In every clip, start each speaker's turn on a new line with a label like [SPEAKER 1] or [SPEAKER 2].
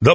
[SPEAKER 1] The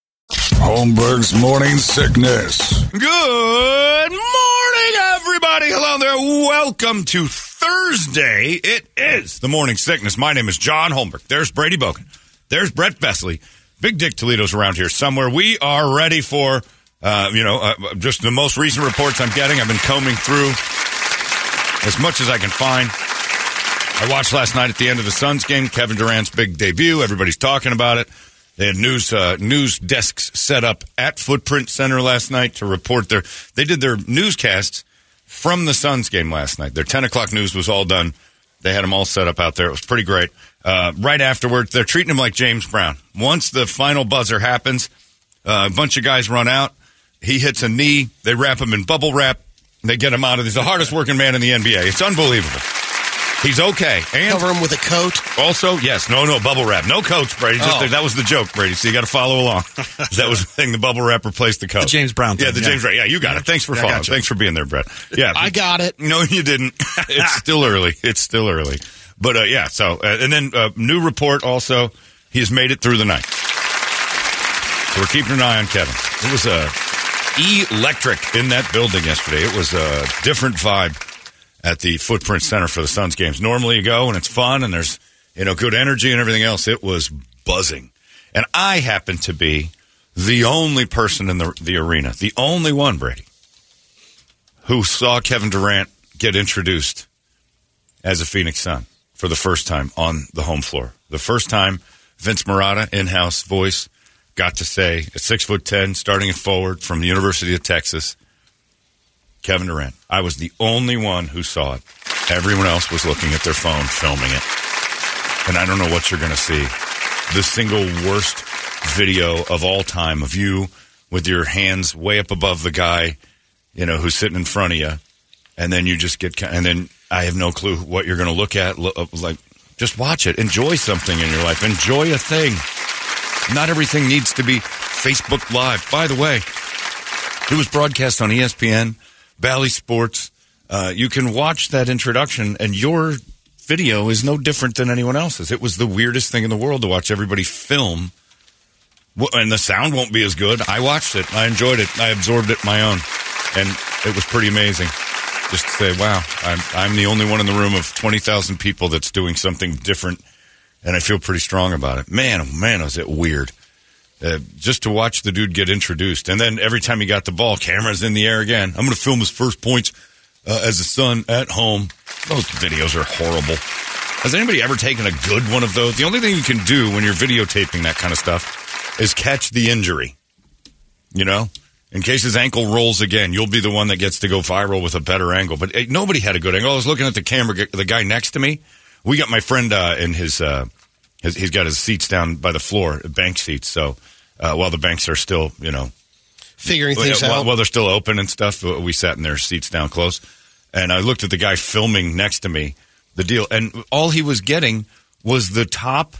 [SPEAKER 2] Holmberg's morning sickness.
[SPEAKER 1] Good morning, everybody. Hello there. Welcome to Thursday. It is the morning sickness. My name is John Holmberg. There's Brady Bogan. There's Brett Besley. Big Dick Toledo's around here somewhere. We are ready for, uh, you know, uh, just the most recent reports I'm getting. I've been combing through as much as I can find. I watched last night at the end of the Suns game, Kevin Durant's big debut. Everybody's talking about it. They had news uh, news desks set up at Footprint Center last night to report their. They did their newscasts from the Suns game last night. Their ten o'clock news was all done. They had them all set up out there. It was pretty great. Uh, right afterwards, they're treating him like James Brown. Once the final buzzer happens, uh, a bunch of guys run out. He hits a knee. They wrap him in bubble wrap. They get him out of. He's the hardest working man in the NBA. It's unbelievable. He's okay. And
[SPEAKER 3] Cover him with a coat.
[SPEAKER 1] also, yes, no, no, bubble wrap. No coats, Brady. Just
[SPEAKER 3] Oh.
[SPEAKER 1] that was the joke, Brady. So you got to follow along. that was the thing. The bubble wrap replaced the coat.
[SPEAKER 4] James Brown thing,
[SPEAKER 1] Yeah, the
[SPEAKER 4] yeah.
[SPEAKER 1] James Brown. Yeah, you got it. Thanks for
[SPEAKER 4] Yeah, I
[SPEAKER 1] following.
[SPEAKER 4] gotcha.
[SPEAKER 1] Thanks for being there, Brett. Yeah.
[SPEAKER 3] I got it.
[SPEAKER 1] No, you didn't. It's still early. It's still early. But uh, yeah, so, uh, and then uh, new report also, he has made it through the night. So we're keeping an eye on Kevin. It was uh, electric in that building yesterday. It was a different vibe at the Footprint Center for the Suns games. Normally you go and it's fun and there's, you know, good energy and everything else. It was buzzing. And I happen to be the only person in the, the arena, the only one, Brady, who saw Kevin Durant get introduced as a Phoenix Sun for the first time on the home floor. The first time Vince Murata, in house voice, got to say at six foot ten, starting at forward from the University of Texas, Kevin Durant. I was the only one who saw it. Everyone else was looking at their phone, filming it. And I don't know what you're going to see. The single worst video of all time of you with your hands way up above the guy, you know, who's sitting in front of you and then you just get ki- and then I have no clue what you're going to look at. Lo- uh, Like, just watch it. Enjoy something in your life. Enjoy a thing. Not everything needs to be Facebook Live. By the way, it was broadcast on E ESPN, Bally Sports. Uh, you can watch that introduction, and your video is no different than anyone else's. It was the weirdest thing in the world to watch everybody film. Well, and the sound won't be as good. I watched it. I enjoyed it. I absorbed it my own. And it was pretty amazing. Just to say, wow, I'm, I'm the only one in the room of 20,000 people that's doing something different. And I feel pretty strong about it. Man, oh man, was it weird. Uh, just to watch the dude get introduced. And then every time he got the ball, cameras in the air again. I'm going to film his first points uh, as a son at home. Those videos are horrible. Has anybody ever taken a good one of those? The only thing you can do when you're videotaping that kind of stuff is catch the injury. You know? In case his ankle rolls again, you'll be the one that gets to go viral with a better angle. But eh, nobody had a good angle. I was looking at the camera, g- the guy next to me. We got my friend uh, in his, uh, his, he's got his seats down by the floor, bank seats. So uh, while the banks are still, you know,
[SPEAKER 3] Figuring
[SPEAKER 1] well, yeah,
[SPEAKER 3] things
[SPEAKER 1] while,
[SPEAKER 3] out.
[SPEAKER 1] while they're still open and stuff, uh, we sat in their seats down close, and I looked at the guy filming next to me the deal, and all he was getting was the top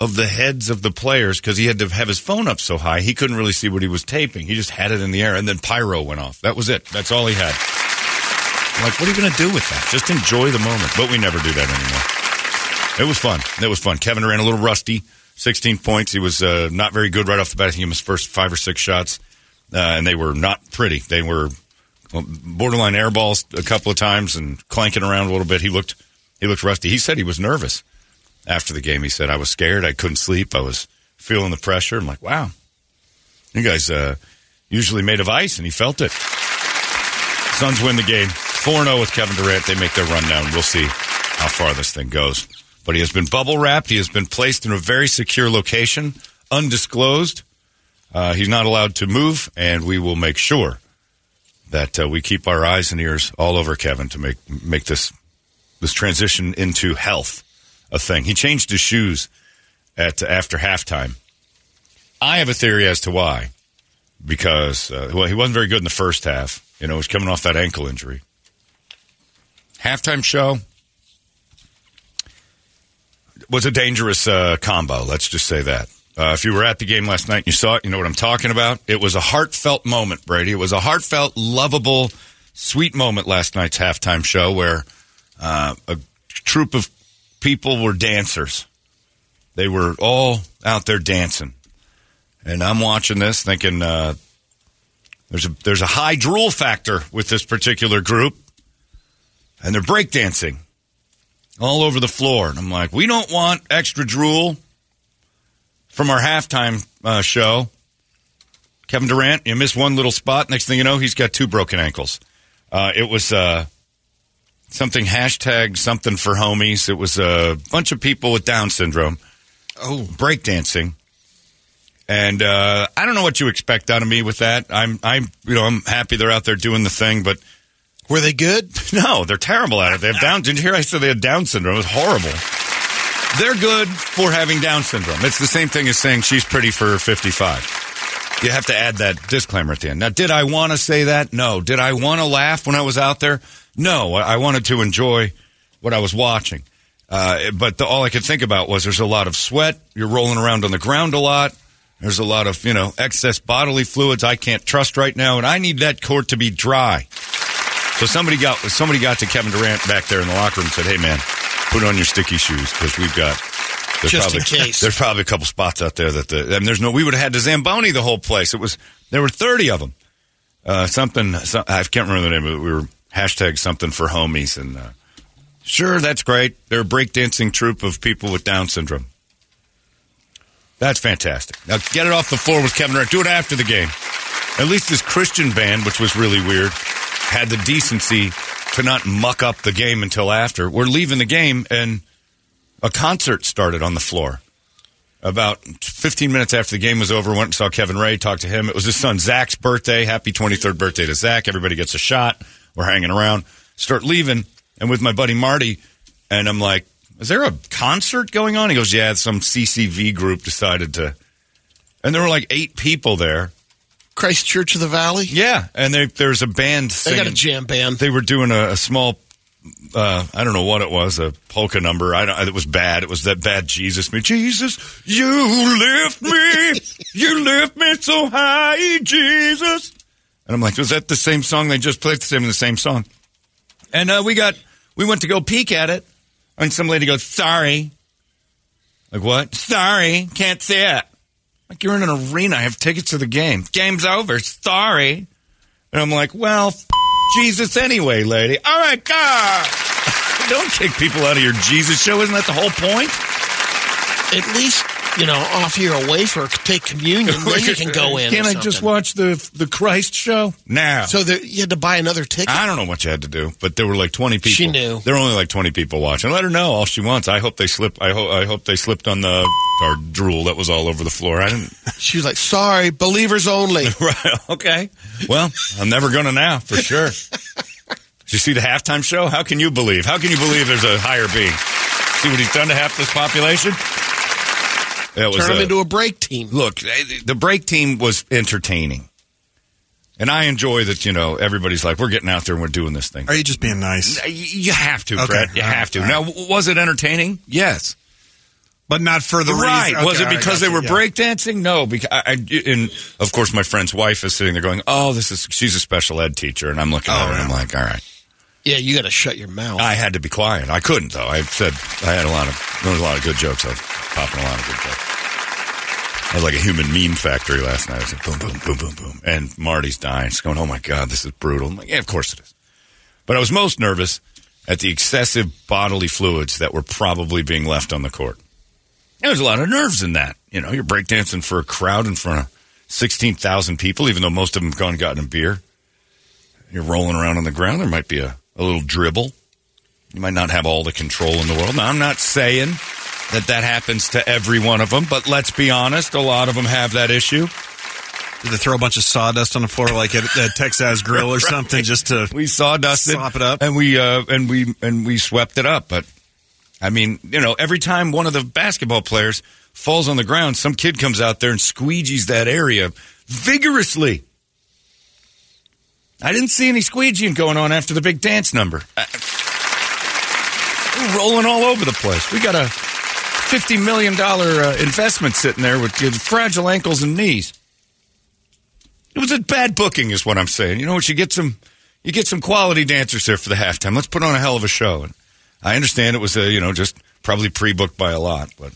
[SPEAKER 1] of the heads of the players because he had to have his phone up so high he couldn't really see what he was taping. He just had it in the air, and then pyro went off. That was it. That's all he had. I'm like, what are you going to do with that? Just enjoy the moment. But we never do that anymore. It was fun. It was fun. Kevin ran a little rusty. 16 points. He was uh, not very good right off the bat. I think he missed first five or six shots, uh, and they were not pretty. They were well, borderline air balls a couple of times and clanking around a little bit. He looked he looked rusty. He said he was nervous after the game. He said I was scared. I couldn't sleep. I was feeling the pressure. I'm like, wow, you guys uh, usually made of ice, and he felt it. Suns win the game 4 0 with Kevin Durant. They make their run now, and we'll see how far this thing goes. But he has been bubble wrapped. He has been placed in a very secure location, undisclosed. Uh, he's not allowed to move, and we will make sure that uh, we keep our eyes and ears all over Kevin to make make this this transition into health a thing. He changed his shoes at after halftime. I have a theory as to why, because uh, well, he wasn't very good in the first half. You know, he was coming off that ankle injury. Halftime show was a dangerous uh, combo. Let's just say that. Uh, if you were at the game last night and you saw it, you know what I'm talking about. It was a heartfelt moment, Brady. It was a heartfelt, lovable, sweet moment last night's halftime show where uh, a troop of people were dancers. They were all out there dancing. And I'm watching this thinking uh, there's, a, there's a high drool factor with this particular group. And they're breakdancing all over the floor. And I'm like, we don't want extra drool from our halftime uh, show. Kevin Durant, you miss one little spot. Next thing you know, he's got two broken ankles. Uh, it was uh, something hashtag something for homies. It was a bunch of people with Down syndrome. Oh, breakdancing. And uh, I don't know what you expect out of me with that. I'm, I'm, you know, I'm happy they're out there doing the thing, but
[SPEAKER 3] Were they good?
[SPEAKER 1] no, they're terrible at it. They have Down. Didn't you hear I said they had Down syndrome? It was horrible. They're good for having Down syndrome. It's the same thing as saying she's pretty for 55. You have to add that disclaimer at the end. Now, did I want to say that? No. Did I want to laugh when I was out there? No. I I wanted to enjoy what I was watching. Uh, but the, all I could think about was there's a lot of sweat. You're rolling around on the ground a lot. There's a lot of, you know, excess bodily fluids I can't trust right now. And I need that court to be dry. So somebody got somebody got to Kevin Durant back there in the locker room and said, "Hey man, put on your sticky shoes because we've got there's
[SPEAKER 3] Just
[SPEAKER 1] probably,
[SPEAKER 3] in case.
[SPEAKER 1] There's probably a couple spots out there that the I mean, there's no. We would have had to zamboni the whole place. It was there were thirty of them. Uh, something so, I can't remember the name of it. We were hashtag something for homies and uh, sure that's great. They're a breakdancing troupe of people with Down syndrome. That's fantastic. Now get it off the floor with Kevin Durant. Do it after the game. At least this Christian band, which was really weird, had the decency to not muck up the game until after. We're leaving the game, and a concert started on the floor. About 15 minutes after the game was over, went and saw Kevin Ray, talked to him. It was his son Zach's birthday. Happy 23rd birthday to Zach. Everybody gets a shot. We're hanging around. Start leaving, and with my buddy Marty, and I'm like, is there a concert going on? He goes, yeah, some CCV group decided to. And there were like eight people there.
[SPEAKER 3] Christ Church of the Valley?
[SPEAKER 1] Yeah, and they, there's a band.
[SPEAKER 3] They
[SPEAKER 1] Singing.
[SPEAKER 3] got a jam band.
[SPEAKER 1] They were doing a, a small. Uh, I don't know what it was, a polka number. I don't, it was bad. It was that bad Jesus. Me, Jesus, you lift me, you lift me so high, Jesus. And I'm like, was that the same song they just played? The same, the same song. And uh, we got, we went to go peek at it, and some lady goes, "Sorry." Like what? Sorry, can't see it. Like you're in an arena. I have tickets to the game. Game's over. Sorry. And I'm like, well, f- Jesus anyway, lady. All right, God. Don't kick people out of your Jesus show. Isn't that the whole point?
[SPEAKER 3] At least, you know, offer you a wafer, take communion, then you can go in. or
[SPEAKER 1] Can't I just
[SPEAKER 3] something.
[SPEAKER 1] watch the the Christ show now?
[SPEAKER 3] So there, you had to buy another ticket?
[SPEAKER 1] I don't know what you had to do, but there were like twenty people.
[SPEAKER 3] She knew.
[SPEAKER 1] there were only like twenty people watching. Let her know all she wants. I hope they slip. I hope I hope they slipped on the or drool that was all over the floor. I didn't.
[SPEAKER 3] she was like, sorry, believers only.
[SPEAKER 1] Right. Okay. Well, I'm never going to now for sure. Did you see the halftime show? How can you believe? How can you believe there's a higher being? See what he's done to half this population? That was
[SPEAKER 3] Turn them
[SPEAKER 1] uh,
[SPEAKER 3] into a break team.
[SPEAKER 1] look. they- The break team was entertaining, and I enjoy that. You know, everybody's like, we're getting out there and we're doing this thing.
[SPEAKER 4] Are you just being nice?
[SPEAKER 1] Y- You have to,
[SPEAKER 4] Okay.
[SPEAKER 1] Brett. You
[SPEAKER 4] All right.
[SPEAKER 1] have to.
[SPEAKER 4] All right.
[SPEAKER 1] Now, w- was it entertaining? Yes.
[SPEAKER 4] But not for the
[SPEAKER 1] right.
[SPEAKER 4] reason.
[SPEAKER 1] was it
[SPEAKER 4] Okay, I got
[SPEAKER 1] because they
[SPEAKER 4] you,
[SPEAKER 1] were
[SPEAKER 4] yeah.
[SPEAKER 1] breakdancing? No, because I, I- and of course my friend's wife is sitting there going, "Oh, this is she's a special ed teacher," and I'm looking
[SPEAKER 4] Oh,
[SPEAKER 1] at her and I'm like, "All right."
[SPEAKER 3] Yeah, you got to shut your mouth.
[SPEAKER 1] I had to be quiet. I couldn't though. I said I had a lot of there was a lot of good jokes. I was popping a lot of good jokes. I was like a human meme factory last night. I was like, boom, boom, boom, boom, boom. And Marty's dying. She's going, oh my God, this is brutal. I'm like, yeah, of course it is. But I was most nervous at the excessive bodily fluids that were probably being left on the court. There's a lot of nerves in that. You know, you're breakdancing for a crowd in front of 16,000 people, even though most of them have gone and gotten a beer. You're rolling around on the ground. There might be a, a little dribble. You might not have all the control in the world. Now, I'm not saying that that happens to every one of them, but let's be honest, a lot of them have that issue.
[SPEAKER 4] Did they throw a bunch of sawdust on the floor like at a Texas grill or something just to
[SPEAKER 1] we sawdusted
[SPEAKER 4] Slop it up.
[SPEAKER 1] and we uh, and we and we swept it up. But I mean, you know, every time one of the basketball players falls on the ground, some kid comes out there and squeegees that area vigorously. I didn't see any squeegeeing going on after the big dance number. I- we're rolling all over the place. We got a fifty million dollar uh, investment sitting there with with fragile ankles and knees. It was a bad booking, is what I'm saying. You know what? You get some, you get some quality dancers there for the halftime. Let's put on a hell of a show. And I understand it was, uh, you know, just probably pre-booked by a lot, but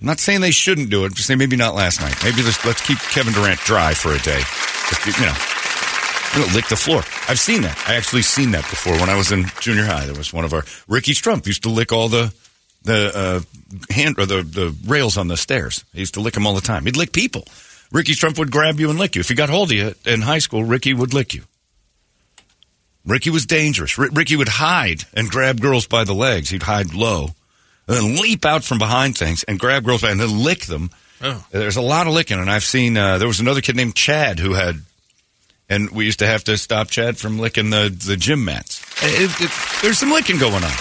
[SPEAKER 1] I'm not saying they shouldn't do it. I'm just saying maybe not last night. Maybe let's, let's keep Kevin Durant dry for a day. Just, you know, you know, lick the floor. I've seen that. I actually seen that before when I was in junior high. There was one of our Ricky Strump used to lick all the the uh, hand or the the rails on the stairs. He used to lick them all the time. He'd lick people. Ricky Strump would grab you and lick you. If he got hold of you in high school, Ricky would lick you. Ricky was dangerous. Ri Ricky would hide and grab girls by the legs. He'd hide low, and then leap out from behind things and grab girls by and then lick them.
[SPEAKER 3] Oh.
[SPEAKER 1] There's a lot of licking, and I've seen. Uh, there was another kid named Chad who had, and we used to have to stop Chad from licking the the gym mats. It- it- there's some licking going on.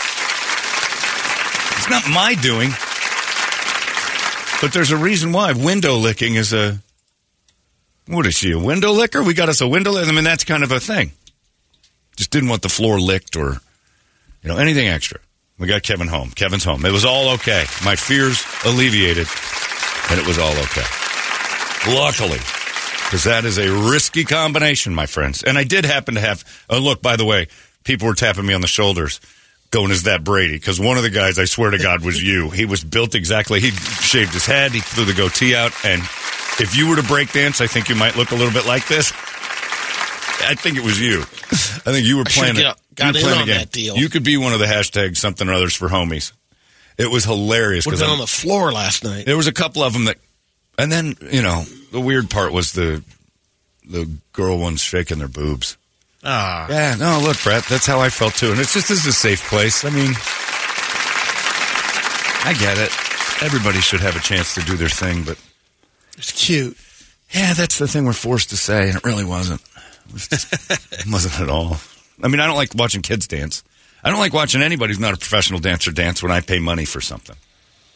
[SPEAKER 1] It's not my doing, but there's a reason why window licking is a. What is she? A window licker? We got us a window. li- I mean, that's kind of a thing just didn't want the floor licked or you know anything extra. We got Kevin home. Kevin's home. It was all okay. My fears alleviated, and it was all okay. Luckily, because that is a risky combination, my friends. And I did happen to have. Oh, look, by the way, people were tapping me on the shoulders. Going, is that Brady? Because one of the guys, I swear to God, was you. He was built exactly. He shaved his head. He threw the goatee out. And if you were to break dance, I think you might look a little bit like this. I think it was you. I think you were
[SPEAKER 3] I should
[SPEAKER 1] playing.
[SPEAKER 3] get
[SPEAKER 1] it.
[SPEAKER 3] up-
[SPEAKER 1] you
[SPEAKER 3] got
[SPEAKER 1] were
[SPEAKER 3] in
[SPEAKER 1] playing
[SPEAKER 3] on
[SPEAKER 1] a game.
[SPEAKER 3] that deal.
[SPEAKER 1] You could be one of the hashtags something or others for homies. It was hilarious
[SPEAKER 3] Would have
[SPEAKER 1] because
[SPEAKER 3] been on the floor last night.
[SPEAKER 1] there was a couple of them that, and then you know the weird part was the the girl ones shaking their boobs. Ah, yeah. No, look, Brett, that's how I felt too, and it's just this is a safe place. I mean, I get it. Everybody should have a chance to do their thing, but
[SPEAKER 3] It's cute.
[SPEAKER 1] yeah, that's the thing we're forced to say, and it really wasn't. It was just- it wasn't at all. I mean, I don't like watching kids dance. I don't like watching anybody who's not a professional dancer dance when I pay money for something.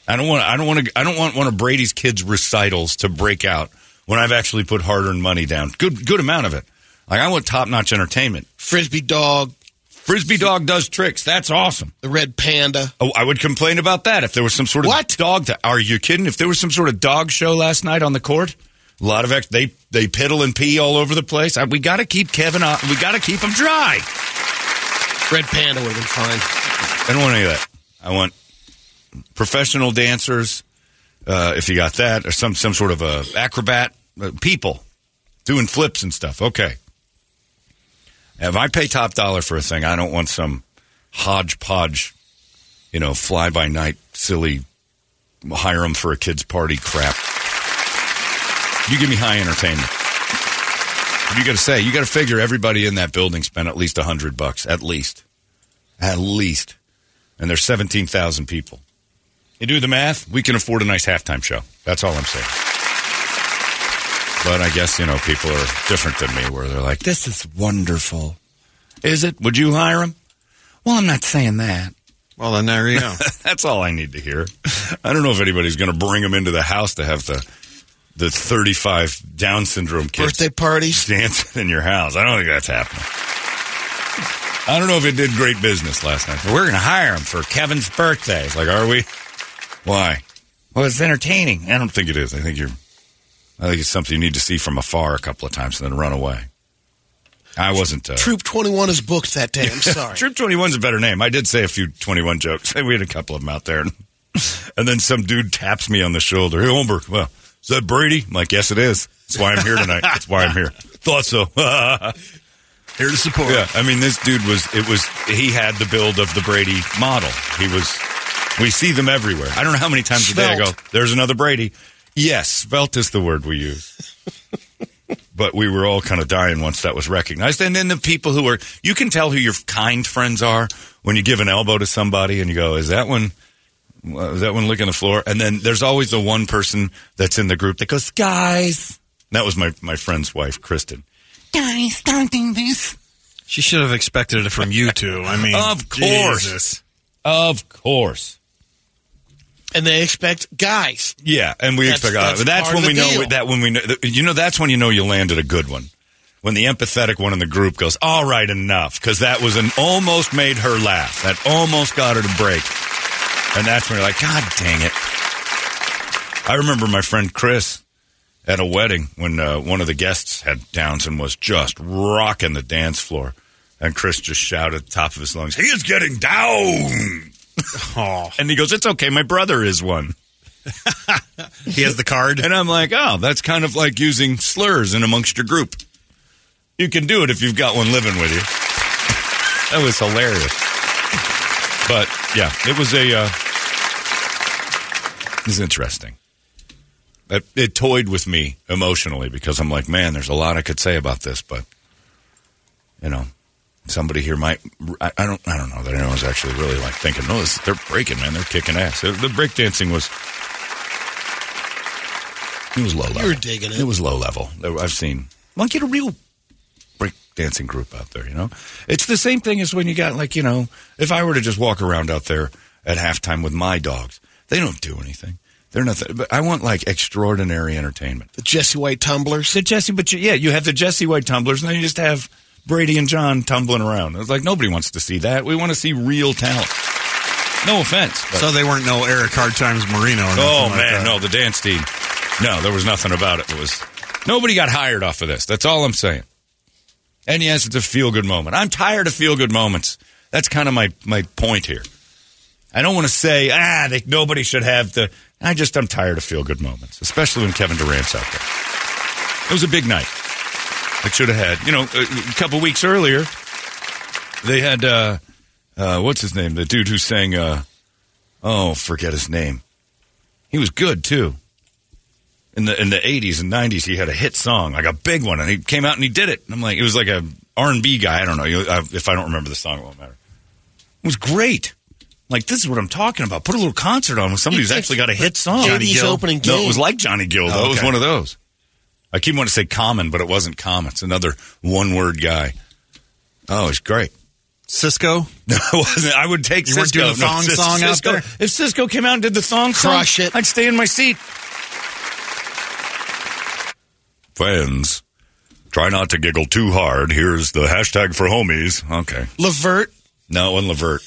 [SPEAKER 1] I don't want. I don't want to. I don't want one of Brady's kids' recitals to break out when I've actually put hard-earned money down. Good, good amount of it. Like I want top-notch entertainment.
[SPEAKER 3] Frisbee dog,
[SPEAKER 1] Frisbee dog does tricks. That's awesome.
[SPEAKER 3] the red panda.
[SPEAKER 1] Oh, I would complain about that if there was some sort of
[SPEAKER 3] What?
[SPEAKER 1] dog. That, are you kidding? If there was some sort of dog show last night on the court, a lot of ex, they they piddle and pee all over the place. I, we got to keep Kevin. On, we got to keep him dry.
[SPEAKER 3] Red panda would have been fine.
[SPEAKER 1] I don't want any of that. I want professional dancers. Uh, if you got that, or some some sort of a acrobat uh, people doing flips and stuff. Okay. If I pay top dollar for a thing, I don't want some hodgepodge, you know, fly by night, silly, hire them for a kid's party crap. You give me high entertainment. You got to say, you got to figure everybody in that building spent at least a hundred bucks, at least, at least, and there's seventeen thousand people. You do the math, we can afford a nice halftime show. That's all I'm saying. But I guess you know people are different than me, where they're like, "This is wonderful." Is it? Would you hire him? Well, I'm not saying that.
[SPEAKER 4] Well, then there you go.
[SPEAKER 1] That's all I need to hear. I don't know if anybody's going to bring them into the house to have the the 35 Down syndrome kids
[SPEAKER 3] Birthday parties.
[SPEAKER 1] dancing in your house. I don't think that's happening. I don't know if it did great business last night. We're going to hire him for Kevin's birthday. It's like, are we? Why? Well, it's entertaining. I don't think it is. I think you're. I think it's something you need to see from afar a couple of times and then run away. I wasn't. Uh,
[SPEAKER 3] Troop 21 is booked that day. I'm sorry.
[SPEAKER 1] Trip 21's a better name. I did say a few 21 jokes. We had a couple of them out there. And then some dude taps me on the shoulder. Hey, Holmberg, well, Is that Brady? I'm like, yes, it is. That's why I'm here tonight. That's why I'm here. Thought so.
[SPEAKER 4] Here to support.
[SPEAKER 1] Yeah, I mean, this dude was, it was, he had the build of the Brady model. He was, we see them everywhere. I don't know how many times a day I go,
[SPEAKER 3] Svelte.
[SPEAKER 1] there's another Brady. Yes, svelte is the word we use. but we were all kind of dying once that was recognized. And then the people who are, you can tell who your kind friends are when you give an elbow to somebody and you go, is that one, is that one licking the floor? And then there's always the one person that's in the group that goes, guys. That was my, my friend's wife, Kristen. Guys, starting this.
[SPEAKER 4] She should have expected it from you two. I mean,
[SPEAKER 1] Of course.
[SPEAKER 4] Jesus.
[SPEAKER 1] Of course.
[SPEAKER 3] and they expect guys.
[SPEAKER 1] Yeah, and we
[SPEAKER 3] That's-
[SPEAKER 1] expect uh,
[SPEAKER 3] that's
[SPEAKER 1] that's, that's
[SPEAKER 3] part
[SPEAKER 1] when
[SPEAKER 3] of
[SPEAKER 1] we
[SPEAKER 3] the
[SPEAKER 1] know
[SPEAKER 3] deal.
[SPEAKER 1] that when we know you know that's when you know you landed a good one. When the empathetic one in the group goes, "All right, enough," because that was an almost made her laugh. That almost got her to break, and that's when you're like, "God dang it!" I remember my friend Chris at a wedding when uh, one of the guests had Downs and was just rocking the dance floor, and Chris just shouted at the top of his lungs, "He is getting down!"
[SPEAKER 4] Oh,
[SPEAKER 1] And he goes, "It's okay, my brother is one."
[SPEAKER 4] he has the card.
[SPEAKER 1] And I'm like, oh, that's kind of like using slurs in amongst your group. You can do it if you've got one living with you. that was hilarious. But yeah, it was a. Uh, it was interesting. It, it toyed with me emotionally because I'm like, man, there's a lot I could say about this, but you know, somebody here might. I, I don't. I don't know that anyone's actually really like thinking. No, this, they're breaking, man. They're kicking ass. The the breakdancing was. It was low level.
[SPEAKER 3] were digging it.
[SPEAKER 1] It was low level. I've seen. Well, get a real break dancing group out there. You know, it's the same thing as when you got like you know, if I were to just walk around out there at halftime with my dogs, they don't do anything. They're nothing. But I want like extraordinary entertainment.
[SPEAKER 3] The Jesse White tumblers.
[SPEAKER 1] The Jesse, but you, yeah, you have the Jesse White tumblers, and then you just have Brady and John tumbling around. It's like nobody wants to see that. We want to see real talent. No offense. but-
[SPEAKER 4] So they weren't no Oh, Eric Hard Times Marino. Or
[SPEAKER 1] oh
[SPEAKER 4] nothing like
[SPEAKER 1] man,
[SPEAKER 4] that.
[SPEAKER 1] no, the dance team. No, there was nothing about it. It was nobody got hired off of this. That's all I'm saying. And yes, it's a feel good moment. I'm tired of feel good moments. That's kind of my my point here. I don't want to say ah, they, nobody should have the. I just I'm tired of feel good moments, especially when Kevin Durant's out there. It was a big night. It should have had you know a, a couple weeks earlier. They had uh, uh, what's his name? The dude who sang uh, oh forget his name. He was good too. In the in the eighties and nineties, he had a hit song, like a big one, and he came out and he did it. And I'm like, it was like a R and B guy. I don't know You- I- if I don't remember the song, it won't matter. It was great. Like this is what I'm talking about. Put a little concert on with somebody who's actually got a hit song.
[SPEAKER 3] Johnny JD's Gill. opening
[SPEAKER 1] No, it
[SPEAKER 3] gig.
[SPEAKER 1] was like Johnny Gill. Though.
[SPEAKER 4] Oh,
[SPEAKER 1] It was
[SPEAKER 4] okay.
[SPEAKER 1] one of those. I keep wanting to say common, but it wasn't common. It's another one word guy. Oh, it's great.
[SPEAKER 4] Cisco.
[SPEAKER 1] No, I wasn't. I would take
[SPEAKER 4] You weren't
[SPEAKER 1] Cisco.
[SPEAKER 4] doing the
[SPEAKER 1] No,
[SPEAKER 4] thong
[SPEAKER 1] Cis-
[SPEAKER 4] song out
[SPEAKER 1] Cisco-
[SPEAKER 4] there?
[SPEAKER 1] If Cisco came out and did the thong
[SPEAKER 3] Crush
[SPEAKER 1] song,
[SPEAKER 3] it.
[SPEAKER 1] I'd stay in my seat. Fans, try not to giggle too hard. Here's the hashtag for homies. Okay.
[SPEAKER 3] Lavert.
[SPEAKER 1] No, it wasn't Levert.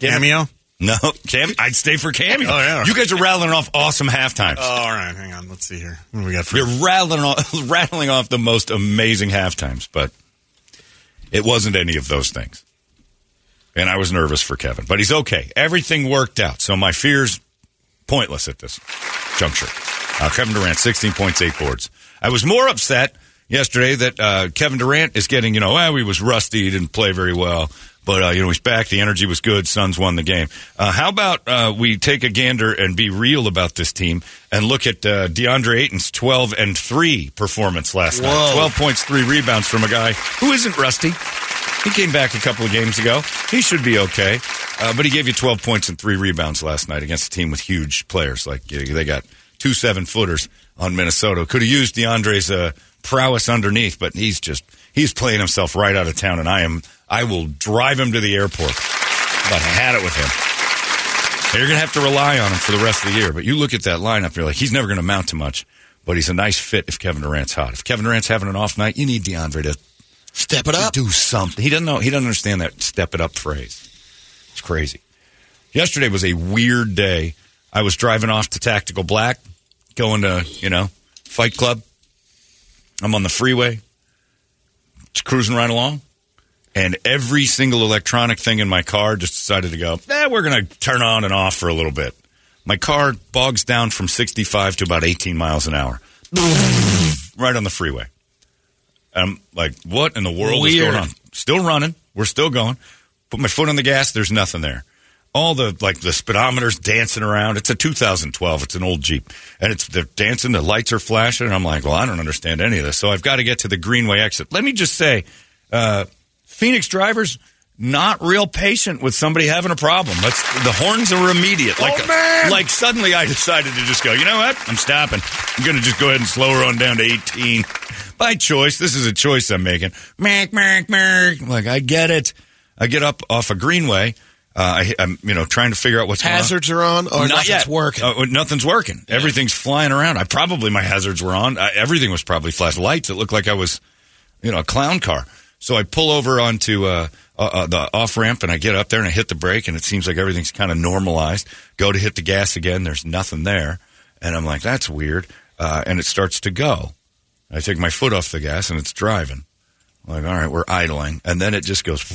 [SPEAKER 4] Cameo.
[SPEAKER 1] No, Cam. I'd stay for Cameo.
[SPEAKER 4] Oh, yeah.
[SPEAKER 1] You guys are rattling off awesome halftimes.
[SPEAKER 4] Oh, all right. Hang on. Let's see here. What do we got for
[SPEAKER 1] You're rattling off, rattling off the most amazing halftimes, but it wasn't any of those things. And I was nervous for Kevin, but he's okay. Everything worked out, so my fears pointless at this juncture. Uh, Kevin Durant, 16 points, eight boards. I was more upset yesterday that uh, Kevin Durant is getting, you know, well, he was rusty, he didn't play very well, but, uh, you know, he's back, the energy was good, Suns won the game. Uh, how about uh, we take a gander and be real about this team and look at uh, DeAndre Ayton's 12 and 3 performance last night?
[SPEAKER 3] Whoa.
[SPEAKER 1] 12 points, 3 rebounds from a guy who isn't rusty. He came back a couple of games ago. He should be okay. Uh, but he gave you 12 points and three rebounds last night against a team with huge players. Like you know, they got two seven footers on Minnesota. Could have used DeAndre's uh, prowess underneath, but he's just he's playing himself right out of town. And I am I will drive him to the airport. But I had it with him. And you're going to have to rely on him for the rest of the year. But you look at that lineup, you're like, he's never going to amount to much. But he's a nice fit if Kevin Durant's hot. If Kevin Durant's having an off night, you need DeAndre to
[SPEAKER 3] Step it up.
[SPEAKER 1] do something. He doesn't know. He doesn't understand that step it up phrase. It's crazy. Yesterday was a weird day. I was driving off to Tactical Black, going to you know Fight Club. I'm on the freeway, just cruising right along, and every single electronic thing in my car just decided to go. Eh, we're gonna turn on and off for a little bit. My car bogs down from 65 to about 18 miles an hour, right on the freeway. I'm like, what in the world is
[SPEAKER 3] Weird.
[SPEAKER 1] going on? Still running. We're still going. Put my foot on the gas. There's nothing there. All the like the speedometers dancing around. It's a 2012. It's an old Jeep, and it's they're dancing. The lights are flashing. And I'm like, well, I don't understand any of this. So I've got to get to the Greenway exit. Let me just say, uh, Phoenix drivers not real patient with somebody having a problem. Let's the horns are immediate. Like
[SPEAKER 3] Oh,
[SPEAKER 1] like suddenly I decided to just go. You know what? I'm stopping. I'm going to just go ahead and slow her on down to 18 by choice. This is a choice I'm making. Merk merk merk. Like I get it. I get up off a greenway. Uh, I, I'm you know trying to figure out what's going on.
[SPEAKER 3] Hazards are on, or
[SPEAKER 1] Not
[SPEAKER 3] nothing's
[SPEAKER 1] yet.
[SPEAKER 3] working.
[SPEAKER 1] Uh, nothing's working. Everything's flying around. I probably my hazards were on. I, everything was probably flashing lights. It looked like I was, you know, a clown car. So I pull over onto uh, uh, uh, the off ramp and I get up there and I hit the brake and it seems like everything's kind of normalized. Go to hit the gas again. There's nothing there, and I'm like, that's weird. Uh, and it starts to go. I take my foot off the gas and it's driving. I'm like, all right, we're idling, and then it just goes,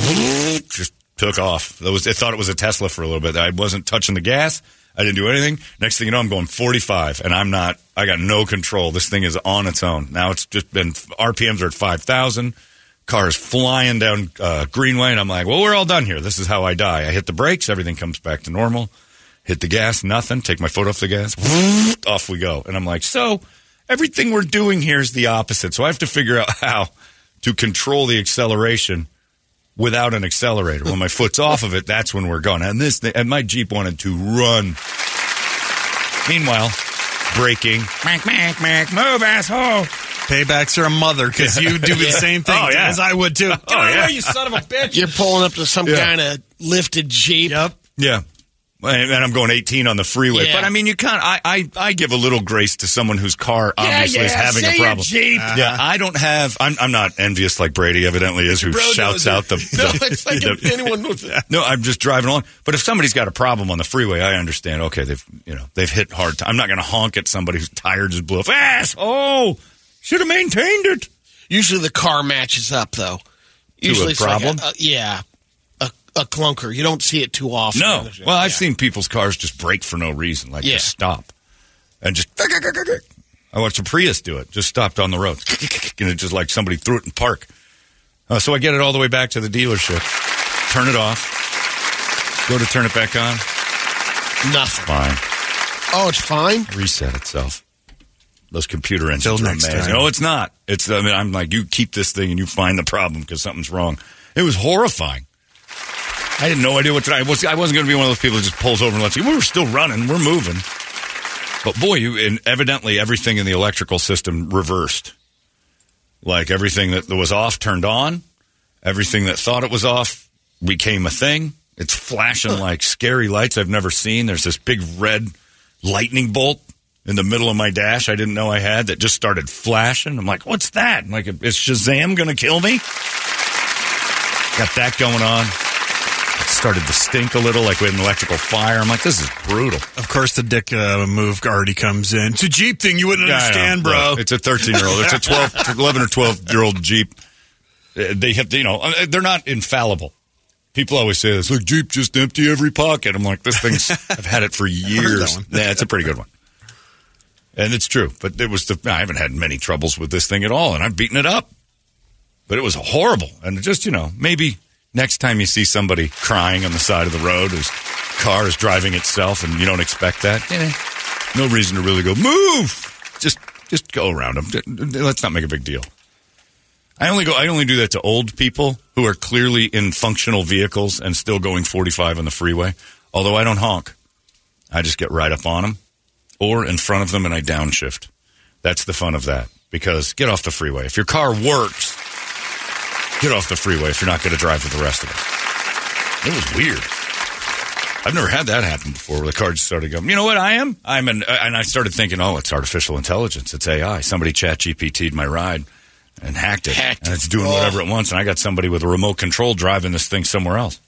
[SPEAKER 1] just took off. That was, it thought it was a Tesla for a little bit. I wasn't touching the gas. I didn't do anything. Next thing you know, I'm going 45, and I'm not. I got no control. This thing is on its own. Now it's just been RPMs are at 5,000. Car is flying down uh, Greenway, and I'm like, well, we're all done here. This is how I die. I hit the brakes, everything comes back to normal. Hit the gas, nothing. Take my foot off the gas, off we go. And I'm like, so everything we're doing here is the opposite. So I have to figure out how to control the acceleration without an accelerator. When my foot's off of it, that's when we're gone. And this, and my Jeep wanted to run. Meanwhile, braking, mack, mack, mack, move, asshole.
[SPEAKER 4] Paybacks are a mother because you do the same thing
[SPEAKER 1] Oh, yeah.
[SPEAKER 4] as I would too. Get
[SPEAKER 1] Oh,
[SPEAKER 4] out of
[SPEAKER 1] yeah.
[SPEAKER 4] there, you son of a bitch.
[SPEAKER 3] You're pulling up to some
[SPEAKER 1] Yeah.
[SPEAKER 3] kind of lifted jeep.
[SPEAKER 4] Yep.
[SPEAKER 1] Yeah. And and I'm going 18 on the freeway,
[SPEAKER 3] Yeah.
[SPEAKER 1] but I mean, you can't. I, I I give a little grace to someone whose car obviously is
[SPEAKER 3] yeah,
[SPEAKER 1] having
[SPEAKER 3] say
[SPEAKER 1] a
[SPEAKER 3] your
[SPEAKER 1] problem.
[SPEAKER 3] Jeep.
[SPEAKER 1] Yeah, I don't have. I'm I'm not envious like Brady evidently is, who
[SPEAKER 3] Bro
[SPEAKER 1] shouts
[SPEAKER 3] knows it.
[SPEAKER 1] out the.
[SPEAKER 3] no,
[SPEAKER 1] the-
[SPEAKER 3] it's like
[SPEAKER 1] the-
[SPEAKER 3] if anyone would.
[SPEAKER 1] No, I'm just driving along. But if somebody's got a problem on the freeway, I understand. Okay, they've you know they've hit hard. T- I'm not going to honk at somebody whose tire just blew off. Ass! Oh, should have maintained it.
[SPEAKER 3] Usually the car matches up, though. Usually it's like
[SPEAKER 1] problem?
[SPEAKER 3] a, a- yeah, a, a clunker. You don't see it too often.
[SPEAKER 1] No. Well, I've
[SPEAKER 3] Yeah.
[SPEAKER 1] seen people's cars just brake for no reason, like
[SPEAKER 3] Yeah.
[SPEAKER 1] just stop and just. I watched a Prius do it. Just stopped on the road, and it just like somebody threw it in park. Uh, so I get it all the way back to the dealership. Turn it off. Go to turn it back on.
[SPEAKER 3] nothing.
[SPEAKER 1] Fine.
[SPEAKER 3] Oh, it's fine.
[SPEAKER 1] reset itself. Those computer engines
[SPEAKER 4] Till
[SPEAKER 1] are
[SPEAKER 4] next
[SPEAKER 1] amazing.
[SPEAKER 4] time.
[SPEAKER 1] No, it's not. It's I mean, I'm like, you keep this thing and you find the problem because something's wrong. It was horrifying. I had no idea what to, I was. I wasn't going to be one of those people that just pulls over and lets you. We were still running. We're moving. But boy, you and evidently everything in the electrical system reversed. Like everything that was off turned on. Everything that thought it was off became a thing. It's flashing like scary lights I've never seen. There's this big red lightning bolt in the middle of my dash I didn't know I had that just started flashing. I'm like, what's that? I'm like, is Shazam going to kill me? Got that going on. It started to stink a little like we had an electrical fire. I'm like, this is brutal.
[SPEAKER 4] Of course, the dick uh, move already comes in. It's a Jeep thing you wouldn't
[SPEAKER 1] Yeah, I know.
[SPEAKER 4] understand, bro.
[SPEAKER 1] Look, It's a 13 year old. It's a 12, 11 or 12 year old Jeep. Uh, They have, you know, uh, they're not infallible. People always say this, look, Jeep just empty every pocket. I'm like, this thing's, I've had it for years.
[SPEAKER 4] one.
[SPEAKER 1] Yeah, it's a pretty good one. And it's true, but it was the, I haven't had many troubles with this thing at all, and I've beaten it up. But it was horrible. And it just, you know, maybe next time you see somebody crying on the side of the road whose car is driving itself and you don't expect that, eh, no reason to really go move. Just just go around them. Let's not make a big deal. I only go. I only do that to old people who are clearly in functional vehicles and still going 45 on the freeway. Although I don't honk, I just get right up on them or in front of them and I downshift. That's the fun of that because get off the freeway. If your car works, get off the freeway. If you're not going to drive with the rest of us, it was weird. I've never had that happen before where the car just started going, you know what I am? I'm an, uh, and I started thinking, oh, it's artificial intelligence. It's AI. Somebody chat GPT'd my ride and hacked it.
[SPEAKER 3] Hacked
[SPEAKER 1] and
[SPEAKER 3] it.
[SPEAKER 1] it's doing whatever it wants. And I got somebody with a remote control driving this thing somewhere else.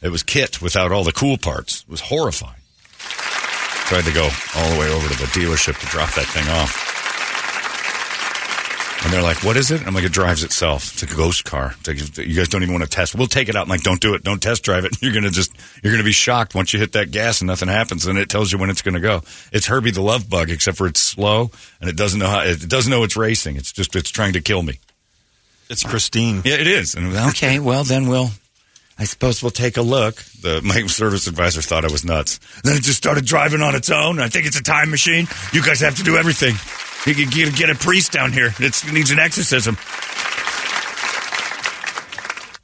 [SPEAKER 1] It was kit without all the cool parts. It was horrifying. So I had to go all the way over to the dealership to drop that thing off. I And they're like, what is it? I'm like, it drives itself. It's like a ghost car. It's like, you guys don't even want to test. We'll take it out. I'm like, don't do it. Don't test drive it. You're going to just, you're going to be shocked once you hit that gas and nothing happens. And it tells you when it's going to go. It's Herbie the love bug, except for it's slow and it doesn't know how, it doesn't know it's racing. It's just, it's trying to kill me.
[SPEAKER 4] It's pristine.
[SPEAKER 1] Yeah, it is. And I'm like, okay, well then we'll. I suppose we'll take a look. The my service advisor thought I was nuts. Then it just started driving on its own. I think it's a time machine. You guys have to do everything. You can get, get a priest down here. It's, it needs an exorcism.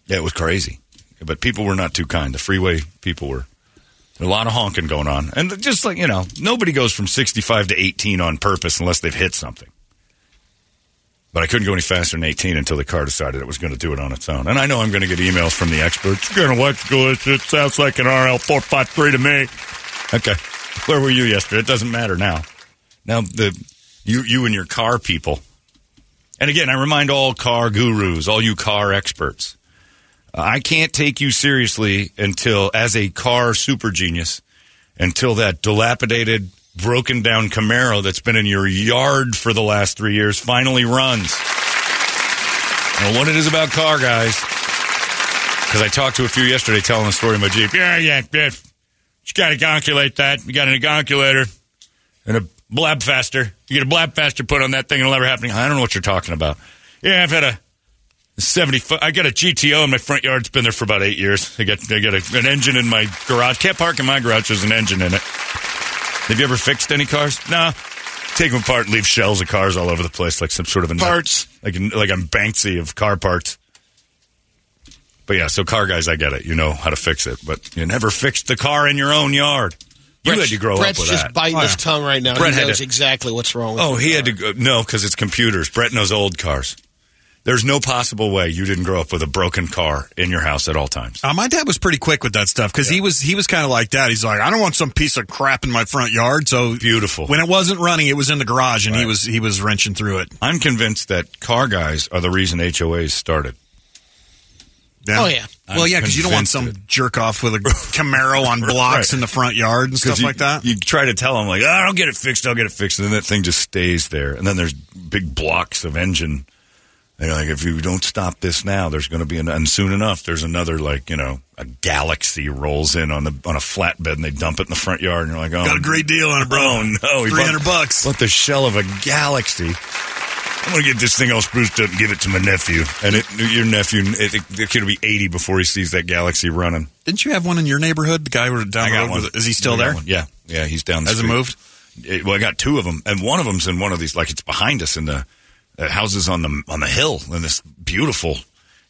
[SPEAKER 1] Yeah, it was crazy, but people were not too kind. The freeway people were. A lot of honking going on, and just like you know, nobody goes from sixty-five to eighteen on purpose unless they've hit something. But I couldn't go any faster than 18 until the car decided it was going to do it on its own. And I know I'm going to get emails from the experts. You're going to watch this. It sounds like an RL 453 to me. Okay. Where were you yesterday? It doesn't matter now. Now, the you, you and your car people. And again, I remind all car gurus, all you car experts. I can't take you seriously until, as a car super genius, until that dilapidated, broken down Camaro that's been in your yard for the last three years finally runs. Now, what it is about car guys, because I talked to a few yesterday telling the story of my Jeep. Yeah, yeah, yeah. You got to inoculate that. You got an inoculator and a blab faster. You get a blab faster put on that thing, it'll never happen. I don't know what you're talking about. Yeah, I've had a 70 foot. I got a GTO in my front yard. It's been there for about eight years. I got, I got a, an engine in my garage. Can't park in my garage. There's an engine in it. Have you ever fixed any cars? No. Take them apart and leave shells of cars all over the place, like some sort of a
[SPEAKER 3] Parts.
[SPEAKER 1] like like I'm Banksy of car parts. But yeah, so car guys, I get it. You know how to fix it, but you never fixed the car in your own yard. You
[SPEAKER 3] Brett's-
[SPEAKER 1] had to grow
[SPEAKER 3] Brett's
[SPEAKER 1] up with
[SPEAKER 3] just
[SPEAKER 1] that. Oh,
[SPEAKER 3] biting his tongue right now.
[SPEAKER 1] Brett
[SPEAKER 3] he
[SPEAKER 1] had
[SPEAKER 3] knows
[SPEAKER 1] to-
[SPEAKER 3] exactly what's wrong with
[SPEAKER 1] Oh,
[SPEAKER 3] him.
[SPEAKER 1] he had to go. No, because it's computers. Brett knows old cars. There's no possible way you didn't grow up with a broken car in your house at all times.
[SPEAKER 4] Uh, my dad was pretty quick with that stuff because he was he was kind of like that. He's like, I don't want some piece of crap in my front yard. So
[SPEAKER 1] Beautiful.
[SPEAKER 4] When it wasn't running, it was in the garage, and he was he was wrenching through it.
[SPEAKER 1] I'm convinced that car guys are the reason HOAs started.
[SPEAKER 3] Oh, yeah.
[SPEAKER 1] I'm
[SPEAKER 4] well, yeah, because you don't want some
[SPEAKER 1] convinced
[SPEAKER 4] jerk off with a Camaro on blocks
[SPEAKER 1] Right.
[SPEAKER 4] in the front yard and
[SPEAKER 1] 'Cause
[SPEAKER 4] stuff
[SPEAKER 1] you-
[SPEAKER 4] like that.
[SPEAKER 1] You try to tell them like, oh, I'll get it fixed, I'll get it fixed, and then that thing just stays there. And then there's big blocks of engine. And you're like, if you don't stop this now, there's going to be an and soon enough, there's another like you know a galaxy rolls in on the on a flatbed and they dump it in the front yard, and you're like, oh,
[SPEAKER 4] Got a great deal on it, bro.
[SPEAKER 1] Oh no, he
[SPEAKER 4] three
[SPEAKER 1] bought-
[SPEAKER 4] hundred bucks.
[SPEAKER 1] What the shell of a galaxy. I'm gonna get this thing all spruced up and give it to my nephew. And it, your nephew, it, it, it could be 80 before he sees that galaxy running.
[SPEAKER 4] Didn't you have one in your neighborhood? The guy who down the road with- Is he still
[SPEAKER 1] I got
[SPEAKER 4] there?
[SPEAKER 1] one. Yeah, yeah, he's down. The
[SPEAKER 4] Has it
[SPEAKER 1] street.
[SPEAKER 4] moved?
[SPEAKER 1] It- well, I got two of them, and one of them's in one of these. Like it's behind us in the uh, houses on the on the hill in this beautiful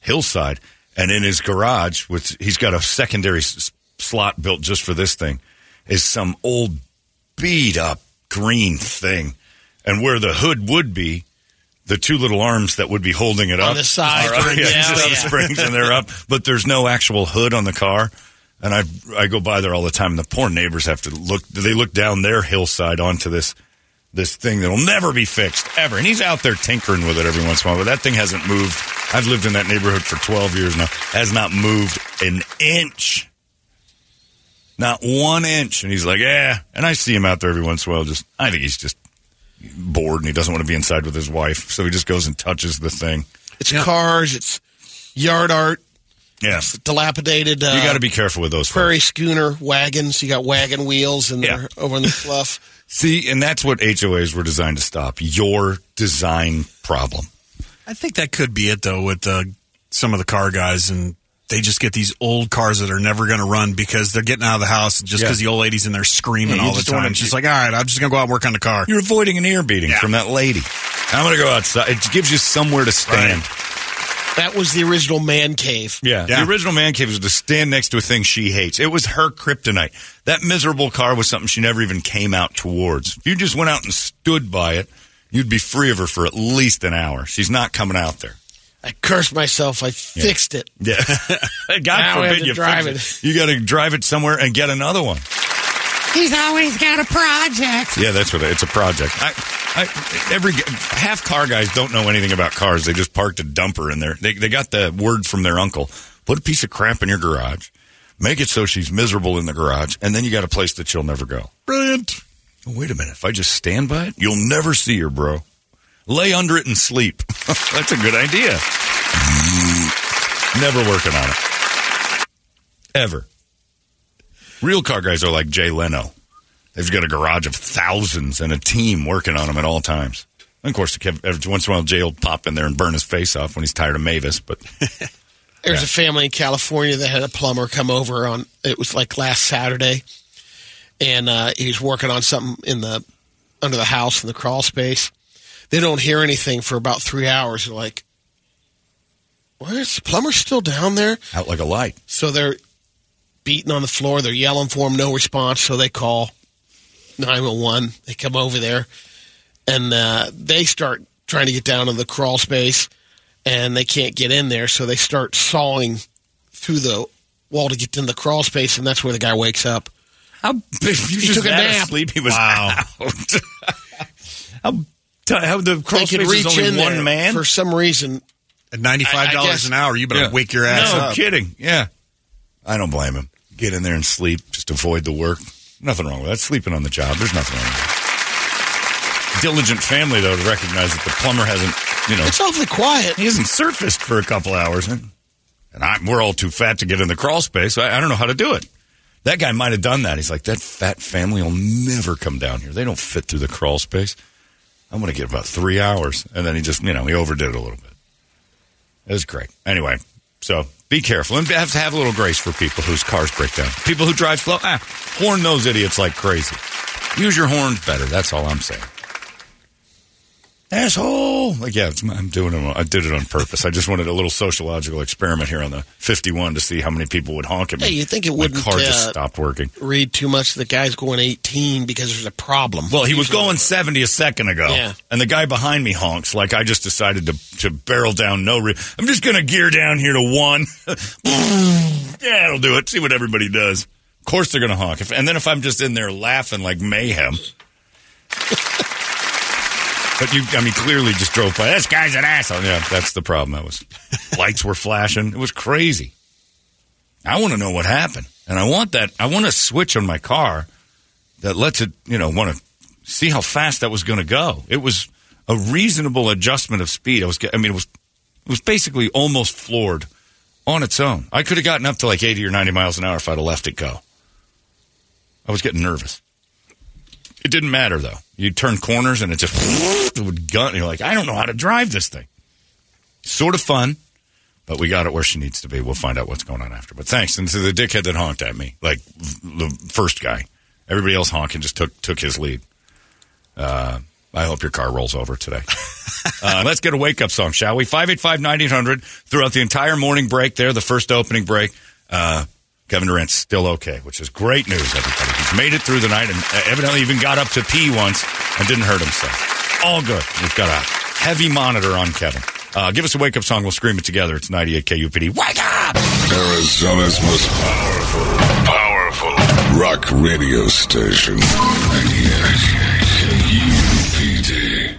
[SPEAKER 1] hillside, and in his garage, which he's got a secondary s- slot built just for this thing, is some old beat up green thing, and where the hood would be. The two little arms that would be holding it
[SPEAKER 3] On
[SPEAKER 1] up
[SPEAKER 3] the side,
[SPEAKER 1] are up,
[SPEAKER 3] right?
[SPEAKER 1] yeah,
[SPEAKER 3] Yeah,
[SPEAKER 1] just on the
[SPEAKER 3] yeah.
[SPEAKER 1] springs and they're up, but there's no actual hood on the car. And I I go by there all the time, and the poor neighbors have to look. They look down their hillside onto this this thing that'll never be fixed ever. And he's out there tinkering with it every once in a while, but that thing hasn't moved. I've lived in that neighborhood for 12 years now, has not moved an inch. Not one inch. And he's like, yeah. And I see him out there every once in a while. Just, I think he's just bored and he doesn't want to be inside with his wife. So he just goes and touches the thing.
[SPEAKER 3] It's cars, it's yard art,
[SPEAKER 1] Yeah.
[SPEAKER 3] dilapidated. Uh,
[SPEAKER 1] You got to be careful with those.
[SPEAKER 3] prairie
[SPEAKER 1] folks.
[SPEAKER 3] schooner wagons. You got wagon wheels, and
[SPEAKER 1] Yeah.
[SPEAKER 3] they're over in the fluff.
[SPEAKER 1] See, and that's what HOAs were designed to stop. Your design problem.
[SPEAKER 4] I think that could be it though with uh, some of the car guys and they just get these old cars that are never going to run because they're getting out of the house just
[SPEAKER 1] Yeah.
[SPEAKER 4] because the old lady's in there screaming
[SPEAKER 1] Yeah, you
[SPEAKER 4] all the
[SPEAKER 1] just don't wanna-
[SPEAKER 4] time. She's like, all right, I'm just going to go out and work on the car.
[SPEAKER 1] You're avoiding an ear beating
[SPEAKER 4] Yeah.
[SPEAKER 1] from that lady. I'm going to go outside. It gives you somewhere to stand.
[SPEAKER 3] That was the original man cave.
[SPEAKER 1] Yeah.
[SPEAKER 4] Yeah.
[SPEAKER 1] The original man cave was to stand next to a thing she hates. It was her kryptonite. That miserable car was something she never even came out towards. If you just went out and stood by it, you'd be free of her for at least an hour. She's not coming out there.
[SPEAKER 3] I cursed myself. I fixed it.
[SPEAKER 1] Yeah. God
[SPEAKER 3] Now we have
[SPEAKER 1] forbid
[SPEAKER 3] to
[SPEAKER 1] you
[SPEAKER 3] drive
[SPEAKER 1] fix You got to drive it somewhere and get another one.
[SPEAKER 5] He's always got a project.
[SPEAKER 1] Yeah, that's what it, it's a project. I, I, every half car guys don't know anything about cars. They just parked a dumper in there. They they got the word from their uncle. Put a piece of crap in your garage, make it so she's miserable in the garage, and then you got a place that she'll never go. Brilliant. Oh, wait a minute. If I just stand by it, you'll never see her, bro. Lay under it and sleep. That's a good idea. Never working on it. Ever. Real car guys are like Jay Leno. They've got a garage of thousands and a team working on them at all times. And of course, Kev- every once in a while, Jay will pop in there and burn his face off when he's tired of Mavis. But
[SPEAKER 3] There's a family in California that had a plumber come over on it was like last Saturday, and uh, he was working on something in the under the house in the crawl space. They don't hear anything for about three hours. They're like, "Where's the plumber still down there?"
[SPEAKER 1] out like a light.
[SPEAKER 3] So they're beating on the floor. They're yelling for him. No response. So they call 911. They come over there and uh, they start trying to get down to the crawl space and they can't get in there. So they start sawing through the wall to get in the crawl space. And that's where the guy wakes up.
[SPEAKER 1] How if you
[SPEAKER 3] He
[SPEAKER 1] just
[SPEAKER 3] took a
[SPEAKER 1] that
[SPEAKER 3] nap.
[SPEAKER 1] asleep, he was
[SPEAKER 4] Wow.
[SPEAKER 1] out. how, t- how the crawl
[SPEAKER 3] they
[SPEAKER 1] space
[SPEAKER 3] could
[SPEAKER 1] is
[SPEAKER 3] reach
[SPEAKER 1] only
[SPEAKER 3] in
[SPEAKER 1] one
[SPEAKER 3] there
[SPEAKER 1] man.
[SPEAKER 3] for some reason.
[SPEAKER 4] At ninety-five
[SPEAKER 3] I- I
[SPEAKER 4] dollars
[SPEAKER 3] guess-
[SPEAKER 4] an hour, you better
[SPEAKER 1] Yeah.
[SPEAKER 4] wake your ass
[SPEAKER 1] no
[SPEAKER 4] up.
[SPEAKER 1] kidding. Yeah, I don't blame him. Get in there and sleep. Just avoid the work. Nothing wrong with that. Sleeping on the job. There's nothing wrong with that. Diligent family though to recognize that the plumber hasn't, you know,
[SPEAKER 3] It's awfully quiet.
[SPEAKER 1] he hasn't surfaced for a couple hours, and and I, we're all too fat to get in the crawl space. I, I don't know how to do it. That guy might have done that. He's like, that fat family will never come down here. They don't fit through the crawl space. I'm going to get about three hours, and then he just, you know, he overdid it a little bit. It was great. Anyway, so be careful and have to have a little grace for people whose cars break down. People who drive slow, ah, horn those idiots like crazy. Use your horns better. That's all I'm saying. Asshole! Like, yeah, it's, I'm doing it. on- I did it on purpose. I just wanted a little sociological experiment here on the 51 to see how many people would honk at me.
[SPEAKER 3] Hey, you'd think it
[SPEAKER 1] My
[SPEAKER 3] wouldn't,
[SPEAKER 1] car just
[SPEAKER 3] uh,
[SPEAKER 1] stopped working.
[SPEAKER 3] Read too much. The guy's going 18 because there's a problem.
[SPEAKER 1] Well, he was going 70 a second ago.
[SPEAKER 3] Yeah.
[SPEAKER 1] And the guy behind me honks like I just decided to, to barrel down no re- I'm just going to gear down here to one. yeah, it'll do it. See what everybody does. Of course they're going to honk. If, and then if I'm just in there laughing like mayhem. but you, I mean, clearly just drove by. This guy's an asshole. Yeah, that's the problem. That was lights were flashing. It was crazy. I want to know what happened. And I want that. I want to switch on my car that lets it, you know, want to see how fast that was going to go. It was a reasonable adjustment of speed. I was, ge- I mean, it was, it was basically almost floored on its own. I could have gotten up to like 80 or 90 miles an hour if I'd have left it go. I was getting nervous. It didn't matter though. You turn corners and it just it would gun. You're like, I don't know how to drive this thing. Sort of fun, but we got it where she needs to be. We'll find out what's going on after. But thanks. And to the dickhead that honked at me, like the first guy. Everybody else honking just took took his lead. Uh, I hope your car rolls over today. uh, let's get a wake up song, shall we? 585 9800 throughout the entire morning break there, the first opening break. Uh, Kevin Durant's still okay, which is great news, everybody. He's made it through the night and uh, evidently even got up to pee once and didn't hurt himself. All good. We've got a heavy monitor on Kevin. Uh, give us a wake up song. We'll scream it together. It's 98 KUPD. Wake up!
[SPEAKER 2] Arizona's most powerful, powerful rock radio station. 98 KUPD.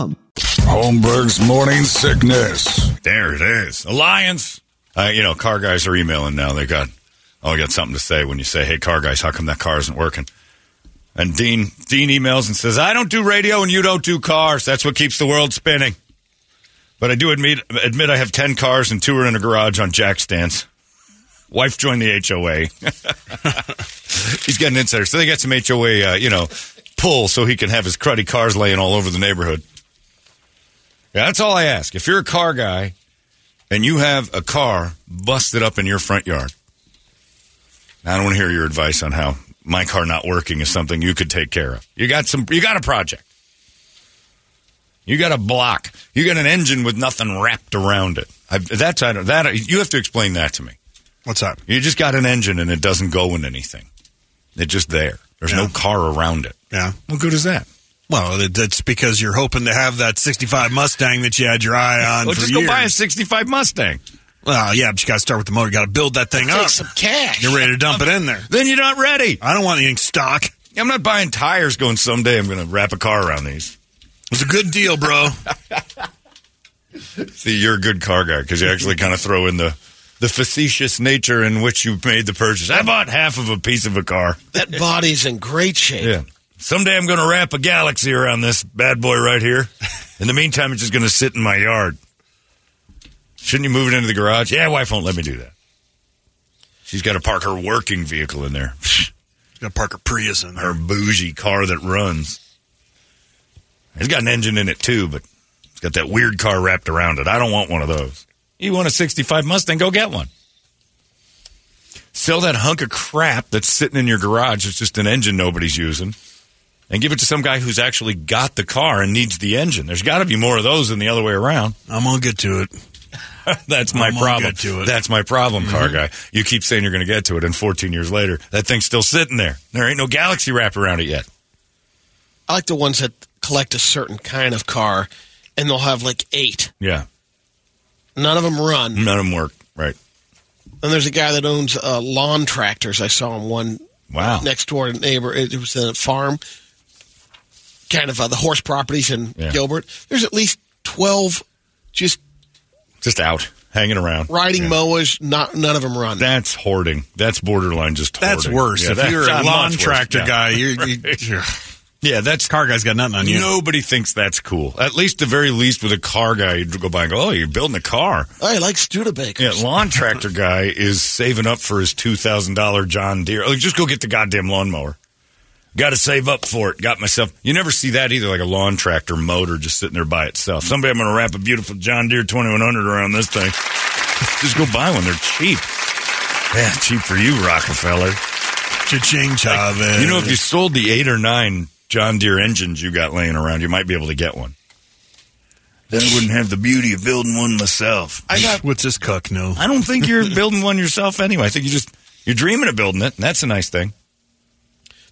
[SPEAKER 2] Holmberg's morning sickness.
[SPEAKER 1] There it is. Alliance. Uh, you know, car guys are emailing now. They got, oh, I got something to say when you say, hey, car guys, how come that car isn't working? And Dean, Dean emails and says, I don't do radio and you don't do cars. That's what keeps the world spinning. But I do admit, admit I have 10 cars and two are in a garage on jack stands. Wife joined the HOA. He's got an insider. So they got some HOA, uh, you know, pull so he can have his cruddy cars laying all over the neighborhood. Yeah, that's all I ask. If you're a car guy and you have a car busted up in your front yard, I don't want to hear your advice on how my car not working is something you could take care of. You got some. You got a project. You got a block. You got an engine with nothing wrapped around it. I, that's I don't, that you have to explain that to me.
[SPEAKER 4] What's up?
[SPEAKER 1] You just got an engine and it doesn't go in anything. It's just there. There's no
[SPEAKER 4] Yeah.
[SPEAKER 1] car around it.
[SPEAKER 4] Yeah.
[SPEAKER 1] What good is that?
[SPEAKER 4] Well, it- it's because you're hoping to have that 65 Mustang that you had your eye on
[SPEAKER 1] Oh,
[SPEAKER 4] for
[SPEAKER 1] just
[SPEAKER 4] years.
[SPEAKER 1] go buy a 65 Mustang.
[SPEAKER 4] Well, yeah, but you got to start with the motor. You got to build that thing
[SPEAKER 3] Take
[SPEAKER 4] up.
[SPEAKER 3] some cash.
[SPEAKER 4] You're ready to dump it in there.
[SPEAKER 1] Um, Then you're not ready.
[SPEAKER 4] I don't want anything stock. It
[SPEAKER 1] I'm not buying tires going someday I'm going to wrap a car around these.
[SPEAKER 4] was a good deal, bro.
[SPEAKER 1] See, you're a good car guy because you actually kind of throw in the, the facetious nature in which you made the purchase. I bought half of a piece of a car.
[SPEAKER 3] That body's in great shape.
[SPEAKER 1] Yeah. Someday I'm going to wrap a galaxy around this bad boy right here. In the meantime, it's just going to sit in my yard. Shouldn't you move it into the garage? Yeah, wife won't let me do that. She's got to park her working vehicle in there,
[SPEAKER 4] got Parker Prius in there.
[SPEAKER 1] her bougie car that runs. It's got an engine in it too, but it's got that weird car wrapped around it. I don't want one of those. You want a 65 Mustang? Go get one. Sell that hunk of crap that's sitting in your garage. It's just an engine nobody's using and give it to some guy who's actually got the car and needs the engine. There's got to be more of those than the other way around.
[SPEAKER 4] I'm gonna get to it.
[SPEAKER 1] That's my
[SPEAKER 4] I'm gonna
[SPEAKER 1] problem.
[SPEAKER 4] get to it. Mm-hmm.
[SPEAKER 1] That's my problem, car guy. You keep saying you're going to get to it, and 14 years later, that thing's still sitting there. There ain't no galaxy wrap around it yet.
[SPEAKER 3] I like the ones that collect a certain kind of car, and they'll have like eight.
[SPEAKER 1] Yeah,
[SPEAKER 3] None of them run.
[SPEAKER 1] none of them work right.
[SPEAKER 3] And there's a guy that owns uh, lawn tractors. I saw him one
[SPEAKER 1] Wow.
[SPEAKER 3] next door to a neighbor. It it was a farm, kind of uh, the horse properties in
[SPEAKER 1] Yeah.
[SPEAKER 3] Gilbert. There's at least 12 just
[SPEAKER 1] Just out hanging around,
[SPEAKER 3] riding
[SPEAKER 1] Yeah.
[SPEAKER 3] mowers. Not None of them run.
[SPEAKER 1] That's hoarding. That's borderline just.
[SPEAKER 4] That's
[SPEAKER 1] hoarding.
[SPEAKER 4] worse.
[SPEAKER 1] Yeah,
[SPEAKER 4] if
[SPEAKER 1] that's
[SPEAKER 4] you're a
[SPEAKER 1] much
[SPEAKER 4] lawn
[SPEAKER 1] worse.
[SPEAKER 4] tractor
[SPEAKER 1] Yeah.
[SPEAKER 4] guy, you're, you
[SPEAKER 1] Right.
[SPEAKER 4] you're-
[SPEAKER 1] Yeah, that's
[SPEAKER 4] car guy's got nothing on you.
[SPEAKER 1] Nobody thinks that's cool. At least, the very least, with a car guy, you'd go by and go, "Oh, you're building a car."
[SPEAKER 3] I like Studebaker.
[SPEAKER 1] Yeah, lawn tractor guy is saving up for his two thousand dollar John Deere. Oh, just go get the goddamn lawnmower. Got to save up for it. Got myself. You never see that either, like a lawn tractor motor just sitting there by itself. Someday I'm going to wrap a beautiful John Deere twenty one hundred around this thing. just go buy one. They're cheap. Yeah, cheap for you, Rockefeller.
[SPEAKER 4] Cha-ching, Chavez.
[SPEAKER 1] You know, if you sold the eight or nine John Deere engines you got laying around, you might be able to get one. Then I wouldn't have the beauty of building one myself.
[SPEAKER 4] I got what's this cuck know?
[SPEAKER 1] I don't think you're building one yourself anyway. I think you just you're dreaming of building it, and that's a nice thing.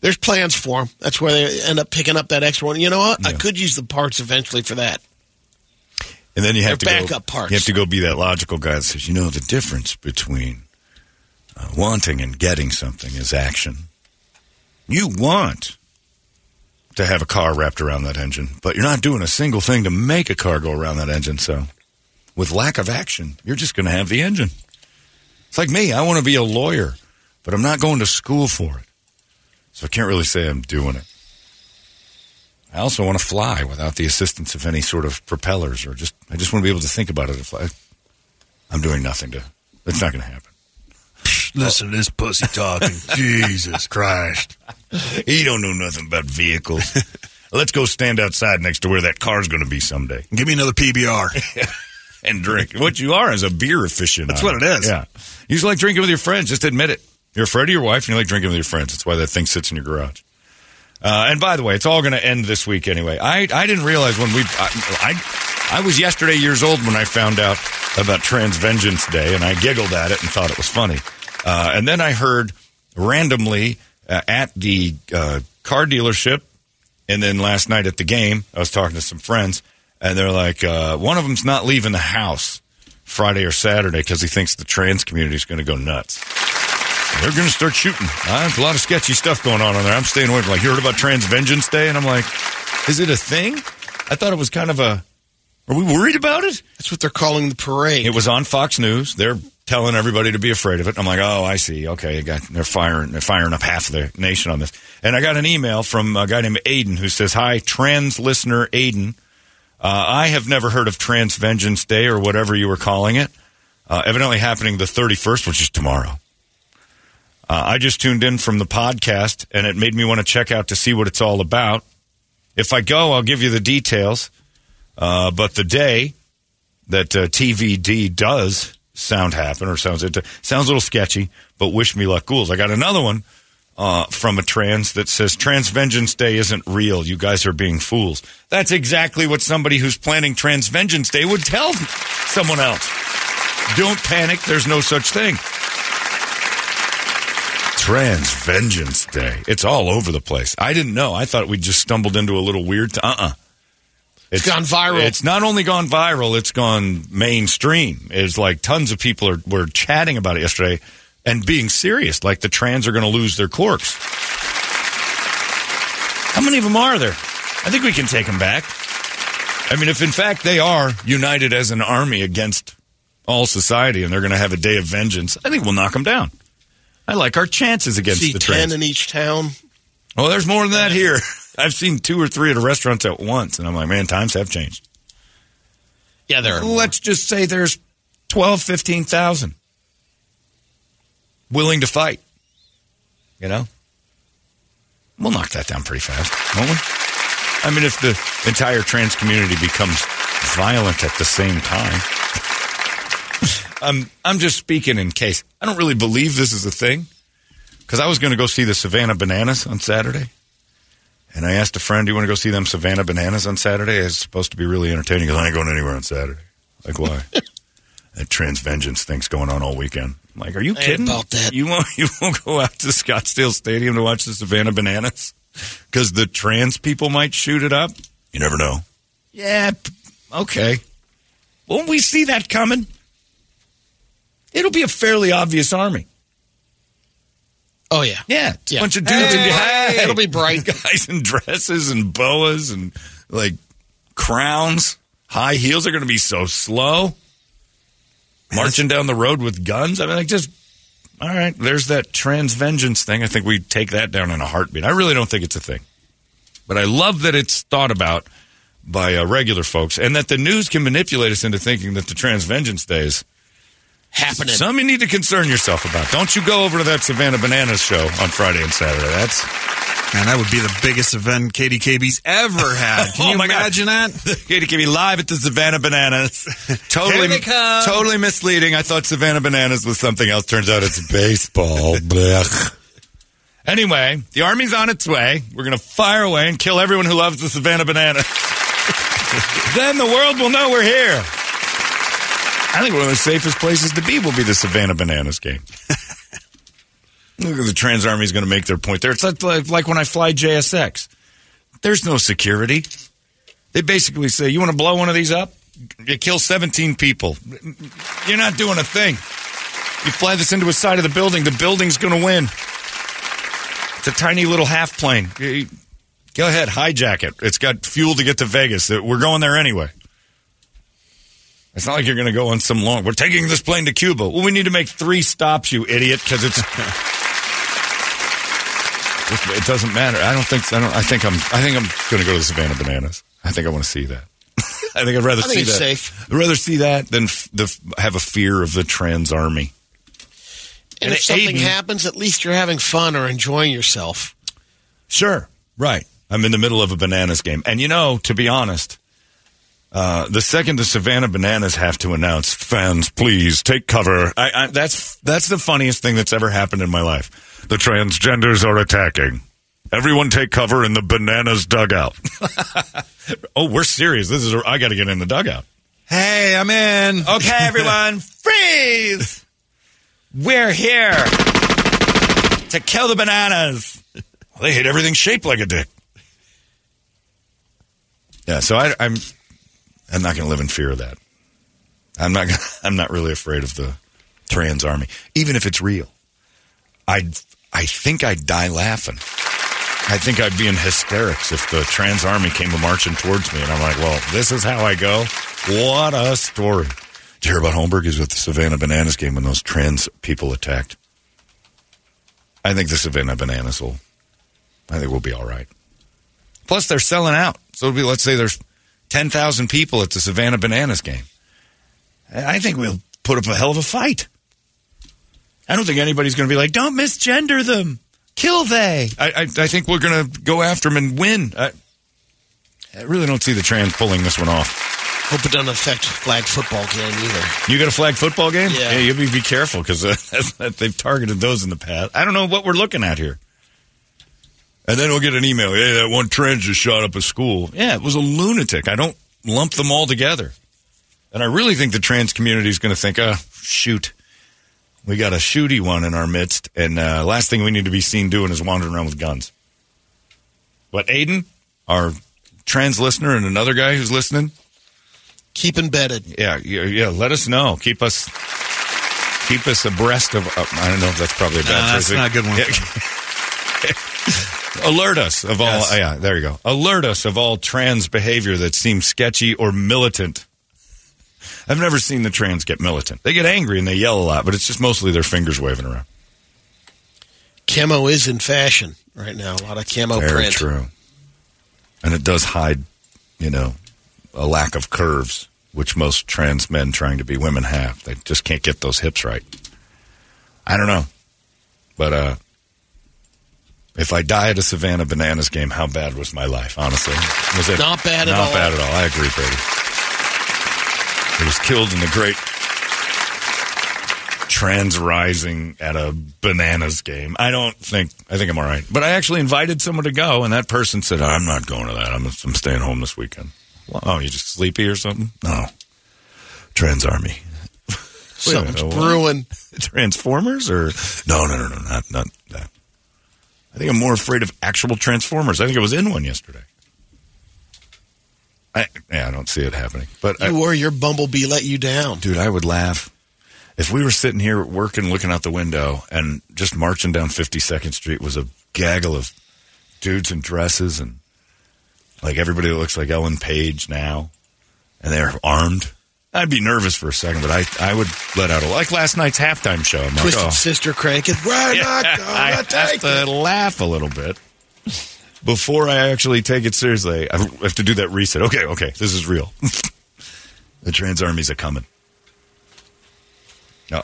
[SPEAKER 3] There's plans for them. That's where they end up picking up that extra one. You know what? I could use the parts eventually for that.
[SPEAKER 1] And then you have
[SPEAKER 3] They're
[SPEAKER 1] to go,
[SPEAKER 3] backup parts.
[SPEAKER 1] You have to go be that logical guy that says, you know, the difference between uh, wanting and getting something is action. You want to have a car wrapped around that engine, but you're not doing a single thing to make a car go around that engine. So, with lack of action, you're just going to have the engine. It's like me. I want to be a lawyer, but I'm not going to school for it. So I can't really say I'm doing it. I also want to fly without the assistance of any sort of propellers or just, I just want to be able to think about it. If I, I'm doing nothing to, it's not going to happen.
[SPEAKER 4] Listen to this pussy talking. Jesus Christ.
[SPEAKER 1] He don't know nothing about vehicles. Let's go stand outside next to where that car's going to be someday
[SPEAKER 4] Give me another PBR.
[SPEAKER 1] and drink. What you are is a beer aficionado.
[SPEAKER 4] That's what it is.
[SPEAKER 1] Yeah. You just like drinking with your friends. Just admit it. You're afraid of your wife and you like drinking with your friends. That's why that thing sits in your garage. Uh, and by the way, it's all going to end this week anyway. I, I didn't realize when we I, I I was yesterday years old when I found out about Transvengeance Day, and I giggled at it and thought it was funny. Uh, and then I heard randomly uh, at the uh, car dealership, and then last night at the game, I was talking to some friends, and they're like, uh, one of them's not leaving the house Friday or Saturday because he thinks the trans community's going to go nuts. They're going to start shooting. Uh, there's a lot of sketchy stuff going on on there. I'm staying away. Like, you heard about Trans Vengeance Day? And I'm like, is it a thing? I thought it was kind of a. Are we worried about it?
[SPEAKER 3] That's what they're calling the parade.
[SPEAKER 1] It was on Fox News. They're telling everybody to be afraid of it. I'm like, oh, I see. Okay, I got, they're firing. They're firing up half the nation on this. And I got an email from a guy named Aiden who says, "Hi, trans listener Aiden. Uh, I have never heard of Trans Vengeance Day or whatever you were calling it. Uh, evidently happening the 31st, which is tomorrow. Uh, I just tuned in from the podcast, and it made me want to check out to see what it's all about. If I go, I'll give you the details. Uh, but the day." that uh, TVD does sound happen or sounds it sounds a little sketchy, but wish me luck, ghouls. I got another one uh, from a trans that says Transvengeance Day isn't real. You guys are being fools. That's exactly what somebody who's planning Transvengeance Day would tell someone else. Don't panic. There's no such thing. Trans Vengeance Day. It's all over the place. I didn't know. I thought we just stumbled into a little weird. T- uh-uh.
[SPEAKER 3] It's gone viral.
[SPEAKER 1] It's not only gone viral, it's gone mainstream. It's like tons of people are, were chatting about it yesterday and being serious, like the trans are going to lose their corks. How many of them are there? I think we can take them back. I mean, if in fact they are united as an army against all society and they're going to have a day of vengeance, I think we'll knock them down. I like our chances against
[SPEAKER 3] See
[SPEAKER 1] the
[SPEAKER 3] ten
[SPEAKER 1] trans.
[SPEAKER 3] in each town.
[SPEAKER 1] Oh, there's more than that here. I've seen two or three at a restaurant at once, and I'm like, man, times have changed.
[SPEAKER 3] Yeah, there. Are more.
[SPEAKER 1] Let's just say there's 12, 15,000 willing to fight. You know? We'll knock that down pretty fast, won't we? I mean, if the entire trans community becomes violent at the same time. um, I'm just speaking in case. I don't really believe this is a thing because I was going to go see the Savannah Bananas on Saturday. And I asked a friend, "Do you want to go see them Savannah Bananas on Saturday? It's supposed to be really entertaining." Because I ain't going anywhere on Saturday. Like why? that trans vengeance thing's going on all weekend. I'm like, are you
[SPEAKER 3] Ain't
[SPEAKER 1] kidding?
[SPEAKER 3] about that.
[SPEAKER 1] You won't. You won't go out to Scottsdale Stadium to watch the Savannah Bananas because the trans people might shoot it up. You never know. Yeah. p- Okay. Won't we see that coming? It'll be a fairly obvious army.
[SPEAKER 3] Oh yeah.
[SPEAKER 1] Yeah, it's
[SPEAKER 3] Yeah.
[SPEAKER 1] a bunch of dudes in
[SPEAKER 3] Hey, it'll be bright.
[SPEAKER 1] Guys in dresses and boas and like crowns. High heels are going to be so slow. Marching down the road with guns. I mean, like just all right. There's that trans vengeance thing. I think we take that down in a heartbeat. I really don't think it's a thing, but I love that it's thought about by uh, regular folks and that the news can manipulate us into thinking that the trans vengeance day is
[SPEAKER 3] Happening.
[SPEAKER 1] some you need to concern yourself about. Don't you go over to that Savannah Bananas show on Friday and Saturday. That's
[SPEAKER 4] Man, that would be the biggest event KDKB's ever had. Can
[SPEAKER 1] Oh
[SPEAKER 4] you
[SPEAKER 1] my God.
[SPEAKER 4] imagine that?
[SPEAKER 1] Katie Kimmy live at the Savannah Bananas. Totally,
[SPEAKER 4] Here they come.
[SPEAKER 1] totally misleading. I thought Savannah Bananas was something else. Turns out it's baseball. Blech. Anyway, the army's on its way. We're gonna fire away and kill everyone who loves the Savannah Bananas. then the world will know we're here. I think one of the safest places to be will be the Savannah Bananas game. Look at the trans army is going to make their point there. It's like, like, like when I fly JSX. There's no security. They basically say, "You want to blow one of these up? You kill 17 people. You're not doing a thing. You fly this into a side of the building. The building's going to win. It's a tiny little half plane. You- you- Go ahead, hijack it. It's got fuel to get to Vegas. Uh, We're going there anyway." It's not like you're going to go on some long. We're taking this plane to Cuba. Well, we need to make three stops, you idiot, because it's. it doesn't matter. I don't think. I don't. I think I'm. I think I'm going to go to the Savannah Bananas. I think I want to see that. I think I'd rather
[SPEAKER 3] I think
[SPEAKER 1] see
[SPEAKER 3] it's
[SPEAKER 1] that.
[SPEAKER 3] safe.
[SPEAKER 1] I'd rather see that than f- the f- have a fear of the trans army.
[SPEAKER 3] and if
[SPEAKER 1] it-
[SPEAKER 3] something
[SPEAKER 1] Aiden-
[SPEAKER 3] happens, at least you're having fun or enjoying yourself.
[SPEAKER 1] Sure. Right. I'm in the middle of a bananas game. And you know, to be honest, uh, the second the Savannah Bananas have to announce, fans, please take cover. I, I, that's that's the funniest thing that's ever happened in my life. The transgenders are attacking. Everyone take cover in the bananas dugout. oh, we're serious. This is I got to get in the dugout.
[SPEAKER 4] Hey, I'm in.
[SPEAKER 1] Okay, everyone, freeze! We're here to kill the bananas. They hate everything shaped like a dick. Yeah, so I, I'm, I'm not going to live in fear of that. I'm not. Gonna, I'm not really afraid of the trans army, even if it's real. I, I think I'd die laughing. I think I'd be in hysterics if the trans army came marching towards me, and I'm like, "Well, this is how I go." What a story! Did you hear about Holmberg? He was at the Savannah Bananas game when those trans people attacked. I think the Savannah Bananas will. I think we'll be all right. Plus, they're selling out, so it'll be let's say there's ten thousand people at the Savannah Bananas game. I I think we'll put up a hell of a fight. I don't think anybody's going to be like, don't misgender them. Kill they. I, I, I think we're going to go after them and win. Uh, I, I really don't see the trans pulling this one off.
[SPEAKER 3] Hope it doesn't affect flag football game either.
[SPEAKER 1] You got a flag football game?
[SPEAKER 3] Yeah.
[SPEAKER 1] you be, be careful because uh, that's- that- they've targeted those in the past. I don't know what we're looking at here. And then we'll get an email. Hey, that one trans just shot up a school. Yeah, it was a lunatic. I don't lump them all together. And I really think the trans community is going to think, oh, "Ah, shoot. We got a shooty one in our midst, and uh, last thing we need to be seen doing is wandering around with guns. But Aiden, our trans listener, and another guy who's listening,
[SPEAKER 3] Keep embedded.
[SPEAKER 1] yeah, yeah, yeah let us know. Keep us, keep us abreast of. Uh, I don't know if that's probably a bad.
[SPEAKER 4] Nah,
[SPEAKER 1] phrase.
[SPEAKER 4] that's not a good one.
[SPEAKER 1] Alert us of all. oh,
[SPEAKER 4] Yes.
[SPEAKER 1] Yeah, there you go. Alert us of all trans behavior that seems sketchy or militant. I've never seen the trans get militant. They get angry and they yell a lot, but it's just mostly their fingers waving around.
[SPEAKER 3] Camo is in fashion right now. A lot of camo
[SPEAKER 1] Very
[SPEAKER 3] print.
[SPEAKER 1] true. And it does hide, you know, a lack of curves, which most trans men trying to be women have. They just can't get those hips right. I don't know. But uh if I die at a Savannah Bananas game, how bad was my life, honestly? Was it
[SPEAKER 3] Not bad at
[SPEAKER 1] not
[SPEAKER 3] all.
[SPEAKER 1] bad at all. I agree, Brady. It was killed in the great trans rising at a bananas game. I don't think I think I'm all right. But I actually invited someone to go, and that person said, "I'm not going to that. I'm, I'm staying home this weekend." Well, oh, you just sleepy or something? No, trans army,
[SPEAKER 3] Something's
[SPEAKER 1] a minute, what?
[SPEAKER 3] brewing.
[SPEAKER 1] transformers, or no, no, no, no, not not that. I think I'm more afraid of actual transformers. I think I was in one yesterday. I, yeah, I don't see it happening. But I,
[SPEAKER 3] You were your bumblebee let you down.
[SPEAKER 1] Dude, I would laugh. If we were sitting here working, looking out the window, and just marching down 52nd Street was a gaggle of dudes in dresses and like everybody that looks like Ellen Page now, and they're armed. I'd be nervous for a second, but I, I would let out a like last night's halftime show. I'm like,
[SPEAKER 3] Twisted
[SPEAKER 1] oh,
[SPEAKER 3] sister cranking. We're not
[SPEAKER 1] I
[SPEAKER 3] gonna
[SPEAKER 1] have
[SPEAKER 3] take
[SPEAKER 1] to
[SPEAKER 3] it.
[SPEAKER 1] laugh a little bit before I actually take it seriously. I have to do that reset. Okay, okay, this is real. the trans armies are coming. Uh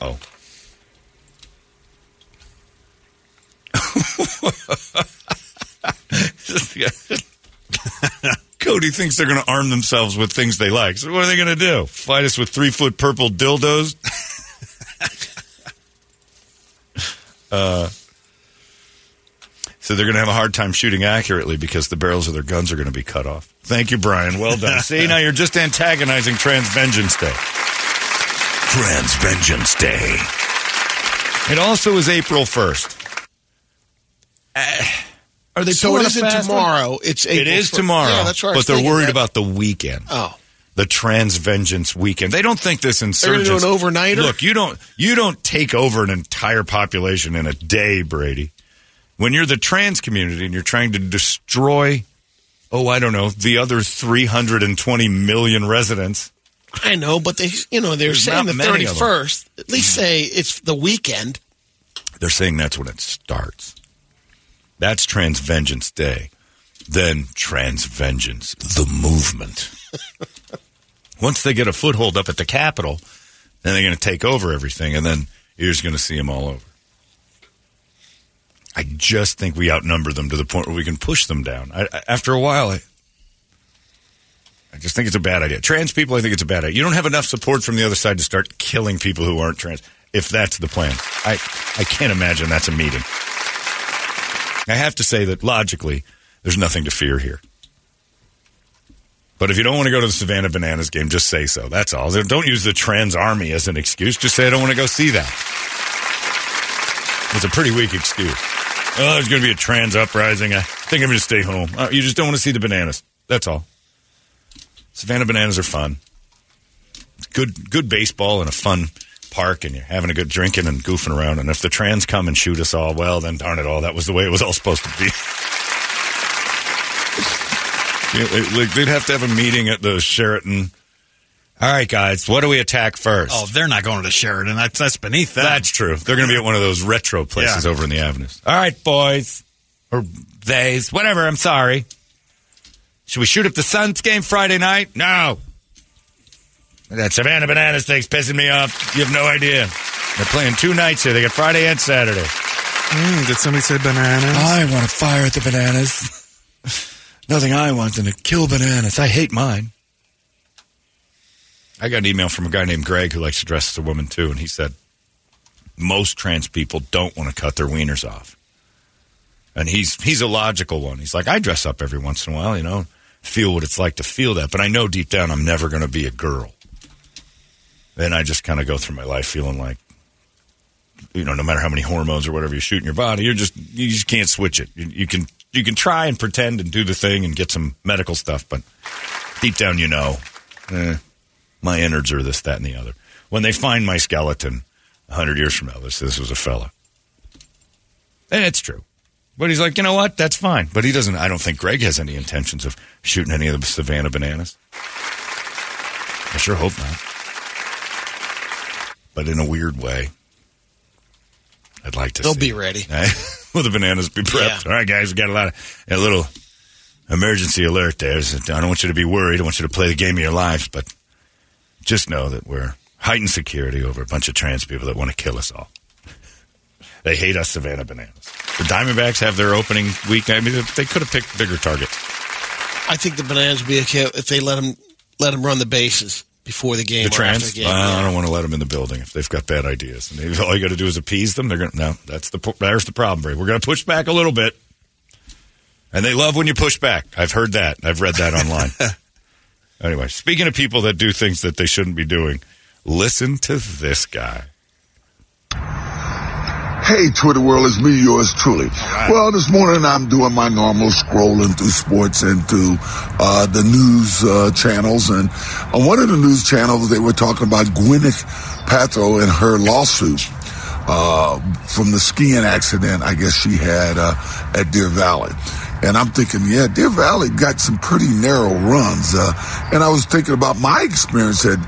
[SPEAKER 1] oh. Cody thinks they're going to arm themselves with things they like. So what are they going to do? Fight us with three foot purple dildos? Uh, So they're going to have a hard time shooting accurately because the barrels of their guns are going to be cut off. Thank you, Brian. Well done. See, now you're just antagonizing Trans Vengeance Day. Trans Vengeance Day. It also is April 1st. are they
[SPEAKER 3] So it isn't tomorrow. It's April
[SPEAKER 1] It is
[SPEAKER 3] first.
[SPEAKER 1] tomorrow.
[SPEAKER 3] Yeah, that's right.
[SPEAKER 1] But they're worried about the weekend
[SPEAKER 3] Oh,
[SPEAKER 1] the Trans Vengeance Weekend. They don't think this
[SPEAKER 3] gonna
[SPEAKER 1] insurgents.
[SPEAKER 3] do an overnighter?
[SPEAKER 1] Look, you don't you don't take over an entire population in a day, Brady. When you're the trans community and you're trying to destroy, oh, I don't know, the other 320 million residents.
[SPEAKER 3] I know, but they, you know, they're
[SPEAKER 1] There's not
[SPEAKER 3] saying the
[SPEAKER 1] many
[SPEAKER 3] thirty
[SPEAKER 1] of them.
[SPEAKER 3] first. At least say it's the weekend.
[SPEAKER 1] They're saying that's when it starts. That's Trans Vengeance Day. Then Trans Vengeance, the movement. Once they get a foothold up at the Capitol, then they're going to take over everything, and then you're just going to see them all over. I just think we outnumber them to the point where we can push them down. I, I- after a while, I, I just think it's a bad idea. Trans people, I think it's a bad idea. You don't have enough support from the other side to start killing people who aren't trans. If that's the plan, I I can't imagine that's a meeting. I have to say that logically, there's nothing to fear here. But if you don't want to go to the Savannah Bananas game, just say so. That's all. Don't use the trans army as an excuse. Just say I don't want to go see that. It's a pretty weak excuse. Oh, there's going to be a trans uprising. I think I'm going to stay home. Uh, you just don't want to see the bananas. That's all. Savannah bananas are fun. It's Good, good baseball and a fun park, and you're having a good drinking and goofing around. And if the trans come and shoot us all, well, then darn it all, that was the way it was all supposed to be. You know, it- like they'd have to have a meeting at the Sheraton. All right, guys, what do we attack first?
[SPEAKER 4] Oh, they're not going to Sheridan. That's, that's beneath that.
[SPEAKER 1] That's true. They're going to be at one of those retro places
[SPEAKER 4] Yeah.
[SPEAKER 1] over in the avenues. All right, boys. Or theys. Whatever. I'm sorry. Should we shoot up the Suns game Friday night? No. That Savannah Bananas thing's pissing me off. You have no idea. They're playing two nights here. They got Friday and Saturday.
[SPEAKER 4] Mm, did somebody say bananas?
[SPEAKER 1] I want to fire at the bananas. Nothing I want than to kill bananas. I hate mine. I got an email from a guy named Greg who likes to dress as a woman too, and he said most trans people don't want to cut their wieners off. And he's he's a logical one. He's like, I dress up every once in a while, you know, feel what it's like to feel that, but I know deep down I'm never going to be a girl. Then I just kind of go through my life feeling like you know, no matter how many hormones or whatever you shoot in your body, you're just you just can't switch it. You, you can you can try and pretend and do the thing and get some medical stuff, but deep down you know, eh, my innards are this, that, and the other. When they find my skeleton hundred years from now, this this was a fella, and it's true. But he's like, you know what? That's fine. But he doesn't. I don't think Greg has any intentions of shooting any of the Savannah bananas. I sure hope not. But in a weird way, I'd like to.
[SPEAKER 3] They'll
[SPEAKER 1] see
[SPEAKER 3] be
[SPEAKER 1] it.
[SPEAKER 3] ready.
[SPEAKER 1] Will the bananas be prepped?
[SPEAKER 3] Yeah.
[SPEAKER 1] All right, guys, we got a lot of a little emergency alert. There, So I don't want you to be worried. I want you to play the game of your lives, but just know that we're heightened security over a bunch of trans people that want to kill us all. They hate us, Savannah Bananas. The Diamondbacks have their opening week. I mean, they could have picked bigger targets.
[SPEAKER 3] I think the bananas would be okay if they let them let them run the bases before the game.
[SPEAKER 1] The
[SPEAKER 3] or after
[SPEAKER 1] trans? uh,
[SPEAKER 3] the game.
[SPEAKER 1] I don't want to let them in the building if they've got bad ideas. And if all you got to do is appease them. They're going to, no, that's the, po- there's the problem, Brady. We're going to push back a little bit. And they love when you push back. I've heard that. I've read that online. anyway, speaking of people that do things that they shouldn't be doing, listen to this guy.
[SPEAKER 6] Hey, Twitter world, it's me, yours truly. Well, this morning I'm doing my normal scrolling through sports and through uh, the news uh, channels. And on one of the news channels, they were talking about Gwyneth Paltrow and her lawsuit uh, from the skiing accident I guess she had uh, at Deer Valley. And I'm thinking, yeah, Deer Valley got some pretty narrow runs. Uh, and I was thinking about my experience at,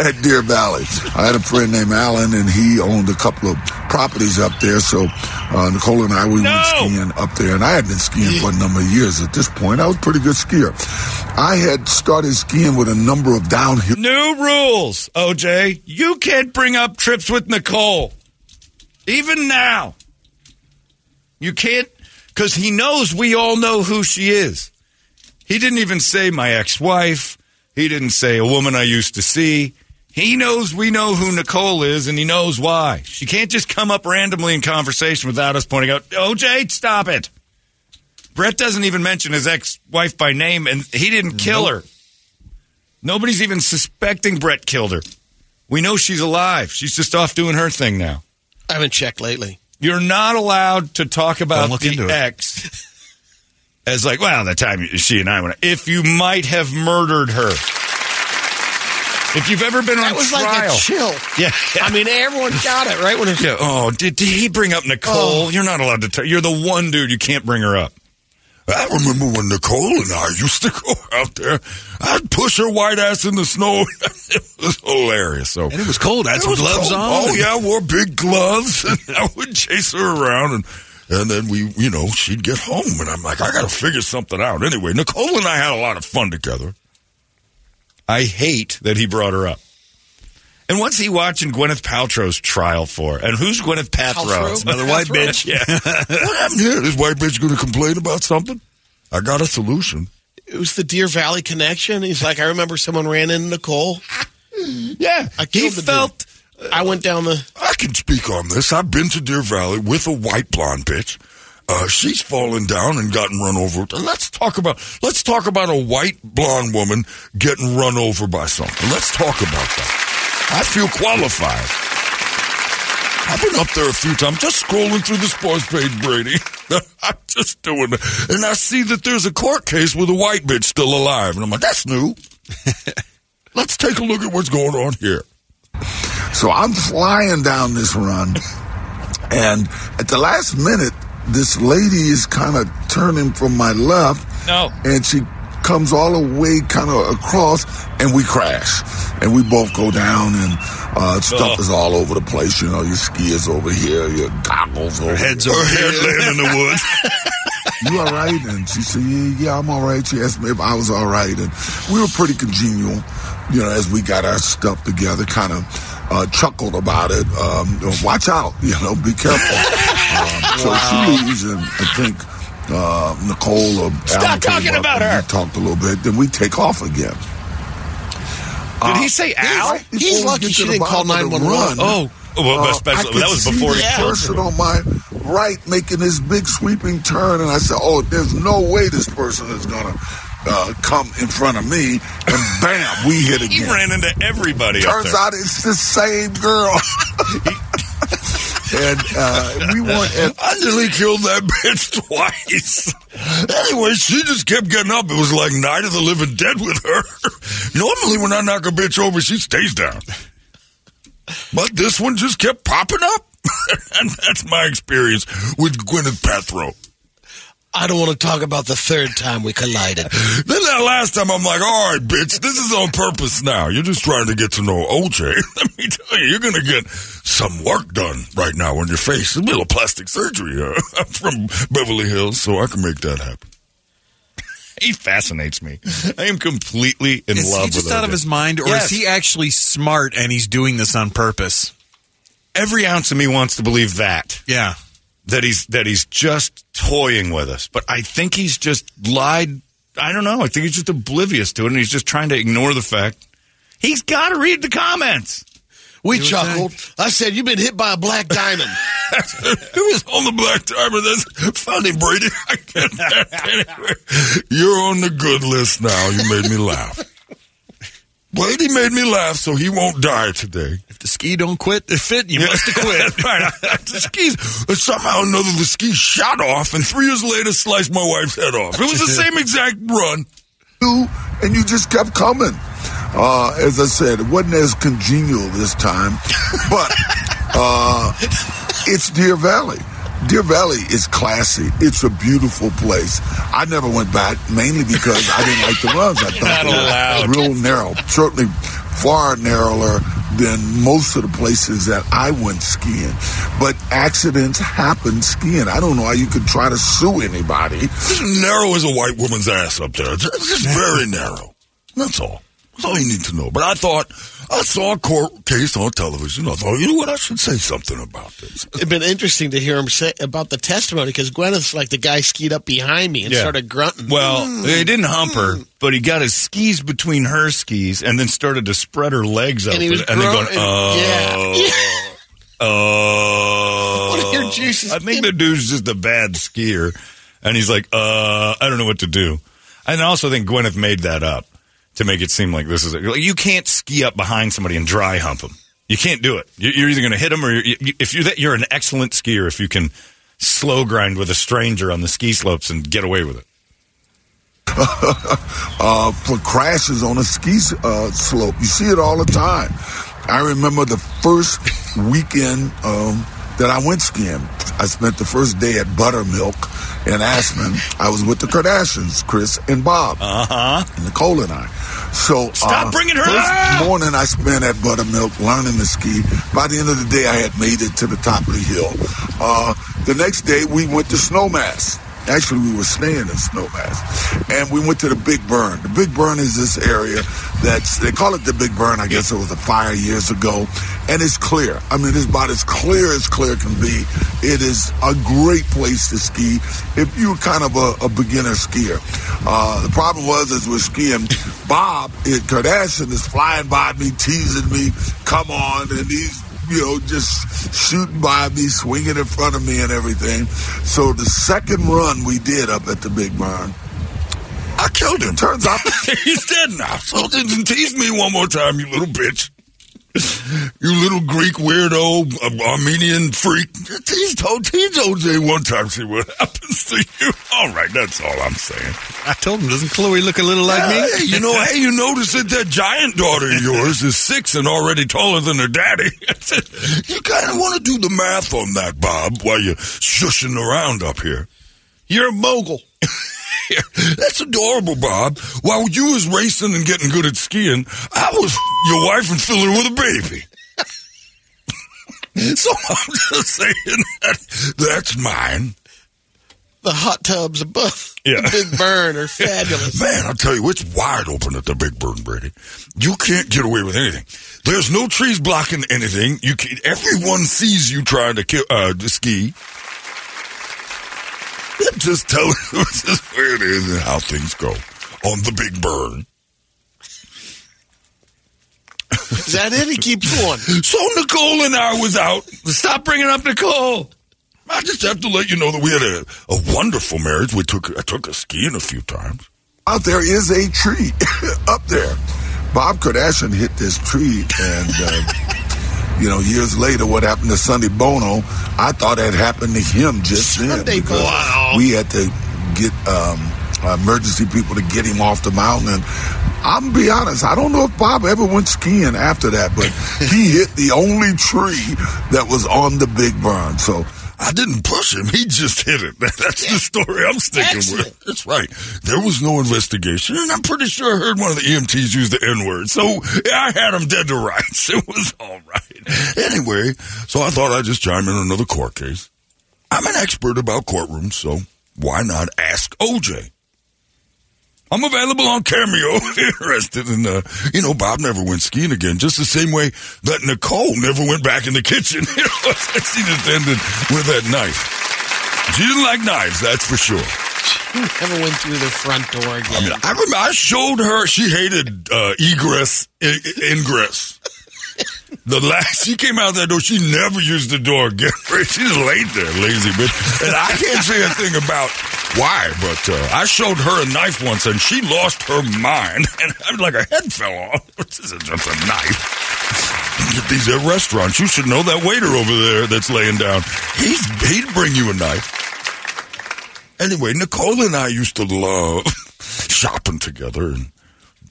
[SPEAKER 6] at Deer Valley. I had a friend named Alan, and he owned a couple of properties up there. So uh, Nicole and I, we went skiing up there. And I had been skiing for a number of years at this point. I was a pretty good skier. I had started skiing with a number of downhill.
[SPEAKER 1] New rules, Oh. OJ. You can't bring up trips with Nicole. Even now. You can't, because he knows we all know who she is. He didn't even say my ex wife. He didn't say a woman I used to see. He knows we know who Nicole is and he knows why. She can't just come up randomly in conversation without us pointing out, OJ, stop it. Brett doesn't even mention his ex wife by name and he didn't kill her. Nobody's even suspecting Brett killed her. We know she's alive. She's just off doing her thing now.
[SPEAKER 3] I haven't checked lately.
[SPEAKER 1] You're not allowed to talk about
[SPEAKER 4] Don't look into
[SPEAKER 1] the
[SPEAKER 4] it.
[SPEAKER 1] ex as like, well, the time she and I went, if you might have murdered her. If you've ever been on
[SPEAKER 3] That was
[SPEAKER 1] trial,
[SPEAKER 3] like a chill.
[SPEAKER 1] yeah,
[SPEAKER 3] I mean, everyone got it right when Oh. it
[SPEAKER 1] yeah. Oh, did, did he bring up Nicole? You're not allowed to. tell you're the one dude you can't bring her up.
[SPEAKER 6] I remember when Nicole and I used to go out there. I'd push her white ass in the snow. it was hilarious. So
[SPEAKER 4] And it was cold. I had
[SPEAKER 6] It
[SPEAKER 4] some
[SPEAKER 6] was
[SPEAKER 4] gloves
[SPEAKER 6] cold.
[SPEAKER 4] on.
[SPEAKER 6] Oh yeah, I wore big gloves, and I would chase her around, and and then we, you know, she'd get home, and I'm like, I got to figure something out. Anyway, Nicole and I had a lot of fun together.
[SPEAKER 1] I hate that he brought her up. And what's he watching Gwyneth Paltrow's trial for? And who's Gwyneth Paltrow?
[SPEAKER 3] Paltrow?
[SPEAKER 1] It's
[SPEAKER 4] Another white
[SPEAKER 3] That's right.
[SPEAKER 4] bitch.
[SPEAKER 6] what happened here? This white bitch going to complain about something? I got a solution.
[SPEAKER 3] it was the Deer Valley connection. He's like, I remember someone ran into Nicole.
[SPEAKER 1] Yeah,
[SPEAKER 3] I
[SPEAKER 1] he
[SPEAKER 3] killed the dude.
[SPEAKER 1] felt
[SPEAKER 3] I went down the.
[SPEAKER 6] I can speak on this. I've been to Deer Valley with a white blonde bitch. Uh, she's fallen down and gotten run over. Let's talk about let's talk about a white blonde woman getting run over by something. Let's talk about that. I feel qualified. I've been up there a few times, just scrolling through the sports page, Brady. I'm just doing it, and I see that there's a court case with a white bitch still alive, and I'm like, that's new. Let's take a look at what's going on here. So I'm flying down this run, and at the last minute, this lady is kind of turning from my left.
[SPEAKER 1] No.
[SPEAKER 6] And she comes all the way kind of across, and we crash. And we both go down, and uh, stuff
[SPEAKER 1] Oh.
[SPEAKER 6] is all over the place. You know, your ski is over here, your goggles over
[SPEAKER 4] Heads
[SPEAKER 6] here.
[SPEAKER 4] over head in the woods.
[SPEAKER 6] You all right? And she said, yeah, yeah, I'm all right. She asked me if I was all right. And we were pretty congenial, you know, as we got our stuff together, kind of uh, chuckled about it. Um, you know, watch out, you know, be careful. Um, so she leaves, and I think uh, Nicole or Stop
[SPEAKER 1] talking about her.
[SPEAKER 6] We talked a little bit, then we take off again. Uh,
[SPEAKER 1] Did he say Al?
[SPEAKER 6] Right before
[SPEAKER 3] He's
[SPEAKER 6] we
[SPEAKER 3] lucky
[SPEAKER 6] get
[SPEAKER 3] she
[SPEAKER 6] to the
[SPEAKER 3] didn't call
[SPEAKER 6] bottom of the
[SPEAKER 3] 911.
[SPEAKER 6] run,
[SPEAKER 1] Oh, well,
[SPEAKER 6] uh,
[SPEAKER 1] especially-
[SPEAKER 6] I could
[SPEAKER 1] that was
[SPEAKER 6] see
[SPEAKER 1] before he
[SPEAKER 6] this
[SPEAKER 1] killed her.
[SPEAKER 6] person on my right making this big sweeping turn, and I said, "Oh, there's no way this person is gonna uh, come in front of me." And bam, we hit
[SPEAKER 1] He
[SPEAKER 6] again.
[SPEAKER 1] ran into everybody. up
[SPEAKER 6] Turns
[SPEAKER 1] there.
[SPEAKER 6] out it's the same girl. and uh, we want. And
[SPEAKER 7] I nearly killed that bitch twice. anyway, she just kept getting up. It was like Night of the Living Dead with her. Normally, when I knock a bitch over, she stays down. But this one just kept popping up. and that's my experience with Gwyneth Paltrow.
[SPEAKER 3] I don't want to talk about the third time we collided.
[SPEAKER 7] Then that last time, I'm like, all right, bitch, this is on purpose now. You're just trying to get to know OJ. Let me tell you, you're going to get some work done right now on your face. A little plastic surgery. Uh, I'm from Beverly Hills, so I can make that happen.
[SPEAKER 1] He fascinates me. I am completely in
[SPEAKER 4] Is
[SPEAKER 1] love
[SPEAKER 4] he just
[SPEAKER 1] with
[SPEAKER 4] out
[SPEAKER 1] OJ.
[SPEAKER 4] of his mind, or
[SPEAKER 1] Yes.
[SPEAKER 4] is he actually smart and he's doing this on purpose?
[SPEAKER 1] Every ounce of me wants to believe that.
[SPEAKER 4] Yeah.
[SPEAKER 1] that he's that he's just toying with us. But I think he's just lied. I don't know. I think he's just oblivious to it, and he's just trying to ignore the fact he's got to read the comments.
[SPEAKER 3] We chuckled. I said, You've been hit by a black diamond.
[SPEAKER 7] It was on the black timer. That's funny, Brady. I can't anywhere. You're on the good list now. You made me laugh. Brady made me laugh, so he won't die today.
[SPEAKER 4] If the ski don't quit, it fit. You must have
[SPEAKER 7] That's
[SPEAKER 4] quit.
[SPEAKER 7] right. The skis, uh, somehow or another, the ski shot off, and three years later, sliced my wife's head off. It was the same exact run.
[SPEAKER 6] you, and you just kept coming. Uh, as I said, it wasn't as congenial this time, but uh, it's Deer Valley. Deer Valley is classy. It's a beautiful place. I never went back mainly because I didn't like the runs. I thought they were real narrow, certainly far narrower than most of the places that I went skiing. But accidents happen skiing. I don't know how you could try to sue anybody.
[SPEAKER 7] It's as narrow as a white woman's ass up there. It's it's just very narrow. That's all. That's all you need to know. But I thought, I saw a court case on television. I thought, you know what? I should say something about this.
[SPEAKER 3] It'd been interesting to hear him say about the testimony because Gwyneth's like the guy skied up behind me and
[SPEAKER 1] Yeah.
[SPEAKER 3] started grunting. Mm.
[SPEAKER 1] Well, they didn't hump her, but he got his skis between her skis and then started to spread her legs open.
[SPEAKER 3] and he was
[SPEAKER 1] and then going,
[SPEAKER 3] grunting.
[SPEAKER 1] oh,
[SPEAKER 3] yeah.
[SPEAKER 1] oh.
[SPEAKER 3] One of your juices
[SPEAKER 1] I think the dude's just a bad skier, and he's like, uh, I don't know what to do. And I also think Gwyneth made that up to make it seem like this is a, like, you can't ski up behind somebody and dry hump them. You can't do it. You- You're either going to hit them, or you're, you- if you're that, you're an excellent skier if you can slow grind with a stranger on the ski slopes and get away with it.
[SPEAKER 6] uh, for crashes on a ski uh, slope. You see it all the time. I remember the first weekend um, that I went skiing. I spent the first day at Buttermilk in Aspen. I was with the Kardashians, Chris and Bob, uh-huh. and Nicole and I. So uh,
[SPEAKER 1] Stop bringing her
[SPEAKER 6] first
[SPEAKER 1] up!
[SPEAKER 6] morning I spent at Buttermilk learning to ski. By the end of the day, I had made it to the top of the hill. Uh, the next day, we went to Snowmass. Actually, we were staying in Snowmass, and we went to the Big Burn. The Big Burn is this area that's they call it the Big Burn. I guess it was a fire years ago, and it's clear. I mean, it's about as clear as clear can be. It is a great place to ski if you're kind of a, a beginner skier. Uh, the problem was is we're skiing. Bob in Kardashian is flying by me, teasing me, come on, and he's you know just shooting by me, swinging in front of me, and everything. So the second run we did up at the Big Barn, I killed him. Turns out.
[SPEAKER 7] He's dead now. So didn't tease me one more time, you little bitch. You little Greek weirdo, um, Armenian freak. Tease, told, tease OJ one time, see what happens to you. All right, that's all I'm saying.
[SPEAKER 4] I told him, doesn't Chloe look a little like me?
[SPEAKER 7] Hey, you know, hey, you notice that that giant daughter of yours is six and already taller than her daddy. I said, you kind of want to do the math on that, Bob, while you're shushing around up here. You're a mogul. That's adorable, Bob. While you was racing and getting good at skiing, I was your wife and filling her with a baby. so I'm just saying that that's mine.
[SPEAKER 3] the hot tubs above
[SPEAKER 1] Yeah.
[SPEAKER 3] the Big Burn are fabulous.
[SPEAKER 7] Man, I'll tell you, it's wide open at the Big Burn, Brady. You can't get away with anything. There's no trees blocking anything. You can, everyone sees you trying to kill, uh, to ski. It just tells you it's just where it is and how things go on the Big Burn.
[SPEAKER 3] Is that it? He keeps going.
[SPEAKER 7] So Nicole and I was out. Stop bringing up Nicole. I just have to let you know that we had a, a wonderful marriage. We took I took us skiing a few times.
[SPEAKER 6] out there is a tree up there. Bob Kardashian hit this tree and uh, You know, years later, what happened to Sunday Bono? I thought that happened to him just
[SPEAKER 3] Sunday
[SPEAKER 6] then. because
[SPEAKER 3] Bono.
[SPEAKER 6] We had to get um, emergency people to get him off the mountain. And I'm gonna be honest, I don't know if Bob ever went skiing after that, but he hit the only tree that was on the Big Burn. So
[SPEAKER 7] I didn't push him. He just hit it. That's the story I'm sticking
[SPEAKER 3] Excellent.
[SPEAKER 7] with. That's right. There was no investigation, and I'm pretty sure I heard one of the EMTs use the N word. So I had him dead to rights. It was all right. Anyway, so I thought I'd just chime in on another court case. I'm an expert about courtrooms, so why not ask OJ? I'm available on Cameo if you're interested. And, uh, you know, Bob never went skiing again, just the same way that Nicole never went back in the kitchen. You know, she just ended with that knife. She didn't like knives, that's for sure.
[SPEAKER 3] Never went through the front door again.
[SPEAKER 7] I mean, I remember I showed her, she hated uh, egress, I- ingress. The last she came out that door, she never used the door again. She's laid there, lazy bitch. And I can't say a thing about why, but uh, I showed her a knife once and she lost her mind. And I was like, her head fell off. This isn't just a knife. Get these at restaurants. You should know that waiter over there that's laying down. He's, he'd bring you a knife. Anyway, Nicole and I used to love shopping together and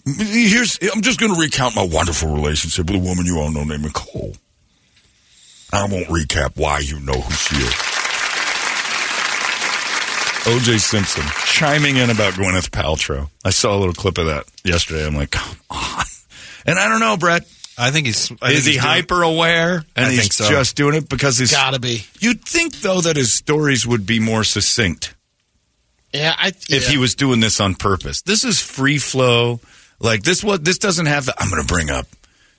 [SPEAKER 7] Here's I'm just going to recount my wonderful relationship with a woman you all know named Nicole. I won't recap why you know who she is.
[SPEAKER 1] OJ Simpson chiming in about Gwyneth Paltrow. I saw a little clip of that yesterday. I'm like, come on. And I don't know, Brett.
[SPEAKER 4] I think he's. I think
[SPEAKER 1] is he
[SPEAKER 4] he's doing-
[SPEAKER 1] hyper aware? And
[SPEAKER 4] I
[SPEAKER 1] he's
[SPEAKER 4] think so.
[SPEAKER 1] just doing it because he's.
[SPEAKER 3] Gotta be.
[SPEAKER 1] You'd think though that his stories would be more succinct
[SPEAKER 3] Yeah, I.
[SPEAKER 1] if he was doing this on purpose. This is free flow. Like this, what this doesn't have. The, I'm going to bring up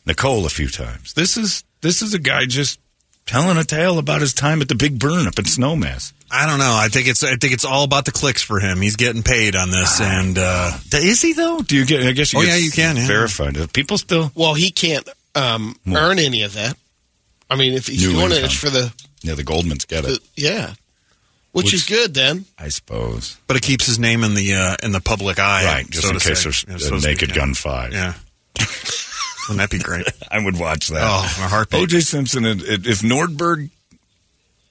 [SPEAKER 1] Nicole a few times. This is this is a guy just telling a tale about his time at the Big Burn up in Snowmass.
[SPEAKER 4] I don't know. I think it's. I think it's all about the clicks for him. He's getting paid on this, and uh,
[SPEAKER 1] Is he though? Do you get? I guess you.
[SPEAKER 4] Oh,
[SPEAKER 1] get
[SPEAKER 4] yeah, you can, yeah.
[SPEAKER 1] verified. Do People still.
[SPEAKER 3] Well, he can't um, earn any of that. I mean, if he's
[SPEAKER 1] New
[SPEAKER 3] doing it,
[SPEAKER 1] income.
[SPEAKER 3] it's for the,
[SPEAKER 1] Yeah, the Goldmans get
[SPEAKER 3] the
[SPEAKER 1] it.
[SPEAKER 3] yeah, which, is good then.
[SPEAKER 1] I suppose.
[SPEAKER 4] but it keeps his name in the uh, in the public eye,
[SPEAKER 1] right, just
[SPEAKER 4] so
[SPEAKER 1] in
[SPEAKER 4] to
[SPEAKER 1] case
[SPEAKER 4] say.
[SPEAKER 1] there's
[SPEAKER 4] Yeah,
[SPEAKER 1] a
[SPEAKER 4] so to speak,
[SPEAKER 1] Naked
[SPEAKER 4] yeah.
[SPEAKER 1] Gun five.
[SPEAKER 4] Yeah, wouldn't that be great?
[SPEAKER 1] I would watch that.
[SPEAKER 4] Oh, my heart
[SPEAKER 1] OJ Simpson, and- and if Nordberg,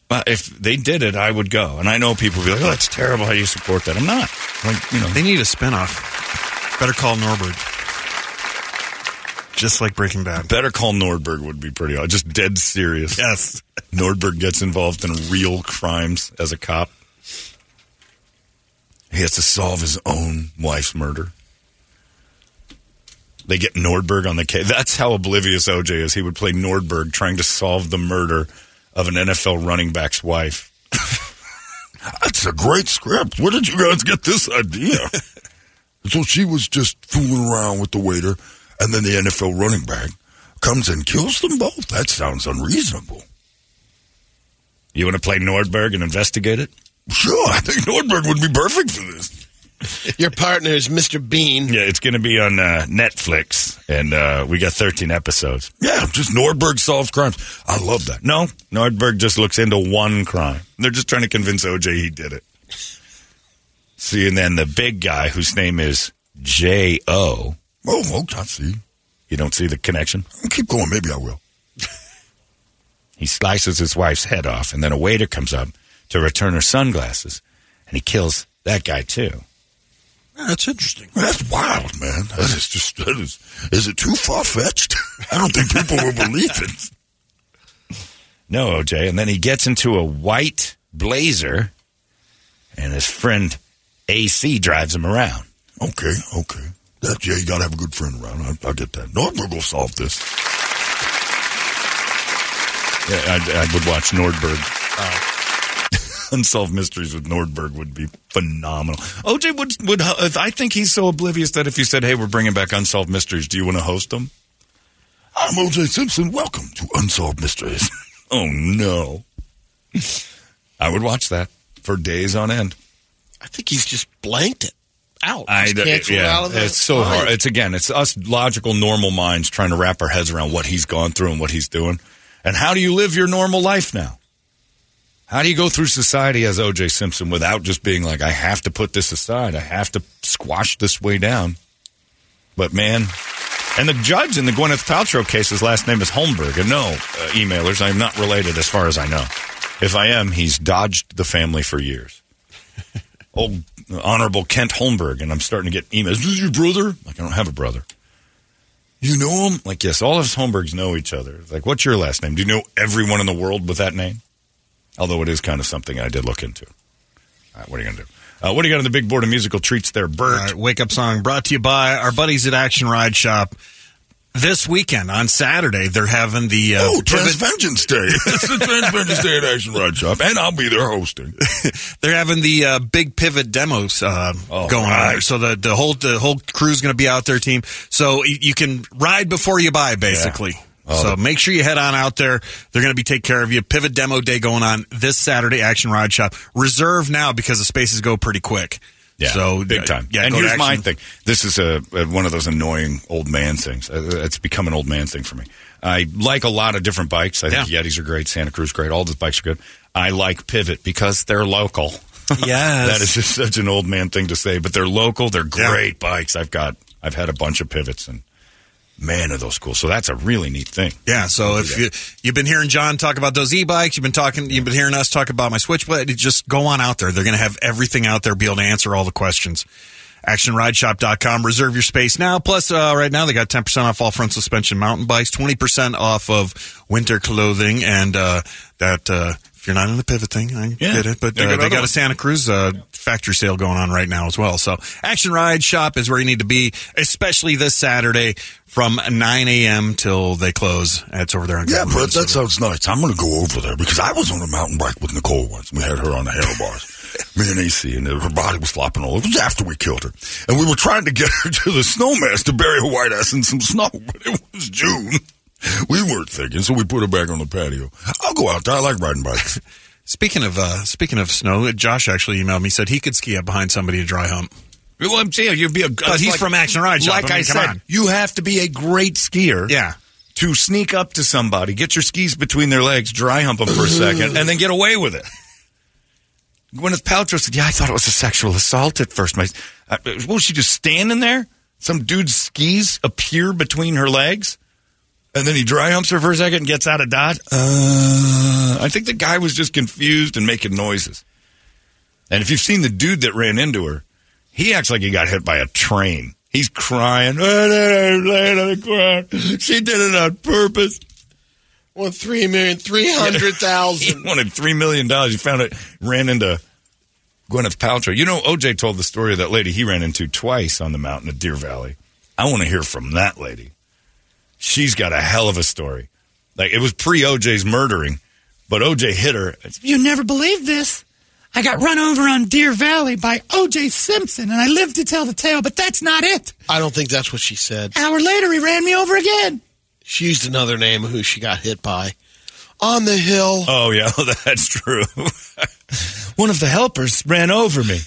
[SPEAKER 1] uh, if they did it, I would go. And I know people be like, oh, that's terrible how you support that. I'm not. Like, you know,
[SPEAKER 4] They need a spinoff. Better call Norbert. Just like Breaking Bad.
[SPEAKER 1] Better Call Nordberg would be pretty, aw- just dead serious.
[SPEAKER 4] Yes.
[SPEAKER 1] Nordberg gets involved in real crimes as a cop. He has to solve his own wife's murder. They get Nordberg on the case. That's how oblivious OJ is. He would play Nordberg trying to solve the murder of an NFL running back's wife.
[SPEAKER 7] That's a great script. Where did you guys get this idea? Uh, so she was just fooling around with the waiter, and then the NFL running back comes and kills them both. That sounds unreasonable.
[SPEAKER 1] You want to play Nordberg and investigate it?
[SPEAKER 7] Sure, I think Nordberg would be perfect for this.
[SPEAKER 3] Your partner is Mr. Bean.
[SPEAKER 1] Yeah, it's going to be on uh, Netflix, and uh, we got 13 episodes.
[SPEAKER 7] Yeah, just Nordberg solves crimes. I love that.
[SPEAKER 1] No, Nordberg just looks into one crime. They're just trying to convince OJ he did it. See, and then the big guy whose name is J O.
[SPEAKER 7] Oh, okay, I see. Mm,
[SPEAKER 1] You don't see the connection.
[SPEAKER 7] Keep going. Maybe I will.
[SPEAKER 1] He slices his wife's head off, and then a waiter comes up to return her sunglasses, and he kills that guy too.
[SPEAKER 7] That's interesting. That's wild, man. That is just. That is, is it too far fetched? I don't think people will believe it.
[SPEAKER 1] No, OJ. And then he gets into a white blazer, and his friend AC drives him around.
[SPEAKER 7] Okay, okay. That yeah, you gotta have a good friend around. I, I get that. Nordberg will solve this.
[SPEAKER 1] Yeah, I, I would watch Nordberg. Unsolved Mysteries with Nordberg would be phenomenal. OJ would would I think he's so oblivious that if you said, "Hey, we're bringing back Unsolved Mysteries, do you want to host them?"
[SPEAKER 7] I'm O.J. Simpson. Welcome to Unsolved Mysteries.
[SPEAKER 1] Oh no, I would watch that for days on end.
[SPEAKER 3] I think he's just blanked it out.
[SPEAKER 1] I
[SPEAKER 3] He's canceled
[SPEAKER 1] yeah,
[SPEAKER 3] out of the
[SPEAKER 1] it's so
[SPEAKER 3] mind.
[SPEAKER 1] hard. It's again, it's us logical, normal minds trying to wrap our heads around what he's gone through and what he's doing, and how do you live your normal life now? How do you go through society as O.J. Simpson without just being like, I have to put this aside, I have to squash this way down? But man, And the judge in the Gwyneth Paltrow case, his last name is Holmberg. And no, uh, emailers, I'm not related as far as I know. If I am, he's dodged the family for years. Old Honorable Kent Holmberg, and I'm starting to get emails. Is this your brother? Like, I don't have a brother. You know him? Like, yes, all of us Holmbergs know each other. It's Like, what's your last name? Do you know everyone in the world with that name? Although it is kind of something I did look into. All right, what are you going to do? Uh, what do you got on the big board of musical treats there, Bert?
[SPEAKER 4] All right, wake up song brought to you by our buddies at Action Ride Shop. This weekend on Saturday, they're having the uh,
[SPEAKER 7] Oh,
[SPEAKER 4] prevent-
[SPEAKER 7] Transvengeance Day. it's the Transvengeance Day at Action Ride Shop, and I'll be there hosting.
[SPEAKER 4] they're having the uh, big pivot demos uh,
[SPEAKER 7] Oh,
[SPEAKER 4] going on. There. So the the whole the whole crew's going to be out there, team. So y- you can ride before you buy, basically.
[SPEAKER 7] Oh, Uh,
[SPEAKER 4] so make sure you head on out there. They're going to be take care of you. Pivot demo day going on this Saturday. Action Ride Shop. Reserve now because the spaces go pretty quick.
[SPEAKER 1] Yeah,
[SPEAKER 4] So
[SPEAKER 1] big
[SPEAKER 4] uh,
[SPEAKER 1] time.
[SPEAKER 4] Yeah.
[SPEAKER 1] and
[SPEAKER 4] go to
[SPEAKER 1] here's my
[SPEAKER 4] Action-
[SPEAKER 1] thing. This is a, a one of those annoying old man things. Uh, It's become an old man thing for me. I like a lot of different bikes. I think Yetis are great. Santa Cruz great. All the bikes are good. I like Pivot because they're local.
[SPEAKER 4] Yes.
[SPEAKER 1] that is just such an old man thing to say. But they're local. They're great bikes. I've got. I've had a bunch of Pivots and. Man, are those cool! So that's a really neat thing.
[SPEAKER 4] Yeah, so if you, you've been hearing John talk about those e-bikes, you've been talking, you've been hearing us talk about my switchblade. Just go on out there. They're going to have everything out there, be able to answer all the questions. ActionRideShop.com. Reserve your space now. Plus, uh, right now they got 10% off all front suspension mountain bikes, 20% off of winter clothing, and uh, that uh, if you're not in the pivot thing, I get it. But
[SPEAKER 1] They
[SPEAKER 4] uh,
[SPEAKER 1] got
[SPEAKER 4] they
[SPEAKER 1] other
[SPEAKER 4] got a
[SPEAKER 1] ones.
[SPEAKER 4] Santa Cruz uh, factory sale going on right now as well. So Action Ride Shop is where you need to be, especially this Saturday from 9 a.m. till they close. It's over there on
[SPEAKER 7] Yeah,
[SPEAKER 4] Government
[SPEAKER 7] Brett, that
[SPEAKER 4] Road.
[SPEAKER 7] sounds nice. I'm going to go over there because I was on a mountain bike with Nicole once. We had her on the handlebars, me and AC, and her body was flopping all over. It was after we killed her. And we were trying to get her to the snowmass to bury her white ass in some snow, but it was June. We weren't thinking, so we put her back on the patio. I'll go out there. I like riding bikes.
[SPEAKER 4] Speaking of uh, speaking of snow, Josh actually emailed me said he could ski up behind somebody to dry hump.
[SPEAKER 1] Well, I'm saying you'd be a.
[SPEAKER 4] But he's from Action Ride Shop.
[SPEAKER 1] Like
[SPEAKER 4] I
[SPEAKER 1] I,
[SPEAKER 4] mean, come
[SPEAKER 1] said,
[SPEAKER 4] on.
[SPEAKER 1] you have to be a great skier.
[SPEAKER 4] Yeah.
[SPEAKER 1] To sneak up to somebody, get your skis between their legs, dry hump them for a second, and then get away with it. Gwyneth Paltrow said, "Yeah, I thought it was a sexual assault at first. My, uh, what was she just standing there? Some dude's skis appear between her legs, and then he dry humps her for a second and gets out of dodge. Uh, I think the guy was just confused and making noises. And if you've seen the dude that ran into her, he acts like he got hit by a train. He's crying. Laying on the ground. She did it on purpose.
[SPEAKER 3] Well, three million three hundred
[SPEAKER 1] He
[SPEAKER 3] thousand.
[SPEAKER 1] wanted $3 million. He found it, ran into Gwyneth Paltrow. You know, OJ told the story of that lady he ran into twice on the mountain at Deer Valley. I want to hear from that lady. She's got a hell of a story. Like, it was pre OJ's murdering, but OJ hit her.
[SPEAKER 5] You never believe this. I got run over on Deer Valley by O.J. Simpson, and I live to tell the tale, but that's not it.
[SPEAKER 3] I don't think that's what she said.
[SPEAKER 5] Hour later, he ran me over again.
[SPEAKER 3] She used another name of who she got hit by. On the hill.
[SPEAKER 1] Oh, yeah, that's true. one of the helpers ran over me.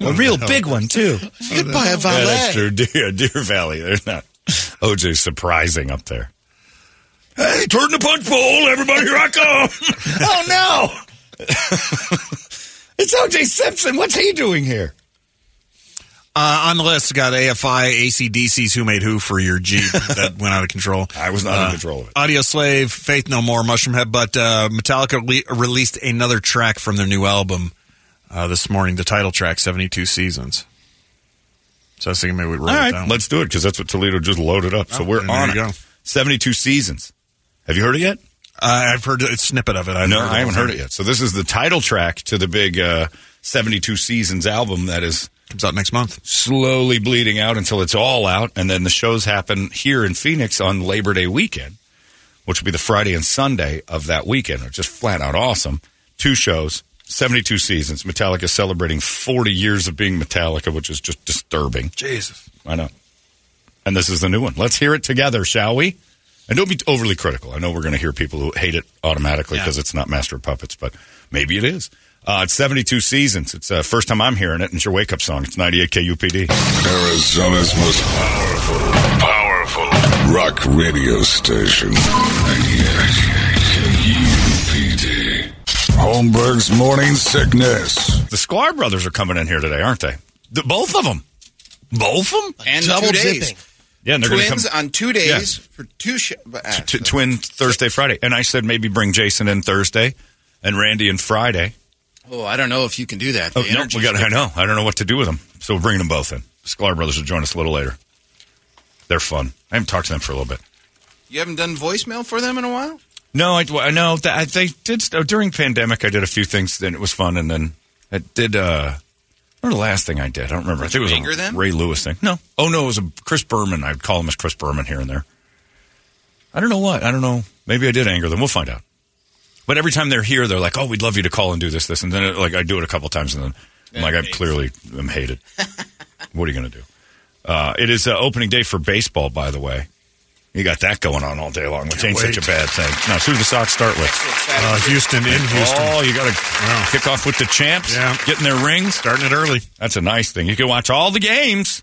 [SPEAKER 1] A real big one, too.
[SPEAKER 3] hit by a
[SPEAKER 1] Yeah,
[SPEAKER 3] valet.
[SPEAKER 1] that's true. Deer, Deer Valley. They're not. OJ's surprising up there. Hey, turn the punch bowl. Everybody, here I come. oh, no. it's OJ Simpson. What's he doing here?
[SPEAKER 4] Uh, on the list, got AFI, ACDC's Who Made Who for your Jeep that went out of control. Uh,
[SPEAKER 1] I was not in control of it.
[SPEAKER 4] Audio Slave, Faith No More, Mushroom Head, but uh, Metallica le- released another track from their new album uh, this morning, the title track, 72 Seasons. So I was thinking maybe we'd roll it down.
[SPEAKER 1] Let's do it because that's what Toledo just loaded up. so
[SPEAKER 4] Oh,
[SPEAKER 1] we're
[SPEAKER 4] there
[SPEAKER 1] on it.
[SPEAKER 4] you go.
[SPEAKER 1] 72 seasons. Have you heard it yet?
[SPEAKER 4] Uh, I've heard a snippet of it. I've
[SPEAKER 1] no,
[SPEAKER 4] heard
[SPEAKER 1] I haven't
[SPEAKER 4] it.
[SPEAKER 1] heard it yet. So this is the title track to the big uh, 72 seasons album that is
[SPEAKER 4] Comes out next month.
[SPEAKER 1] slowly bleeding out until it's all out. And then the shows happen here in Phoenix on Labor Day weekend, which will be the Friday and Sunday of that weekend, are just flat out awesome. Two shows, 72 seasons. Metallica celebrating 40 years of being Metallica, which is just disturbing.
[SPEAKER 4] Jesus.
[SPEAKER 1] I know. And this is the new one. Let's hear it together, shall we? And don't be overly critical. I know we're going to hear people who hate it automatically because it's not Master of Puppets, but maybe it is. Uh, it's 72 seasons. It's uh, first time I'm hearing it, and it's your wake up song. It's 98 KUPD.
[SPEAKER 2] Arizona's most powerful, powerful rock radio station. 98 KUPD. Holmberg's morning sickness.
[SPEAKER 1] The Sklar brothers are coming in here today, aren't they? The, both of them. Both of them?
[SPEAKER 3] Double dipping.
[SPEAKER 1] Yeah, and they're going to come
[SPEAKER 8] Twins on two days for two uh, shows.
[SPEAKER 1] t- twin Thursday, Friday. And I said maybe bring Jason in Thursday and Randy in Friday.
[SPEAKER 8] Oh, I don't know if you can do that. The
[SPEAKER 1] Oh, no,
[SPEAKER 8] energy's
[SPEAKER 1] we got. I
[SPEAKER 8] different.
[SPEAKER 1] know. I don't know what to do with them, so we're bringing them both in. Sklar brothers will join us a little later. They're fun. I haven't talked to them for a little bit.
[SPEAKER 8] You haven't done voicemail for them in a while?
[SPEAKER 1] No, I, well, I know that I, they did oh, during pandemic. I did a few things, then it was fun, and then I did. uh what the last thing I did? I don't remember. I think it was
[SPEAKER 8] Finger
[SPEAKER 1] a
[SPEAKER 8] them?
[SPEAKER 1] Ray Lewis thing. No. Oh no, it was a Chris Berman. I'd call him as Chris Berman here and there. I don't know what. I don't know. Maybe I did anger them. We'll find out. But every time they're here, they're like, "Oh, we'd love you to call and do this, this," and then it, like I do it a couple times, and then I'm like, I clearly am hated. what are you going to do? Uh, it is uh, opening day for baseball, by the way. You got that going on all day long, which ain't
[SPEAKER 4] wait.
[SPEAKER 1] such a bad thing. Now, who do the Sox start with?
[SPEAKER 4] Uh, Houston in Houston.
[SPEAKER 1] Oh, you got to kick off with the champs.
[SPEAKER 4] Yeah.
[SPEAKER 1] Getting their rings. Starting it early. That's a nice thing. You can watch all the games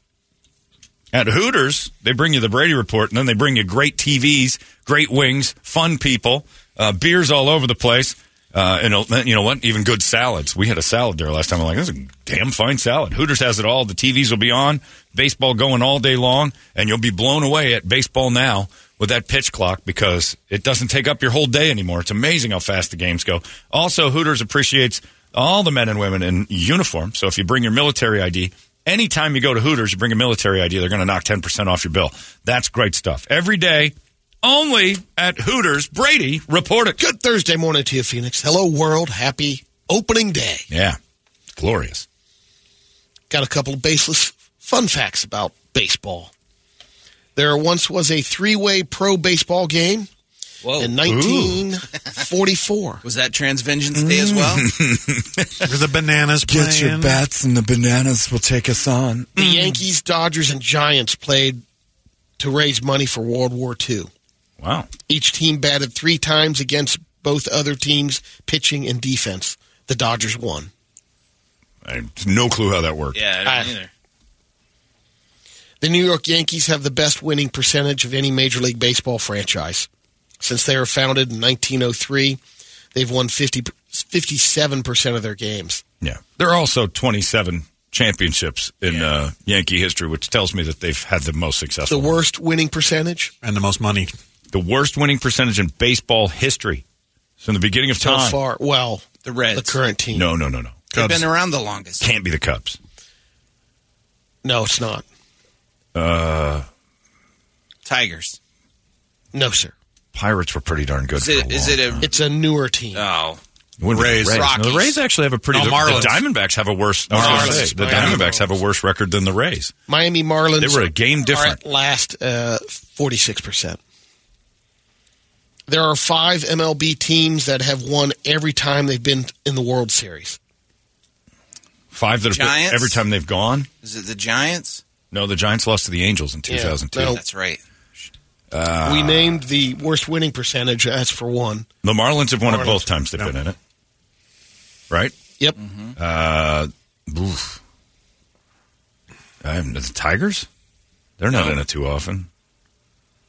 [SPEAKER 1] at Hooters. They bring you the Brady Report, and then they bring you great TVs, great wings, fun people, uh, beers all over the place. Uh, and uh, you know what? Even good salads. We had a salad there last time. I'm like, this is a damn fine salad. Hooters has it all. The TVs will be on, baseball going all day long, and you'll be blown away at baseball now with that pitch clock because it doesn't take up your whole day anymore. It's amazing how fast the games go. Also, Hooters appreciates all the men and women in uniform. So if you bring your military ID, anytime you go to Hooters, you bring a military ID, they're going to knock 10% off your bill. That's great stuff. Every day, only at Hooters. Brady, report it.
[SPEAKER 3] Good Thursday morning to you, Phoenix. Hello, world. Happy opening day.
[SPEAKER 1] Yeah. It's glorious.
[SPEAKER 3] Got a couple of baseless fun facts about baseball. There once was a three way pro baseball game
[SPEAKER 8] Whoa.
[SPEAKER 3] in 1944.
[SPEAKER 8] Was that Transvengeance Day as well?
[SPEAKER 4] With the bananas
[SPEAKER 9] Get your
[SPEAKER 4] playing.
[SPEAKER 9] bats and the bananas will take us on.
[SPEAKER 3] the Yankees, Dodgers, and Giants played to raise money for World War II.
[SPEAKER 1] Wow.
[SPEAKER 3] Each team batted three times against both other teams' pitching and defense. The Dodgers won.
[SPEAKER 1] I have no clue how that worked.
[SPEAKER 8] yeah, I don't either.
[SPEAKER 3] The New York Yankees have the best winning percentage of any Major League Baseball franchise. Since they were founded in 1903, they've won 50, 57% of their games.
[SPEAKER 1] Yeah. There are also 27 championships in uh, Yankee history, which tells me that they've had the most
[SPEAKER 3] The
[SPEAKER 1] successful. one.
[SPEAKER 3] worst winning percentage
[SPEAKER 4] and the most money.
[SPEAKER 1] the worst winning percentage in baseball history. From the beginning of
[SPEAKER 3] so
[SPEAKER 1] time.
[SPEAKER 3] far, well,
[SPEAKER 8] The Reds.
[SPEAKER 3] the current team.
[SPEAKER 1] No, no, no, no.
[SPEAKER 8] They've
[SPEAKER 1] Cubs
[SPEAKER 8] been around the longest.
[SPEAKER 1] can't be the Cubs.
[SPEAKER 3] No, it's not.
[SPEAKER 1] Uh,
[SPEAKER 8] Tigers.
[SPEAKER 3] No, sir.
[SPEAKER 1] Pirates were pretty darn good.
[SPEAKER 8] Is
[SPEAKER 1] for a
[SPEAKER 8] it, is
[SPEAKER 1] long
[SPEAKER 8] it a.
[SPEAKER 3] It's a newer team.
[SPEAKER 8] Oh.
[SPEAKER 1] When were the
[SPEAKER 4] Rays.
[SPEAKER 1] Rays. No, the
[SPEAKER 8] Rockies.
[SPEAKER 1] Rays actually have a pretty.
[SPEAKER 4] No,
[SPEAKER 1] the,
[SPEAKER 4] Marlins.
[SPEAKER 1] the Diamondbacks have a worse. I was gonna
[SPEAKER 3] Marlins.
[SPEAKER 1] say, The
[SPEAKER 3] Marlins.
[SPEAKER 1] Diamondbacks have a worse record than the Rays.
[SPEAKER 3] Miami Marlins
[SPEAKER 1] They were a game
[SPEAKER 3] are
[SPEAKER 1] different.
[SPEAKER 3] at last uh, 46%. There are five MLB teams that have won every time they've been in the World Series.
[SPEAKER 1] Five that have been,
[SPEAKER 8] Giants?
[SPEAKER 1] every time they've gone.
[SPEAKER 8] Is it the Giants?
[SPEAKER 1] No, the Giants lost to the Angels in 2002.
[SPEAKER 3] no.
[SPEAKER 8] That's right.
[SPEAKER 1] Uh,
[SPEAKER 3] we
[SPEAKER 1] Ah.
[SPEAKER 3] named the worst winning percentage. That's for one.
[SPEAKER 1] The Marlins have won it both times they've been in it. Right?
[SPEAKER 3] Yep.
[SPEAKER 1] Uh, oof. I haven't- the Tigers? They're not in it too often.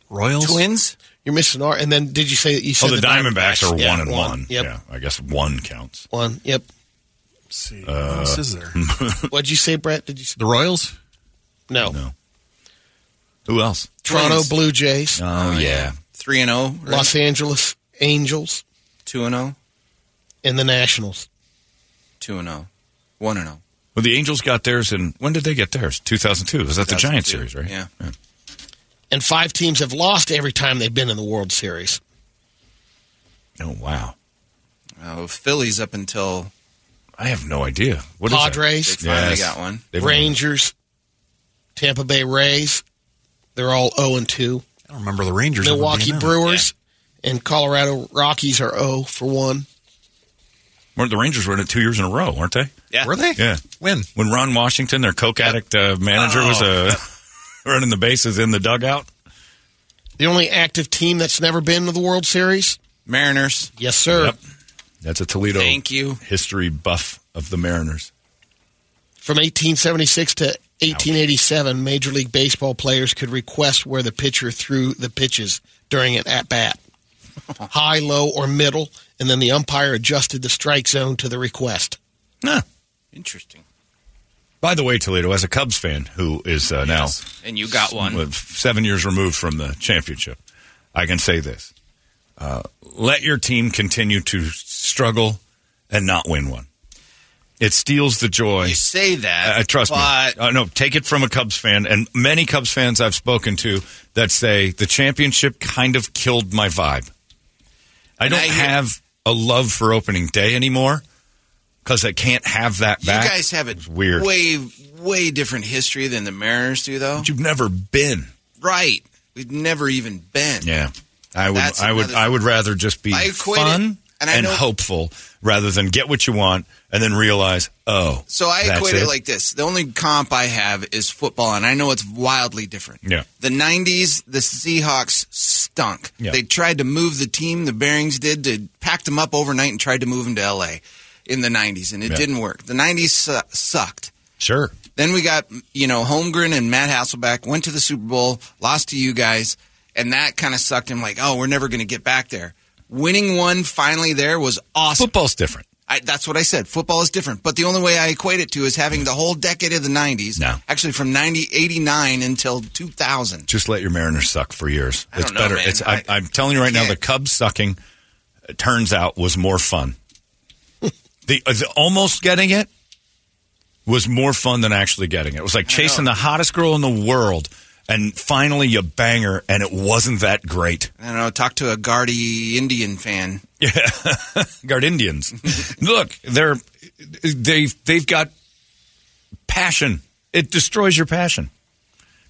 [SPEAKER 4] Royals.
[SPEAKER 8] Twins?
[SPEAKER 3] You're missing our. And then did you say that you
[SPEAKER 1] Oh,
[SPEAKER 3] said
[SPEAKER 1] the, Diamondbacks, are
[SPEAKER 3] Yeah,
[SPEAKER 1] one and one.
[SPEAKER 3] Yep.
[SPEAKER 1] Yeah, I guess one counts. Uh,
[SPEAKER 3] One. Yep.
[SPEAKER 4] Let's see. What else is there?
[SPEAKER 3] What'd you say, Brett? Did you say?
[SPEAKER 4] The Royals?
[SPEAKER 3] No.
[SPEAKER 1] No. Who else?
[SPEAKER 3] Toronto
[SPEAKER 8] Twins.
[SPEAKER 3] Blue Jays,
[SPEAKER 1] Oh, yeah.
[SPEAKER 8] 3 and 0. Right?
[SPEAKER 3] Los Angeles Angels,
[SPEAKER 8] 2 and 0.
[SPEAKER 3] and the Nationals.
[SPEAKER 8] 2 and 0. 1 and oh. 0.
[SPEAKER 1] Well, the Angels got theirs in when did they get theirs? 2002. Was that the Giant
[SPEAKER 8] 2002.
[SPEAKER 1] series, right?
[SPEAKER 8] Yeah.
[SPEAKER 3] And five teams have lost every time they've been in the World Series.
[SPEAKER 1] Oh wow.
[SPEAKER 8] Oh, Phillies up until
[SPEAKER 1] I have no idea. What is that?
[SPEAKER 3] Padres.
[SPEAKER 8] they finally
[SPEAKER 1] Yes.
[SPEAKER 8] got one.
[SPEAKER 1] They've
[SPEAKER 3] Rangers, Tampa Bay Rays. They're all 0 and 2.
[SPEAKER 4] I don't remember the Rangers. ever
[SPEAKER 3] Milwaukee
[SPEAKER 4] being in it.
[SPEAKER 3] Brewers and Colorado Rockies are 0 for 1.
[SPEAKER 1] Weren't the Rangers were in it two years in a row, weren't they?
[SPEAKER 8] Yeah.
[SPEAKER 4] Were they?
[SPEAKER 1] Yeah.
[SPEAKER 4] When?
[SPEAKER 1] When Ron Washington, their coke addict uh, manager, was uh,
[SPEAKER 8] Oh.
[SPEAKER 1] running the bases in the dugout.
[SPEAKER 3] The only active team that's never been to the World Series?
[SPEAKER 8] Mariners.
[SPEAKER 3] Yes, sir.
[SPEAKER 1] Yep. That's a Toledo
[SPEAKER 8] Thank you.
[SPEAKER 1] history buff of the Mariners.
[SPEAKER 3] From 1876 to 1887, Major League Baseball players could request where the pitcher threw the pitches during an at bat high, low, or middle, and then the umpire adjusted the strike zone to the request.
[SPEAKER 1] Huh.
[SPEAKER 8] Interesting.
[SPEAKER 1] By the way, Toledo, as a Cubs fan who is uh, now
[SPEAKER 8] And you got one.
[SPEAKER 1] with seven years removed from the championship, I can say this: uh, let your team continue to struggle and not win one. It steals the joy. You
[SPEAKER 8] say that.
[SPEAKER 1] Uh, trust
[SPEAKER 8] but-
[SPEAKER 1] me. Uh, no, take it from a Cubs fan, and many Cubs fans I've spoken to that say the championship kind of killed my vibe. I don't have a love for opening day anymore because I can't have that
[SPEAKER 8] You
[SPEAKER 1] back.
[SPEAKER 8] guys have a
[SPEAKER 1] It's weird.
[SPEAKER 8] way, way different history than the Mariners do, though.
[SPEAKER 1] But you've never been.
[SPEAKER 8] Right. We've never even been.
[SPEAKER 1] Yeah, I would.
[SPEAKER 8] That's
[SPEAKER 1] I would.
[SPEAKER 8] another-
[SPEAKER 1] I would rather just be
[SPEAKER 8] I equate it,
[SPEAKER 1] fun and,
[SPEAKER 8] and I know-
[SPEAKER 1] hopeful rather than get what you want and then realize, oh,
[SPEAKER 8] So I
[SPEAKER 1] that's
[SPEAKER 8] equate it like this. The only comp I have is football, and I know it's wildly different.
[SPEAKER 1] yeah.
[SPEAKER 8] The 90s, the Seahawks stunk.
[SPEAKER 1] Yeah.
[SPEAKER 8] They tried to move the team, the Bearings did, to packed them up overnight and tried to move them to LA in the 90s, and it
[SPEAKER 1] Yeah.
[SPEAKER 8] didn't work. The 90s su- sucked.
[SPEAKER 1] Sure.
[SPEAKER 8] Then we got, you know, Holmgren and Matt Hasselback went to the Super Bowl, lost to you guys, and that kind of sucked him like, oh, we're never going to get back there. Winning one finally there was awesome.
[SPEAKER 1] Football's different.
[SPEAKER 8] I, that's what I said. Football is different. But the only way I equate it to is having the whole decade of the 90s,
[SPEAKER 1] No.
[SPEAKER 8] actually from 90, 89 until 2000.
[SPEAKER 1] Just let your Mariners suck for years.
[SPEAKER 8] I don't
[SPEAKER 1] it's
[SPEAKER 8] know,
[SPEAKER 1] better.
[SPEAKER 8] man.
[SPEAKER 1] It's. I, I, am telling you right now, the Cubs sucking uh, turns out was more fun. the, uh, the almost getting it was more fun than actually getting it. It was like chasing the hottest girl in the world, and finally you bang her, and it wasn't that great.
[SPEAKER 8] I don't know. Talk to a Guardi Indian fan.
[SPEAKER 1] Yeah, guard Indians. Look, they're they they've got passion. It destroys your passion.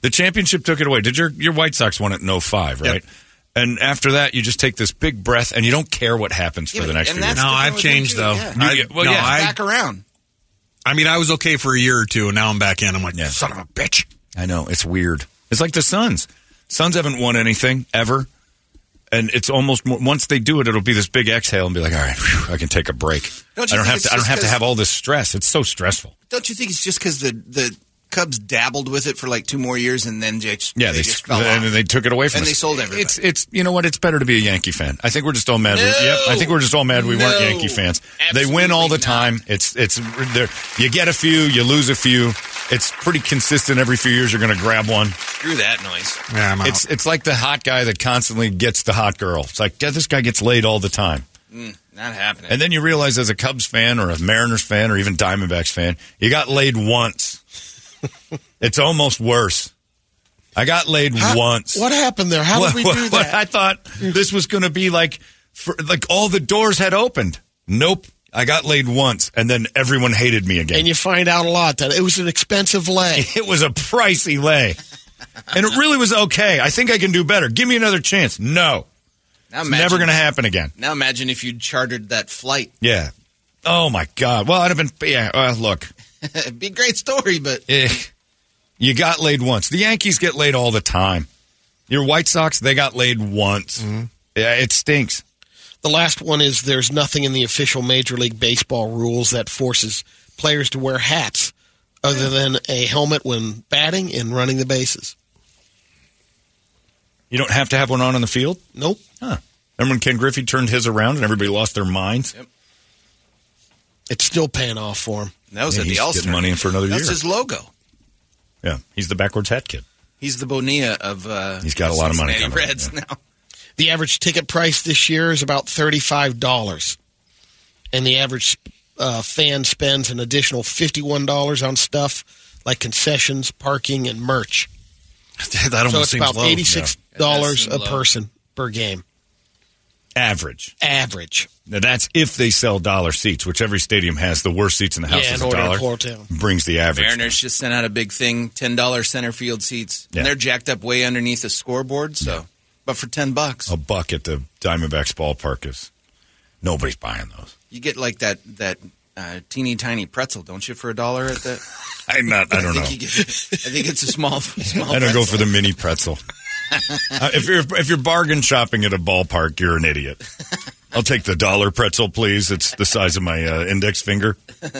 [SPEAKER 1] The championship took it away. Did your your White Sox won it in 05, right? And after that, you just take this big breath, and you don't care what happens for the next few years.
[SPEAKER 4] No, I've changed though.
[SPEAKER 1] You
[SPEAKER 4] I,
[SPEAKER 1] get- well,
[SPEAKER 4] no,
[SPEAKER 1] yeah.
[SPEAKER 4] I,
[SPEAKER 8] Back around.
[SPEAKER 4] I mean, I was okay for a year or two, and now I'm back in. I'm like, son of a bitch.
[SPEAKER 1] I know it's weird. It's like the Suns. Suns haven't won anything ever, and it's almost more, once they do it, it'll be this big exhale and be like, all right, whew, I can take a break.
[SPEAKER 8] Don't you
[SPEAKER 1] I don't
[SPEAKER 8] think
[SPEAKER 1] have
[SPEAKER 8] it's
[SPEAKER 1] to. I don't
[SPEAKER 8] just
[SPEAKER 1] have to
[SPEAKER 8] 'cause-
[SPEAKER 1] have all this stress. It's so stressful.
[SPEAKER 8] Don't you think it's just because the, the Cubs dabbled with it for like two more years and then they just,
[SPEAKER 1] Yeah,
[SPEAKER 8] they
[SPEAKER 1] they,
[SPEAKER 8] just fell
[SPEAKER 1] and
[SPEAKER 8] off?
[SPEAKER 1] they took it away from
[SPEAKER 8] And
[SPEAKER 1] us.
[SPEAKER 8] they sold everybody.
[SPEAKER 1] It's it's you know what? It's better to be a Yankee fan. I think we're just all mad. we- yep, I think we're just all mad we weren't
[SPEAKER 8] No.
[SPEAKER 1] Yankee fans. they win all the time. It's it's they're- you get a few, you lose a few. It's pretty consistent. Every few years, you're going to grab one.
[SPEAKER 8] Screw that noise.
[SPEAKER 4] Yeah, I'm out.
[SPEAKER 1] It's it's like the hot guy that constantly gets the hot girl. It's like yeah, this guy gets laid all the time.
[SPEAKER 8] Mm, not happening.
[SPEAKER 1] And then you realize as a Cubs fan or a Mariners fan or even Diamondbacks fan, you got laid once. it's almost worse. I got laid once.
[SPEAKER 3] What happened there? How
[SPEAKER 1] What-
[SPEAKER 3] did we
[SPEAKER 1] what-
[SPEAKER 3] do
[SPEAKER 1] what-
[SPEAKER 3] that?
[SPEAKER 1] I thought this was going to be like, for, like all the doors had opened. Nope. I got laid once, and then everyone hated me again.
[SPEAKER 3] And you find out a lot that it was an expensive lay.
[SPEAKER 1] it was a pricey lay, and it really was okay. I think I can do better. Give me another chance. No,
[SPEAKER 8] now
[SPEAKER 1] it's never going to happen again.
[SPEAKER 8] Now imagine if you'd chartered that flight.
[SPEAKER 1] Yeah. Oh my God. Well, I'd have been. Yeah. Uh, look,
[SPEAKER 8] It'd be a great story, but
[SPEAKER 1] eh, you got laid once. The Yankees get laid all the time. Your White Sox, they got laid once.
[SPEAKER 8] Mm-hmm.
[SPEAKER 1] Yeah, it stinks.
[SPEAKER 3] The last one is there's nothing in the official Major League Baseball rules that forces players to wear hats other than a helmet when batting and running the bases.
[SPEAKER 1] You don't have to have one on on the field.
[SPEAKER 3] Nope.
[SPEAKER 1] Huh. Remember when Ken Griffey turned his around and everybody lost their minds?
[SPEAKER 8] Yep.
[SPEAKER 3] It's still paying off for him.
[SPEAKER 8] that was
[SPEAKER 1] Yeah,
[SPEAKER 8] at
[SPEAKER 1] he's
[SPEAKER 8] the All-Star.
[SPEAKER 1] getting money in for another
[SPEAKER 8] That's
[SPEAKER 1] year.
[SPEAKER 8] his logo.
[SPEAKER 1] Yeah, he's the backwards hat kid.
[SPEAKER 8] He's the Bonilla of. Uh,
[SPEAKER 1] He's got a lot of money
[SPEAKER 8] Cincinnati
[SPEAKER 1] coming in,
[SPEAKER 8] Reds now.
[SPEAKER 3] The average ticket price this year is about $35. And the average uh, fan spends an additional $51 on stuff like concessions, parking, and merch.
[SPEAKER 4] that almost
[SPEAKER 3] so it's
[SPEAKER 4] seems
[SPEAKER 3] about
[SPEAKER 4] low.
[SPEAKER 3] $86
[SPEAKER 8] That does
[SPEAKER 3] a
[SPEAKER 8] seem low.
[SPEAKER 3] person per game.
[SPEAKER 1] Average.
[SPEAKER 3] Average.
[SPEAKER 1] Now that's if they sell dollar seats, which every stadium has. The worst seats in the house
[SPEAKER 3] yeah,
[SPEAKER 1] is
[SPEAKER 3] in
[SPEAKER 1] a
[SPEAKER 3] order
[SPEAKER 1] dollar.
[SPEAKER 3] of hotel.
[SPEAKER 1] Brings the average.
[SPEAKER 8] Mariners just sent out a big thing: ten dollars center field seats,
[SPEAKER 1] Yeah.
[SPEAKER 8] and they're jacked up way underneath the scoreboard. So, but for ten bucks,
[SPEAKER 1] A buck at the Diamondbacks ballpark is nobody's buying those.
[SPEAKER 8] you get like that that uh, teeny tiny pretzel, don't you? For a dollar at the,
[SPEAKER 1] I'm not. I don't
[SPEAKER 8] think
[SPEAKER 1] know.
[SPEAKER 8] you get- I think it's a small. small
[SPEAKER 1] I don't go for
[SPEAKER 8] pretzel.
[SPEAKER 1] the mini pretzel. Uh, if you're if you're bargain shopping at a ballpark, you're an idiot. I'll take the dollar pretzel, please. It's the size of my uh, index finger.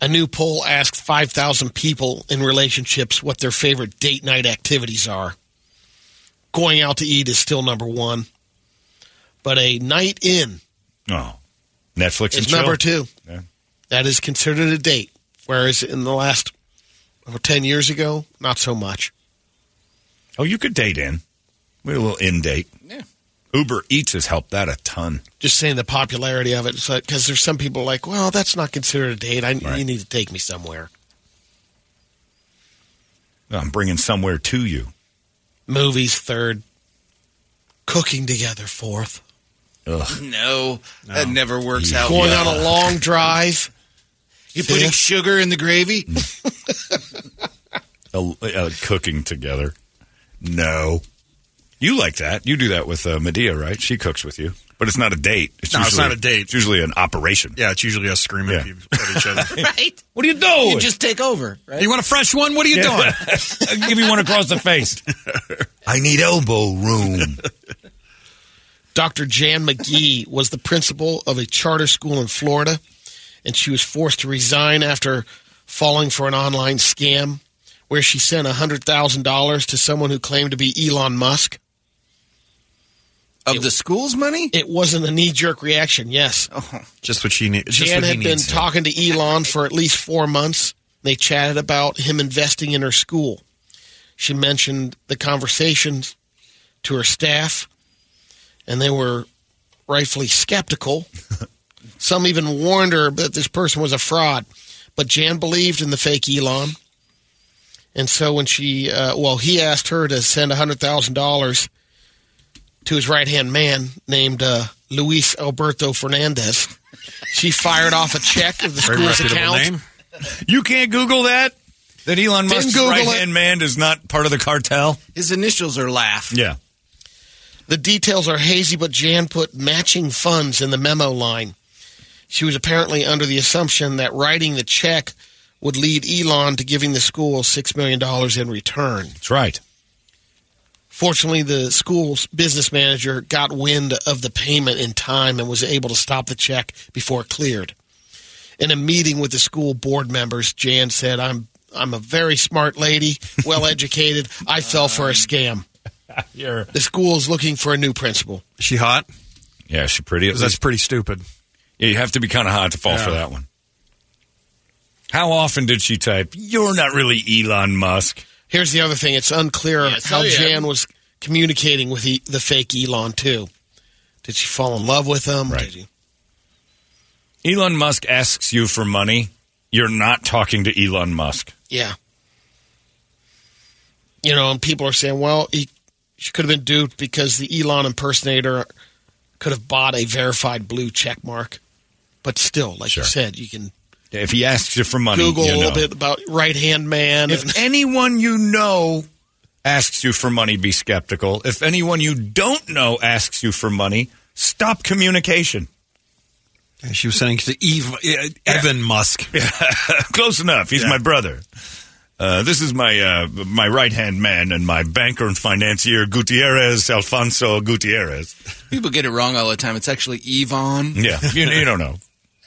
[SPEAKER 3] A new poll asked 5,000 people in relationships what their favorite date night activities are. Going out to eat is still number one, but a night in
[SPEAKER 1] Oh, Netflix
[SPEAKER 3] is
[SPEAKER 1] and
[SPEAKER 3] number
[SPEAKER 1] chill?
[SPEAKER 3] two.
[SPEAKER 1] Yeah.
[SPEAKER 3] That is considered a date. Whereas in the last I don't know, 10 years ago, not so much.
[SPEAKER 1] Oh, you could date in. We had a little in date. Yeah. Uber Eats has helped that a ton.
[SPEAKER 3] Just saying the popularity of it, because there's some people like, well, that's not considered a date. I, You need to take me somewhere.
[SPEAKER 1] Oh, I'm bringing somewhere to you.
[SPEAKER 3] Movies, third. Cooking together, fourth.
[SPEAKER 8] No, that never works out.
[SPEAKER 3] Going
[SPEAKER 8] well.
[SPEAKER 3] on a long drive.
[SPEAKER 8] You putting
[SPEAKER 3] Fifth.
[SPEAKER 8] sugar in the gravy?
[SPEAKER 1] A, a cooking together. No. You like that. You do that with uh, Medea, right? She cooks with you. But it's not a date.
[SPEAKER 4] No, it's not a
[SPEAKER 1] date. It's usually an operation.
[SPEAKER 4] Yeah, it's usually us screaming
[SPEAKER 1] Yeah.
[SPEAKER 4] at each other.
[SPEAKER 8] right?
[SPEAKER 1] What are you doing?
[SPEAKER 8] You just take over, right?
[SPEAKER 4] You want a fresh one? What are you doing?
[SPEAKER 1] I'll give you one across the face.
[SPEAKER 7] I need elbow room.
[SPEAKER 3] Dr. Jan McGee was the principal of a charter school in Florida, and she was forced to resign after falling for an online scam where she sent $100,000 to someone who claimed to be Elon Musk.
[SPEAKER 8] Of the school's money? Oh.
[SPEAKER 3] It wasn't a knee jerk reaction, yes.
[SPEAKER 4] just what she need, just
[SPEAKER 3] Jan
[SPEAKER 4] what he
[SPEAKER 3] had been
[SPEAKER 4] needs.
[SPEAKER 3] talking to Elon for at least four months. They chatted about him investing in her school. She mentioned the conversations to her staff, and they were rightfully skeptical. Some even warned her that this person was a fraud. But Jan believed in the fake Elon. And so when she, uh, well, he asked her to send $100,000 to his right hand man named uh, Luis Alberto Fernandez. She fired off a check of the
[SPEAKER 4] Very
[SPEAKER 3] school's
[SPEAKER 4] reputable
[SPEAKER 3] account.
[SPEAKER 4] name.
[SPEAKER 1] You can't Google that? That Elon
[SPEAKER 3] Didn't
[SPEAKER 1] Musk's
[SPEAKER 3] Google
[SPEAKER 1] right hand man is not part of the cartel?
[SPEAKER 8] His initials are laugh.
[SPEAKER 1] Yeah.
[SPEAKER 3] The details are hazy, but Jan put matching funds in the memo line. She was apparently under the assumption that writing the check would lead Elon to giving the school $6 million in return.
[SPEAKER 1] That's right.
[SPEAKER 3] Fortunately, the school's business manager got wind of the payment in time and was able to stop the check before it cleared. In a meeting with the school board members, Jan said, I'm, I'm a very smart lady, well educated. I fell for a scam.
[SPEAKER 1] You're-
[SPEAKER 3] The school is looking for a new principal.
[SPEAKER 4] Is she hot?
[SPEAKER 1] Yeah, she's pretty. at
[SPEAKER 4] 'Cause that's
[SPEAKER 1] least.
[SPEAKER 4] pretty stupid.
[SPEAKER 1] Yeah, you have to be kind of hot to fall for that one. How often did she type, You're not really Elon Musk?
[SPEAKER 3] Here's the other thing: it's unclear how
[SPEAKER 8] oh, yeah.
[SPEAKER 3] Jan was communicating with e- the fake Elon too. Did she fall in love with him?
[SPEAKER 1] Right.
[SPEAKER 3] Did she-
[SPEAKER 1] Elon Musk asks you for money. You're not talking to Elon Musk.
[SPEAKER 3] Yeah. You know, and people are saying, "Well, he, she could have been duped because the Elon impersonator could have bought a verified blue check mark." But still, like
[SPEAKER 1] Sure.
[SPEAKER 3] you said, you can
[SPEAKER 1] If he asks you for money,
[SPEAKER 3] Google
[SPEAKER 1] you
[SPEAKER 3] a little
[SPEAKER 1] know.
[SPEAKER 3] bit about right hand man. and-
[SPEAKER 1] If anyone you know asks you for money, be skeptical. If anyone you don't know asks you for money, stop communication.
[SPEAKER 4] Yeah, she was sending to Eve, uh, Evan Musk.
[SPEAKER 1] Close enough. He's my brother. Uh, this is my uh, my right hand man and my banker and financier Gutierrez Alfonso Gutierrez.
[SPEAKER 8] People get it wrong all the time. Um, It's actually Yvonne.
[SPEAKER 1] Yeah, you, you don't know.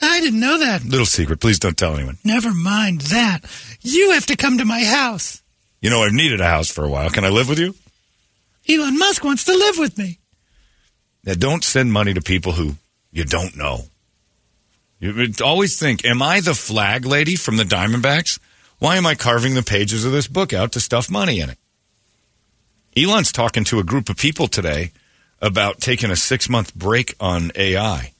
[SPEAKER 5] I didn't know that.
[SPEAKER 1] Little secret. Please don't tell anyone.
[SPEAKER 5] Never mind that. You have to come to my house.
[SPEAKER 1] You know I've needed a house for a while. Can I live with you?
[SPEAKER 5] Elon Musk wants to live with me.
[SPEAKER 1] Now, don't send money to people who you don't know. You would always think, am I the flag lady from the Diamondbacks? Why am I carving the pages of this book out to stuff money in it? Elon's talking to a group of people today about taking a six month break on AI.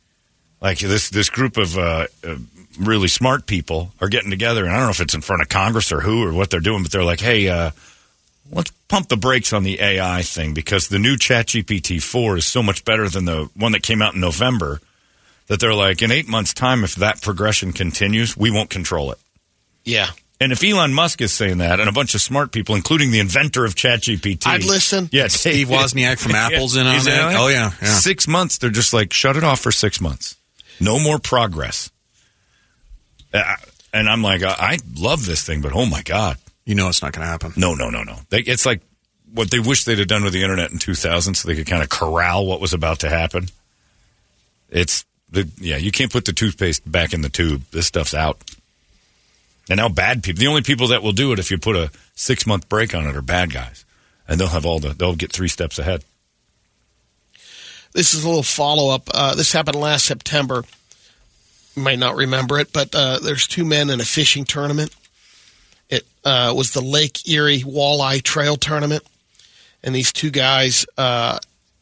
[SPEAKER 1] Like this, this group of uh, uh, really smart people are getting together, and I don't know if it's in front of Congress or who or what they're doing, but they're like, hey, uh, let's pump the brakes on the AI thing because the new ChatGPT 4 is so much better than the one that came out in November that they're like, in eight months' time, if that progression continues, we won't control it.
[SPEAKER 3] yeah,
[SPEAKER 1] And if Elon Musk is saying that, and a bunch of smart people, including the inventor of ChatGPT,
[SPEAKER 3] I'd listen.
[SPEAKER 1] Yeah,
[SPEAKER 4] Steve Wozniak from Apple's in on
[SPEAKER 1] He's
[SPEAKER 4] that.
[SPEAKER 1] it?
[SPEAKER 4] Oh yeah, yeah.
[SPEAKER 1] Six months, they're just like, shut it off for six months. No more progress. Uh, and I'm like, I I love this thing, but oh my God.
[SPEAKER 4] You know it's not going to happen.
[SPEAKER 1] No, no, no, no. They, it's like what they wish they'd have done with the internet in 2000 so they could kind of corral what was about to happen. It's the, yeah, you can't put the toothpaste back in the tube. This stuff's out. And now bad people, the only people that will do it if you put a six month break on it are bad guys. And they'll have all the, they'll get three steps ahead.
[SPEAKER 3] this is a little follow up. Uh, this happened last September. might not remember it, but uh, there's two men in a fishing tournament. It uh, was the Lake Erie Walleye Trail Tournament, and these two guys uh,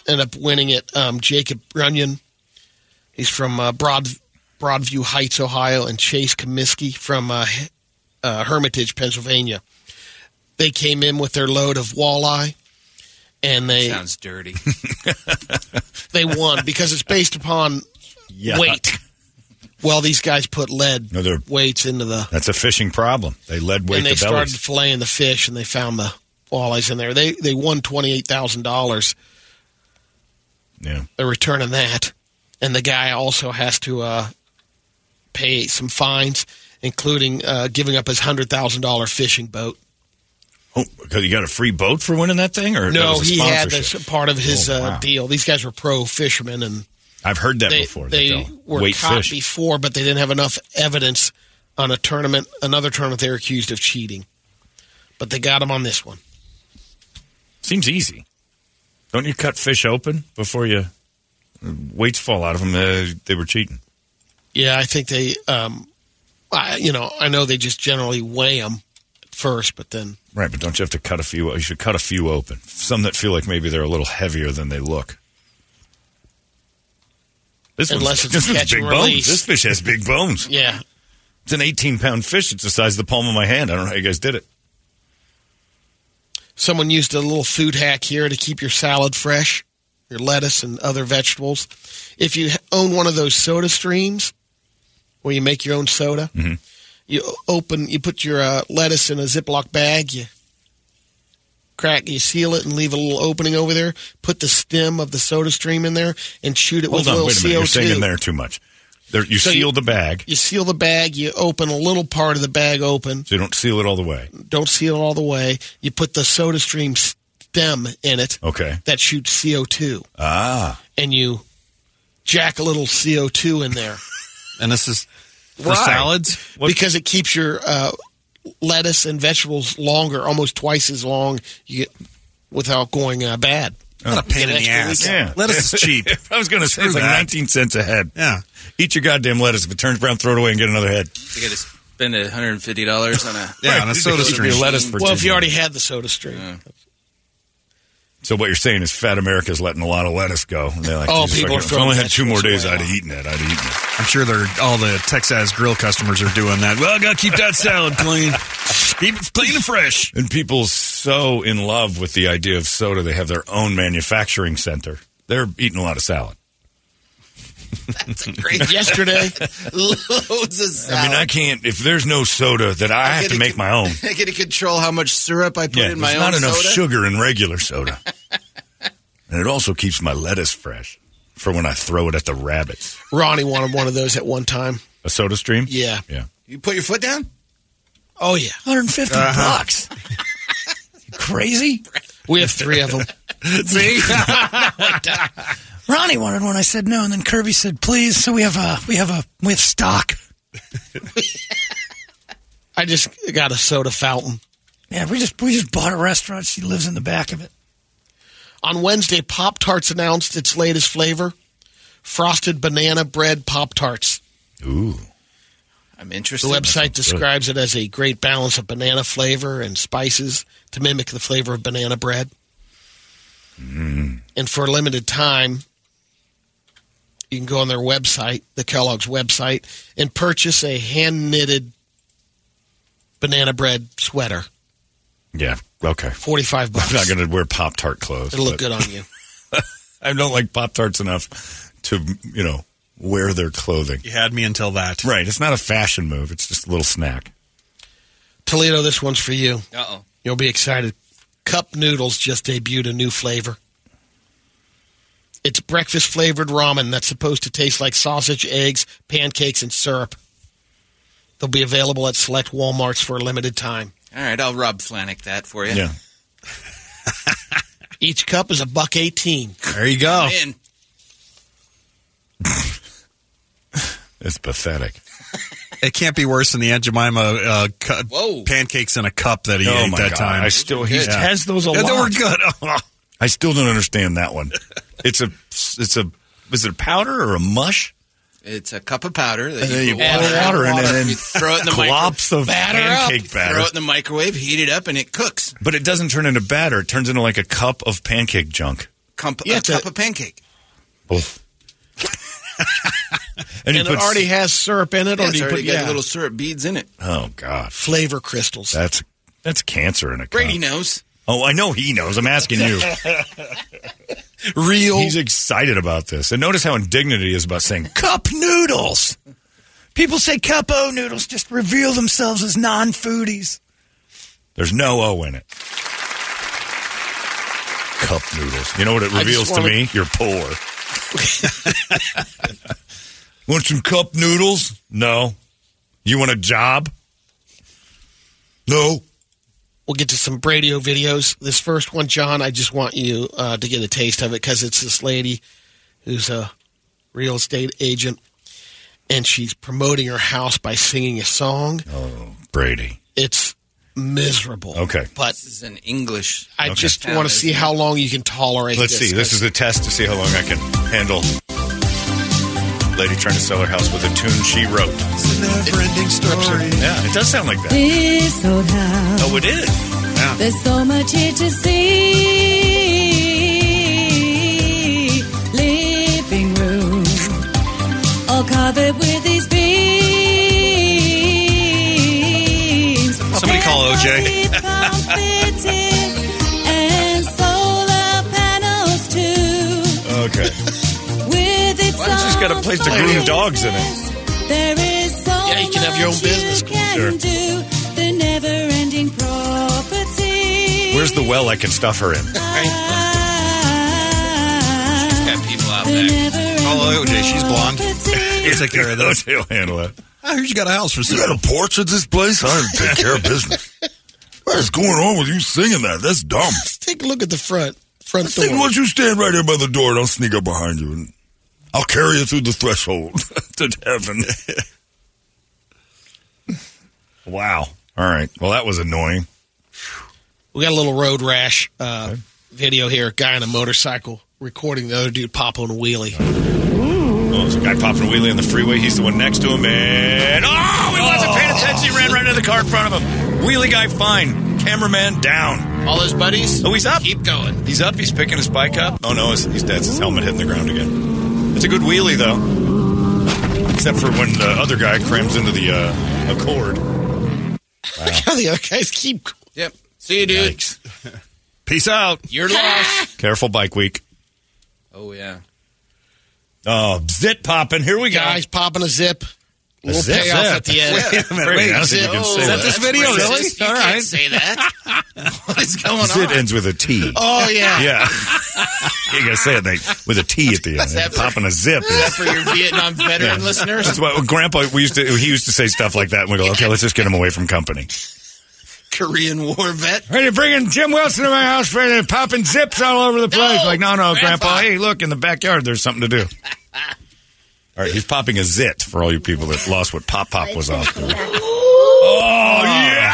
[SPEAKER 3] end up winning it. Um, Jacob Runyon, he's from uh, Broad Broadview Heights, Ohio, and Chase Comiskey from uh, H- uh, Hermitage, Pennsylvania. They came in with their load of walleye, and they
[SPEAKER 8] Sounds dirty.
[SPEAKER 3] they won because it's based upon
[SPEAKER 1] Yuck.
[SPEAKER 3] weight. Well, these guys put lead
[SPEAKER 1] No, they're-
[SPEAKER 3] weights into the
[SPEAKER 1] That's a fishing problem. They lead weight
[SPEAKER 3] and they
[SPEAKER 1] to bellies.
[SPEAKER 3] started filleting the fish, and they found the walleyes in there. They they won twenty eight thousand dollars.
[SPEAKER 1] Yeah.
[SPEAKER 3] They're returning that, and the guy also has to uh, pay some fines, including uh, giving up his hundred thousand dollar fishing boat.
[SPEAKER 1] Oh, because you got a free boat for winning that thing, or that
[SPEAKER 3] no,
[SPEAKER 1] was a
[SPEAKER 3] he had
[SPEAKER 1] sponsorship?
[SPEAKER 3] this part of his
[SPEAKER 1] Oh,
[SPEAKER 3] uh,
[SPEAKER 1] wow.
[SPEAKER 3] deal. These guys were pro fishermen, and
[SPEAKER 1] I've heard that
[SPEAKER 3] they,
[SPEAKER 1] before. that
[SPEAKER 3] They,
[SPEAKER 1] they'll
[SPEAKER 3] were
[SPEAKER 1] weight
[SPEAKER 3] caught
[SPEAKER 1] fish.
[SPEAKER 3] before, but they didn't have enough evidence on a tournament. Another tournament they were accused of cheating, but they got him on this one.
[SPEAKER 1] Seems easy. Don't you cut fish open before you weights fall out of them? Uh, they were cheating.
[SPEAKER 3] Yeah, I think they. Um, I, you know, I know they just generally weigh them first, but then
[SPEAKER 1] Right, but don't you have to cut a few? You should cut a few open. Some that feel like maybe they're a little heavier than they look. This one's-
[SPEAKER 3] Unless it's
[SPEAKER 1] this one's
[SPEAKER 3] catch and
[SPEAKER 1] big bones.
[SPEAKER 3] release.
[SPEAKER 1] This fish has big bones.
[SPEAKER 3] yeah,
[SPEAKER 1] It's an 18 pound fish. It's the size of the palm of my hand. I don't know how you guys did it.
[SPEAKER 3] someone used a little food hack here to keep your salad fresh, your lettuce and other vegetables. If you own one of those soda streams, where you make your own soda,
[SPEAKER 1] Mm-hmm.
[SPEAKER 3] you open, you put your uh, lettuce in a Ziploc bag, you crack, you seal it, and leave a little opening over there. Put the stem of the soda stream in there and shoot it
[SPEAKER 1] Hold
[SPEAKER 3] with
[SPEAKER 1] on,
[SPEAKER 3] a little
[SPEAKER 1] wait a minute.
[SPEAKER 3] CO2.
[SPEAKER 1] You're saying in there too much. There, you
[SPEAKER 3] So you-
[SPEAKER 1] seal the bag,
[SPEAKER 3] You seal the bag, you open a little part of the bag open,
[SPEAKER 1] so you don't seal it all the way.
[SPEAKER 3] don't seal it all the way. You put the soda stream stem in it
[SPEAKER 1] Okay.
[SPEAKER 3] that shoots CO2,
[SPEAKER 1] Ah.
[SPEAKER 3] and you jack a little CO2 in there
[SPEAKER 4] And this is for
[SPEAKER 3] Why?
[SPEAKER 4] salads?
[SPEAKER 3] because it keeps your uh, lettuce and vegetables longer, almost twice as long you get, without going uh, bad.
[SPEAKER 4] Not Oh, a pain in the ass. Lettuce is cheap.
[SPEAKER 1] I was going to say it's
[SPEAKER 4] Screw
[SPEAKER 1] like
[SPEAKER 4] that.
[SPEAKER 1] 19 cents a head.
[SPEAKER 4] Yeah.
[SPEAKER 1] Eat your goddamn lettuce. If it turns brown, throw it away and get another head.
[SPEAKER 8] You got to spend one hundred and fifty dollars on a
[SPEAKER 4] Yeah, on a
[SPEAKER 1] Right.
[SPEAKER 4] soda
[SPEAKER 1] It'd be
[SPEAKER 4] stream.
[SPEAKER 1] lettuce for
[SPEAKER 3] Well,
[SPEAKER 1] two
[SPEAKER 3] if you
[SPEAKER 1] bucks.
[SPEAKER 3] already had the soda stream.
[SPEAKER 1] So what you're saying is fat America's letting a lot of lettuce go. And they're like,
[SPEAKER 3] Oh,
[SPEAKER 1] Jesus, fucking-
[SPEAKER 3] people are
[SPEAKER 1] if I
[SPEAKER 3] throwing
[SPEAKER 1] only had two more
[SPEAKER 3] vegetables
[SPEAKER 1] days,
[SPEAKER 3] away.
[SPEAKER 1] I'd have eaten that. I'd have eaten it.
[SPEAKER 4] I'm sure they're, all the Texas Grill customers are doing that. Well, I got to keep that salad clean. keep it clean and fresh.
[SPEAKER 1] And people so in love with the idea of soda, they have their own manufacturing center. They're eating a lot of salad.
[SPEAKER 8] great
[SPEAKER 3] Yesterday,
[SPEAKER 8] loads of
[SPEAKER 1] I
[SPEAKER 8] salad.
[SPEAKER 1] mean, I can't. If there's no soda, that I have to
[SPEAKER 8] gotta
[SPEAKER 1] make
[SPEAKER 8] con-
[SPEAKER 1] my own.
[SPEAKER 8] I get to control how much syrup I put
[SPEAKER 1] Yeah,
[SPEAKER 8] in
[SPEAKER 1] there's
[SPEAKER 8] my
[SPEAKER 1] not
[SPEAKER 8] own
[SPEAKER 1] enough
[SPEAKER 8] soda.
[SPEAKER 1] sugar in regular soda, and it also keeps my lettuce fresh for when I throw it at the rabbits.
[SPEAKER 3] Ronnie wanted one of those at one time.
[SPEAKER 1] A Soda Stream.
[SPEAKER 3] Yeah.
[SPEAKER 1] Yeah.
[SPEAKER 8] You put your foot down.
[SPEAKER 3] Oh, yeah.
[SPEAKER 1] 150
[SPEAKER 4] Uh-huh.
[SPEAKER 1] bucks. crazy?
[SPEAKER 3] We have three of them.
[SPEAKER 4] See?
[SPEAKER 5] Ronnie wanted one. I said no, and then Kirby said please. So we have a we have a we have stock.
[SPEAKER 3] I just got a soda fountain.
[SPEAKER 5] Yeah, we just we just bought a restaurant. She lives in the back of it.
[SPEAKER 3] On Wednesday, Pop Tarts announced its latest flavor frosted banana bread Pop Tarts.
[SPEAKER 1] Ooh.
[SPEAKER 8] I'm
[SPEAKER 3] The
[SPEAKER 8] interested.
[SPEAKER 3] website describes it as a great balance of banana flavor and spices to mimic the flavor of banana bread.
[SPEAKER 1] Mm-hmm.
[SPEAKER 3] And for a limited time, you can go on their website, the Kellogg's website, and purchase a hand knitted banana bread sweater.
[SPEAKER 1] Yeah. Okay.
[SPEAKER 3] 45 bucks.
[SPEAKER 1] I'm not going to wear Pop Tart clothes.
[SPEAKER 3] It'll look
[SPEAKER 1] but
[SPEAKER 3] good on you.
[SPEAKER 1] I don't like Pop Tarts enough to, you know, wear their clothing.
[SPEAKER 4] You had me until that.
[SPEAKER 1] Right. It's not a fashion move. It's just a little snack.
[SPEAKER 3] Toledo, this one's for you.
[SPEAKER 8] Uh oh.
[SPEAKER 3] You'll be excited. Cup noodles just debuted a new flavor. It's breakfast flavored ramen that's supposed to taste like sausage, eggs, pancakes, and syrup. They'll be available at select Walmarts for a limited time.
[SPEAKER 8] All right, I'll Rob Flanick that for you.
[SPEAKER 1] Yeah.
[SPEAKER 3] Each cup is a buck eighteen.
[SPEAKER 4] There you go.
[SPEAKER 8] Man,
[SPEAKER 1] It's pathetic.
[SPEAKER 4] It can't be worse than the Aunt Jemima uh, cu-
[SPEAKER 8] Whoa.
[SPEAKER 4] pancakes in a cup that he ate that time.
[SPEAKER 1] Oh I still, he
[SPEAKER 4] Yeah.
[SPEAKER 1] has those a
[SPEAKER 4] Yeah,
[SPEAKER 1] lot.
[SPEAKER 4] they were good. Oh.
[SPEAKER 1] I still don't understand that one. It's a, it's a, is it a powder or a mush?
[SPEAKER 8] It's a cup of powder that
[SPEAKER 9] And then you
[SPEAKER 8] put
[SPEAKER 9] pour water in it and
[SPEAKER 8] you throw it in the
[SPEAKER 1] glops of
[SPEAKER 8] microwave,
[SPEAKER 1] Batter up. pancake batter.
[SPEAKER 8] throw it in the microwave, heat it up, and it cooks.
[SPEAKER 1] But it doesn't turn into batter. It turns into like a cup of pancake junk.
[SPEAKER 8] Comp- a cup of pancake.
[SPEAKER 1] you put
[SPEAKER 3] and it
[SPEAKER 1] s-
[SPEAKER 3] already has syrup in it,
[SPEAKER 8] Yeah,
[SPEAKER 3] or
[SPEAKER 8] it's
[SPEAKER 3] do you
[SPEAKER 8] already
[SPEAKER 3] put
[SPEAKER 8] got
[SPEAKER 3] yeah.
[SPEAKER 8] little syrup beads in it.
[SPEAKER 1] Oh God,
[SPEAKER 3] flavor crystals?
[SPEAKER 1] That's that's cancer in a cup.
[SPEAKER 8] Brady knows.
[SPEAKER 1] Oh, I know he knows. I'm asking you. Real. He's excited about this, and notice how indignant he is about saying
[SPEAKER 9] Cup noodles. People say cup-o noodles just reveal themselves as non-foodies.
[SPEAKER 1] There's no O in it. Cup noodles. You know what it
[SPEAKER 9] I
[SPEAKER 1] reveals
[SPEAKER 9] just
[SPEAKER 1] to
[SPEAKER 9] wanna-
[SPEAKER 1] me? You're poor. want some cup noodles? No. You want a job? No.
[SPEAKER 3] We'll get to some Bradio videos. This first one, John, I just want you uh, to get a taste of it because it's this lady who's a real estate agent, and she's promoting her house by singing a song.
[SPEAKER 1] Oh, Brady.
[SPEAKER 3] It's miserable.
[SPEAKER 1] Okay.
[SPEAKER 3] But
[SPEAKER 8] this is an English.
[SPEAKER 3] I just want to see how long you can tolerate.
[SPEAKER 1] Let's see. This is a test to see how long I can handle. Lady trying to sell her house with a tune she wrote. It's a never-ending story. Yeah, it does sound like that.
[SPEAKER 10] This old house.
[SPEAKER 1] Oh, it is. Yeah.
[SPEAKER 10] There's so much here to see. Living room, all covered with these beams.
[SPEAKER 4] Somebody call OJ.
[SPEAKER 10] and solar panels too.
[SPEAKER 1] Okay.
[SPEAKER 10] With its
[SPEAKER 1] Why don't you just got a place to groom dogs in it?
[SPEAKER 10] There is so
[SPEAKER 3] Yeah, you can have your own
[SPEAKER 10] much
[SPEAKER 3] business,
[SPEAKER 10] you can
[SPEAKER 1] Sure.
[SPEAKER 10] do. The never-ending property.
[SPEAKER 1] Where's the well I can stuff her in?
[SPEAKER 8] got people out
[SPEAKER 10] there.
[SPEAKER 1] Oh,
[SPEAKER 4] Call OJ. She's blonde.
[SPEAKER 1] He'll take care of those. He'll handle it.
[SPEAKER 4] I heard you got a house for
[SPEAKER 7] You got a porch at this place? I didn't take care of business. What is going on with you singing that? That's dumb.
[SPEAKER 3] Take a look at the front front
[SPEAKER 7] Think, why
[SPEAKER 3] door.
[SPEAKER 7] don't you stand right here by the door and I'll sneak up behind you and I'll carry you through the threshold to heaven.
[SPEAKER 1] Wow. All right. Well, that was annoying.
[SPEAKER 3] We got a little road rash uh, video here. Guy on a motorcycle recording the other dude pop on a wheelie.
[SPEAKER 1] Oh, there's a guy popping a wheelie on the freeway. He's the one next to him, and oh, he wasn't paying attention. He ran right into the car in front of him. Wheelie guy, fine. Cameraman down.
[SPEAKER 8] All those buddies.
[SPEAKER 1] Oh, he's up.
[SPEAKER 8] Keep going.
[SPEAKER 1] He's up. He's picking his bike up. Oh no, he's he's dead. It's his helmet hitting the ground again. It's a good wheelie though, except for when the other guy crams into the uh, Accord.
[SPEAKER 3] Look how the other guys keep.
[SPEAKER 8] Yep. See you, dude.
[SPEAKER 1] Peace out.
[SPEAKER 8] You're lost.
[SPEAKER 1] Careful, bike week.
[SPEAKER 8] oh yeah.
[SPEAKER 1] Oh, zit popping. Here we go.
[SPEAKER 3] Guys popping a zip. We'll
[SPEAKER 1] zip,
[SPEAKER 3] pay off
[SPEAKER 1] zip.
[SPEAKER 3] at the end.
[SPEAKER 1] Wait a minute, wait, I don't think you can say Is that that. this video,
[SPEAKER 3] That's
[SPEAKER 1] really?
[SPEAKER 3] racist.
[SPEAKER 1] All
[SPEAKER 3] You
[SPEAKER 1] right.
[SPEAKER 3] can't say that. what is going
[SPEAKER 1] Zit
[SPEAKER 3] on?
[SPEAKER 1] ends with a T.
[SPEAKER 3] Oh yeah.
[SPEAKER 1] Yeah. you gotta say it like, with a T at the end.
[SPEAKER 8] that for-
[SPEAKER 1] popping a zip.
[SPEAKER 8] That for your Vietnam veteran
[SPEAKER 1] Yeah.
[SPEAKER 8] listeners.
[SPEAKER 1] That's why Grandpa we used to he used to say stuff like that. and We go, okay, let's just get him away from company.
[SPEAKER 8] Korean War vet.
[SPEAKER 1] Ready bringing Jim Wilson to my house, ready popping zips all over the place. like, no, no, Grandpa. Hey, look in the backyard. There's something to do. All right, he's popping a zit for all you people that lost what pop pop was off. to. Oh yeah!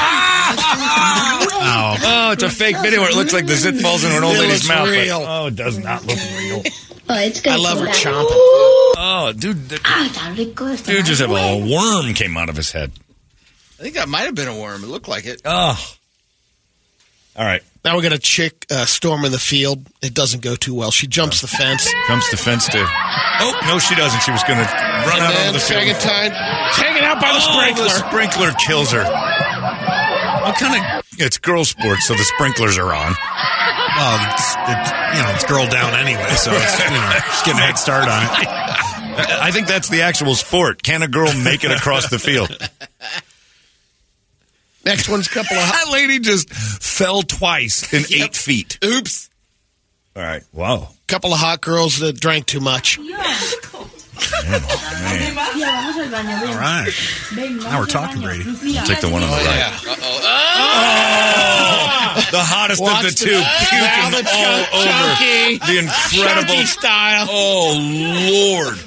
[SPEAKER 1] Ow. Oh, it's a fake video where it looks like the zit falls into an old
[SPEAKER 3] It
[SPEAKER 1] lady's
[SPEAKER 3] looks
[SPEAKER 1] mouth. but-
[SPEAKER 3] real.
[SPEAKER 1] oh, it does not look real.
[SPEAKER 3] I love her chomping.
[SPEAKER 1] Oh, dude, th- dude just have a worm came out of his head.
[SPEAKER 8] I think that might have been a worm. It looked like it.
[SPEAKER 1] Oh. All right.
[SPEAKER 3] Now we got a chick uh, storming the field. It doesn't go too well. She jumps the fence.
[SPEAKER 1] Jumps the fence to. Oh, no, she doesn't. She was going to run
[SPEAKER 3] and
[SPEAKER 1] out
[SPEAKER 3] then
[SPEAKER 1] over the
[SPEAKER 3] second
[SPEAKER 1] field.
[SPEAKER 3] time, taken out by the sprinkler.
[SPEAKER 1] Oh, the sprinkler kills her. What kind of. It's girl sports, so the sprinklers are on.
[SPEAKER 4] Well, it's, it, you know, it's girl down anyway, so it's, you know, just getting a head start on it.
[SPEAKER 1] I think that's the actual sport. Can a girl make it across the field?
[SPEAKER 3] Next one's a couple of.
[SPEAKER 1] That lady just fell twice in eight feet.
[SPEAKER 8] Oops.
[SPEAKER 1] All right. Wow.
[SPEAKER 3] couple of hot girls that drank too much.
[SPEAKER 1] Oh,
[SPEAKER 4] All right. Now we're talking, Brady.
[SPEAKER 1] I'll take the one on the right. Oh, the hottest
[SPEAKER 3] Watch
[SPEAKER 1] of the
[SPEAKER 3] the-
[SPEAKER 1] two,
[SPEAKER 3] Now
[SPEAKER 1] puking
[SPEAKER 3] the
[SPEAKER 1] all
[SPEAKER 3] chunk-
[SPEAKER 1] over
[SPEAKER 3] chunky.
[SPEAKER 1] the incredible
[SPEAKER 3] Chunky style.
[SPEAKER 1] Oh Lord!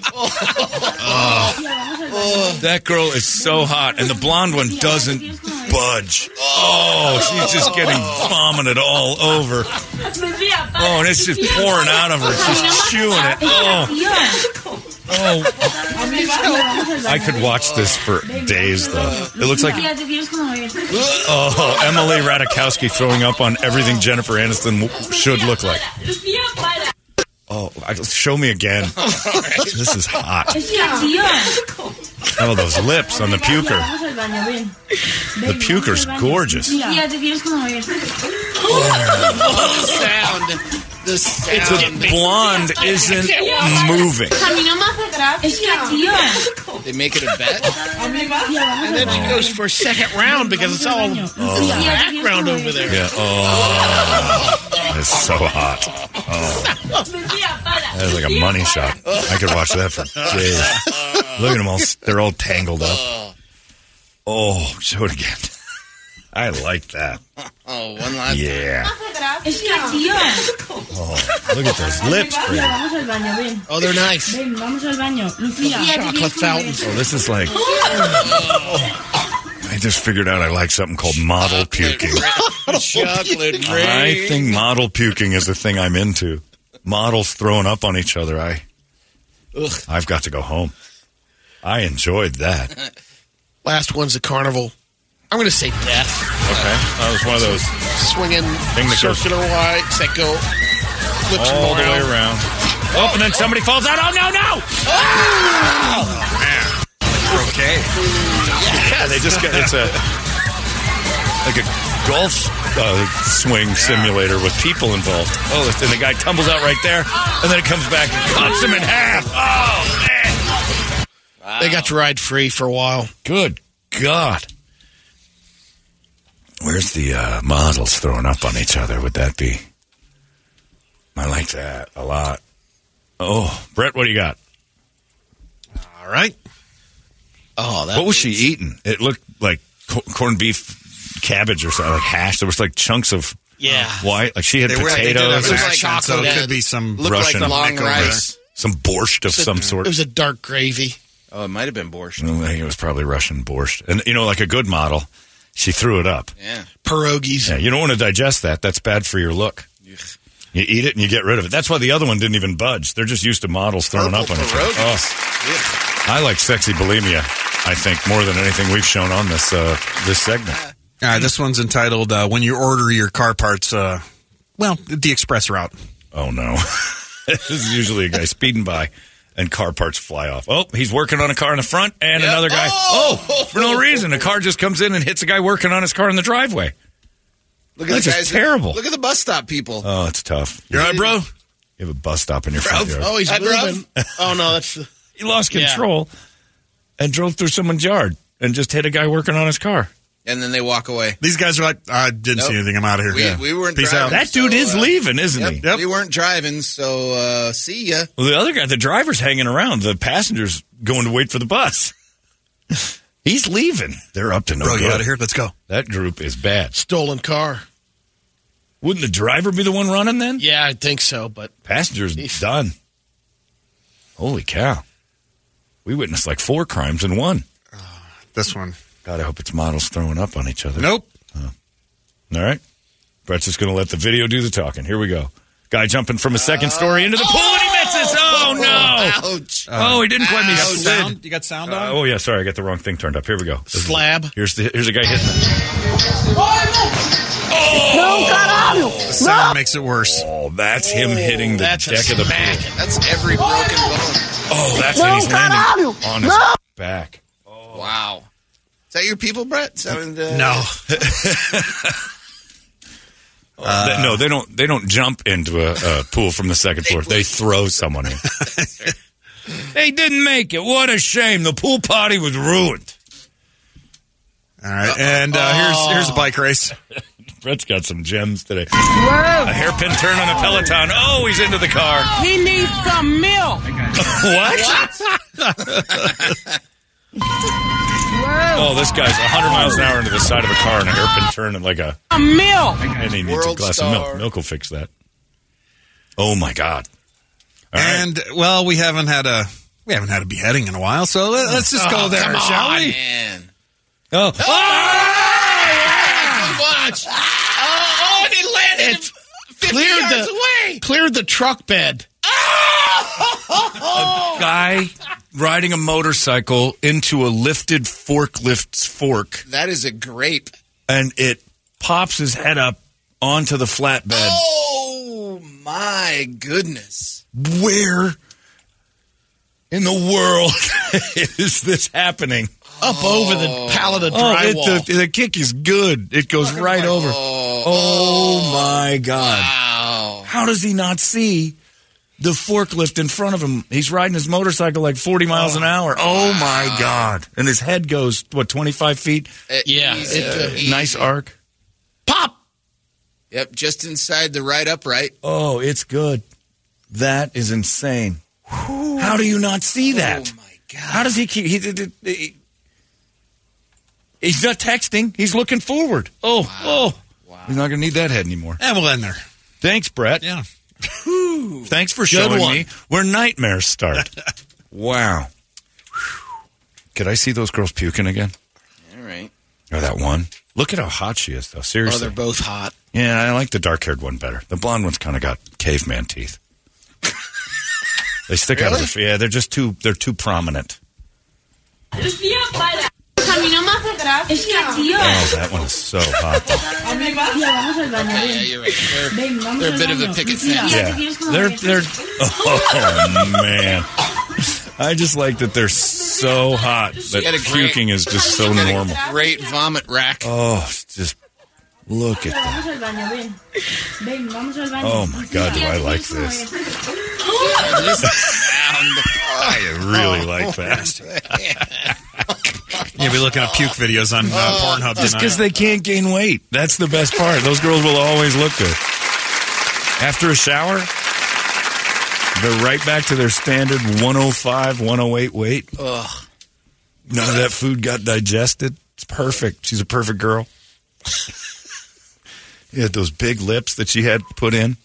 [SPEAKER 1] Oh. that girl is so hot, and the blonde one doesn't budge. Oh, she's just getting vomited all over. Oh, and it's just pouring out of her, just chewing it. Oh, oh, I could watch this for days, though. It looks like oh, Emily Radikowski throwing up on everything Jennifer Aniston w- should look like. Oh, I- show me again. This is hot. Oh, those lips on the puker. The puker's gorgeous.
[SPEAKER 3] the
[SPEAKER 1] Oh.
[SPEAKER 3] sound. The sound.
[SPEAKER 1] The blonde isn't moving.
[SPEAKER 3] They make it a bet. And then she goes for a second round because it's all background over there.
[SPEAKER 1] Yeah. Oh, it's so hot. Oh, that is like a money shot. I could watch that for days. Look at them all. They're all tangled up. Oh, show it again. I like that.
[SPEAKER 8] Oh, one last
[SPEAKER 1] Yeah. Oh, look at those lips. Brady.
[SPEAKER 3] Oh, they're nice. Chocolate fountains.
[SPEAKER 1] Oh, this is like. I just figured out I like something called model puking.
[SPEAKER 3] Chocolate
[SPEAKER 1] I think model puking is the thing I'm into. Models throwing up on each other. I, I've got to go home. I enjoyed that. Okay,
[SPEAKER 3] Last one's the carnival. I'm going to say death.
[SPEAKER 1] that was one of those
[SPEAKER 3] Swinging
[SPEAKER 1] Thing that goes-
[SPEAKER 3] circular lights that go flips
[SPEAKER 1] all the way around.
[SPEAKER 3] around.
[SPEAKER 1] Oh, and then somebody falls out. Oh no, no!
[SPEAKER 4] Okay.
[SPEAKER 1] Oh, Yeah, they just get it's a like a golf uh, swing simulator with people involved. Oh, and the guy tumbles out right there, and then it comes back and cuts him in half. Oh man!
[SPEAKER 3] They got to ride free for a while.
[SPEAKER 1] Good God! Where's the uh, models throwing up on each other? Would that be? I like that a lot. Oh, Brett, what do you got?
[SPEAKER 4] All right.
[SPEAKER 3] Oh, that
[SPEAKER 1] what was she eating? It looked like co- corned beef, cabbage, or something like hash. There was like chunks of
[SPEAKER 3] Yeah.
[SPEAKER 1] white. Like she had
[SPEAKER 4] They were- they did have
[SPEAKER 1] potatoes,
[SPEAKER 4] an
[SPEAKER 1] and
[SPEAKER 4] accent,
[SPEAKER 3] chocolate
[SPEAKER 4] so it
[SPEAKER 3] and-
[SPEAKER 4] could be some
[SPEAKER 8] looked
[SPEAKER 1] Russian
[SPEAKER 8] like long
[SPEAKER 4] Nick over there.
[SPEAKER 8] rice.
[SPEAKER 1] some borscht of some
[SPEAKER 3] It
[SPEAKER 1] sort.
[SPEAKER 3] was a dark gravy.
[SPEAKER 8] Oh, it might have been borscht.
[SPEAKER 1] I think it was probably Russian borscht, and you know, like a good model, she threw it up.
[SPEAKER 8] Yeah.
[SPEAKER 3] Pierogies.
[SPEAKER 1] Yeah, you don't want to digest that. That's bad for your look. You eat it and you get rid of it. That's why the other one didn't even budge. They're just used to models throwing up on each other.
[SPEAKER 8] pierogies.
[SPEAKER 1] Oh. I like sexy bulimia. I think more than anything we've shown on this uh, this segment.
[SPEAKER 4] All right, this one's entitled uh, "When You Order Your Car Parts." Uh, well, the express route.
[SPEAKER 1] Oh no. this is usually a guy speeding by and car parts fly off. Oh, he's working on a car in the front and another guy. Oh! for no reason. A car just comes in and hits a guy working on his car in the driveway.
[SPEAKER 8] Look
[SPEAKER 1] That's just terrible.
[SPEAKER 8] Look at the bus stop people.
[SPEAKER 1] Oh, it's tough.
[SPEAKER 4] You're right, bro.
[SPEAKER 1] You have a bus stop in your front yard.
[SPEAKER 3] Oh, he's
[SPEAKER 8] That
[SPEAKER 3] moving. Oh, no, that's.
[SPEAKER 1] He lost
[SPEAKER 3] Yeah.
[SPEAKER 1] control and drove through someone's yard and just hit a guy working on his car.
[SPEAKER 8] And then they walk away.
[SPEAKER 4] These guys are like, I didn't
[SPEAKER 8] Nope.
[SPEAKER 4] see anything. I'm out of here.
[SPEAKER 8] We- we weren't
[SPEAKER 4] Peace
[SPEAKER 8] driving.
[SPEAKER 4] out.
[SPEAKER 1] That dude
[SPEAKER 8] So,
[SPEAKER 1] is
[SPEAKER 8] uh,
[SPEAKER 1] leaving, isn't he?
[SPEAKER 8] Yep. We weren't driving, so uh, see ya.
[SPEAKER 1] Well, the other guy, the driver's hanging around. The passenger's going to wait for the bus. He's leaving. They're up to no
[SPEAKER 4] Bro, you
[SPEAKER 1] good.
[SPEAKER 4] out of here? Let's go.
[SPEAKER 1] That group is bad.
[SPEAKER 3] Stolen car.
[SPEAKER 1] Wouldn't the driver be the one running then?
[SPEAKER 3] Yeah, I think so, but
[SPEAKER 1] Passenger's done. Holy cow. We witnessed like four crimes in one.
[SPEAKER 4] Ah, This one.
[SPEAKER 1] God, I hope it's models throwing up on each other. Oh.
[SPEAKER 4] Nope.
[SPEAKER 1] All right. Brett's just going to let the video do the talking. Here we go. Guy jumping from a second story
[SPEAKER 3] Uh,
[SPEAKER 1] into the pool and he misses. Oh, no.
[SPEAKER 8] Ouch.
[SPEAKER 1] oh, he didn't quite
[SPEAKER 4] You got
[SPEAKER 1] miss. Slid.
[SPEAKER 4] sound? You got sound
[SPEAKER 1] Uh,
[SPEAKER 4] on?
[SPEAKER 1] oh, yeah. Sorry. I got the wrong thing turned up. Here we go. This is-
[SPEAKER 3] slab.
[SPEAKER 1] Here's the here's a guy hitting it.
[SPEAKER 4] sound makes it worse.
[SPEAKER 1] Oh, that's him hitting the
[SPEAKER 3] That's a
[SPEAKER 1] deck of the
[SPEAKER 3] smack.
[SPEAKER 1] pool.
[SPEAKER 8] That's every broken bone.
[SPEAKER 1] Oh, that's it. He's landing on his back.
[SPEAKER 8] Wow. Is that your people, Brett? Is that, uh,
[SPEAKER 4] No. Uh,
[SPEAKER 1] Th- no, they don't. They don't jump into a, a pool from the second floor. They throw someone in. they didn't make it. What a shame. The pool party was ruined.
[SPEAKER 4] All right, and uh, here's here's a bike race.
[SPEAKER 1] Oh. Brett's got some gems today. A hairpin turn on a Peloton. Oh, he's into the car.
[SPEAKER 10] He needs some milk.
[SPEAKER 1] What? oh, this guy's 100 miles an hour into the side of a car and a hairpin turn and like a.
[SPEAKER 10] Some milk.
[SPEAKER 1] And he needs a
[SPEAKER 8] World
[SPEAKER 1] glass
[SPEAKER 8] star.
[SPEAKER 1] of milk. Milk will fix that. Oh my God! All right.
[SPEAKER 4] And well, we haven't had a we haven't had a beheading in a while, so let, us just go there, shall we?
[SPEAKER 8] Oh, Man.
[SPEAKER 1] oh,
[SPEAKER 3] Watch. Oh, and it landed. Cleared the, cleared the truck bed.
[SPEAKER 1] a guy riding a motorcycle into a lifted forklift's fork,
[SPEAKER 8] That is a grape.
[SPEAKER 1] and it pops his head up onto the flatbed.
[SPEAKER 8] Oh my goodness.
[SPEAKER 1] Where in the world is this happening?
[SPEAKER 3] Up over the pallet of
[SPEAKER 1] Oh, it-
[SPEAKER 3] drywall.
[SPEAKER 1] the, the kick is good. It goes right over. Oh, my god!
[SPEAKER 8] Wow!
[SPEAKER 1] How does he not see the forklift in front of him? He's riding his motorcycle like forty miles an hour. Oh my god! And his head goes what twenty five feet?
[SPEAKER 3] yeah.
[SPEAKER 1] Uh, nice arc.
[SPEAKER 3] Pop!
[SPEAKER 8] Yep, just inside the right upright.
[SPEAKER 1] Oh, it's good. That is insane. How do you not see that? Oh my god! How does he keep? He, he- he- he- he's not texting. He's looking forward. Oh, oh! He's not going to need that head anymore.
[SPEAKER 4] And we'll end there.
[SPEAKER 1] Thanks, Brett.
[SPEAKER 4] Yeah.
[SPEAKER 1] Thanks for
[SPEAKER 4] Good
[SPEAKER 1] showing
[SPEAKER 4] one.
[SPEAKER 1] me where nightmares start. wow. Could I see those girls puking again?
[SPEAKER 8] All right.
[SPEAKER 1] Or that one? Look at how hot she is, though.
[SPEAKER 3] Oh,
[SPEAKER 1] Seriously.
[SPEAKER 3] they're both hot.
[SPEAKER 1] yeah, I like the dark haired one better. The blonde one's kind of got caveman teeth. they stick out of the. Yeah, they're just too. They're too prominent.
[SPEAKER 11] Lucía para. Camina más atrás. Es que tío.
[SPEAKER 1] Oh, that one is so hot.
[SPEAKER 11] Mira, vamos al baño. ven.
[SPEAKER 8] Yeah, you're right. They're,
[SPEAKER 11] Ven, vamos
[SPEAKER 8] they're a
[SPEAKER 11] al
[SPEAKER 8] bit of a
[SPEAKER 11] baño.
[SPEAKER 8] picket
[SPEAKER 11] Mira,
[SPEAKER 8] fence.
[SPEAKER 11] ya te
[SPEAKER 1] Yeah.
[SPEAKER 11] quieres comer.
[SPEAKER 1] They're they're oh man. I just like that they're so hot
[SPEAKER 8] She had a
[SPEAKER 1] that
[SPEAKER 8] great-
[SPEAKER 1] puking is just so
[SPEAKER 8] she had a
[SPEAKER 1] normal.
[SPEAKER 8] Great vomit rack.
[SPEAKER 1] Oh, it's just look
[SPEAKER 11] Mira,
[SPEAKER 1] at that.
[SPEAKER 11] vamos al baño. Ven. Ven, vamos al baño.
[SPEAKER 1] Oh my god, do
[SPEAKER 11] Mira,
[SPEAKER 1] I
[SPEAKER 11] te
[SPEAKER 1] like
[SPEAKER 11] quieres comer.
[SPEAKER 1] this?
[SPEAKER 8] This sound.
[SPEAKER 1] I
[SPEAKER 4] Oh.
[SPEAKER 1] really like that. Oh.
[SPEAKER 4] You'll be looking at puke videos
[SPEAKER 8] Oh,
[SPEAKER 4] on uh, Pornhub
[SPEAKER 1] Just because
[SPEAKER 4] tonight.
[SPEAKER 1] they can't gain weight. That's the best part. Those girls will always look good. After a shower, they're right back to their standard 105, 108 weight.
[SPEAKER 8] Ugh.
[SPEAKER 1] None of that food got digested. It's perfect. She's a perfect girl. yeah, those big lips that she had put in.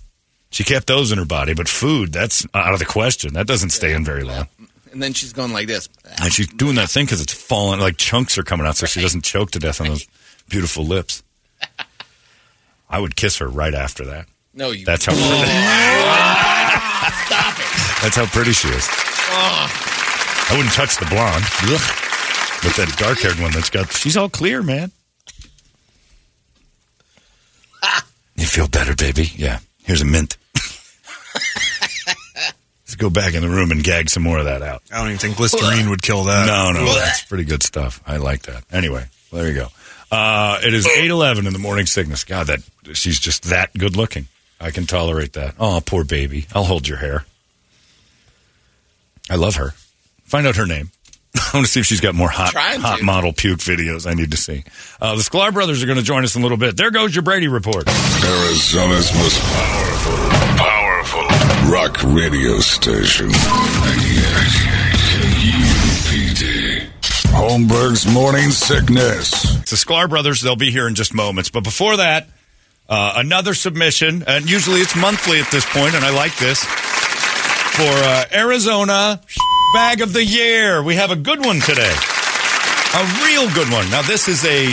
[SPEAKER 1] She kept those in her body, but food, that's out of the question. That doesn't stay in very long.
[SPEAKER 8] And then she's going like this.
[SPEAKER 1] And she's doing that thing because it's falling, like chunks are coming out, so she doesn't choke to death on those beautiful lips. I would kiss her right after that.
[SPEAKER 8] No, you.
[SPEAKER 1] That's how pretty,
[SPEAKER 8] Stop it.
[SPEAKER 1] that's how pretty she is.
[SPEAKER 8] Oh,
[SPEAKER 1] I wouldn't touch the blonde, Ugh. but that dark haired one that's got she's all clear, man. You feel better, baby? Yeah. Here's a mint. Let's go back in the room and gag some more of that out.
[SPEAKER 4] I don't even think Listerine would kill that.
[SPEAKER 1] No, no, that's pretty good stuff. I like that. Anyway, there you go. Uh, it is eight eleven in the morning sickness. God, that she's just that good looking. I can tolerate that. Oh, poor baby. I'll hold your hair. I love her. Find out her name. I want to see if she's got more hot
[SPEAKER 8] Trying
[SPEAKER 1] hot
[SPEAKER 8] to.
[SPEAKER 1] model puke videos. I need to see. Uh, the Sklar brothers are going to join us in a little bit. There goes your Brady report.
[SPEAKER 2] Arizona's most powerful, powerful rock radio station. 98 KUPD. Holmberg's morning sickness.
[SPEAKER 1] It's the Sklar brothers. They'll be here in just moments. But before that, uh, another submission, and usually it's monthly at this point, and I like this for uh, Arizona Bag of the Year. We have a good one today, a real good one. Now this is a,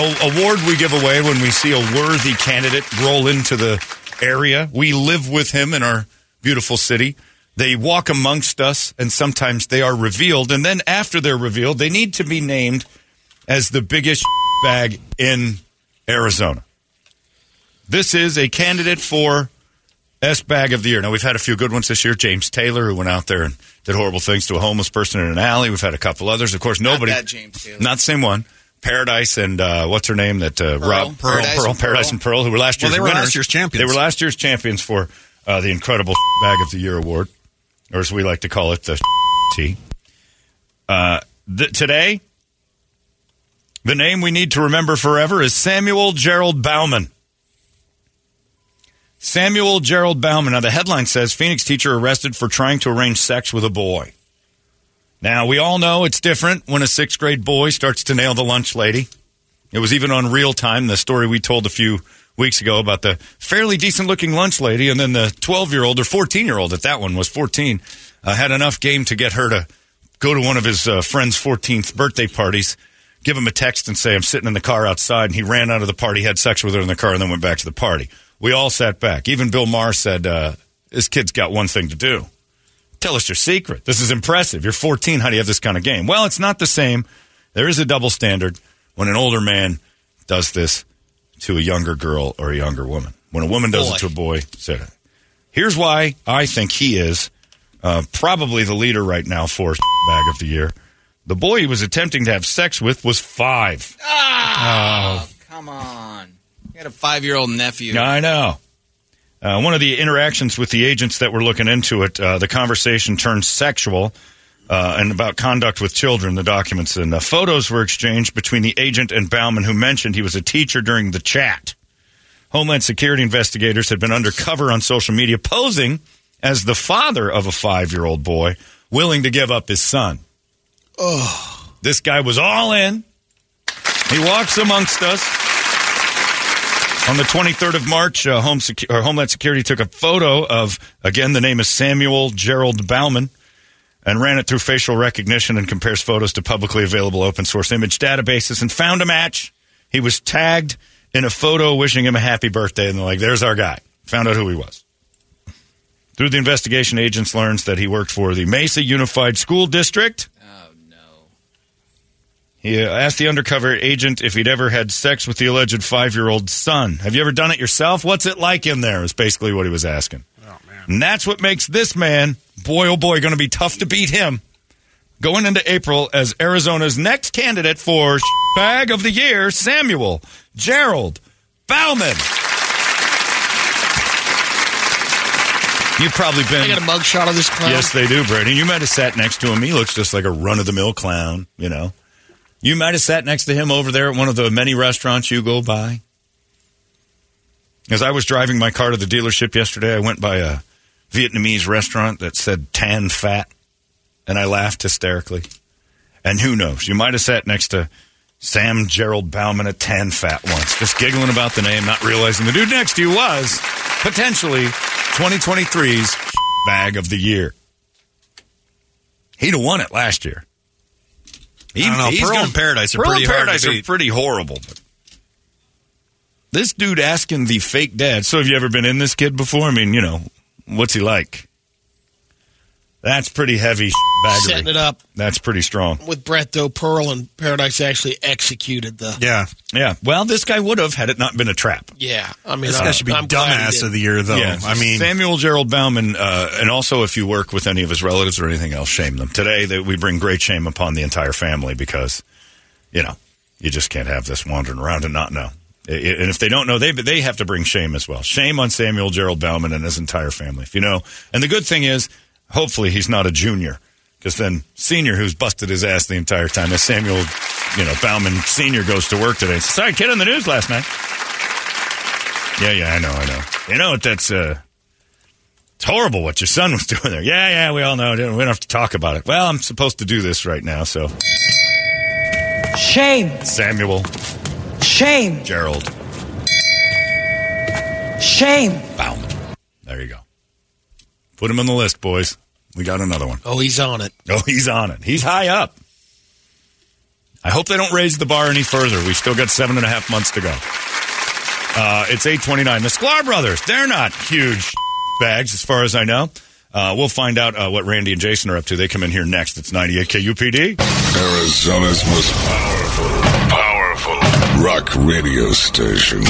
[SPEAKER 1] a award we give away when we see a worthy candidate roll into the area. We live with him in our beautiful city. They walk amongst us, and sometimes they are revealed. And then after they're revealed, they need to be named as the biggest bag in Arizona. This is a candidate for S Bag of the Year. Now, we've had a few good ones this year. James Taylor, who went out there and did horrible things to a homeless person in an alley. We've had a couple others. Of course, nobody.
[SPEAKER 8] that James Taylor.
[SPEAKER 1] Not the same one. Paradise and uh, what's her name? That uh, Rob Pearl,
[SPEAKER 8] Paradise
[SPEAKER 1] Pearl,
[SPEAKER 8] and Pearl.
[SPEAKER 1] Paradise and Pearl, who were last
[SPEAKER 4] Well,
[SPEAKER 1] year's
[SPEAKER 4] they were
[SPEAKER 1] winners.
[SPEAKER 4] last year's champions.
[SPEAKER 1] They were last year's champions for uh, the incredible Bag of the Year award, or as we like to call it, the T. Uh, th- today, the name we need to remember forever is Samuel Gerald Bauman. Samuel Gerald Bauman. Now, the headline says Phoenix teacher arrested for trying to arrange sex with a boy. Now, we all know it's different when a sixth grade boy starts to nail the lunch lady. It was even on real time, the story we told a few weeks ago about the fairly decent looking lunch lady, and then the 12 year old or 14 year old at that one was 14, uh, had enough game to get her to go to one of his uh, friend's 14th birthday parties, give him a text and say, I'm sitting in the car outside, and he ran out of the party, had sex with her in the car, and then went back to the party. We all sat back. Even Bill Maher said, uh, This kid's got one thing to do Tell us your secret. This is impressive. You're 14. How do you have this kind of game? Well, it's not the same. There is a double standard when an older man does this to a younger girl or a younger woman. When a woman does it to a boy, say, here's why I think he is uh, probably the leader right now for bag of the year. The boy he was attempting to have sex with was five. Ah,
[SPEAKER 8] Oh, Come on. You had a five year old nephew.
[SPEAKER 1] I know. Uh, one of the interactions with the agents that were looking into it, uh, the conversation turned sexual uh, and about conduct with children. The documents and uh, photos were exchanged between the agent and Bauman, who mentioned he was a teacher during the chat. Homeland Security investigators had been undercover on social media, posing as the father of a five year old boy willing to give up his son. Oh. This guy was all in. He walks amongst us. On the 23rd of March, uh, Home Secu- or Homeland Security took a photo of, again, the name is Samuel Gerald Bauman, and ran it through facial recognition and compares photos to publicly available open source image databases and found a match. He was tagged in a photo wishing him a happy birthday, and they're like, there's our guy. Found out who he was. Through the investigation, agents learns that he worked for the Mesa Unified School District. Oh, no. He uh, asked the undercover agent if he'd ever had sex with the alleged five year old son. Have you ever done it yourself? What's it like in there? Is basically what he was asking. Oh, man. And that's what makes this man, boy, oh, boy, going to be tough to beat him. Going into April as Arizona's next candidate for Bag of the Year, Samuel Gerald Bauman. You've probably been.
[SPEAKER 3] I got a mugshot of this clown.
[SPEAKER 1] Yes, they do, Brady. You might have sat next to him. He looks just like a run of the mill clown, you know. You might have sat next to him over there at one of the many restaurants you go by. As I was driving my car to the dealership yesterday, I went by a Vietnamese restaurant that said tan fat, and I laughed hysterically. And who knows? You might have sat next to Sam Gerald Bauman at tan fat once, just giggling about the name, not realizing the dude next to you was potentially 2023's bag of the year. He'd have won it last year.
[SPEAKER 4] I don't know.
[SPEAKER 1] he's
[SPEAKER 4] Pearl
[SPEAKER 1] gonna-
[SPEAKER 4] and Paradise are
[SPEAKER 1] Pearl
[SPEAKER 4] pretty
[SPEAKER 1] and
[SPEAKER 4] hard to
[SPEAKER 1] Paradise are
[SPEAKER 4] beat.
[SPEAKER 1] pretty horrible. But this dude asking the fake dad. So have you ever been in this kid before? I mean, you know, what's he like? That's pretty heavy baggery.
[SPEAKER 3] Setting it up.
[SPEAKER 1] That's pretty strong.
[SPEAKER 3] With Brett, though, Pearl and Paradise actually executed the.
[SPEAKER 1] Yeah, yeah. Well, this guy would have had it not been a trap.
[SPEAKER 3] Yeah. I mean, uh,
[SPEAKER 4] This guy
[SPEAKER 3] I'm-
[SPEAKER 4] should be
[SPEAKER 3] I'm glad he
[SPEAKER 4] dumbass
[SPEAKER 3] did.
[SPEAKER 4] of the year, though.
[SPEAKER 1] Yeah.
[SPEAKER 4] I mean,
[SPEAKER 1] Samuel Gerald Bauman, uh, and also if you work with any of his relatives or anything else, shame them. Today, that we bring great shame upon the entire family because, you know, you just can't have this wandering around and not know. I- I- And if they don't know, they they have to bring shame as well. Shame on Samuel Gerald Bauman and his entire family. If you know, and the good thing is, hopefully, he's not a junior because then senior who's busted his ass the entire time. As Samuel, you know, Bauman senior goes to work today. and says, Sorry, kid on the news last night. Yeah, yeah, I know, I know. You know what? That's uh, it's horrible what your son was doing there. Yeah, yeah, we all know. We don't have to talk about it. Well, I'm supposed to do this right now, so
[SPEAKER 10] Shame.
[SPEAKER 1] Samuel,
[SPEAKER 10] Shame.
[SPEAKER 1] Gerald,
[SPEAKER 10] Shame.
[SPEAKER 1] Bauman. There you go. Put him on the list, boys. We got another one.
[SPEAKER 3] Oh, he's on it.
[SPEAKER 1] Oh, he's on it. He's high up. I hope they don't raise the bar any further. We've still got seven and a half months to go. Uh, it's 829. The Sklar brothers, they're not huge bags as far as I know. Uh, we'll find out uh, what Randy and Jason are up to. They come in here next. It's 98 KUPD.
[SPEAKER 2] Arizona's most powerful, powerful rock radio station.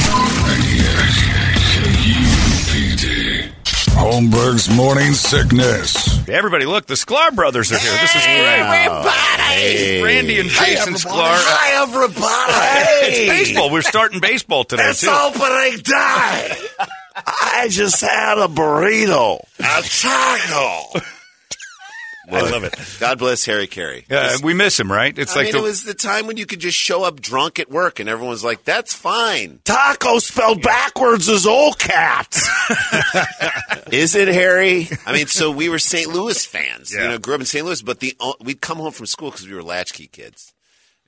[SPEAKER 2] 98 KUPD. Holmberg's morning sickness.
[SPEAKER 1] Everybody, look, the Sklar brothers are here. This is great. Hey. Randy and Jason Sklar.
[SPEAKER 12] Hi, everybody.
[SPEAKER 1] It's baseball. We're starting baseball today,
[SPEAKER 12] It's
[SPEAKER 1] too.
[SPEAKER 12] opening day. I just had a burrito, a taco.
[SPEAKER 1] I love it.
[SPEAKER 13] God bless Harry Carey.
[SPEAKER 1] Yeah, we miss him, right? It's
[SPEAKER 13] I
[SPEAKER 1] like
[SPEAKER 13] mean,
[SPEAKER 1] the-
[SPEAKER 13] it was the time when you could just show up drunk at work, and everyone's like, "That's fine." Taco spelled backwards is old cat. is it Harry? I mean, so we were St. Louis fans. You know, grew up in St. Louis, but the o- we'd come home from school because we were latchkey kids,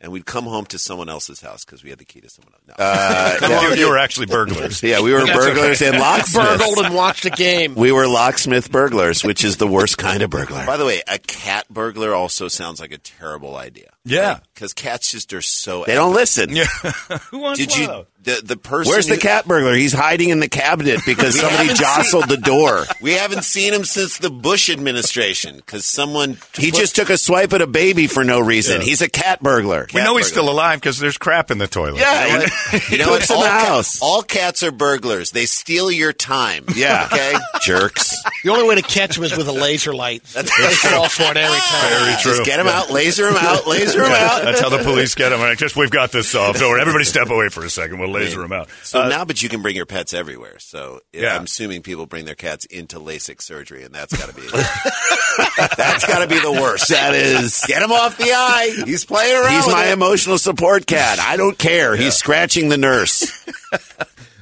[SPEAKER 13] and we'd come home to someone else's house because we had the key to someone else's. Uh, Come yeah. on.
[SPEAKER 1] You were actually burglars.
[SPEAKER 13] Yeah, we were burglars and locksmiths.
[SPEAKER 3] Burgled and watched the game.
[SPEAKER 13] We were locksmith burglars, which is the worst kind of burglar. By the way, a cat burglar also sounds like a terrible idea
[SPEAKER 1] Yeah.
[SPEAKER 13] because cats just are so
[SPEAKER 1] They don't
[SPEAKER 13] listen.
[SPEAKER 1] Who wants
[SPEAKER 13] Did
[SPEAKER 1] one
[SPEAKER 13] you
[SPEAKER 1] of those?
[SPEAKER 12] the the person.
[SPEAKER 13] Where's the
[SPEAKER 12] who-
[SPEAKER 13] cat burglar? He's hiding in the cabinet because
[SPEAKER 12] We
[SPEAKER 13] somebody
[SPEAKER 12] haven't
[SPEAKER 13] jostled
[SPEAKER 12] seen-
[SPEAKER 13] the door.
[SPEAKER 12] We haven't seen him since the Bush administration because someone
[SPEAKER 13] He just took a swipe at a baby for no reason.
[SPEAKER 12] Yeah.
[SPEAKER 13] He's a cat burglar.
[SPEAKER 12] We know he's
[SPEAKER 1] still alive because there's crap in the toilet.
[SPEAKER 13] Yeah,
[SPEAKER 12] You know
[SPEAKER 13] he
[SPEAKER 12] You know what?
[SPEAKER 13] puts in
[SPEAKER 12] All,
[SPEAKER 13] the
[SPEAKER 12] ca-
[SPEAKER 13] house.
[SPEAKER 12] all cats are burglars. They steal your time.
[SPEAKER 13] Yeah.
[SPEAKER 12] Okay.
[SPEAKER 13] jerks.
[SPEAKER 3] The only way to catch him is with a laser light. That's
[SPEAKER 12] They
[SPEAKER 3] fall for it every time.
[SPEAKER 1] Very true.
[SPEAKER 12] Just get him
[SPEAKER 1] Yeah.
[SPEAKER 12] out. Laser him out. Laser him
[SPEAKER 1] Yeah,
[SPEAKER 12] out.
[SPEAKER 1] That's how the police get them. I just we've got this solved. Don't worry. Everybody, step away for a second. We'll laser them out.
[SPEAKER 12] So
[SPEAKER 1] Uh,
[SPEAKER 12] now, but you can bring your pets everywhere. So it-
[SPEAKER 1] Yeah.
[SPEAKER 12] I'm assuming people bring their cats into LASIK surgery, and that's got to be that's got to be the worst.
[SPEAKER 13] That is-
[SPEAKER 12] get him off the eye. He's playing around.
[SPEAKER 13] He's
[SPEAKER 12] with
[SPEAKER 13] my
[SPEAKER 12] it.
[SPEAKER 13] emotional support cat. I don't care. He's scratching the nurse.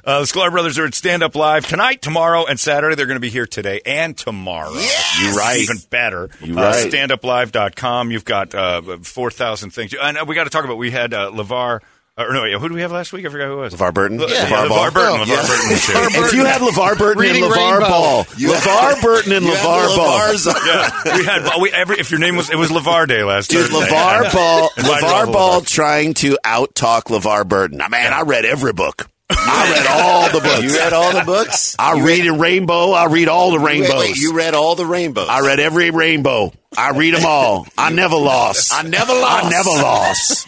[SPEAKER 1] Uh, the Sklar Brothers are at Stand Up Live tonight, tomorrow, and Saturday. They're going to be here today and tomorrow.
[SPEAKER 13] You right.
[SPEAKER 1] Even better.
[SPEAKER 13] You
[SPEAKER 1] Uh,
[SPEAKER 13] right.
[SPEAKER 1] StandUpLive.com. You've got uh, 4,000 things. And uh, we got to talk about, we had uh, LeVar. Uh, no, wait, who did we have last week? I forgot who it was.
[SPEAKER 13] LeVar Burton?
[SPEAKER 1] Le- yeah,
[SPEAKER 13] LeVar
[SPEAKER 1] LeVar
[SPEAKER 13] Ball?
[SPEAKER 1] Burton.
[SPEAKER 13] Oh,
[SPEAKER 1] LeVar
[SPEAKER 13] yeah.
[SPEAKER 1] Burton was here.
[SPEAKER 13] If you had LeVar Burton and
[SPEAKER 1] Reading
[SPEAKER 13] LeVar
[SPEAKER 1] Rainbow.
[SPEAKER 13] Ball.
[SPEAKER 1] You-
[SPEAKER 13] LeVar Burton and
[SPEAKER 1] You had
[SPEAKER 13] LeVar
[SPEAKER 1] the
[SPEAKER 13] Ball.
[SPEAKER 1] LeVars on. yeah, we had we, every, if your name was it was LeVar Day last
[SPEAKER 13] Dude,
[SPEAKER 1] Thursday.
[SPEAKER 13] LeVar Ball,
[SPEAKER 1] And I love
[SPEAKER 13] LeVar Ball trying to out talk LeVar Burton. Now, man, I read every book.
[SPEAKER 12] I
[SPEAKER 13] read all the books.
[SPEAKER 12] You read all the books.
[SPEAKER 13] I read in Rainbow. I read all the
[SPEAKER 12] You read-
[SPEAKER 13] rainbows.
[SPEAKER 12] wait, you read all the rainbows.
[SPEAKER 13] I read every rainbow. I read them all. I never lost.
[SPEAKER 12] I never lost.
[SPEAKER 13] I never lost.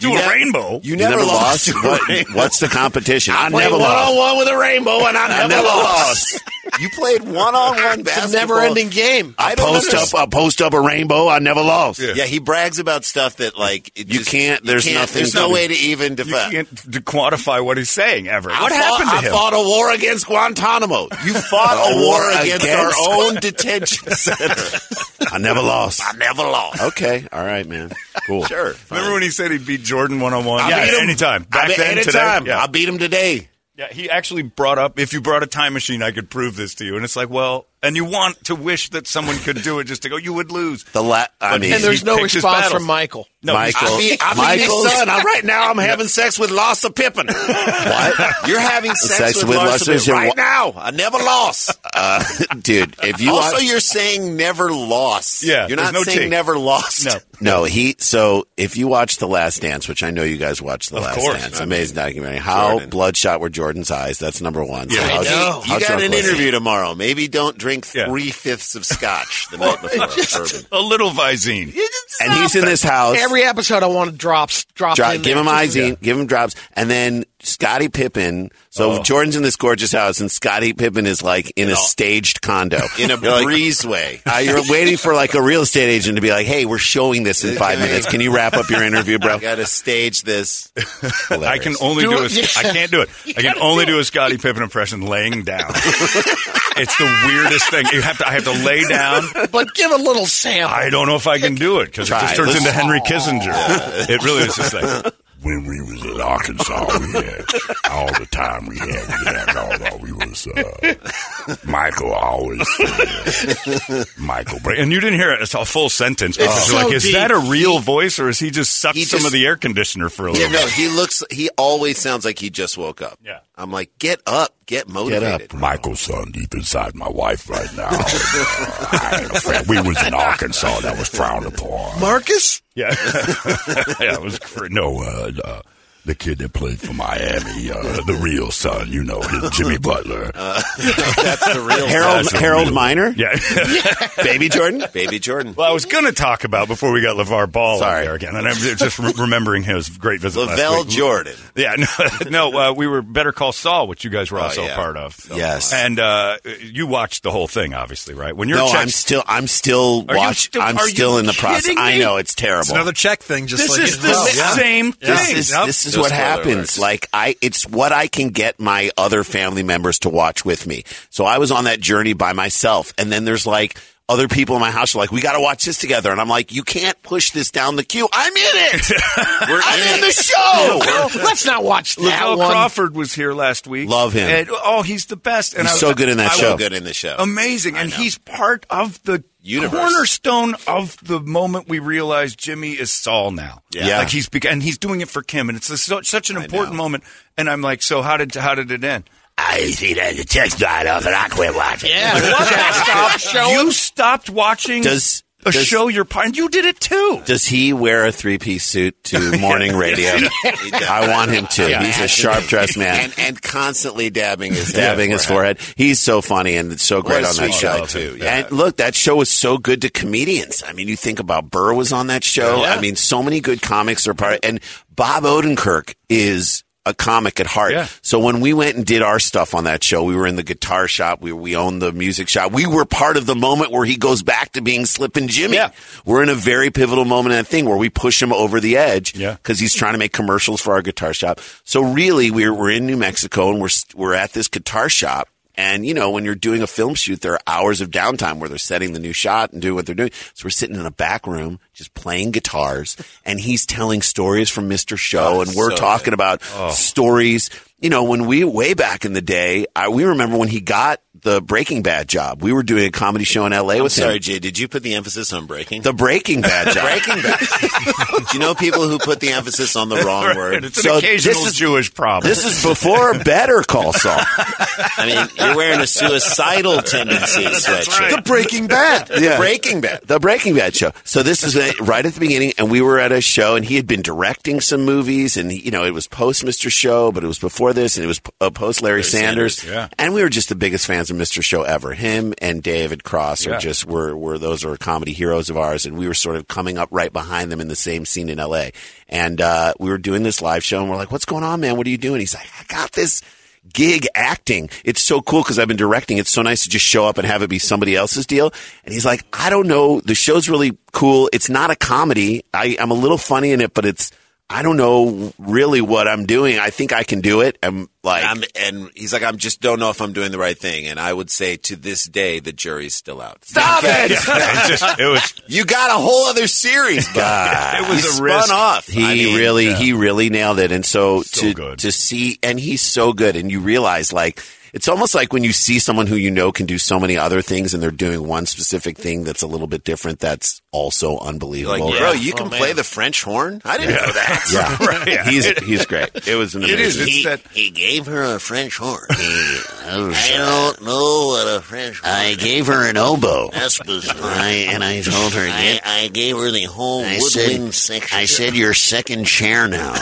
[SPEAKER 1] Do a rainbow.
[SPEAKER 12] You never, lost. to a
[SPEAKER 13] What-
[SPEAKER 12] rainbow.
[SPEAKER 13] what's the competition? I
[SPEAKER 12] played
[SPEAKER 13] never lost.
[SPEAKER 12] one-on-one with a rainbow, and I
[SPEAKER 13] never lost.
[SPEAKER 12] you played one-on-one basketball.
[SPEAKER 3] never-ending game.
[SPEAKER 12] I don't
[SPEAKER 13] Post up,
[SPEAKER 12] understand.
[SPEAKER 13] I post up a rainbow. I never lost.
[SPEAKER 12] Yeah. he brags about stuff that like it
[SPEAKER 13] You
[SPEAKER 12] just-
[SPEAKER 13] can't- there's nothing
[SPEAKER 12] There's no
[SPEAKER 13] to-
[SPEAKER 12] way to even defend.
[SPEAKER 1] You can't d- quantify what he's saying ever.
[SPEAKER 12] I
[SPEAKER 1] what
[SPEAKER 12] fought-
[SPEAKER 1] happened to him?
[SPEAKER 12] I fought a war against Guantanamo. You
[SPEAKER 13] Oh, Uh,
[SPEAKER 12] fought a war against, our own detention center.
[SPEAKER 13] I never lost.
[SPEAKER 12] I never lost.
[SPEAKER 13] Okay, all right, man. Cool.
[SPEAKER 12] Sure.
[SPEAKER 1] Remember when he said he'd beat Jordan one on one?
[SPEAKER 13] I beat him.
[SPEAKER 1] anytime. Back
[SPEAKER 13] I beat-
[SPEAKER 1] then,
[SPEAKER 13] anytime.
[SPEAKER 1] today. Yeah.
[SPEAKER 13] I beat him today.
[SPEAKER 1] Yeah, he actually brought up if you brought a time machine, I could prove this to you. And it's like, well, and you want to wish that someone could do it just to go, you would lose.
[SPEAKER 13] The la- I
[SPEAKER 1] But
[SPEAKER 13] mean,
[SPEAKER 1] he-
[SPEAKER 3] And there's
[SPEAKER 1] he
[SPEAKER 3] no
[SPEAKER 1] picked his
[SPEAKER 3] response
[SPEAKER 1] battles.
[SPEAKER 3] from Michael.
[SPEAKER 1] No,
[SPEAKER 13] Michael.
[SPEAKER 12] I be, I be
[SPEAKER 13] Michael's-
[SPEAKER 12] his son. I'm, right now, I'm having sex with Lassa Pippen. What? You're having sex,
[SPEAKER 13] Sex
[SPEAKER 12] with,
[SPEAKER 13] with
[SPEAKER 12] Larsa
[SPEAKER 13] Larsa is
[SPEAKER 12] Pippen
[SPEAKER 13] your
[SPEAKER 12] right
[SPEAKER 13] wa-
[SPEAKER 12] now. I never lost.
[SPEAKER 13] uh, dude, if you
[SPEAKER 12] also,
[SPEAKER 13] watch-
[SPEAKER 12] you're saying never lost.
[SPEAKER 1] Yeah,
[SPEAKER 12] you're
[SPEAKER 1] there's
[SPEAKER 12] not
[SPEAKER 1] no
[SPEAKER 12] saying
[SPEAKER 1] T.
[SPEAKER 12] never lost.
[SPEAKER 1] No.
[SPEAKER 13] No, he. So if you watch The Last Dance, which I know you guys watched The
[SPEAKER 1] Of
[SPEAKER 13] Last
[SPEAKER 1] course.
[SPEAKER 13] Dance, amazing documentary. How
[SPEAKER 12] Jordan.
[SPEAKER 13] bloodshot were Jordan's eyes? That's number one.
[SPEAKER 12] Yeah,
[SPEAKER 13] how,
[SPEAKER 12] I know. You got an interview tomorrow. Maybe don't drink
[SPEAKER 1] Yeah.
[SPEAKER 12] three fifths of scotch the night before. bourbon.
[SPEAKER 1] A little Visine.
[SPEAKER 13] and he's in this house.
[SPEAKER 3] Every episode I want to drops drops
[SPEAKER 13] Dro-
[SPEAKER 3] in
[SPEAKER 13] give
[SPEAKER 3] there.
[SPEAKER 13] him eyes, give him drops, and then Scottie Pippen. So
[SPEAKER 12] Oh.
[SPEAKER 13] Jordan's in this gorgeous house, and Scottie Pippen is like in a staged condo,
[SPEAKER 12] in a
[SPEAKER 13] You're like,
[SPEAKER 12] breezeway.
[SPEAKER 13] Uh, you're waiting for like a real estate agent to be like, "Hey, we're showing this in five
[SPEAKER 12] Okay.
[SPEAKER 13] minutes. Can you wrap up your interview, bro?"
[SPEAKER 12] I got to stage this.
[SPEAKER 1] I can only do,
[SPEAKER 3] Do
[SPEAKER 1] a,
[SPEAKER 3] it- yeah.
[SPEAKER 1] I can't do it. I can only do a Scottie Pippen impression laying down. it's the weirdest thing. You have to. I have to lay down.
[SPEAKER 3] But give a little sample.
[SPEAKER 1] I don't know if I can do it because it
[SPEAKER 13] Try.
[SPEAKER 1] just turns
[SPEAKER 13] Let's-
[SPEAKER 1] into Henry Kissinger. It really is just like
[SPEAKER 7] when we was in Arkansas, we had all the time we had. We had all that. We was uh, Michael always said, Michael.
[SPEAKER 1] break. And you didn't hear it. It's a full sentence.
[SPEAKER 3] It's
[SPEAKER 1] because you're
[SPEAKER 3] so
[SPEAKER 1] like, is
[SPEAKER 3] deep.
[SPEAKER 1] that a real voice or is he just sucked
[SPEAKER 12] He
[SPEAKER 1] some
[SPEAKER 12] just-
[SPEAKER 1] of the air conditioner for a
[SPEAKER 12] Yeah,
[SPEAKER 1] little?
[SPEAKER 12] no,
[SPEAKER 1] bit?
[SPEAKER 12] he looks. He always sounds like he just woke up.
[SPEAKER 1] Yeah.
[SPEAKER 12] I'm like, get up, get motivated.
[SPEAKER 7] Michael's son deep inside my wife right now. And, uh, I ain't a fan. We was in Arkansas. That was frowned upon.
[SPEAKER 3] Marcus?
[SPEAKER 1] Yeah, yeah. It was cr- no.
[SPEAKER 7] No, uh, uh, the kid that played for Miami, uh, the real son, you know, his Jimmy Butler.
[SPEAKER 12] That's the real
[SPEAKER 13] Harold
[SPEAKER 7] That's a
[SPEAKER 13] Harold
[SPEAKER 7] real-
[SPEAKER 13] Miner,
[SPEAKER 1] Yeah.
[SPEAKER 13] baby Jordan.
[SPEAKER 12] baby Jordan.
[SPEAKER 1] Well, I was going to talk about before we got LeVar Ball
[SPEAKER 13] Sorry.
[SPEAKER 1] in there again, and I'm just re- remembering his great visit. last
[SPEAKER 12] Lavelle
[SPEAKER 1] week.
[SPEAKER 12] Jordan.
[SPEAKER 1] Yeah, no, no uh, we were Better Call Saul, which you guys were also
[SPEAKER 12] yeah.
[SPEAKER 1] a part of.
[SPEAKER 13] Yes.
[SPEAKER 1] and uh, you watched the whole thing, obviously, right? When you're
[SPEAKER 13] no,
[SPEAKER 1] check-
[SPEAKER 13] I'm still, I'm still
[SPEAKER 1] Are you
[SPEAKER 13] watch,
[SPEAKER 1] still-
[SPEAKER 13] I'm
[SPEAKER 1] are
[SPEAKER 13] still
[SPEAKER 1] you
[SPEAKER 13] in the process.
[SPEAKER 1] kidding
[SPEAKER 13] I
[SPEAKER 1] me?
[SPEAKER 13] know it's terrible.
[SPEAKER 4] It's another check thing, just
[SPEAKER 1] this
[SPEAKER 4] like
[SPEAKER 1] is
[SPEAKER 4] it-
[SPEAKER 1] the
[SPEAKER 4] Well, yeah.
[SPEAKER 1] same
[SPEAKER 13] This
[SPEAKER 1] thing.
[SPEAKER 13] is
[SPEAKER 1] Yep.
[SPEAKER 13] this is
[SPEAKER 12] No
[SPEAKER 13] what
[SPEAKER 12] spoiler
[SPEAKER 13] happens.
[SPEAKER 12] alerts.
[SPEAKER 13] Like I, it's what I can get my other family members to watch with me. So I was on that journey by myself, and then there's like other people in my house are like, "We got to watch this together," and I'm like, "You can't push this down the queue. I'm in it.
[SPEAKER 12] We're
[SPEAKER 13] I'm in the show."
[SPEAKER 3] Oh, well, let's not watch that
[SPEAKER 1] Lavelle
[SPEAKER 3] one.
[SPEAKER 1] Crawford was here last week.
[SPEAKER 13] Love him.
[SPEAKER 1] And, oh, he's the best. And
[SPEAKER 13] He's
[SPEAKER 1] I,
[SPEAKER 13] so good in that
[SPEAKER 1] I-
[SPEAKER 13] show.
[SPEAKER 12] so good in the show.
[SPEAKER 1] amazing, and
[SPEAKER 12] know.
[SPEAKER 1] he's part of the
[SPEAKER 12] Universe.
[SPEAKER 1] cornerstone of the moment we realize Jimmy is Saul now.
[SPEAKER 12] Yeah. Yeah.
[SPEAKER 1] like he's bec- and he's doing it for Kim, and it's a, so, such an important moment. And I'm like, so how did how did it end?
[SPEAKER 7] I see that the check dried off and I quit watching.
[SPEAKER 3] Yeah.
[SPEAKER 1] Stop showing. You stopped watching.
[SPEAKER 13] Does Does-
[SPEAKER 9] show your part. You did it too.
[SPEAKER 13] Does he wear a three piece suit to morning radio? I want him to.
[SPEAKER 12] Yeah.
[SPEAKER 13] He's a sharp dressed man.
[SPEAKER 12] and and constantly dabbing his
[SPEAKER 13] Dabbing his forehead. He's so funny and so great
[SPEAKER 12] What a
[SPEAKER 13] on that
[SPEAKER 12] sweet
[SPEAKER 13] show.
[SPEAKER 12] guy, too.
[SPEAKER 13] And look, that show was so good to comedians. I mean, you think about Burr was on that show. I mean, so many good comics are part. And Bob Odenkirk is a comic at heart. So when we went and did our stuff on that show, we were in the guitar shop. We we owned the music shop. We were part of the moment where he goes back to being Slippin' Jimmy. We're in a very pivotal moment in that thing where we push him over the edge
[SPEAKER 1] Yeah.
[SPEAKER 13] because he's trying to make commercials for our guitar shop. So really, we're we're in New Mexico and we're st- we're at this guitar shop. And you know, when you're doing a film shoot, there are hours of downtime where they're setting the new shot and doing what they're doing. So we're sitting in a back room, just playing guitars, and he's telling stories from Mr. Show, and we're
[SPEAKER 12] Oh, so Oh.
[SPEAKER 13] talking about stories. You know, when we way back in the day, I, we remember when he got the Breaking Bad job. We were doing a comedy show in L.A.
[SPEAKER 12] I'm
[SPEAKER 13] with
[SPEAKER 12] sorry,
[SPEAKER 13] him.
[SPEAKER 12] Jay. Did you put the emphasis on breaking?
[SPEAKER 13] The Breaking Bad job.
[SPEAKER 12] Breaking Bad. Do you know people who put the emphasis on the wrong
[SPEAKER 13] Right.
[SPEAKER 12] word?
[SPEAKER 13] It's an So occasional this is-
[SPEAKER 1] Jewish problem.
[SPEAKER 13] This is before Better Call Saul. I
[SPEAKER 12] mean, you're wearing a suicidal tendency sweatshirt.
[SPEAKER 13] The Breaking Bad.
[SPEAKER 12] The Breaking Bad.
[SPEAKER 13] The Breaking Bad show. So this is a, right at the beginning, and we were at a show, and he had been directing some movies, and you know it was post Mr. Show, but it was before this, and it was uh, post Larry, Sanders.
[SPEAKER 1] Sanders, yeah.
[SPEAKER 13] And we were just the biggest fans of Mr. Show ever. Him and David Cross
[SPEAKER 1] Yeah.
[SPEAKER 13] are just were were those are comedy heroes of ours, and we were sort of coming up right behind them in the same scene in L.A. And uh, we were doing this live show, and we're like, "What's going on, man? What are you doing?" He's like, "I got this." gig acting. It's so cool because I've been directing. It's so nice to just show up and have it be somebody else's deal. And he's like, I don't know. The show's really cool. It's not a comedy. I, I'm a little funny in it, but it's, I don't know really what I'm doing. I think I can do it. I'm like,
[SPEAKER 12] I'm, and he's like, I'm just don't know if I'm doing the right thing. And I would say to this day, the jury's still out.
[SPEAKER 13] Stop it!
[SPEAKER 1] Yeah, it's just- it was-
[SPEAKER 12] you got a whole other series. God,
[SPEAKER 13] It was
[SPEAKER 12] you
[SPEAKER 13] a
[SPEAKER 12] spun
[SPEAKER 13] risk.
[SPEAKER 12] off.
[SPEAKER 13] He
[SPEAKER 12] I mean,
[SPEAKER 13] really,
[SPEAKER 12] yeah.
[SPEAKER 13] he really nailed it. And so, to to see, and he's so good. And you realize, like, it's almost like when you see someone who you know can do so many other things, and they're doing one specific thing that's a little bit different. That's also unbelievable.
[SPEAKER 12] Like, Oh, bro, you can play the French horn. I didn't know that.
[SPEAKER 13] Yeah,
[SPEAKER 12] Right.
[SPEAKER 13] he's he's great. It was an amazing.
[SPEAKER 12] He, he gave her a French horn. I don't know what a French horn
[SPEAKER 13] I gave her an oboe.
[SPEAKER 12] That's bizarre.
[SPEAKER 13] I, and I told her,
[SPEAKER 12] I,
[SPEAKER 13] "Get-
[SPEAKER 12] I gave her the whole
[SPEAKER 13] I
[SPEAKER 12] woodwind
[SPEAKER 13] said,
[SPEAKER 12] section.
[SPEAKER 13] I said, your second chair now.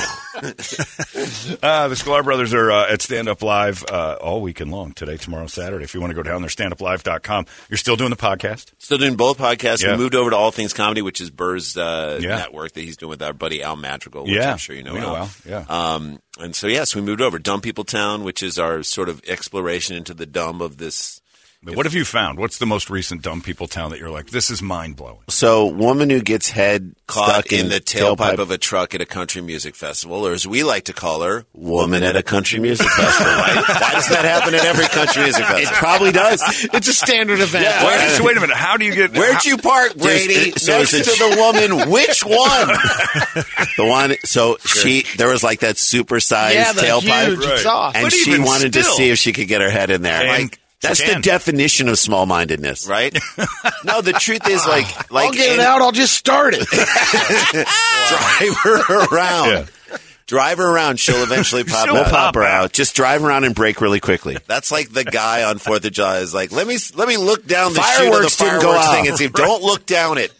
[SPEAKER 1] Uh, the Sklar Brothers are uh, at Stand Up Live uh, all weekend long, today, tomorrow, Saturday. If you want to go down there, standuplive.com. You're still doing the podcast?
[SPEAKER 12] Still doing both podcasts.
[SPEAKER 1] Yeah.
[SPEAKER 12] We moved over to All Things Comedy, which is Burr's uh,
[SPEAKER 1] Yeah.
[SPEAKER 12] network that he's doing with our buddy Al Madrigal, which
[SPEAKER 1] Yeah.
[SPEAKER 12] I'm sure you know.
[SPEAKER 1] We know
[SPEAKER 12] Al.
[SPEAKER 1] Al, yeah.
[SPEAKER 13] Uh,
[SPEAKER 12] Um, and so, yes, we moved over. Dumb People Town, which is our sort of exploration into the dumb of this.
[SPEAKER 1] What have you found? What's the most recent dumb people town that you're like, this is mind blowing?
[SPEAKER 13] So, woman who gets head
[SPEAKER 12] Caught
[SPEAKER 13] stuck
[SPEAKER 12] in, the tailpipe, of a truck at a country music festival, or as we like to call her,
[SPEAKER 13] woman at a country music festival.
[SPEAKER 12] Why does that happen at every country music
[SPEAKER 13] It
[SPEAKER 12] festival?
[SPEAKER 13] probably does.
[SPEAKER 3] It's a standard event.
[SPEAKER 12] Yeah.
[SPEAKER 1] Where did you- wait a minute. How do you get?
[SPEAKER 12] Where'd you park,
[SPEAKER 13] There's-
[SPEAKER 12] Brady?
[SPEAKER 13] it- so
[SPEAKER 12] Next to
[SPEAKER 13] it's a-
[SPEAKER 12] the woman. Which one?
[SPEAKER 13] The one, so she, there was like that supersized
[SPEAKER 12] Yeah, the
[SPEAKER 13] tailpipe,
[SPEAKER 12] huge Right. exhaust.
[SPEAKER 13] and
[SPEAKER 12] But
[SPEAKER 13] she
[SPEAKER 12] even
[SPEAKER 13] wanted to
[SPEAKER 12] still.
[SPEAKER 13] see if she could get her head in there.
[SPEAKER 12] And
[SPEAKER 13] Like, that's
[SPEAKER 12] she
[SPEAKER 13] the
[SPEAKER 12] can.
[SPEAKER 13] definition of small-mindedness,
[SPEAKER 12] right? No, the truth is like like
[SPEAKER 3] I'll get it
[SPEAKER 12] any-
[SPEAKER 3] out. I'll just start it.
[SPEAKER 12] drive her around. Drive her around. She'll eventually pop
[SPEAKER 13] We'll
[SPEAKER 12] out.
[SPEAKER 13] pop her out. Just drive around and break really quickly.
[SPEAKER 12] That's like the guy on Fourth of July is like, let me let me look down the
[SPEAKER 13] Fireworks
[SPEAKER 12] chute of
[SPEAKER 13] didn't
[SPEAKER 12] the
[SPEAKER 13] go
[SPEAKER 12] fireworks
[SPEAKER 13] off.
[SPEAKER 12] thing and see. Don't look down it.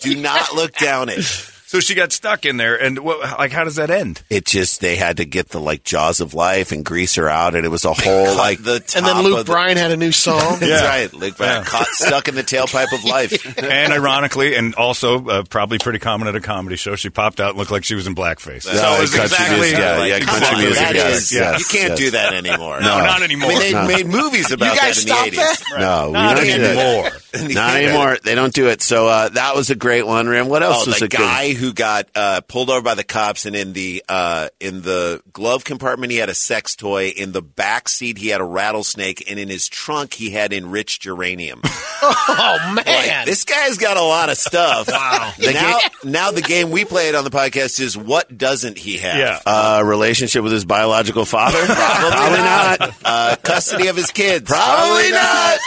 [SPEAKER 12] Do not look down it.
[SPEAKER 1] So she got stuck in there, and what, like, how does that end?
[SPEAKER 13] It just they had to get the like jaws of life and grease her out, and it was a whole
[SPEAKER 12] Cut
[SPEAKER 13] like
[SPEAKER 12] the
[SPEAKER 3] and then
[SPEAKER 12] top
[SPEAKER 3] Luke
[SPEAKER 12] of the-
[SPEAKER 3] Bryan had a new song.
[SPEAKER 12] That's
[SPEAKER 1] Yeah.
[SPEAKER 12] right. Luke
[SPEAKER 1] Yeah.
[SPEAKER 12] Bryan caught stuck in the tailpipe of life.
[SPEAKER 1] and ironically, and also uh, probably pretty common at a comedy show, she popped out and looked like she was in blackface.
[SPEAKER 12] Yeah,
[SPEAKER 1] so it was
[SPEAKER 13] country
[SPEAKER 1] exactly
[SPEAKER 13] music, yeah, yeah,
[SPEAKER 1] Come
[SPEAKER 13] country
[SPEAKER 1] on,
[SPEAKER 13] music,
[SPEAKER 1] that
[SPEAKER 13] yes,
[SPEAKER 1] is-
[SPEAKER 13] yes,
[SPEAKER 12] you can't
[SPEAKER 13] yes.
[SPEAKER 12] do that anymore.
[SPEAKER 13] No. No, not
[SPEAKER 1] anymore.
[SPEAKER 12] I mean, they
[SPEAKER 13] No.
[SPEAKER 12] made movies about
[SPEAKER 13] guys
[SPEAKER 12] that in the 80s.
[SPEAKER 13] No, we
[SPEAKER 12] Not
[SPEAKER 13] don't do that.
[SPEAKER 12] anymore.
[SPEAKER 13] Not anymore. They don't do it. So uh, that was a great one, Ram. What else
[SPEAKER 12] oh,
[SPEAKER 13] was
[SPEAKER 12] the
[SPEAKER 13] a good-
[SPEAKER 12] guy who got uh, pulled over by the cops, and in the uh, in the glove compartment, he had a sex toy. In the back seat, he had a rattlesnake, and in his trunk, he had enriched uranium.
[SPEAKER 3] Oh man,
[SPEAKER 12] Like, this guy's got a lot of stuff.
[SPEAKER 3] Wow.
[SPEAKER 12] The now, now the game we played on the podcast is what doesn't he have?
[SPEAKER 13] Uh, relationship with his biological father?
[SPEAKER 12] Probably,
[SPEAKER 13] not.
[SPEAKER 12] Uh, custody of his kids.
[SPEAKER 13] Probably
[SPEAKER 12] not.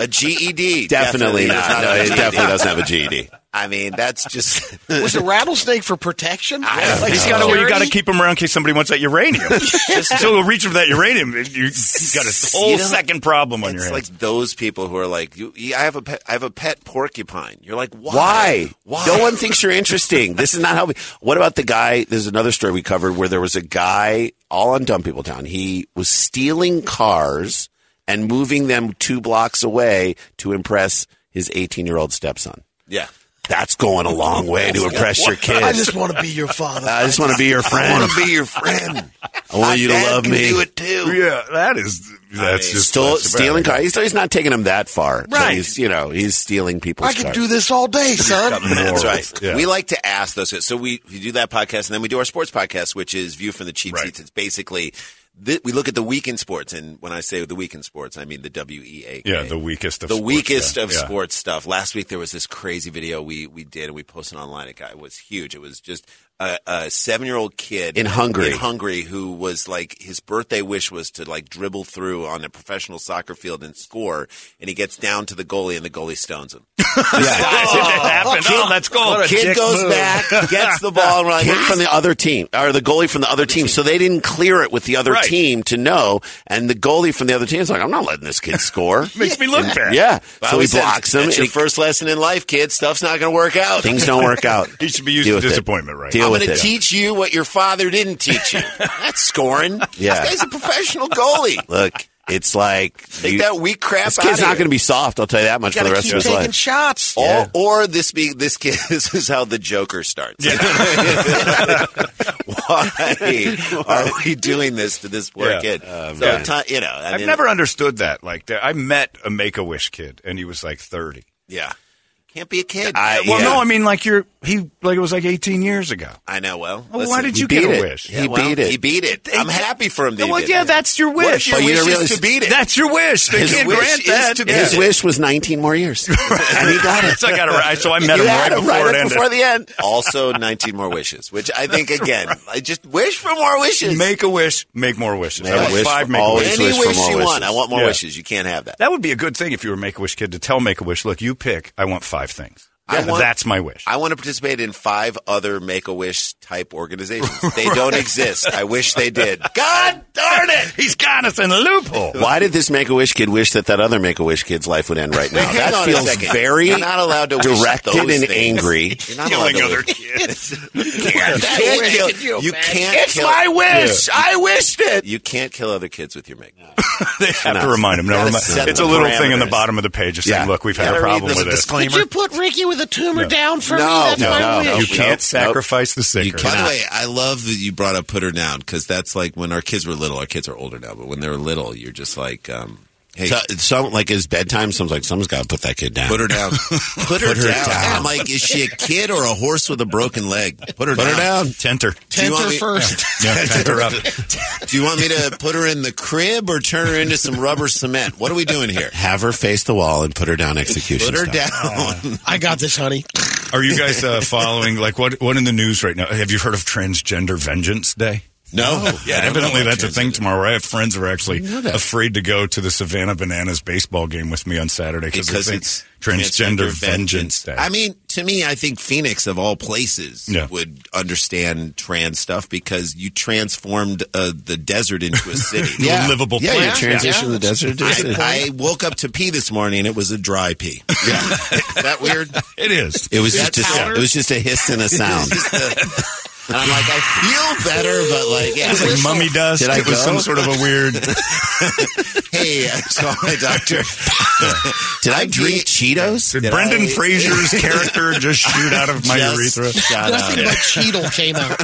[SPEAKER 12] A GED.
[SPEAKER 13] Definitely,
[SPEAKER 12] does
[SPEAKER 13] not.
[SPEAKER 12] not
[SPEAKER 13] No,
[SPEAKER 12] have a
[SPEAKER 13] he
[SPEAKER 12] GED. E
[SPEAKER 13] definitely doesn't have a GED. E I mean, that's just.
[SPEAKER 3] Was a rattlesnake for protection?
[SPEAKER 13] I
[SPEAKER 3] Like
[SPEAKER 14] He's got to you got to
[SPEAKER 3] security?
[SPEAKER 14] keep him around in case somebody wants that uranium. Just so he'll reach for that uranium. and You you've got a whole
[SPEAKER 13] You know,
[SPEAKER 14] second problem on
[SPEAKER 13] it's
[SPEAKER 14] your hands.
[SPEAKER 13] like those people who are like, you, you- I have a pet, I have a pet porcupine. You're like, why?
[SPEAKER 12] Why? No one thinks you're interesting. This is not how. We, what about the guy? There's another story we covered where there was a guy all on Dumb People Town. He was stealing cars and moving them two blocks away to impress his 18 year old stepson.
[SPEAKER 13] Yeah.
[SPEAKER 12] That's going a long way to impress your kid.
[SPEAKER 3] I just want to be your father.
[SPEAKER 12] I just want to be your friend.
[SPEAKER 13] I want to be your friend.
[SPEAKER 12] I want you to
[SPEAKER 13] Dad
[SPEAKER 12] love
[SPEAKER 13] can
[SPEAKER 12] me.
[SPEAKER 13] do it too.
[SPEAKER 14] Yeah, that is
[SPEAKER 12] That's just still stealing cars. He's, he's not taking them that far. but
[SPEAKER 13] Right.
[SPEAKER 12] He's, you know, he's stealing people's
[SPEAKER 3] I could
[SPEAKER 12] cars.
[SPEAKER 3] do this all day, son.
[SPEAKER 13] That's right. We like to ask those. So we, we do that podcast, and then we do our sports podcast, which is View from the Cheap Seats. It's basically th- we look at the week in sports, and when I say the week in sports, I mean the W E A. K.
[SPEAKER 1] Yeah, the weakest of
[SPEAKER 13] the
[SPEAKER 1] sports
[SPEAKER 13] weakest
[SPEAKER 1] stuff.
[SPEAKER 13] of
[SPEAKER 1] Yeah.
[SPEAKER 13] sports stuff. Last week there was this crazy video we we did, and we posted online. It got, it was huge. It was just a, a seven year old kid
[SPEAKER 12] In Hungary.
[SPEAKER 13] in Hungary, who was like his birthday wish was to like dribble through on a professional soccer field and score, and he gets down to the goalie, and the goalie stones him.
[SPEAKER 14] happened. Oh, that's cool. What a
[SPEAKER 12] Kid
[SPEAKER 14] dick
[SPEAKER 12] goes
[SPEAKER 14] move.
[SPEAKER 12] back, gets the ball, and we're like,
[SPEAKER 14] Kid
[SPEAKER 12] "Look from the other team, or the goalie from the other team. So they didn't clear it with the other
[SPEAKER 14] Right.
[SPEAKER 12] team to know. And the goalie from the other team is like, I'm not letting this kid score.
[SPEAKER 14] Makes me look bad.
[SPEAKER 12] Yeah.
[SPEAKER 13] Well,
[SPEAKER 12] so
[SPEAKER 13] we
[SPEAKER 12] he
[SPEAKER 13] said,
[SPEAKER 12] blocks him.
[SPEAKER 13] "That's your
[SPEAKER 12] and he-
[SPEAKER 13] first lesson in life, kid. Stuff's not going to work out.
[SPEAKER 12] Things don't work out.
[SPEAKER 1] He should be used
[SPEAKER 12] Deal
[SPEAKER 1] to
[SPEAKER 12] with it.
[SPEAKER 1] disappointment, right?
[SPEAKER 12] Deal
[SPEAKER 13] I'm
[SPEAKER 12] with
[SPEAKER 13] going
[SPEAKER 12] it.
[SPEAKER 13] to teach you what your father didn't teach you. That's scoring.
[SPEAKER 12] Yeah.
[SPEAKER 13] This guy's a professional goalie.
[SPEAKER 12] Look, it's like
[SPEAKER 13] Take that weak crap
[SPEAKER 12] This
[SPEAKER 13] out
[SPEAKER 12] kid's
[SPEAKER 13] of
[SPEAKER 12] not
[SPEAKER 13] here.
[SPEAKER 12] going to be soft. I'll tell you that much for
[SPEAKER 3] Gotta
[SPEAKER 12] the rest
[SPEAKER 3] keep
[SPEAKER 12] of his
[SPEAKER 3] taking
[SPEAKER 12] life.
[SPEAKER 3] shots.
[SPEAKER 13] Or, or this be this kid. This is how the Joker starts. Why are we doing this to this poor
[SPEAKER 1] Yeah.
[SPEAKER 13] kid?
[SPEAKER 1] Oh,
[SPEAKER 13] so
[SPEAKER 1] man.
[SPEAKER 13] ti- you know, I
[SPEAKER 1] I've
[SPEAKER 13] mean,
[SPEAKER 1] never understood that. Like, there- I met a Make a Wish kid, and he was like thirty.
[SPEAKER 13] Yeah, can't be a kid.
[SPEAKER 1] well, no, I mean, like you're he like it was like eighteen years ago.
[SPEAKER 13] I know. Well,
[SPEAKER 1] Well,
[SPEAKER 13] listen,
[SPEAKER 1] why did
[SPEAKER 13] he
[SPEAKER 1] you
[SPEAKER 13] beat
[SPEAKER 1] get a
[SPEAKER 13] it.
[SPEAKER 1] wish?
[SPEAKER 13] Yeah, well, He beat it. I'm happy for him. That he
[SPEAKER 1] Well,
[SPEAKER 13] did
[SPEAKER 1] yeah,
[SPEAKER 13] it.
[SPEAKER 1] that's your
[SPEAKER 13] What if
[SPEAKER 1] wish.
[SPEAKER 12] Oh,
[SPEAKER 1] But you
[SPEAKER 13] your wish
[SPEAKER 1] don't
[SPEAKER 13] is
[SPEAKER 1] realize-
[SPEAKER 13] to beat it?
[SPEAKER 1] That's your wish. They
[SPEAKER 13] His
[SPEAKER 1] can't
[SPEAKER 13] wish
[SPEAKER 1] grant
[SPEAKER 13] is
[SPEAKER 1] that.
[SPEAKER 13] to beat
[SPEAKER 1] Yeah.
[SPEAKER 12] His wish was 19 more years. And he got it.
[SPEAKER 1] So I got it right. So I met
[SPEAKER 12] You
[SPEAKER 1] him
[SPEAKER 12] had
[SPEAKER 1] right
[SPEAKER 12] him
[SPEAKER 1] before it
[SPEAKER 12] up
[SPEAKER 1] ended.
[SPEAKER 12] before the end.
[SPEAKER 13] also 19 more wishes, which I think again, I just wish for more wishes.
[SPEAKER 1] Make a wish, make more wishes.
[SPEAKER 13] Make
[SPEAKER 1] I
[SPEAKER 13] a
[SPEAKER 1] want
[SPEAKER 13] wish
[SPEAKER 1] five
[SPEAKER 13] for-
[SPEAKER 1] make a
[SPEAKER 13] always
[SPEAKER 1] wishes.
[SPEAKER 13] Any wish for wish more you wishes. want. I want more wishes. You can't have that.
[SPEAKER 1] That would be a good thing if you were a Make a Wish kid to tell Make a Wish, look, you pick. I want five things.
[SPEAKER 13] I want-
[SPEAKER 1] That's my wish.
[SPEAKER 13] I want to participate in five other Make a Wish type organizations. They don't exist. I wish they did. God darn it!
[SPEAKER 1] He's got us in a loophole.
[SPEAKER 12] Why did this Make a Wish kid wish that that other Make a Wish kid's life would end right now?
[SPEAKER 13] Hang
[SPEAKER 12] that
[SPEAKER 13] on a
[SPEAKER 12] feels
[SPEAKER 13] second.
[SPEAKER 12] very
[SPEAKER 13] You're not allowed to wish
[SPEAKER 12] directed
[SPEAKER 13] those
[SPEAKER 12] and
[SPEAKER 13] things.
[SPEAKER 12] angry.
[SPEAKER 13] You're not allowed to wish.
[SPEAKER 14] kids.
[SPEAKER 13] You can't kill. You, can't.
[SPEAKER 14] It's
[SPEAKER 13] kill-
[SPEAKER 14] my wish. I wished it.
[SPEAKER 13] You can't kill other kids with your make.
[SPEAKER 1] they have
[SPEAKER 13] No.
[SPEAKER 1] to remind him. No,
[SPEAKER 13] Gotta
[SPEAKER 1] remi-
[SPEAKER 13] set
[SPEAKER 1] it's a
[SPEAKER 13] the
[SPEAKER 1] little thing in the
[SPEAKER 13] parameters.
[SPEAKER 1] bottom of the page of saying,
[SPEAKER 13] Yeah.
[SPEAKER 1] look, we've had
[SPEAKER 13] Gotta
[SPEAKER 1] a
[SPEAKER 13] read
[SPEAKER 1] problem
[SPEAKER 13] this
[SPEAKER 1] with this.
[SPEAKER 3] Did you put Ricky with a tumor down for me?
[SPEAKER 13] No,
[SPEAKER 3] That's
[SPEAKER 13] no,
[SPEAKER 3] my
[SPEAKER 13] no,
[SPEAKER 3] wish.
[SPEAKER 13] no.
[SPEAKER 1] You
[SPEAKER 13] Nope,
[SPEAKER 1] can't
[SPEAKER 13] nope.
[SPEAKER 1] sacrifice the sicker.
[SPEAKER 13] By the way, I love that you brought up put her down because that's like when our kids were little. Our kids are older now, but when they were little, you're just like, um, hey,
[SPEAKER 12] So, some like his bedtime. Some's like, someone's got to put that kid down.
[SPEAKER 13] put her down, put her, down. I'm like, is she a kid or a horse with a broken leg? Put her
[SPEAKER 12] Put
[SPEAKER 13] down.
[SPEAKER 12] her down.
[SPEAKER 1] Tent her.
[SPEAKER 13] Do you
[SPEAKER 3] Tent
[SPEAKER 13] want
[SPEAKER 3] her
[SPEAKER 13] me-
[SPEAKER 3] first.
[SPEAKER 1] Yeah, tent her up.
[SPEAKER 13] Do you want me to put her in the crib or turn her into some rubber cement? What are we doing here?
[SPEAKER 12] Have her face the wall and put her down. Execution.
[SPEAKER 13] Put her
[SPEAKER 12] style.
[SPEAKER 13] down.
[SPEAKER 3] I got this, honey.
[SPEAKER 1] Are you guys uh, following, like, what, what in the news right now? Have you heard of Transgender Vengeance Day? Oh,
[SPEAKER 13] No.
[SPEAKER 1] Yeah, evidently that's a thing tomorrow. I have friends who are actually afraid to go to the Savannah Bananas baseball game with me on Saturday because they
[SPEAKER 13] Because
[SPEAKER 1] think
[SPEAKER 13] it's
[SPEAKER 1] transgender,
[SPEAKER 13] Transgender
[SPEAKER 1] vengeance day.
[SPEAKER 13] I mean, to me, I think Phoenix of all places
[SPEAKER 1] Yeah.
[SPEAKER 13] would understand trans stuff because you transformed uh, the desert into a city.
[SPEAKER 1] Yeah. livable
[SPEAKER 12] Yeah,
[SPEAKER 1] place.
[SPEAKER 12] you transition
[SPEAKER 3] Yeah.
[SPEAKER 12] the desert. to city.
[SPEAKER 13] I, I woke up to pee this morning. and It was a dry pee. Yeah, Is that weird.
[SPEAKER 1] it is.
[SPEAKER 12] it was
[SPEAKER 13] Is
[SPEAKER 12] just
[SPEAKER 13] that
[SPEAKER 12] a,
[SPEAKER 13] powder?
[SPEAKER 12] it was just a hiss and a sound.
[SPEAKER 13] And I'm like, I feel better, but like, yeah,
[SPEAKER 1] It was like mummy dust.
[SPEAKER 12] Did I
[SPEAKER 1] it was
[SPEAKER 12] go?
[SPEAKER 1] some sort of a weird.
[SPEAKER 13] hey, I saw my doctor.
[SPEAKER 12] Did I drink Cheetos?
[SPEAKER 1] Did Brendan Fraser's character just shoot out of my
[SPEAKER 13] Just
[SPEAKER 1] urethra?
[SPEAKER 13] Shut up.
[SPEAKER 3] Nothing but Cheetle came out.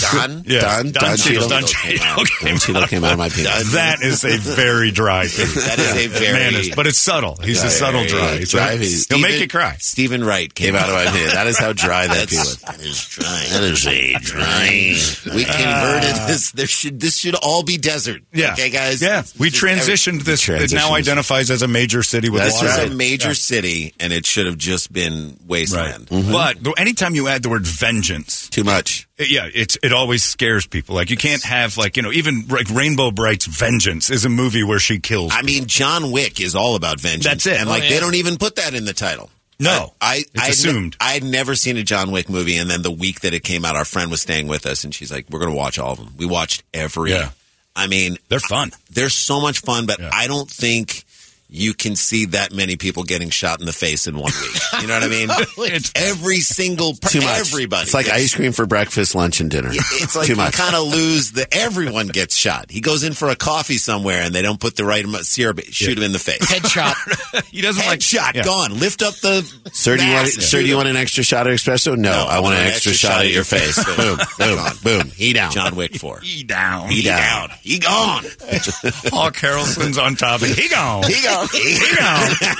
[SPEAKER 13] Don.
[SPEAKER 1] Yeah.
[SPEAKER 12] Don- Don
[SPEAKER 1] Cheadle.
[SPEAKER 12] Cheadle.
[SPEAKER 1] Don Cheadle
[SPEAKER 13] Came out.
[SPEAKER 1] came
[SPEAKER 12] Don Cheadle came out of my penis.
[SPEAKER 1] That is a very dry thing.
[SPEAKER 13] That is a very-
[SPEAKER 1] but it's subtle. He's a subtle dry. He's
[SPEAKER 12] Dry.
[SPEAKER 1] He'll
[SPEAKER 12] Steven-
[SPEAKER 1] make you cry.
[SPEAKER 13] Stephen Wright came
[SPEAKER 12] Came out of my penis. That is how dry that pee
[SPEAKER 13] That's-
[SPEAKER 12] was. That is dry. That is a dry.
[SPEAKER 13] We converted
[SPEAKER 1] Ah.
[SPEAKER 13] this. There should this should all be desert.
[SPEAKER 1] Yeah.
[SPEAKER 13] Okay, guys.
[SPEAKER 1] Yeah. We
[SPEAKER 13] Just every-
[SPEAKER 1] transitioned this. It now
[SPEAKER 12] Transitions.
[SPEAKER 1] identifies as a major city with
[SPEAKER 13] This
[SPEAKER 1] water.
[SPEAKER 13] was a major city, and it should have just been wasteland.
[SPEAKER 1] Mm-hmm. But th- anytime you add the word vengeance,
[SPEAKER 12] Too much.
[SPEAKER 1] it- yeah, it's it always scares people. Like you can't have like you know even like Rainbow Bright's Vengeance is a movie where she kills.
[SPEAKER 13] I mean, John Wick is all about vengeance.
[SPEAKER 1] That's it.
[SPEAKER 13] And like,
[SPEAKER 1] Oh,
[SPEAKER 13] they don't even put that in the title.
[SPEAKER 1] No,
[SPEAKER 12] I,
[SPEAKER 1] it's assumed.
[SPEAKER 12] I had never seen a John Wick movie, and then the week that it came out, our friend was staying with us, and she's like, "We're going to watch all of them." We watched every.
[SPEAKER 1] Yeah.
[SPEAKER 12] I mean,
[SPEAKER 1] they're fun.
[SPEAKER 12] they're so much fun, but I don't think you can see that many people getting shot in the face in one week. You know what I mean?
[SPEAKER 1] it's
[SPEAKER 12] every single per-
[SPEAKER 13] Too much.
[SPEAKER 12] everybody.
[SPEAKER 13] It's like
[SPEAKER 12] gets-
[SPEAKER 13] ice cream for breakfast, lunch, and dinner.
[SPEAKER 12] It's like
[SPEAKER 13] too
[SPEAKER 12] you
[SPEAKER 13] much.
[SPEAKER 12] kind of lose the everyone gets shot. He goes in for a coffee somewhere and they don't put the right amount of syrup. Shoot him in the face.
[SPEAKER 13] Headshot.
[SPEAKER 1] he doesn't
[SPEAKER 12] like shot. Gone. Lift up the.
[SPEAKER 13] Sir, do you want
[SPEAKER 12] mask and
[SPEAKER 13] sir, do
[SPEAKER 12] shoot
[SPEAKER 13] you
[SPEAKER 12] him.
[SPEAKER 13] want an extra shot of espresso? No, I want an extra, shot at your face. boom, boom, boom. He down.
[SPEAKER 12] John Wick four.
[SPEAKER 1] He down.
[SPEAKER 13] He down.
[SPEAKER 12] He gone.
[SPEAKER 1] Paul Carrollson's on top of he gone.
[SPEAKER 12] He gone.
[SPEAKER 1] He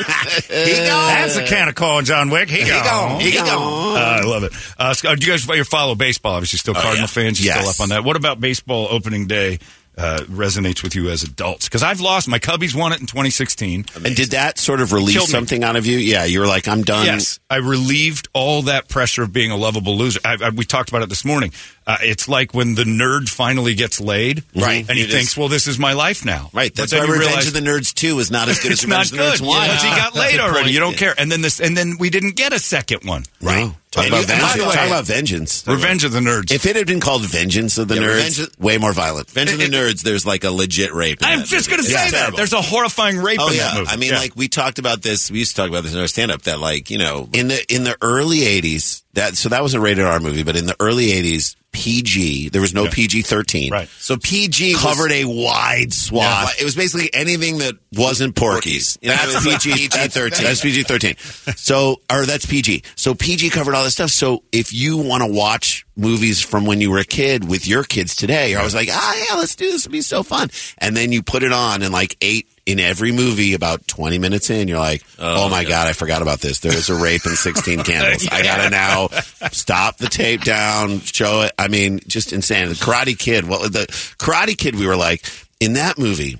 [SPEAKER 1] gone. That's the kind of call, John Wick. He,
[SPEAKER 12] He
[SPEAKER 1] gone.
[SPEAKER 12] gone. He gone.
[SPEAKER 1] Uh, I love it. Uh, Scott, do you guys you follow baseball? Obviously, still
[SPEAKER 12] Oh,
[SPEAKER 1] Cardinal
[SPEAKER 12] yeah.
[SPEAKER 1] fans. You're still
[SPEAKER 12] Yes.
[SPEAKER 1] up on that. What about baseball opening day? Uh, resonates with you as adults because I've lost. My Cubbies won it in 2016.
[SPEAKER 13] And did that sort of release
[SPEAKER 1] Killed me.
[SPEAKER 13] something out of you? Yeah, you were like, I'm done.
[SPEAKER 1] Yes, I relieved all that pressure of being a lovable loser. I, I, we talked about it this morning. Uh, it's like when the nerd finally gets laid,
[SPEAKER 13] Right.
[SPEAKER 1] And he
[SPEAKER 13] It is-
[SPEAKER 1] thinks, "Well, this is my life now."
[SPEAKER 13] Right,
[SPEAKER 1] But
[SPEAKER 13] that's
[SPEAKER 1] then
[SPEAKER 13] why
[SPEAKER 1] you
[SPEAKER 13] Revenge
[SPEAKER 1] realize-
[SPEAKER 13] of the Nerds 2 is not as good as
[SPEAKER 1] It's not
[SPEAKER 13] Revenge of the Nerds
[SPEAKER 1] good.
[SPEAKER 13] 1.
[SPEAKER 1] Because he got
[SPEAKER 13] That's
[SPEAKER 1] laid
[SPEAKER 13] the
[SPEAKER 1] already.
[SPEAKER 13] point.
[SPEAKER 1] You don't care. And then this, and then we didn't get a second one.
[SPEAKER 13] Right. Talk
[SPEAKER 1] And
[SPEAKER 13] about,
[SPEAKER 1] you- and by
[SPEAKER 13] vengeance.
[SPEAKER 1] the way-
[SPEAKER 13] Talk about vengeance.
[SPEAKER 1] Revenge of the Nerds.
[SPEAKER 13] If it had been called Vengeance of the
[SPEAKER 12] Yeah,
[SPEAKER 13] Nerds,
[SPEAKER 12] Revenge of-
[SPEAKER 13] way more violent.
[SPEAKER 12] Revenge of the Nerds, there's like a legit rape. in
[SPEAKER 1] I'm
[SPEAKER 12] that
[SPEAKER 1] just
[SPEAKER 12] movie.
[SPEAKER 1] going to
[SPEAKER 12] It's
[SPEAKER 1] say that
[SPEAKER 12] terrible.
[SPEAKER 1] there's a horrifying rape
[SPEAKER 12] Oh
[SPEAKER 1] in
[SPEAKER 12] yeah,
[SPEAKER 1] that movie.
[SPEAKER 12] I mean,
[SPEAKER 1] Yeah.
[SPEAKER 12] like we talked about this. We used to talk about this in our stand-up. That like you know,
[SPEAKER 13] in the in the early 80s that so that was a rated r movie but in the early 80s pg there was no pg-13 right
[SPEAKER 12] so PG was-
[SPEAKER 13] covered a wide
[SPEAKER 12] Yeah,
[SPEAKER 13] swath
[SPEAKER 12] it was basically anything that
[SPEAKER 13] wasn't porkies.
[SPEAKER 12] You know, it was like
[SPEAKER 13] PG
[SPEAKER 12] PG-13.
[SPEAKER 13] That's PG thirteen. So, or that's PG. So PG covered all that stuff. So if you want to watch movies from when you were a kid with your kids today, you're always like, ah, yeah, let's do this. It'll be so fun. And then you put it on, and like eight in every movie, about twenty minutes in, you're like, oh, my god, I forgot about this. There is a rape in sixteen candles. I gotta now stop the tape down, show it. I mean, just insane. The Karate Kid. What was the Karate Kid? We were like in that movie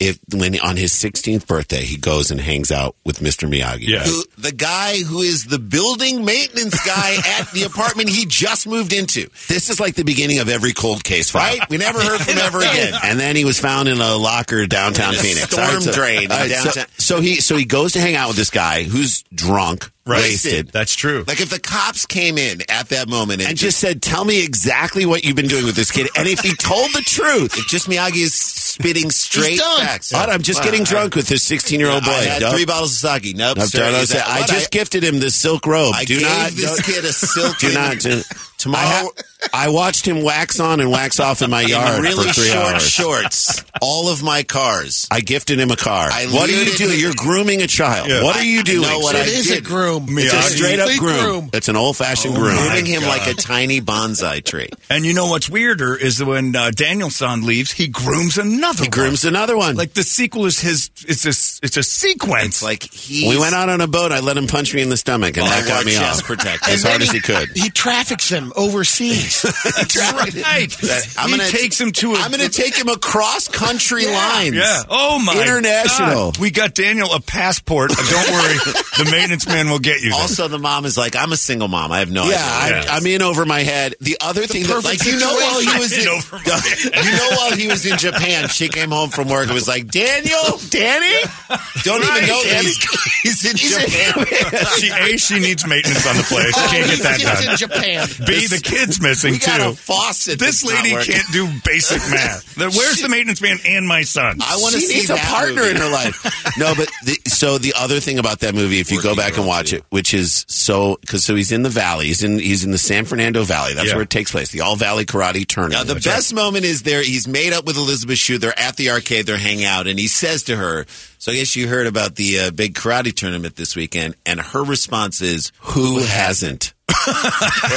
[SPEAKER 13] if when on his 16th birthday he goes and hangs out with Mr. Miyagi.
[SPEAKER 12] who, the guy who is the building maintenance guy at the apartment he just moved into.
[SPEAKER 13] This is like the beginning of every cold case file.
[SPEAKER 12] Right? We never heard from ever again.
[SPEAKER 13] And then he was found in a locker downtown
[SPEAKER 12] In a
[SPEAKER 13] Phoenix.
[SPEAKER 12] storm
[SPEAKER 13] All so-
[SPEAKER 12] drain in
[SPEAKER 13] all right, so-
[SPEAKER 12] downtown-
[SPEAKER 13] So, he so he goes to hang out with this guy who's drunk,
[SPEAKER 12] Right.
[SPEAKER 13] wasted.
[SPEAKER 1] That's true.
[SPEAKER 12] Like if the cops came in at that moment and,
[SPEAKER 13] And just said, "Tell me exactly what you've been doing with this kid." And if he told the truth,
[SPEAKER 12] if just Miyagi is spitting straight
[SPEAKER 13] done.
[SPEAKER 12] facts.
[SPEAKER 13] Bud, I'm just
[SPEAKER 12] Wow.
[SPEAKER 13] getting drunk with this 16 year old boy.
[SPEAKER 12] I had
[SPEAKER 13] Nope.
[SPEAKER 12] three bottles of sake. Nope.
[SPEAKER 13] Nope,
[SPEAKER 12] sir,
[SPEAKER 13] don't
[SPEAKER 12] is
[SPEAKER 13] say-
[SPEAKER 12] that
[SPEAKER 13] I
[SPEAKER 12] what
[SPEAKER 13] just gifted him this silk robe.
[SPEAKER 12] I
[SPEAKER 13] do
[SPEAKER 12] gave
[SPEAKER 13] not
[SPEAKER 12] this
[SPEAKER 13] don't-
[SPEAKER 12] kid a silk Oh.
[SPEAKER 13] Do not
[SPEAKER 12] robe.
[SPEAKER 13] do, tomorrow. I, ha- I watched him wax on and wax off in my yard
[SPEAKER 12] in really
[SPEAKER 13] for three
[SPEAKER 12] short
[SPEAKER 13] hours.
[SPEAKER 12] shorts. All of my cars.
[SPEAKER 13] I gifted him a car.
[SPEAKER 12] I
[SPEAKER 13] what are you
[SPEAKER 12] looted-
[SPEAKER 13] doing? You're grooming a child.
[SPEAKER 12] Yeah.
[SPEAKER 13] What are you
[SPEAKER 12] I- I
[SPEAKER 13] doing?
[SPEAKER 12] know what
[SPEAKER 13] sir?
[SPEAKER 12] I It is a did. groom.
[SPEAKER 13] It's a
[SPEAKER 12] Miyagi.
[SPEAKER 13] straight up
[SPEAKER 12] Complete
[SPEAKER 13] groom.
[SPEAKER 12] groom. Oh
[SPEAKER 13] It's an old fashioned groom.
[SPEAKER 12] Grooming him like a tiny bonsai tree.
[SPEAKER 1] And you know what's weirder is that when uh, Danielson leaves, he grooms another. He grooms
[SPEAKER 13] another one.
[SPEAKER 1] Like the sequel is his. It's a. It's a sequence.
[SPEAKER 12] like he.
[SPEAKER 13] we went out on a boat. I let him punch me in the stomach,
[SPEAKER 12] Oh,
[SPEAKER 13] and that got me off as
[SPEAKER 3] And
[SPEAKER 13] hard
[SPEAKER 3] then
[SPEAKER 13] as he could.
[SPEAKER 3] He traffics them overseas.
[SPEAKER 1] right.
[SPEAKER 3] I'm gonna-
[SPEAKER 1] him to. i
[SPEAKER 12] I'm going to take him across country lines.
[SPEAKER 1] Yeah. Oh my.
[SPEAKER 12] International.
[SPEAKER 1] God. We got Daniel a passport. Uh, Don't worry, the maintenance man will get you. there.
[SPEAKER 12] Also, the mom is like, "I'm a single mom. I have no
[SPEAKER 13] Yeah,
[SPEAKER 12] idea."
[SPEAKER 13] I, I'm in over my head. The other thing that,
[SPEAKER 12] Perfect
[SPEAKER 13] like, you know, while
[SPEAKER 12] situation.
[SPEAKER 13] he was in,
[SPEAKER 12] you know, while he was in Japan, she came home from work and was like, "Daniel, Danny, don't
[SPEAKER 13] Right,
[SPEAKER 12] even know that
[SPEAKER 13] Danny.
[SPEAKER 12] he's, he's in Japan."
[SPEAKER 1] she a she needs maintenance on the place.
[SPEAKER 12] Oh,
[SPEAKER 1] She can't get that done. B the kids missing
[SPEAKER 12] We
[SPEAKER 1] too.
[SPEAKER 12] got a faucet
[SPEAKER 1] This
[SPEAKER 12] that's not
[SPEAKER 1] lady
[SPEAKER 12] working.
[SPEAKER 1] can't do basic math. The- Where's the maintenance man and my son?
[SPEAKER 12] I wanna
[SPEAKER 13] she
[SPEAKER 12] see
[SPEAKER 13] needs a
[SPEAKER 12] that
[SPEAKER 13] partner
[SPEAKER 12] movie.
[SPEAKER 13] in her life. No, but the, so the other thing about that movie, if you go back and watch it, which is so because so he's in the valley, he's in he's in the San Fernando Valley. That's
[SPEAKER 12] Yeah.
[SPEAKER 13] where it takes place. The All Valley Karate Tournament.
[SPEAKER 12] The best moment is there. He's made up with Elizabeth Shue. They're at the arcade. They're hanging out, and he says to her, "So I guess you heard about the uh, big karate tournament this weekend." And her response is, "Who hasn't?" We're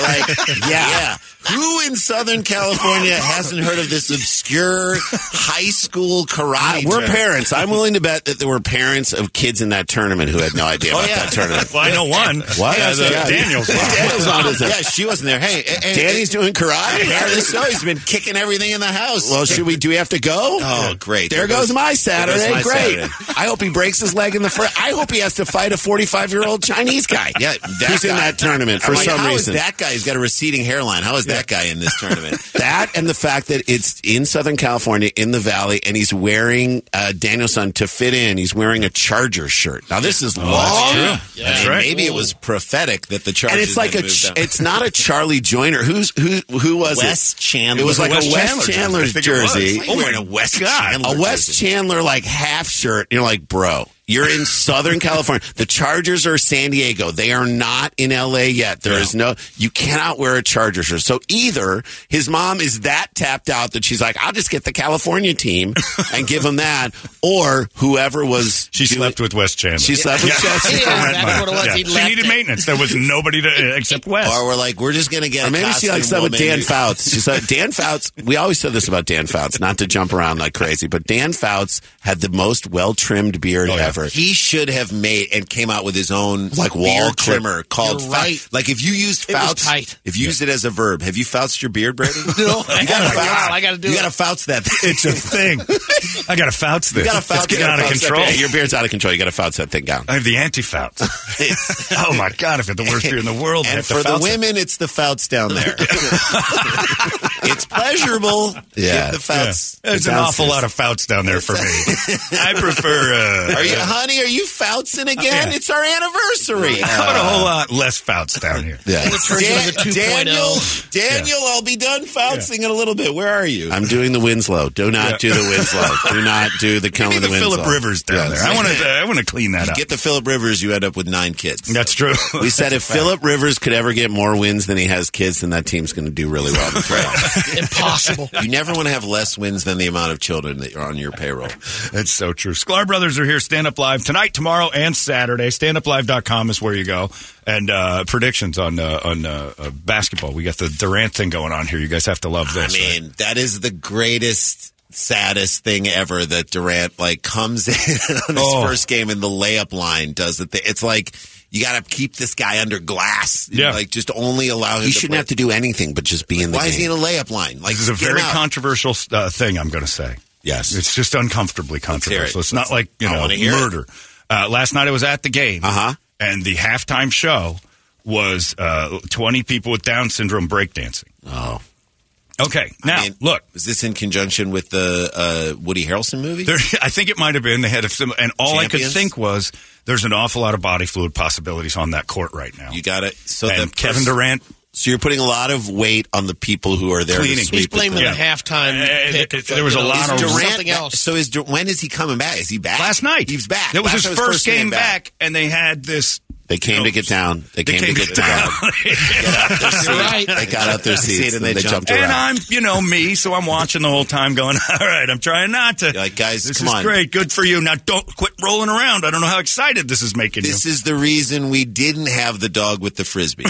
[SPEAKER 12] like, yeah. Who in Southern California hasn't heard of this obscure high school karate?
[SPEAKER 13] We're
[SPEAKER 12] tournament?
[SPEAKER 13] parents. I'm willing to bet that there were parents of kids in that tournament who had no idea
[SPEAKER 12] Oh,
[SPEAKER 13] about
[SPEAKER 12] yeah.
[SPEAKER 13] that tournament.
[SPEAKER 1] Well, I know one.
[SPEAKER 13] What?
[SPEAKER 1] Yeah, the- Daniel's one.
[SPEAKER 13] Daniel's one is a-
[SPEAKER 12] Yeah, she wasn't there. Hey, eh, eh,
[SPEAKER 13] Danny's
[SPEAKER 12] eh,
[SPEAKER 13] doing karate.
[SPEAKER 12] Apparently so. He's been kicking everything in the house.
[SPEAKER 13] Well, should we? Do we have to go?
[SPEAKER 12] Oh, great.
[SPEAKER 13] There, goes, my Saturday.
[SPEAKER 12] there goes my
[SPEAKER 13] great.
[SPEAKER 12] Saturday.
[SPEAKER 13] I hope he breaks his leg in the first. I hope he has to fight a 45 year old Chinese guy.
[SPEAKER 12] Yeah, that
[SPEAKER 13] who's in
[SPEAKER 12] guy.
[SPEAKER 13] that tournament for
[SPEAKER 12] I'm like,
[SPEAKER 13] some some
[SPEAKER 12] how is
[SPEAKER 13] reason.
[SPEAKER 12] that guy? He's got a receding hairline. How is that guy in this tournament?
[SPEAKER 13] That and the fact that it's in Southern California, in the Valley, and he's wearing uh, Danielson to fit in. He's wearing a Charger shirt. Now this
[SPEAKER 12] Oh,
[SPEAKER 13] is long.
[SPEAKER 12] Yeah. And Maybe it was prophetic that the Chargers.
[SPEAKER 13] and it's like a,
[SPEAKER 12] had moved
[SPEAKER 13] ch-
[SPEAKER 12] up.
[SPEAKER 13] it's not a Charlie Joyner. Who's who? Who was
[SPEAKER 12] Wes
[SPEAKER 13] it?
[SPEAKER 12] Chandler.
[SPEAKER 13] It was like
[SPEAKER 12] Wes
[SPEAKER 13] a Wes
[SPEAKER 12] Chandler
[SPEAKER 13] Chandler
[SPEAKER 12] jersey. I
[SPEAKER 13] jersey. Oh
[SPEAKER 12] think it was. Why are you wearing a Wes Chandler
[SPEAKER 13] a Wes Chandler like half shirt. And you're like, bro, you're in Southern California. The Chargers are San Diego. They are not in L.A. yet. There is no. You cannot wear a Charger shirt. So either his mom is that tapped out that she's like, I'll just get the California team and give him that, or whoever was she slept
[SPEAKER 1] with Wes Chandler.
[SPEAKER 13] She slept with Wes Chandler.
[SPEAKER 1] She needed maintenance. There was nobody to uh, except Wes.
[SPEAKER 13] Or we're like, we're just gonna get. Or
[SPEAKER 1] a
[SPEAKER 13] maybe she
[SPEAKER 1] costume
[SPEAKER 13] likes that with
[SPEAKER 1] woman
[SPEAKER 13] Dan
[SPEAKER 1] who-
[SPEAKER 13] Fouts. She said Dan Fouts. We always said this about Dan Fouts, not to jump around like crazy, but Dan Fouts had the most well trimmed beard
[SPEAKER 1] Oh,
[SPEAKER 13] ever.
[SPEAKER 12] He should have made and came out with his own
[SPEAKER 13] Like wall clip.
[SPEAKER 12] beard trimmer called
[SPEAKER 13] You're
[SPEAKER 12] Fou-
[SPEAKER 13] right.
[SPEAKER 12] Like if you used
[SPEAKER 13] It was
[SPEAKER 12] Fouts,
[SPEAKER 13] tight.
[SPEAKER 12] if you used it as a verb, have you Fouts your beard, Brady?
[SPEAKER 3] No,
[SPEAKER 12] you gotta
[SPEAKER 3] Oh my
[SPEAKER 12] Fouts.
[SPEAKER 3] God, I gotta do
[SPEAKER 12] You
[SPEAKER 3] it.
[SPEAKER 12] gotta Fouts that.
[SPEAKER 1] It's a thing. I got to fouts
[SPEAKER 13] You
[SPEAKER 1] this.
[SPEAKER 13] got to
[SPEAKER 1] it's
[SPEAKER 13] Fouts.
[SPEAKER 1] getting out of control.
[SPEAKER 13] your beard's out of control. You got to Fouts that thing down.
[SPEAKER 1] I have the anti Fouts. oh my god, I've got the worst beer in the world. I
[SPEAKER 13] And
[SPEAKER 1] have to
[SPEAKER 13] for the
[SPEAKER 1] Fouts it.
[SPEAKER 13] women, it's the Fouts down there.
[SPEAKER 12] It's pleasurable.
[SPEAKER 1] Yeah.
[SPEAKER 12] Give the Fouts.
[SPEAKER 1] Yeah. There's an awful lot of Fouts down there for me. I prefer. Uh,
[SPEAKER 12] Are you, honey? Are you foutsing again?
[SPEAKER 1] Yeah.
[SPEAKER 12] It's our anniversary.
[SPEAKER 1] How
[SPEAKER 13] Uh,
[SPEAKER 1] about a whole lot less Fouts down here?
[SPEAKER 13] Yeah.
[SPEAKER 12] Dan- Daniel, Daniel,
[SPEAKER 13] I'll be done
[SPEAKER 12] foutsing in a little bit. Where are you?
[SPEAKER 13] I'm doing the Winslow. Do not
[SPEAKER 12] Yeah.
[SPEAKER 13] do the Winslow. Do not do the Cohen
[SPEAKER 1] the
[SPEAKER 13] Winslow.
[SPEAKER 1] Philip Rivers down there. I want to. I want to clean that up.
[SPEAKER 13] Get
[SPEAKER 12] the Philip Rivers, you end up with nine kids.
[SPEAKER 1] That's true.
[SPEAKER 13] We said if Philip Rivers could ever get more wins than he has kids, then that team's going to do really well. in the playoffs.
[SPEAKER 3] Impossible.
[SPEAKER 13] You never want to have less wins than the amount of children that are on your payroll.
[SPEAKER 1] That's so true. Sklar Brothers are here. Stand Up Live tonight, tomorrow, and Saturday. StandUpLive.com is where you go. And uh, predictions on uh, on uh, uh, basketball. We got the Durant thing going on here. You guys have to love this.
[SPEAKER 12] I mean, that is the greatest, saddest thing ever that Durant like comes in on his
[SPEAKER 13] Oh.
[SPEAKER 12] first game and the layup line does the thing. It's like you got to keep this guy under glass.
[SPEAKER 13] Yeah.
[SPEAKER 12] like just only allow him.
[SPEAKER 13] He
[SPEAKER 12] to
[SPEAKER 13] shouldn't
[SPEAKER 12] play.
[SPEAKER 13] have to do anything but just be in the
[SPEAKER 12] Why
[SPEAKER 13] game.
[SPEAKER 12] is he in a layup line? Like
[SPEAKER 1] this is a
[SPEAKER 12] get him
[SPEAKER 1] very
[SPEAKER 12] out.
[SPEAKER 1] controversial uh, thing. I'm going to say yes. It's just uncomfortably
[SPEAKER 12] hear it.
[SPEAKER 1] controversial. It's not
[SPEAKER 12] Let's-
[SPEAKER 1] like you
[SPEAKER 12] I
[SPEAKER 1] know
[SPEAKER 12] wanna hear it.
[SPEAKER 1] murder. Uh, last night I was at the game, uh-huh. and the halftime show was uh, 20 people with Down syndrome breakdancing.
[SPEAKER 12] Oh.
[SPEAKER 1] Okay, now look.
[SPEAKER 12] Is this in conjunction with the uh, Woody Harrelson movie?
[SPEAKER 1] There, I think it might have been they had a sim- and all I could
[SPEAKER 12] Champions?
[SPEAKER 1] think was there's an awful lot of body fluid possibilities on that court right now. You
[SPEAKER 12] got it. So
[SPEAKER 1] and
[SPEAKER 12] that
[SPEAKER 1] Kevin
[SPEAKER 12] pers-
[SPEAKER 1] Durant
[SPEAKER 13] So you're putting a lot of weight on the people who are
[SPEAKER 12] there to
[SPEAKER 1] cleaning.
[SPEAKER 12] sweep He's it blaming the down.
[SPEAKER 3] halftime pick.
[SPEAKER 1] there was a lot
[SPEAKER 12] Is
[SPEAKER 1] of
[SPEAKER 12] Durant
[SPEAKER 1] something
[SPEAKER 12] back-
[SPEAKER 1] else.
[SPEAKER 12] So is Dur- when is he coming back? Is he back?
[SPEAKER 1] Last night
[SPEAKER 12] he's back.
[SPEAKER 1] That was
[SPEAKER 12] Last
[SPEAKER 1] his
[SPEAKER 12] night
[SPEAKER 1] first, game back. and they had this.
[SPEAKER 13] They came to get down. They, came, to get down.
[SPEAKER 1] You're right.
[SPEAKER 13] They got out their seats and they, jumped
[SPEAKER 1] and
[SPEAKER 13] around.
[SPEAKER 1] I'm, you know, me, so I'm watching the whole time, going, "All right, I'm trying not to."
[SPEAKER 13] like, guys,
[SPEAKER 1] this
[SPEAKER 13] come
[SPEAKER 1] is
[SPEAKER 13] on.
[SPEAKER 1] great, good for you. Now, don't quit rolling around. I don't know how excited this is making
[SPEAKER 12] This
[SPEAKER 1] you.
[SPEAKER 12] is the reason we didn't have the dog with the frisbee.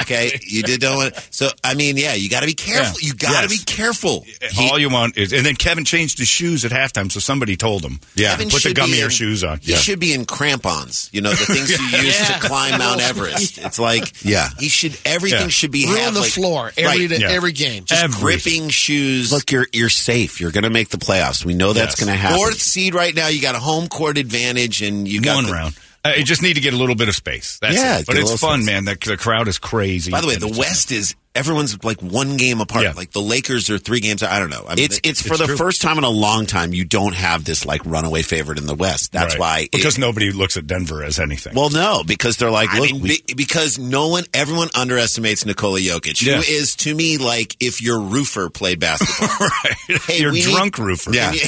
[SPEAKER 12] Okay, you did don't want. So I mean, yeah, you got to be careful. You got to
[SPEAKER 1] Yes.
[SPEAKER 12] be careful.
[SPEAKER 1] All you want is, and then Kevin changed his shoes at halftime, so somebody told him,
[SPEAKER 12] Kevin
[SPEAKER 1] put the
[SPEAKER 12] should be
[SPEAKER 1] gummier
[SPEAKER 12] in-
[SPEAKER 1] shoes on."
[SPEAKER 12] He should be in crampons. You know the things you
[SPEAKER 1] Yeah.
[SPEAKER 12] use
[SPEAKER 1] Yeah.
[SPEAKER 12] to climb Mount Everest. It's like
[SPEAKER 13] Yeah.
[SPEAKER 12] he should. Everything
[SPEAKER 13] Yeah.
[SPEAKER 12] should be
[SPEAKER 3] Rule
[SPEAKER 12] half,
[SPEAKER 3] the
[SPEAKER 12] like-
[SPEAKER 3] floor every
[SPEAKER 12] Right.
[SPEAKER 3] to- every game.
[SPEAKER 12] Just
[SPEAKER 3] Everything.
[SPEAKER 12] gripping shoes.
[SPEAKER 13] Look, you're you're safe. You're going to make the playoffs. We know that's going to happen.
[SPEAKER 12] Fourth seed right now. You got a home court advantage, and you got
[SPEAKER 1] One
[SPEAKER 12] the-
[SPEAKER 1] round. Uh, you just need to get a little bit of space. That's
[SPEAKER 12] Yeah,
[SPEAKER 1] it. but
[SPEAKER 12] get a
[SPEAKER 1] it's
[SPEAKER 12] little
[SPEAKER 1] fun,
[SPEAKER 12] space.
[SPEAKER 1] man. The, the crowd is crazy.
[SPEAKER 12] By the way,
[SPEAKER 1] And
[SPEAKER 12] the
[SPEAKER 1] it's-
[SPEAKER 12] West is everyone's like one game apart. Like the Lakers are three games. I don't know. I mean,
[SPEAKER 13] it's
[SPEAKER 12] they-
[SPEAKER 13] it's for the first time in a long time you don't have this like runaway favorite in the West. That's
[SPEAKER 1] Right.
[SPEAKER 13] why it-
[SPEAKER 1] because nobody looks at Denver as anything.
[SPEAKER 13] well, no, because they're like,
[SPEAKER 12] I
[SPEAKER 13] look,
[SPEAKER 12] mean,
[SPEAKER 13] we-
[SPEAKER 12] be- because no one, everyone underestimates Nikola Jokic,
[SPEAKER 13] Yeah.
[SPEAKER 12] who is to me like if your roofer played basketball. right.
[SPEAKER 1] Your drunk roofer.
[SPEAKER 12] Yeah.
[SPEAKER 1] Yeah.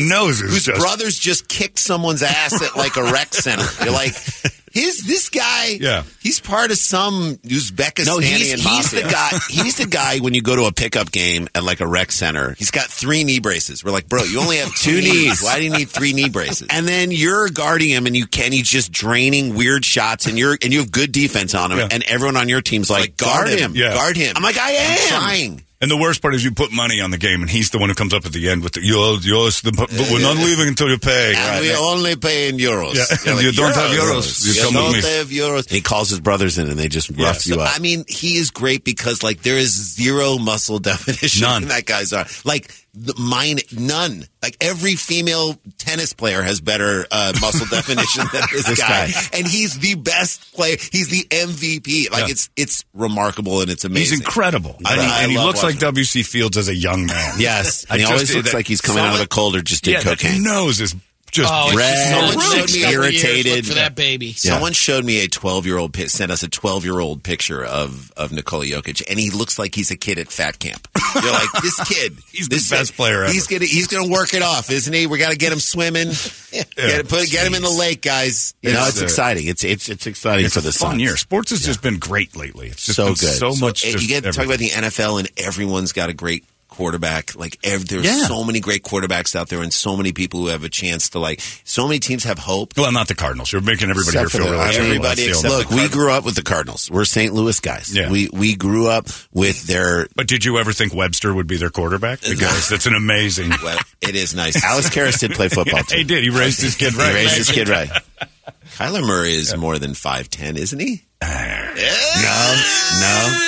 [SPEAKER 1] That nose is
[SPEAKER 12] Whose
[SPEAKER 1] just-
[SPEAKER 12] brothers just kicked someone's ass at like a rec center. You're like, his this guy.
[SPEAKER 13] Yeah.
[SPEAKER 12] He's part of some Uzbekistan.
[SPEAKER 13] No, he's,
[SPEAKER 12] and
[SPEAKER 13] he's the
[SPEAKER 12] mafia.
[SPEAKER 13] guy. He's the guy when you go to a pickup game at like a rec center.
[SPEAKER 12] He's got three knee braces. We're like, bro, you only have
[SPEAKER 13] Two
[SPEAKER 12] two knees.
[SPEAKER 13] knees.
[SPEAKER 12] Why do you need three knee braces?
[SPEAKER 13] And then you're guarding him, and you can. He's just draining weird shots, and you're and you have good defense on him, and everyone on your team's like, guard, him,
[SPEAKER 1] Yeah.
[SPEAKER 13] guard him. I'm like, I am.
[SPEAKER 1] And the worst part is you put money on the game, and he's the one who comes up at the end with the you're, you're the, but we're not leaving until you pay.
[SPEAKER 12] And we only pay in euros.
[SPEAKER 1] Yeah.
[SPEAKER 12] You're
[SPEAKER 1] You don't have euros. You
[SPEAKER 12] You
[SPEAKER 1] come with
[SPEAKER 12] don't
[SPEAKER 1] me.
[SPEAKER 12] have euros.
[SPEAKER 13] He calls his brothers in, and they just rough you
[SPEAKER 12] So,
[SPEAKER 13] up.
[SPEAKER 12] I mean, he is great because like there is zero muscle definition
[SPEAKER 13] None.
[SPEAKER 12] in that guy's arm.
[SPEAKER 13] uh,
[SPEAKER 12] Like
[SPEAKER 13] the mine none. Like every female tennis player has better uh, muscle definition than this,
[SPEAKER 12] This
[SPEAKER 13] guy.
[SPEAKER 12] guy.
[SPEAKER 13] and he's the best player. He's the MVP. Like
[SPEAKER 1] Yeah.
[SPEAKER 13] it's it's remarkable and it's amazing.
[SPEAKER 1] He's incredible. And he,
[SPEAKER 13] I
[SPEAKER 1] and he
[SPEAKER 13] love
[SPEAKER 1] looks
[SPEAKER 13] watching
[SPEAKER 1] like W.C. Fields as a young man.
[SPEAKER 13] Yes. And he always looks like he's coming out of the cold or just did
[SPEAKER 1] yeah, that
[SPEAKER 13] cocaine.
[SPEAKER 1] nose is just
[SPEAKER 13] Oh, it's
[SPEAKER 1] red.
[SPEAKER 13] just
[SPEAKER 3] Someone showed me a couple years,
[SPEAKER 13] irritated.
[SPEAKER 3] look for that baby.
[SPEAKER 13] Someone showed me a 12 year old, sent us a 12 year old picture of, of Nikola Jokic, and he looks like he's a kid at fat camp. You're like, this kid.
[SPEAKER 1] He's
[SPEAKER 13] this
[SPEAKER 1] the best player ever.
[SPEAKER 13] He's gonna, he's gonna work it off, isn't he? We gotta get him swimming. Get, put, get him in the lake, guys. You know, it's
[SPEAKER 1] uh,
[SPEAKER 13] exciting. It's, it's, it's exciting
[SPEAKER 1] it's
[SPEAKER 13] for
[SPEAKER 1] a
[SPEAKER 13] the
[SPEAKER 1] fun
[SPEAKER 13] Suns.
[SPEAKER 1] year. Sports has just been great lately. It's just
[SPEAKER 13] so
[SPEAKER 1] been
[SPEAKER 13] good.
[SPEAKER 1] So much.
[SPEAKER 13] it-
[SPEAKER 1] just
[SPEAKER 13] you get to talk
[SPEAKER 1] everything.
[SPEAKER 13] about the NFL, and everyone's got a great quarterback. Like ev- there's
[SPEAKER 1] Yeah.
[SPEAKER 13] so many great quarterbacks out there, and so many people who have a chance to like. So many teams have hope.
[SPEAKER 1] Well, not the Cardinals. You're making everybody here feel really terrible.
[SPEAKER 13] Everybody
[SPEAKER 1] That's the
[SPEAKER 13] except-
[SPEAKER 1] only-
[SPEAKER 13] look, we grew up with the Cardinals. We're St. Louis guys.
[SPEAKER 1] Yeah.
[SPEAKER 13] We we grew up with their.
[SPEAKER 1] But did you ever think Webster would be their quarterback? Because that's an amazing.
[SPEAKER 13] Well, it is nice. Alex Karras did play football. Too.
[SPEAKER 1] he did. He raised his kid right.
[SPEAKER 13] He raised his kid right. Kyler Murray is more than five ten, isn't he? Uh, no, no.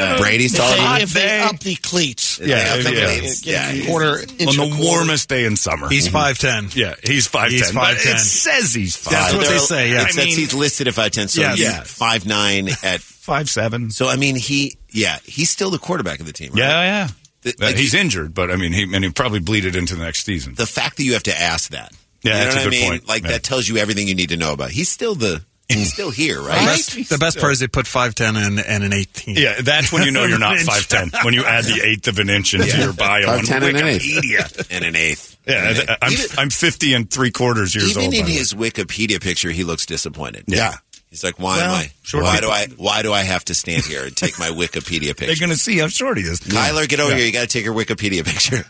[SPEAKER 13] Uh, Brady's
[SPEAKER 3] if
[SPEAKER 13] taller.
[SPEAKER 3] they, if they up the cleats.
[SPEAKER 1] Yeah,
[SPEAKER 3] If they
[SPEAKER 1] yeah.
[SPEAKER 3] up the cleats, get a
[SPEAKER 1] Yeah.
[SPEAKER 3] Quarter inch
[SPEAKER 1] on
[SPEAKER 3] a
[SPEAKER 1] the
[SPEAKER 3] quarter.
[SPEAKER 1] warmest day in summer.
[SPEAKER 4] He's
[SPEAKER 1] Mhm.
[SPEAKER 4] 5'10".
[SPEAKER 1] Yeah, he's five ten.
[SPEAKER 4] He's 5'10".
[SPEAKER 1] It says he's five.
[SPEAKER 4] That's what they say, yeah.
[SPEAKER 13] It's-
[SPEAKER 4] I
[SPEAKER 13] that's-
[SPEAKER 4] mean-
[SPEAKER 13] he's listed at five ten. So
[SPEAKER 4] Yeah.
[SPEAKER 13] he's
[SPEAKER 4] Yeah.
[SPEAKER 13] five nine at
[SPEAKER 1] five seven.
[SPEAKER 13] So I mean, he yeah, he's still the quarterback of the team. Right?
[SPEAKER 1] Yeah, yeah.
[SPEAKER 13] The,
[SPEAKER 1] Uh, he's injured, but I mean, he and he probably bleeded into the next season.
[SPEAKER 13] the fact that you have to ask that.
[SPEAKER 1] Yeah,
[SPEAKER 13] you know
[SPEAKER 1] that's a
[SPEAKER 13] what I
[SPEAKER 1] good
[SPEAKER 13] mean?
[SPEAKER 1] point.
[SPEAKER 13] Like
[SPEAKER 1] Yeah.
[SPEAKER 13] that tells you everything you need to know about. He's still the he's still here, right?
[SPEAKER 4] The best, the best part is they put 5'10 and, and an 18.
[SPEAKER 1] Yeah, that's when you know you're not
[SPEAKER 4] An inch.
[SPEAKER 1] five ten. When you add the eighth of an inch into
[SPEAKER 4] Yeah.
[SPEAKER 1] your bio on
[SPEAKER 13] 5'10" and an eighth.
[SPEAKER 1] Wikipedia.
[SPEAKER 13] and an eighth.
[SPEAKER 1] Yeah,
[SPEAKER 13] And an
[SPEAKER 1] I'm
[SPEAKER 13] eighth.
[SPEAKER 1] I'm fifty and three quarters years
[SPEAKER 13] Even
[SPEAKER 1] old.
[SPEAKER 13] in
[SPEAKER 1] by the way.
[SPEAKER 13] his Wikipedia picture, he looks disappointed.
[SPEAKER 1] Yeah.
[SPEAKER 13] He's like, why
[SPEAKER 1] Well,
[SPEAKER 13] am I?
[SPEAKER 1] short
[SPEAKER 13] why
[SPEAKER 1] people-
[SPEAKER 13] do I? Why do I have to stand here and take my Wikipedia picture?
[SPEAKER 1] They're going to see how short he is.
[SPEAKER 13] Kyler, get over
[SPEAKER 1] Yeah.
[SPEAKER 13] here. You got to take your Wikipedia picture.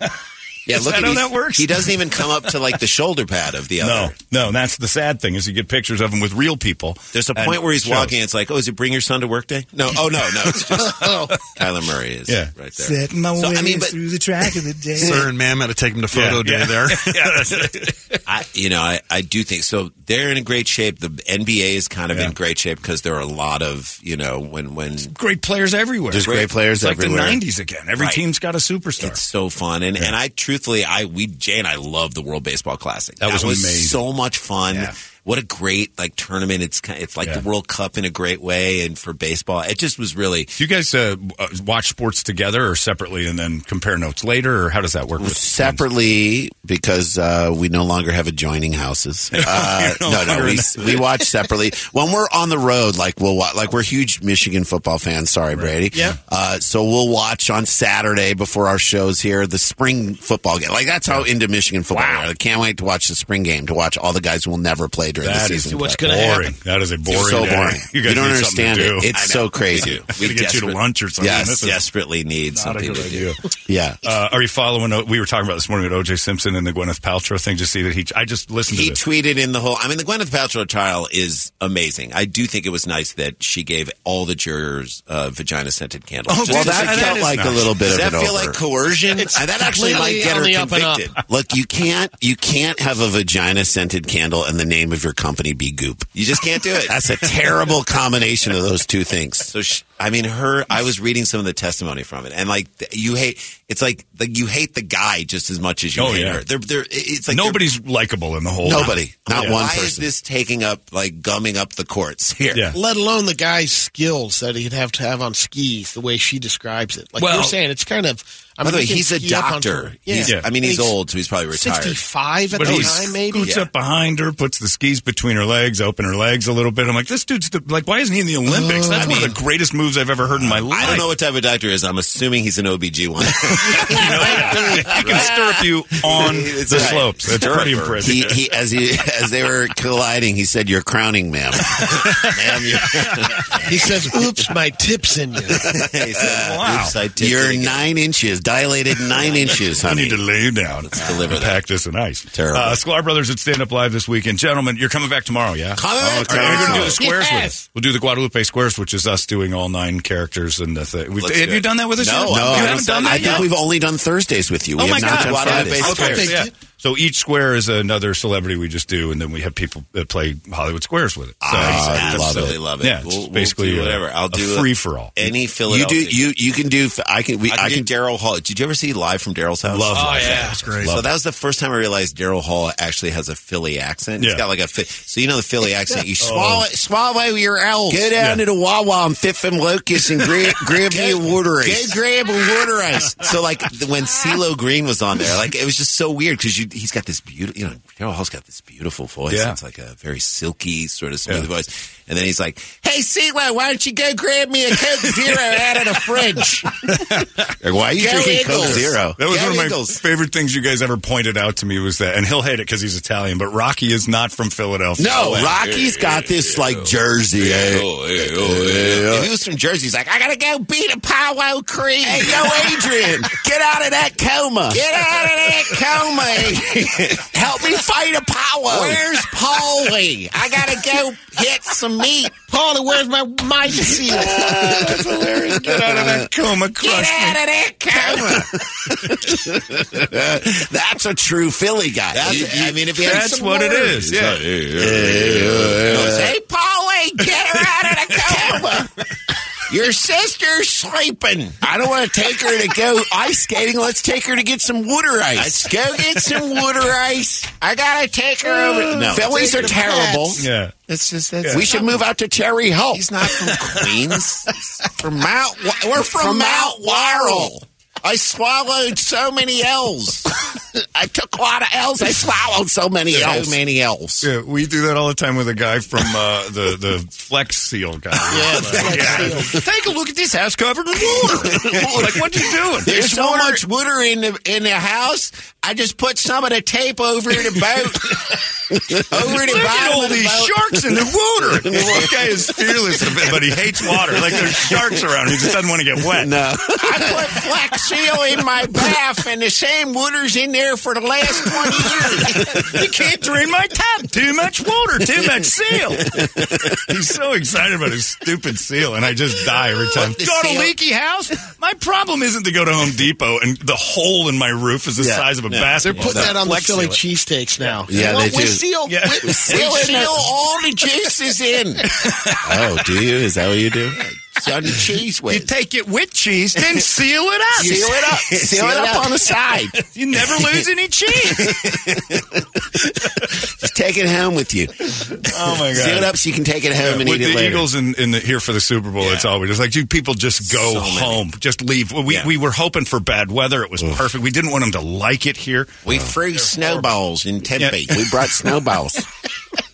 [SPEAKER 13] Yeah,
[SPEAKER 1] Is
[SPEAKER 13] look
[SPEAKER 1] that
[SPEAKER 13] at
[SPEAKER 1] how
[SPEAKER 13] he's-
[SPEAKER 1] that works?
[SPEAKER 13] He doesn't even come up to like the shoulder pad of the other.
[SPEAKER 1] Oh, No, no, that's the sad thing is you get pictures of him with real people.
[SPEAKER 13] There's a
[SPEAKER 1] And
[SPEAKER 13] point where he's
[SPEAKER 1] shows.
[SPEAKER 13] walking. It's like, oh, is it bring your son to work day? No, oh no, no. It's just Kyler Murray is
[SPEAKER 1] Yeah.
[SPEAKER 13] right there.
[SPEAKER 9] Setting my
[SPEAKER 13] So,
[SPEAKER 9] way
[SPEAKER 13] I mean, but-
[SPEAKER 9] through the track of the day.
[SPEAKER 4] Sir and ma'am had to take him to photo
[SPEAKER 1] Yeah,
[SPEAKER 4] day
[SPEAKER 1] yeah.
[SPEAKER 4] there.
[SPEAKER 13] I, you know, I, I do think so. They're in great shape. The NBA is kind of
[SPEAKER 1] Yeah.
[SPEAKER 13] in great shape because there are a lot of you know when when
[SPEAKER 1] Great players everywhere.
[SPEAKER 13] There's great players
[SPEAKER 1] it's like
[SPEAKER 13] everywhere.
[SPEAKER 1] the '90s again. Every
[SPEAKER 13] Right.
[SPEAKER 1] team's got a superstar.
[SPEAKER 13] it's so fun and and I truthfully I we Jay and I love the World Baseball Classic.
[SPEAKER 1] That was amazing.
[SPEAKER 13] so much fun.
[SPEAKER 1] Yeah.
[SPEAKER 13] What a great like tournament! It's ki- it's like
[SPEAKER 1] Yeah.
[SPEAKER 13] the World Cup in a great way, and for baseball, it just was really
[SPEAKER 1] Do you guys uh, uh, watch sports together or separately, and then compare notes later, or how does that work? With
[SPEAKER 13] separately because uh, we no longer have adjoining houses. Uh,
[SPEAKER 1] You're no
[SPEAKER 13] no, no,
[SPEAKER 1] longer
[SPEAKER 13] we,
[SPEAKER 1] in
[SPEAKER 13] we watch separately. When we're on the road, like we'll watch, like we're huge Michigan football fans. Sorry, Brady.
[SPEAKER 3] Yeah.
[SPEAKER 13] Uh, so we'll watch on Saturday before our shows here the spring football game. Like that's how into Michigan football. we are. I can't wait to watch the spring game to watch all the guys who will never play during
[SPEAKER 1] That
[SPEAKER 13] the
[SPEAKER 1] is
[SPEAKER 13] season.
[SPEAKER 3] what's
[SPEAKER 13] play.
[SPEAKER 3] gonna
[SPEAKER 1] boring.
[SPEAKER 3] happen.
[SPEAKER 1] That is a boring.
[SPEAKER 13] It's so
[SPEAKER 1] day.
[SPEAKER 13] boring.
[SPEAKER 1] You guys
[SPEAKER 13] don't
[SPEAKER 1] need something
[SPEAKER 13] understand
[SPEAKER 1] to do.
[SPEAKER 13] it.
[SPEAKER 1] I
[SPEAKER 13] It's
[SPEAKER 1] know.
[SPEAKER 13] so crazy.
[SPEAKER 1] Gotta get you to
[SPEAKER 13] desperate-
[SPEAKER 1] lunch or something.
[SPEAKER 13] Yes,
[SPEAKER 1] This is
[SPEAKER 13] desperately need
[SPEAKER 1] Not a
[SPEAKER 13] something
[SPEAKER 1] good
[SPEAKER 13] to
[SPEAKER 1] idea.
[SPEAKER 13] do. Yeah.
[SPEAKER 1] Uh, are you following? uh, We were talking about this morning with OJ Simpson and the Gwyneth Paltrow thing. Just see that he. I just listened
[SPEAKER 13] he
[SPEAKER 1] to this.
[SPEAKER 13] tweeted in the whole. I mean, the Gwyneth Paltrow trial is amazing. I do think it was nice that she gave all the jurors uh, vagina scented candles.
[SPEAKER 1] Oh, well,
[SPEAKER 13] Just-
[SPEAKER 1] that- that is nice.
[SPEAKER 13] Does
[SPEAKER 12] Does
[SPEAKER 13] that feel like coercion?
[SPEAKER 3] It's
[SPEAKER 13] Uh, that actually might
[SPEAKER 3] completely
[SPEAKER 13] get
[SPEAKER 3] on
[SPEAKER 13] her
[SPEAKER 3] the up and up.
[SPEAKER 13] convicted. Look, you can't you can't have a vagina scented candle and the name of your company be Goop. You just can't do it. That's a terrible combination of those two things. So sh I mean, her. I was reading some of the testimony from it, and like th- you hate. It's like like you hate the guy just as much as you
[SPEAKER 1] Oh,
[SPEAKER 13] hate
[SPEAKER 1] yeah.
[SPEAKER 13] her. They're, they're, it's like they're-
[SPEAKER 1] Nobody's likable in the whole. Oh,
[SPEAKER 13] Nobody, not
[SPEAKER 1] Yeah.
[SPEAKER 13] one.
[SPEAKER 1] Why is
[SPEAKER 13] this taking up like gumming up the courts here?
[SPEAKER 1] Yeah.
[SPEAKER 3] Let alone the guy's skills that he'd have to have on skis, the way she describes it. Like
[SPEAKER 1] Well-
[SPEAKER 3] you're saying, it's kind of. I
[SPEAKER 13] By
[SPEAKER 3] mean,
[SPEAKER 13] the way,
[SPEAKER 3] you can
[SPEAKER 13] he's a
[SPEAKER 3] ski up on
[SPEAKER 13] doctor.
[SPEAKER 3] tour. Yeah.
[SPEAKER 13] He's, I mean, he's
[SPEAKER 3] He's
[SPEAKER 13] old, so he's probably retired.
[SPEAKER 3] 65 at
[SPEAKER 1] But
[SPEAKER 3] the
[SPEAKER 1] he
[SPEAKER 3] time, maybe?
[SPEAKER 1] scoots up behind her, puts the skis between her legs, open her legs a little bit. I'm like, this dude's the, like, why isn't he in the Olympics?
[SPEAKER 13] Uh,
[SPEAKER 1] That's one of the greatest moves I've ever heard in my life.
[SPEAKER 13] I don't know what type of doctor he is. I'm assuming he's an OBGYN.
[SPEAKER 1] you can stirrup you on
[SPEAKER 13] It's
[SPEAKER 1] the
[SPEAKER 13] right.
[SPEAKER 1] slopes. That's
[SPEAKER 13] Stirrup
[SPEAKER 1] pretty
[SPEAKER 13] her.
[SPEAKER 1] impressive.
[SPEAKER 13] He, he, as, he, as they were colliding, he said, You're crowning, ma'am. ma'am, you're,
[SPEAKER 3] He says, oops, my tip's in you.
[SPEAKER 13] he said,
[SPEAKER 1] Wow.
[SPEAKER 13] "Oops, I tipped it
[SPEAKER 12] You're
[SPEAKER 13] again."
[SPEAKER 12] nine inches, dilated nine inches,
[SPEAKER 1] I
[SPEAKER 12] honey.
[SPEAKER 1] need to lay down. Let's
[SPEAKER 13] deliver that.
[SPEAKER 1] Pack this in ice.
[SPEAKER 13] Terrible.
[SPEAKER 1] Uh, Sklar Brothers at Stand Up Live this weekend. Gentlemen, you're coming back tomorrow, yeah?
[SPEAKER 13] Coming
[SPEAKER 1] oh,
[SPEAKER 13] back
[SPEAKER 1] okay. We're going to do the
[SPEAKER 13] tomorrow.
[SPEAKER 1] squares with
[SPEAKER 13] Yes.
[SPEAKER 1] it. We'll do the Guadalupe squares, which is us doing all nine characters and the thing. We've-
[SPEAKER 12] Let's
[SPEAKER 1] Have
[SPEAKER 12] do
[SPEAKER 1] you
[SPEAKER 12] it.
[SPEAKER 1] done that with us?
[SPEAKER 12] No,
[SPEAKER 1] yet?
[SPEAKER 12] I'm
[SPEAKER 1] you
[SPEAKER 12] not.
[SPEAKER 1] haven't done that
[SPEAKER 12] I think
[SPEAKER 1] yet?
[SPEAKER 12] we've only done Thursdays with you. We
[SPEAKER 1] oh
[SPEAKER 12] have
[SPEAKER 1] my
[SPEAKER 12] not
[SPEAKER 1] God!
[SPEAKER 12] done Fridays.
[SPEAKER 1] Fridays.
[SPEAKER 12] Okay.
[SPEAKER 1] Yeah. So each square is another celebrity we just do, and then we have people that play Hollywood squares with it. So
[SPEAKER 13] uh,
[SPEAKER 12] I
[SPEAKER 1] so-
[SPEAKER 12] absolutely love it.
[SPEAKER 1] Yeah, it's
[SPEAKER 12] We'll- we'll
[SPEAKER 1] basically
[SPEAKER 12] do
[SPEAKER 1] a-
[SPEAKER 12] whatever. I'll
[SPEAKER 1] a
[SPEAKER 12] do it.
[SPEAKER 1] free for all.
[SPEAKER 12] Any
[SPEAKER 13] You do
[SPEAKER 12] Philadelphia.
[SPEAKER 13] you you can do I can we I can,
[SPEAKER 12] do
[SPEAKER 13] Daryl Hall. Did you ever see live from Daryl's house?
[SPEAKER 12] Love Oh, Live from yeah. Daryl's. Great.
[SPEAKER 13] So
[SPEAKER 12] Love
[SPEAKER 13] that was the first time I realized Daryl Hall actually has a Philly accent. He's
[SPEAKER 12] Yeah.
[SPEAKER 13] got like a Phi- so you know the Philly accent. You swallow
[SPEAKER 12] Swallow,
[SPEAKER 13] it.
[SPEAKER 12] swallow your elves.
[SPEAKER 13] Go down to the Wawa and fit them locusts and grab, grab me a water
[SPEAKER 12] Go
[SPEAKER 13] ice. grab a water ice. So like th- when CeeLo Green was on there, like it was just so weird because he's got this beautiful, you know, Daryl Hall's got this beautiful voice.
[SPEAKER 12] Yeah.
[SPEAKER 13] It's like a very silky sort of smooth
[SPEAKER 12] Yeah.
[SPEAKER 13] voice. And then he's like,
[SPEAKER 12] Hey, CeeLo, why don't you go grab me a Coke Zero out of the fridge?
[SPEAKER 13] Like, why are you
[SPEAKER 12] Go
[SPEAKER 13] drinking
[SPEAKER 12] Eagles.
[SPEAKER 13] Coke Zero?
[SPEAKER 1] That was
[SPEAKER 12] Go
[SPEAKER 1] one of my
[SPEAKER 12] Eagles.
[SPEAKER 1] favorite things you guys ever pointed out to me was that, and he'll hate it because he's Italian, but Rocky is not from Philadelphia.
[SPEAKER 12] No, Rocky's got this like jersey. eh? If he was from Jersey, he's like, I gotta go beat Apollo Creed. Hey, yo, Adrian, get out of that coma. Get out of that coma. Help me fight Apollo. Where's Paulie? I gotta go hit some meat. Paulie, where's my mic seal? That's hilarious. Get out of that coma. Get out of that coma.
[SPEAKER 13] That's a true Philly guy.
[SPEAKER 12] That's- I mean, if he had That's some what it words. is, yeah.
[SPEAKER 13] No, it's, hey,
[SPEAKER 12] Hey, Paulie, get her out of the coma. Your sister's sleeping.
[SPEAKER 13] I don't want to take her to go ice skating. Let's take her to get some water ice.
[SPEAKER 12] Let's go get some water ice. I gotta take her over.
[SPEAKER 13] No.
[SPEAKER 12] Phillies are
[SPEAKER 13] Take her to
[SPEAKER 12] terrible.
[SPEAKER 13] Pats.
[SPEAKER 1] Yeah.
[SPEAKER 12] That's just that's
[SPEAKER 13] Yeah.
[SPEAKER 12] We should move out to Terry Hope.
[SPEAKER 13] He's not from Queens.
[SPEAKER 12] from Mount. We're from,
[SPEAKER 13] From
[SPEAKER 12] Mount
[SPEAKER 13] Mount
[SPEAKER 12] Laurel. I swallowed so many L's. I took a lot of L's. I swallowed so many L's. many elves.
[SPEAKER 1] Yeah, we do that all the time with a guy from uh, the the Flex Seal guy.
[SPEAKER 12] Yeah,
[SPEAKER 1] Take a look at this house covered in water. like, what you doing?
[SPEAKER 12] There's so much water in the in the house. I just put some of the tape over the boat. over the
[SPEAKER 1] Look at
[SPEAKER 12] bottom
[SPEAKER 1] all
[SPEAKER 12] of the
[SPEAKER 1] these
[SPEAKER 12] boat.
[SPEAKER 1] sharks in the water. This guy is fearless, of it, but he hates water. Like there's sharks around. He just doesn't want to get wet.
[SPEAKER 12] No.
[SPEAKER 1] I
[SPEAKER 12] put flax seal in my bath, and the same water's in there for the last 20 years. you can't drain my tub. Too much water,
[SPEAKER 1] too much seal. He's so excited about his stupid seal, and I just die every time.
[SPEAKER 5] Got a
[SPEAKER 1] seal-
[SPEAKER 5] leaky house?
[SPEAKER 1] My problem isn't to go to Home Depot and the hole in my roof is the size of a basketball.
[SPEAKER 3] Yeah. They're putting that on the
[SPEAKER 1] Flex
[SPEAKER 3] Philly
[SPEAKER 1] seal it.
[SPEAKER 3] cheesesteaks now.
[SPEAKER 1] Yeah,
[SPEAKER 3] Well,
[SPEAKER 1] they
[SPEAKER 3] we
[SPEAKER 1] do.
[SPEAKER 3] seal-
[SPEAKER 1] Yeah.
[SPEAKER 3] we- we
[SPEAKER 12] Seal
[SPEAKER 3] seal
[SPEAKER 12] all the juices in.
[SPEAKER 13] oh, do you? Is that what you do?
[SPEAKER 12] Son cheese
[SPEAKER 13] with.
[SPEAKER 12] You
[SPEAKER 5] take it with cheese, then seal it up.
[SPEAKER 12] Seal it up. Seal, it up, on the side.
[SPEAKER 5] You never lose any cheese.
[SPEAKER 12] Just take it home with you.
[SPEAKER 1] Oh my god!
[SPEAKER 12] Seal it up so you can take it home and
[SPEAKER 1] With
[SPEAKER 12] eat it
[SPEAKER 1] the
[SPEAKER 12] later.
[SPEAKER 1] Eagles in, in the, here for the Super Bowl, it's always just like dude, people just go
[SPEAKER 12] So many.
[SPEAKER 1] home, just leave. We we were hoping for bad weather; it was perfect. We didn't want them to like it here.
[SPEAKER 12] We threw snowballs in Tempe. We brought snowballs.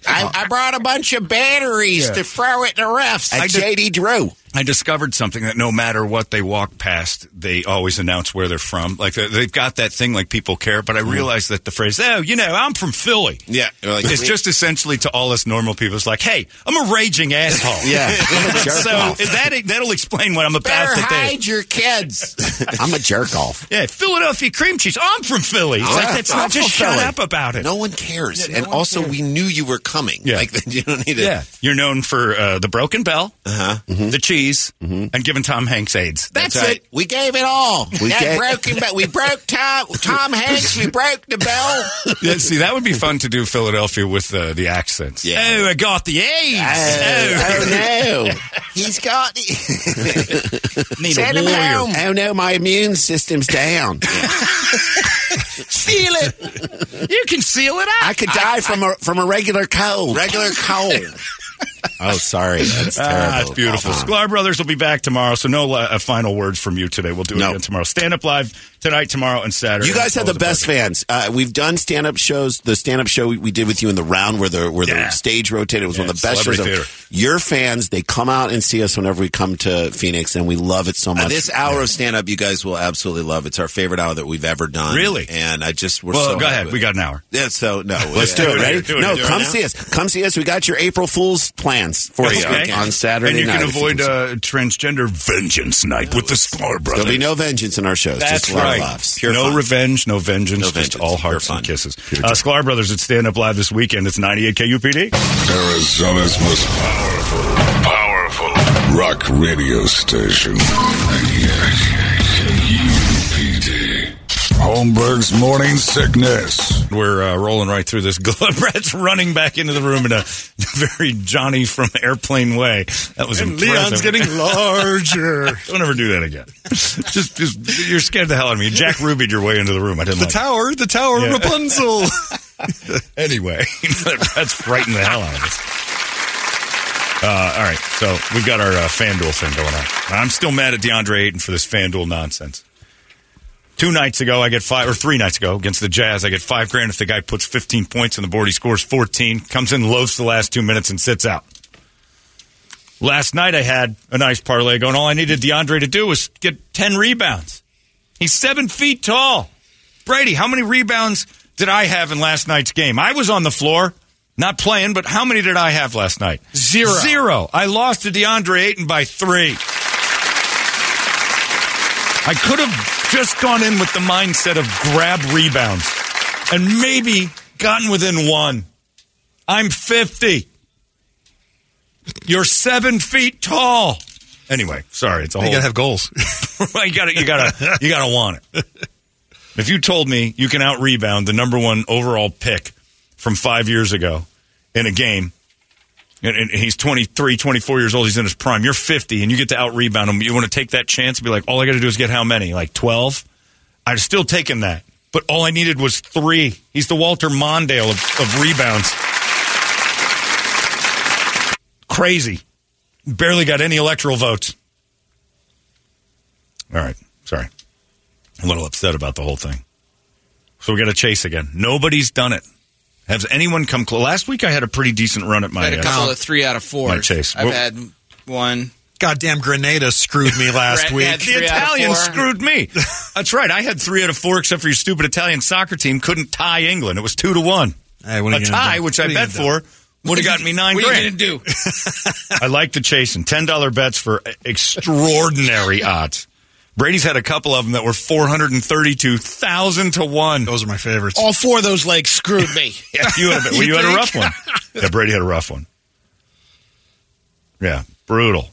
[SPEAKER 12] I, I brought a bunch of batteries
[SPEAKER 1] Yeah.
[SPEAKER 12] to throw at the refs.
[SPEAKER 1] I
[SPEAKER 12] At
[SPEAKER 1] did-
[SPEAKER 12] JD Drew.
[SPEAKER 1] I discovered something that no matter what they walk past, they always announce where they're from. Like they- they've got that thing, like people care. But I
[SPEAKER 12] Mm.
[SPEAKER 1] realized that the phrase "Oh, you know, I'm from Philly,"
[SPEAKER 13] Yeah, they're like-
[SPEAKER 1] it's just essentially to all us normal people. It's like, hey, I'm a raging asshole.
[SPEAKER 12] Yeah.
[SPEAKER 1] so
[SPEAKER 12] Jerk off.
[SPEAKER 1] that that'll explain what I'm about
[SPEAKER 12] Better
[SPEAKER 1] today.
[SPEAKER 12] hide your kids.
[SPEAKER 13] I'm a jerk off.
[SPEAKER 1] Yeah, Philadelphia cream cheese. I'm from Philly. It's
[SPEAKER 12] Uh-huh.
[SPEAKER 1] like, that's not just shut up about it.
[SPEAKER 13] No one cares. and also, we knew you were coming.
[SPEAKER 1] Yeah.
[SPEAKER 13] Like, you don't need to.
[SPEAKER 1] Yeah, you're known for uh, the broken bell,
[SPEAKER 13] uh-huh.
[SPEAKER 1] the cheese, and giving Tom Hanks AIDS.
[SPEAKER 12] That's, it. We gave it all.
[SPEAKER 1] We
[SPEAKER 12] We that
[SPEAKER 1] gave-
[SPEAKER 12] broken, but we broke Tom, Tom Hanks. We broke the bell.
[SPEAKER 1] Yeah, see, that would be fun to do Philadelphia with uh, the accents. Yeah. Oh, I got the AIDS.
[SPEAKER 12] Oh, no. He's got.
[SPEAKER 1] Need
[SPEAKER 12] Send
[SPEAKER 1] a
[SPEAKER 12] him
[SPEAKER 1] warrior.
[SPEAKER 12] home. Oh no, my immune system's down.
[SPEAKER 5] seal it. You can seal it up.
[SPEAKER 12] I could die from a from a regular cold. Regular cold.
[SPEAKER 13] Oh, sorry. That's
[SPEAKER 1] Ah, that's beautiful. Sklar Brothers will be back tomorrow, so no uh, final words from you today. We'll do it again tomorrow. Stand up live tonight, tomorrow, and Saturday.
[SPEAKER 12] You guys
[SPEAKER 13] had the best fans. Uh, we've done stand up shows. The stand up show we, we did with you in the round where the where
[SPEAKER 12] Yeah.
[SPEAKER 13] the stage rotated was one of the
[SPEAKER 12] Yeah,
[SPEAKER 13] best shows.
[SPEAKER 12] celebrity
[SPEAKER 13] ever. Your fans, they come out and see us whenever we come to Phoenix, and we love it so much.
[SPEAKER 12] Uh,
[SPEAKER 13] this hour of stand up, you guys will absolutely love. It's our favorite hour that we've ever done.
[SPEAKER 1] Really?
[SPEAKER 13] And I just we're
[SPEAKER 1] Well,
[SPEAKER 13] so
[SPEAKER 1] go
[SPEAKER 13] happy
[SPEAKER 1] ahead.
[SPEAKER 13] with
[SPEAKER 1] We
[SPEAKER 13] it.
[SPEAKER 1] got an hour.
[SPEAKER 13] Yeah, so no,
[SPEAKER 12] Let's do it. Ready?
[SPEAKER 13] Do
[SPEAKER 12] no,
[SPEAKER 13] Do
[SPEAKER 12] come
[SPEAKER 13] now.
[SPEAKER 12] see us. Come see us. We got your April Fool's plans for
[SPEAKER 1] Okay.
[SPEAKER 12] you on Saturday
[SPEAKER 1] And you
[SPEAKER 12] night.
[SPEAKER 1] can avoid uh, transgender vengeance night with the Sklar Brothers.
[SPEAKER 12] There'll be no vengeance in our shows.
[SPEAKER 1] That's
[SPEAKER 12] just love
[SPEAKER 1] right. no revenge, no vengeance, just all hearts and kisses. Uh, Sklar Brothers at Stand Up Live this weekend. It's 98 KUPD.
[SPEAKER 2] Arizona's most powerful, powerful rock radio station.
[SPEAKER 1] Holmberg's morning sickness. We're uh, rolling right through this. Brett's running back into the room in a very Johnny from Airplane way. That was
[SPEAKER 9] And
[SPEAKER 1] impressive.
[SPEAKER 9] Leon's getting larger.
[SPEAKER 1] Don't ever do that again. Just, just you're scared the hell out of me. Jack Rubied your way into the room. I didn't
[SPEAKER 4] The
[SPEAKER 1] like it.
[SPEAKER 4] tower, the tower,
[SPEAKER 1] Yeah.
[SPEAKER 4] Rapunzel.
[SPEAKER 1] anyway, that's frightened the hell out of us. Uh, all right, so we've got our uh, FanDuel thing going on. I'm still mad at DeAndre Ayton for this FanDuel nonsense. Two nights ago, I get five, or three nights ago against the Jazz, I get five grand if the guy puts 15 points on the board. He scores 14, comes in, loafs the last two minutes, and sits out. Last night, I had a nice parlay going. All I needed DeAndre to do was get 10 rebounds. He's seven feet tall. Brady, how many rebounds did I have in last night's game? I was on the floor, not playing, but how many did I have last night? Zero. Zero. I lost to DeAndre Ayton by three. I could have just gone in with the mindset of grab rebounds and maybe gotten within one. I'm 50. You're seven feet tall. Anyway, sorry, it's a
[SPEAKER 4] You
[SPEAKER 1] whole.
[SPEAKER 4] gotta have
[SPEAKER 1] goals. you gotta, you gotta, you gotta want it. If you told me you can out rebound the number one overall pick from five years ago in a game, and, and he's 23, 24 years old, he's in his prime, you're 50, and you get to out rebound him, you want to take that chance and be like, all I got to do is get how many? Like 12? I'd still taken that. But all I needed was three. He's the Walter Mondale of, of rebounds. Crazy. Barely got any electoral votes. All right. Sorry. I'm a little upset about the whole thing. So we got to chase again. Nobody's done it. Has anyone come close? Last week I had a pretty decent run at my.
[SPEAKER 8] I had a couple
[SPEAKER 1] uh,
[SPEAKER 8] of three out of four.
[SPEAKER 1] My chase.
[SPEAKER 8] I've
[SPEAKER 1] Well-
[SPEAKER 8] had one.
[SPEAKER 4] Goddamn Grenada screwed me last
[SPEAKER 8] Brett
[SPEAKER 4] week.
[SPEAKER 8] had
[SPEAKER 1] The
[SPEAKER 8] three out of
[SPEAKER 1] Italians
[SPEAKER 8] four.
[SPEAKER 1] screwed me. That's right. I had three out of four, except for your stupid Italian soccer team couldn't tie England. It was two to one.
[SPEAKER 4] are
[SPEAKER 1] a
[SPEAKER 4] you gonna
[SPEAKER 1] tie,
[SPEAKER 4] do?
[SPEAKER 1] which
[SPEAKER 4] What are
[SPEAKER 1] I
[SPEAKER 4] you
[SPEAKER 1] bet
[SPEAKER 4] gonna
[SPEAKER 1] for,
[SPEAKER 4] do?
[SPEAKER 1] would have gotten me nine
[SPEAKER 8] what
[SPEAKER 1] grand.
[SPEAKER 8] What are you going to do?
[SPEAKER 1] I like the chasing. Ten dollar bets for extraordinary odds. Brady's had a couple of them that were four hundred and thirty-two thousand to one. Those are my favorites.
[SPEAKER 3] All four of those legs screwed me.
[SPEAKER 1] Yeah, you had a, well, you, had a rough one. Yeah, Brady had a rough one. Yeah, brutal.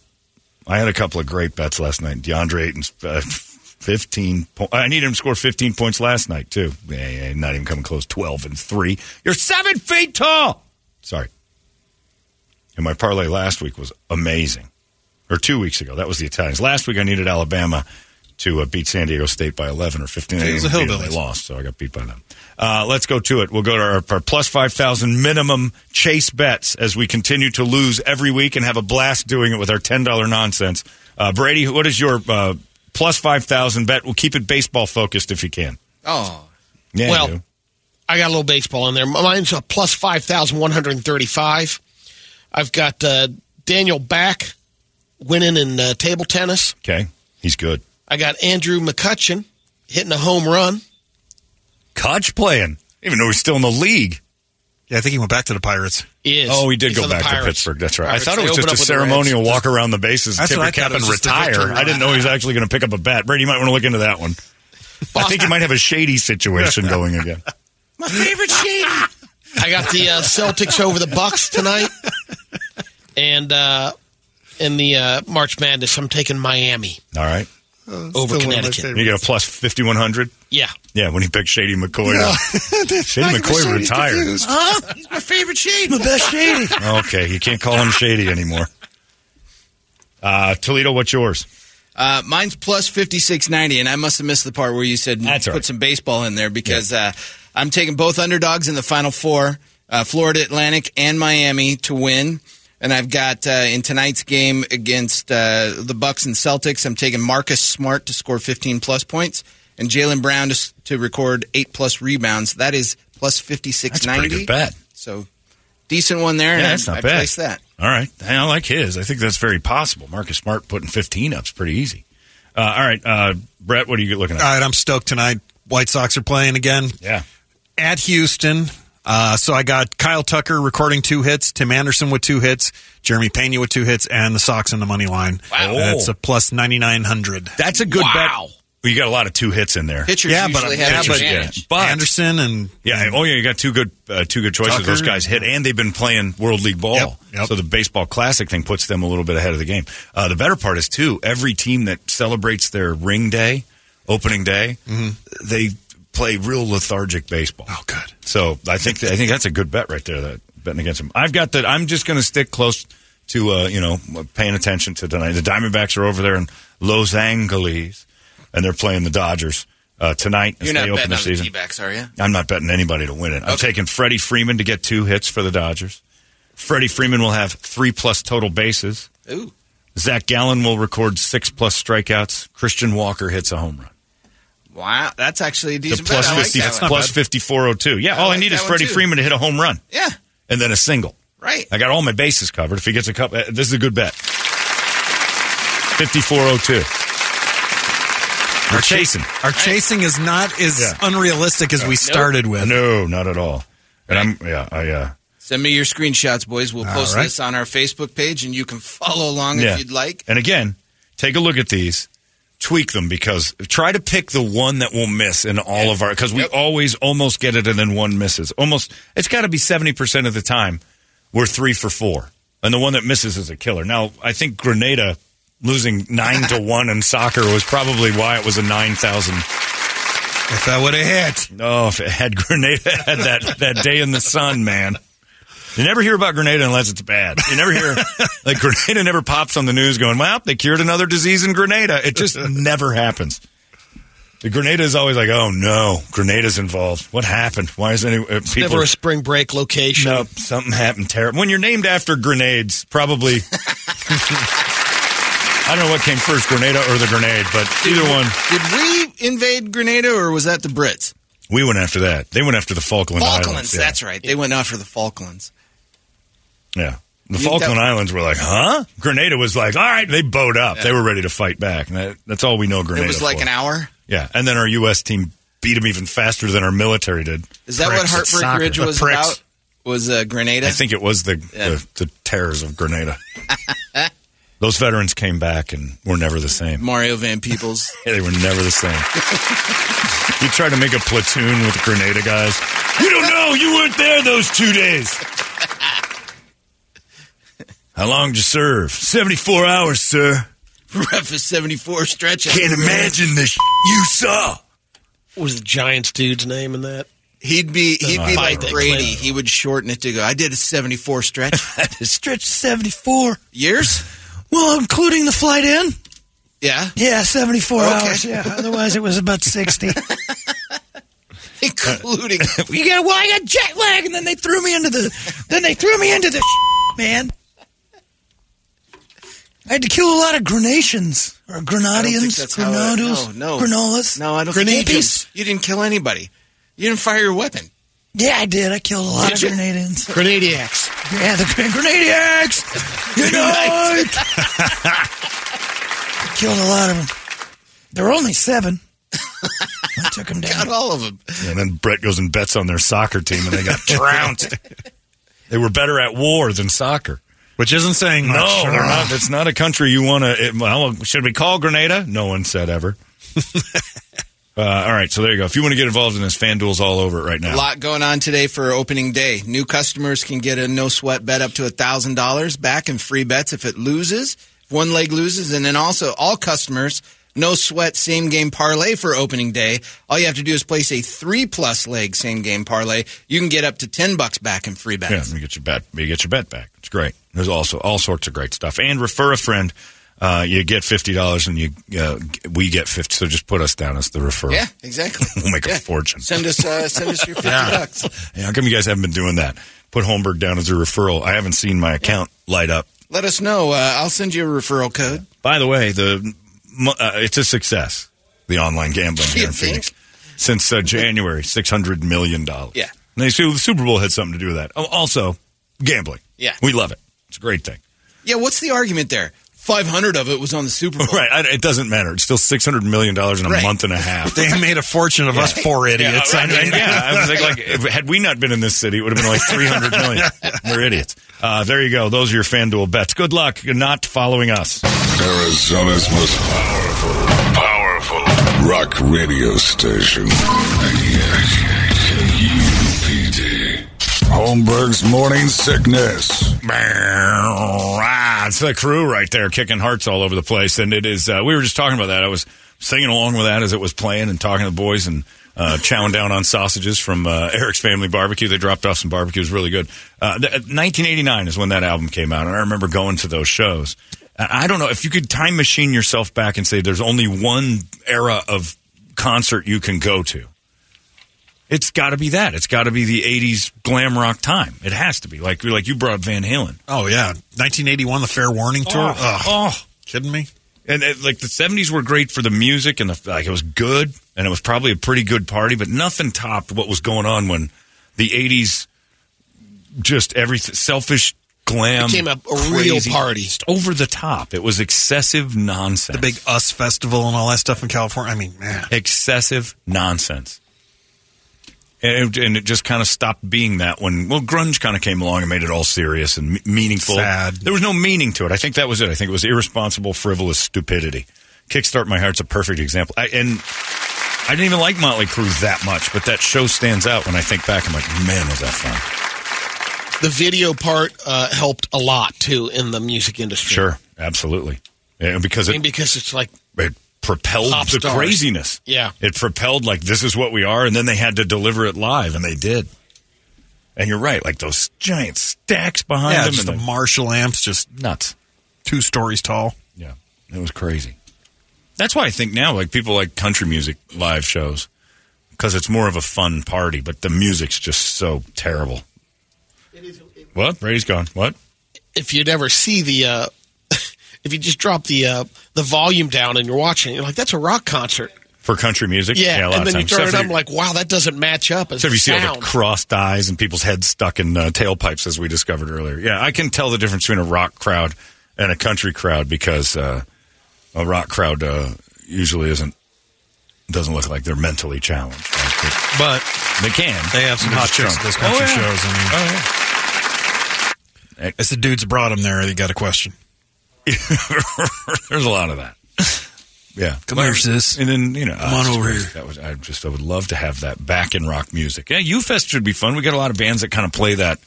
[SPEAKER 1] I had a couple of great bets last night. DeAndre Ayton's uh, fifteen. Po- I needed him to score fifteen points last night too. Yeah, yeah, not even coming close. Twelve and three. You're seven feet tall. Sorry. And my parlay last week was amazing, or two weeks ago. That was the Italians. Last week I needed Alabama to uh, beat San Diego State by eleven or fifteen.
[SPEAKER 4] It was the
[SPEAKER 1] They
[SPEAKER 4] hillbillies.
[SPEAKER 1] lost, so I got beat by them. Uh, let's go to it. We'll go to our, our plus 5,000 minimum chase bets as we continue to lose every week and have a blast doing it with our $10 nonsense. Uh, Brady, what is your uh, plus 5,000 bet? We'll keep it baseball focused if you can.
[SPEAKER 3] Oh.
[SPEAKER 1] Yeah,
[SPEAKER 3] well,
[SPEAKER 1] you do.
[SPEAKER 3] I got a little baseball in there. Mine's a plus 5,135. I've got uh, Daniel Back winning in uh, table tennis.
[SPEAKER 1] Okay. He's good.
[SPEAKER 3] I got Andrew McCutcheon hitting a home run.
[SPEAKER 1] Koch playing. Even though he's still in the league.
[SPEAKER 4] Yeah, I think he went back to the Pirates.
[SPEAKER 3] He is.
[SPEAKER 1] Oh, he did
[SPEAKER 4] He's
[SPEAKER 1] go
[SPEAKER 4] on the
[SPEAKER 1] back to
[SPEAKER 4] Pirates.
[SPEAKER 1] Pittsburgh. That's right.
[SPEAKER 4] Pirates.
[SPEAKER 1] I thought it
[SPEAKER 4] They
[SPEAKER 1] was
[SPEAKER 4] open
[SPEAKER 1] just a
[SPEAKER 4] up with the Reds.
[SPEAKER 1] ceremonial walk around the bases,
[SPEAKER 4] That's
[SPEAKER 1] tip
[SPEAKER 4] what
[SPEAKER 1] your
[SPEAKER 4] I thought.
[SPEAKER 1] cap,
[SPEAKER 4] It
[SPEAKER 1] and
[SPEAKER 4] was just a
[SPEAKER 1] retire.
[SPEAKER 4] victory
[SPEAKER 1] I didn't know he was actually going to pick up a bat. Brady, you might want to look into that one. I think you might have a shady situation going again.
[SPEAKER 3] My favorite shady. I got the uh, Celtics over the Bucks tonight, and uh, in the uh, March Madness, I'm taking Miami.
[SPEAKER 1] All right.
[SPEAKER 3] Over Connecticut.
[SPEAKER 1] You get a plus 5,100?
[SPEAKER 3] Yeah.
[SPEAKER 1] Yeah, when he picked Shady McCoy. up. Shady McCoy retired.
[SPEAKER 9] Huh? He's my favorite shade. My best shady.
[SPEAKER 1] okay, you can't call him Shady anymore. Uh, Toledo, what's yours?
[SPEAKER 8] Uh, mine's plus fifty six ninety, and I must have missed the part where you said put some baseball in there because uh, I'm taking both underdogs in the final four, uh, Florida Atlantic and Miami to win. And I've got uh, in tonight's game against uh, the Bucks and Celtics, I'm taking Marcus Smart to score 15 plus points and Jalen Brown to, s- to record eight plus rebounds. That is plus 5690.
[SPEAKER 1] That's a pretty good bet.
[SPEAKER 8] So decent one there.
[SPEAKER 1] Yeah,
[SPEAKER 8] and I-
[SPEAKER 1] that's not
[SPEAKER 8] I
[SPEAKER 1] bad.
[SPEAKER 8] placed that.
[SPEAKER 1] All right. Hey, I like his. I think that's very possible. Marcus Smart putting 15 up's pretty easy. Uh, all right, uh, Brett, what are you looking at?
[SPEAKER 4] All right, I'm stoked tonight. White Sox are playing again.
[SPEAKER 1] Yeah.
[SPEAKER 4] At Houston. Uh, so I got Kyle Tucker recording two hits, Tim Anderson with two hits, Jeremy Pena with two hits, and the Sox in the money line.
[SPEAKER 1] Wow.
[SPEAKER 4] That's a plus 9,900.
[SPEAKER 1] That's a good bet. you got a lot of two hits in there.
[SPEAKER 4] Pitchers Yeah, but- usually have yeah, an but- advantage. Anderson and
[SPEAKER 1] yeah, oh yeah, you got two good uh, two good choices.
[SPEAKER 4] Tucker.
[SPEAKER 1] Those guys hit, and they've been playing World League ball. So the baseball classic thing puts them a little bit ahead of the game. Uh, the better part is too, every team that celebrates their ring day, opening day,
[SPEAKER 4] Mm-hmm.
[SPEAKER 1] they play real lethargic baseball. Oh, good. So I think I think that's a good bet right there. That betting against them. I've got that. I'm just going to stick close to uh, you know paying attention to tonight. The Diamondbacks are over there in Los Angeles, and they're playing the Dodgers uh, tonight. as
[SPEAKER 8] You're
[SPEAKER 1] they
[SPEAKER 8] not
[SPEAKER 1] open
[SPEAKER 8] betting
[SPEAKER 1] the
[SPEAKER 8] on the
[SPEAKER 1] season.
[SPEAKER 8] D-backs, are you?
[SPEAKER 1] I'm not betting anybody to win it. I'm taking Freddie Freeman to get two hits for the Dodgers. Freddie Freeman will have three plus total bases.
[SPEAKER 8] Ooh.
[SPEAKER 1] Zach Gallen will record six plus strikeouts. Christian Walker hits a home run.
[SPEAKER 8] Wow, that's actually a decent
[SPEAKER 1] plus
[SPEAKER 8] bet. I like
[SPEAKER 1] 50,
[SPEAKER 8] that one.
[SPEAKER 1] plus 5402. Yeah,
[SPEAKER 8] I
[SPEAKER 1] all I
[SPEAKER 8] like
[SPEAKER 1] need
[SPEAKER 8] that
[SPEAKER 1] is
[SPEAKER 8] one,
[SPEAKER 1] Freddie
[SPEAKER 8] too.
[SPEAKER 1] Freeman to hit a home run
[SPEAKER 8] Yeah,
[SPEAKER 1] and then a single.
[SPEAKER 8] right.
[SPEAKER 1] I got all my bases covered. If he gets a cup, uh, this is a good bet. 5402. We're chasing.
[SPEAKER 4] Our chasing is not as unrealistic as
[SPEAKER 1] Yeah.
[SPEAKER 4] we started with.
[SPEAKER 1] No, not at all. And I'm, yeah, I, uh,
[SPEAKER 8] Send me your screenshots, boys. We'll
[SPEAKER 1] All
[SPEAKER 8] post
[SPEAKER 1] right.
[SPEAKER 8] this on our Facebook page, and you can follow along
[SPEAKER 1] Yeah.
[SPEAKER 8] if you'd like.
[SPEAKER 1] And again, take a look at these, tweak them because try to pick the one that will miss in all of our because we always almost get it and then one misses. Almost, it's got to be seventy percent of the time we're three for four, and the one that misses is a killer. Now, I think Grenada losing nine to one in soccer was probably why it was a nine thousand. If that would have hit, no, if it had Grenada had that that day in the sun, man. You never hear about Grenada unless it's bad. You never hear like Grenada never pops on the news going, "Well, they cured another disease in Grenada." It just never happens. The Grenada is always like, "Oh no, Grenada's involved. What happened? Why is any uh, people?"
[SPEAKER 3] Never a spring break location.
[SPEAKER 1] Nope, something happened terrible. When you're named after grenades, probably. I don't know what came first, Grenada or the grenade, but either one.
[SPEAKER 8] Did we invade Grenada, or was that the Brits?
[SPEAKER 1] We went after that. They went after the Falkland, Islands.
[SPEAKER 8] Falklands.
[SPEAKER 1] yeah.
[SPEAKER 8] That's right. They went out for the Falklands.
[SPEAKER 1] Yeah. The
[SPEAKER 8] You-
[SPEAKER 1] Falkland
[SPEAKER 8] that-
[SPEAKER 1] Islands were like, huh? Grenada was like, all right, they bowed up. They were ready to fight back. And that, that's all we know Grenada
[SPEAKER 8] it was like
[SPEAKER 1] for.
[SPEAKER 8] an hour.
[SPEAKER 1] Yeah. And then our U.S. team beat them even faster than our military did.
[SPEAKER 8] Is that
[SPEAKER 1] Pricks.
[SPEAKER 8] what
[SPEAKER 1] It's
[SPEAKER 8] Heartbreak
[SPEAKER 1] soccer.
[SPEAKER 8] Ridge
[SPEAKER 1] The
[SPEAKER 8] was
[SPEAKER 1] pricks.
[SPEAKER 8] about? Was uh, Grenada?
[SPEAKER 1] I think it was the, the, the terrors of Grenada. Those veterans came back and were never the same.
[SPEAKER 8] Mario Van Peebles.
[SPEAKER 1] Yeah, they were never the same. you try to make a platoon with Grenada guys. You don't know. You weren't there those two days. How long did you serve? 74 hours, sir.
[SPEAKER 8] Ref is 74 stretch. out.
[SPEAKER 1] the sh- you saw.
[SPEAKER 3] What was the Giants dude's name in that?
[SPEAKER 8] He'd be he'd
[SPEAKER 3] No, I
[SPEAKER 8] be
[SPEAKER 3] don't
[SPEAKER 8] like
[SPEAKER 3] remember.
[SPEAKER 8] Brady. He would shorten it to go. I did a 74 stretch.
[SPEAKER 9] Stretch 74.
[SPEAKER 8] Years?
[SPEAKER 9] Well, including the flight in?
[SPEAKER 8] Yeah.
[SPEAKER 9] Yeah, 74
[SPEAKER 8] Okay.
[SPEAKER 9] hours. Yeah, otherwise it was about 60.
[SPEAKER 8] Including.
[SPEAKER 9] you got, well, I got jet lag, and then they threw me into the, then they threw me into the man. I had to kill a lot of granations or grenadians, granados,
[SPEAKER 8] no, no.
[SPEAKER 9] granolas.
[SPEAKER 8] No, I don't
[SPEAKER 9] Grenadians.
[SPEAKER 8] think you did. You didn't kill anybody. You didn't fire your weapon.
[SPEAKER 9] Yeah, I did. I killed a lot
[SPEAKER 8] Did
[SPEAKER 9] of
[SPEAKER 8] you?
[SPEAKER 9] grenadians.
[SPEAKER 3] Grenadiacs.
[SPEAKER 9] Yeah, the Gran- Grenadiacs. Unite! I killed a lot of them. There were only seven. I took them down.
[SPEAKER 8] Got all of them.
[SPEAKER 1] And then Brett goes and bets on their soccer team, and they got trounced. They were better at war than soccer.
[SPEAKER 4] Which isn't saying
[SPEAKER 1] no,
[SPEAKER 4] much.
[SPEAKER 1] they're not. It's not a country you want to. Well, should we call Grenada? No one said ever. uh, all right, so there you go. If you want to get involved in this, FanDuel's all over it right
[SPEAKER 8] A
[SPEAKER 1] now.
[SPEAKER 8] lot going on today for opening day. New customers can get a no sweat bet up to thousand dollars back in free bets if it loses, if one leg loses, and then also all customers no sweat same game parlay for opening day. All you have to do is place a three plus leg same game parlay. You can get up to ten bucks back in free bets.
[SPEAKER 1] Yeah, you get your bet. You get your bet back. It's great. There's also all sorts of great stuff. And refer a friend. Uh, you get fifty dollars, and you uh, g- we get fifty. So just put us down as the referral.
[SPEAKER 8] Yeah, exactly.
[SPEAKER 1] we'll make
[SPEAKER 8] Yeah.
[SPEAKER 1] a fortune.
[SPEAKER 8] Send us uh, send us your fifty bucks.
[SPEAKER 1] Hey, how come you guys haven't been doing that? Put Holmberg down as a referral. I haven't seen my account light up.
[SPEAKER 8] Let us know. Uh, I'll send you a referral code.
[SPEAKER 1] By the way, the mo- uh, it's a success. The online gambling here in Phoenix since uh, January, six hundred million dollars.
[SPEAKER 8] Yeah.
[SPEAKER 1] and they say well, the Super Bowl had something to do with that. Oh, also gambling.
[SPEAKER 8] Yeah.
[SPEAKER 1] we love it. It's a great thing.
[SPEAKER 8] Yeah, what's the argument there? Five hundred of it was on the Super Bowl.
[SPEAKER 1] Right, I, it doesn't matter. It's still six hundred million dollars in a
[SPEAKER 8] Right.
[SPEAKER 1] month and a half.
[SPEAKER 4] They made a fortune of us four idiots.
[SPEAKER 1] Yeah,
[SPEAKER 4] I mean-
[SPEAKER 1] yeah, I was like, like, if- had we not been in this city, it would have been like three hundred million. We're idiots. Uh, there you go. Those are your FanDuel bets. Good luck. You're not following us.
[SPEAKER 2] Arizona's most powerful, powerful Rock radio station. 98 KUPD. Holmberg's morning sickness.
[SPEAKER 1] Ah, it's the crew right there kicking hearts all over the place. And it is, uh, we were just talking about that. I was singing along with that as it was playing and talking to the boys and uh, chowing down on sausages from uh, Eric's Family Barbecue. They dropped off some barbecue. It was really good. Uh, th- 1989 is when that album came out. And I remember going to those shows. And I don't know if you could time machine yourself back and say there's only one era of concert you can go to. It's got to be that. It's got to be the '80s glam rock time. It has to be. Like like you brought up Van Halen.
[SPEAKER 4] Oh yeah, 1981, the Fair Warning tour.
[SPEAKER 1] Oh,
[SPEAKER 4] Ugh.
[SPEAKER 1] oh.
[SPEAKER 4] kidding me?
[SPEAKER 1] And it, like the '70s were great for the music and the like. It was good, and it was probably a pretty good party, but nothing topped what was going on when the '80s just every selfish glam
[SPEAKER 3] Became a- a real
[SPEAKER 1] crazy-
[SPEAKER 3] party.
[SPEAKER 1] just over the top. It was excessive nonsense. The
[SPEAKER 4] big Us Festival and all that stuff in California. I mean, man,
[SPEAKER 1] excessive nonsense. And it, and it just kind of stopped being that when, well, grunge kind of came along and made it all serious and m- meaningful.
[SPEAKER 4] Sad.
[SPEAKER 1] There was no meaning to it. I think that was it. I think it was irresponsible, frivolous stupidity. Kickstart My Heart's a perfect example. I, and I didn't even like Motley Crue that much, but that show stands out when I think back. I'm like, man, was that fun.
[SPEAKER 3] The video part uh, helped a lot too in the music industry.
[SPEAKER 1] Sure. Absolutely. Yeah, because
[SPEAKER 3] I
[SPEAKER 1] it,
[SPEAKER 3] mean, because it's like
[SPEAKER 1] it propelled
[SPEAKER 3] Pop
[SPEAKER 1] the
[SPEAKER 3] stars.
[SPEAKER 1] craziness.
[SPEAKER 3] Yeah.
[SPEAKER 1] It propelled like this is what we are, and then they had to deliver it live, and they did. And you're right, like those giant stacks behind
[SPEAKER 4] yeah,
[SPEAKER 1] them,
[SPEAKER 4] just
[SPEAKER 1] and
[SPEAKER 4] the
[SPEAKER 1] the-
[SPEAKER 4] Marshall amps, just
[SPEAKER 1] nuts,
[SPEAKER 4] two stories tall.
[SPEAKER 1] Yeah, it was crazy. That's why I think now, like people like country music live shows because it's more of a fun party, but the music's just so terrible. It is, what? Brady's gone. What?
[SPEAKER 3] if you'd ever see the uh, if you just drop the uh, the volume down and you're watching, you're like, that's a rock concert.
[SPEAKER 1] For country music?
[SPEAKER 3] Yeah,
[SPEAKER 1] a lot
[SPEAKER 3] and
[SPEAKER 1] of
[SPEAKER 3] then you
[SPEAKER 1] times.
[SPEAKER 3] turn
[SPEAKER 1] Except
[SPEAKER 3] it
[SPEAKER 1] for
[SPEAKER 3] up,
[SPEAKER 1] your-
[SPEAKER 3] like, wow, that doesn't match up as
[SPEAKER 1] So if
[SPEAKER 3] the
[SPEAKER 1] you see all the
[SPEAKER 3] sound.
[SPEAKER 1] crossed eyes and people's heads stuck in uh, tailpipes, as we discovered earlier, yeah, I can tell the difference between a rock crowd and a country crowd because uh, a rock crowd uh, usually isn't doesn't look like they're mentally challenged, but they can. Oh,
[SPEAKER 4] They have some hot chicks at those country shows. I mean, it's the dudes that brought them there. They got a question.
[SPEAKER 1] There's a lot of that. Yeah,
[SPEAKER 4] Come here, sis.
[SPEAKER 1] And then you know,
[SPEAKER 4] Come on
[SPEAKER 1] it's
[SPEAKER 4] over
[SPEAKER 1] crazy.
[SPEAKER 4] here.
[SPEAKER 1] That was I just I would love to have that back in rock music. Yeah, U Fest should be fun. We got a lot of bands that kind of play that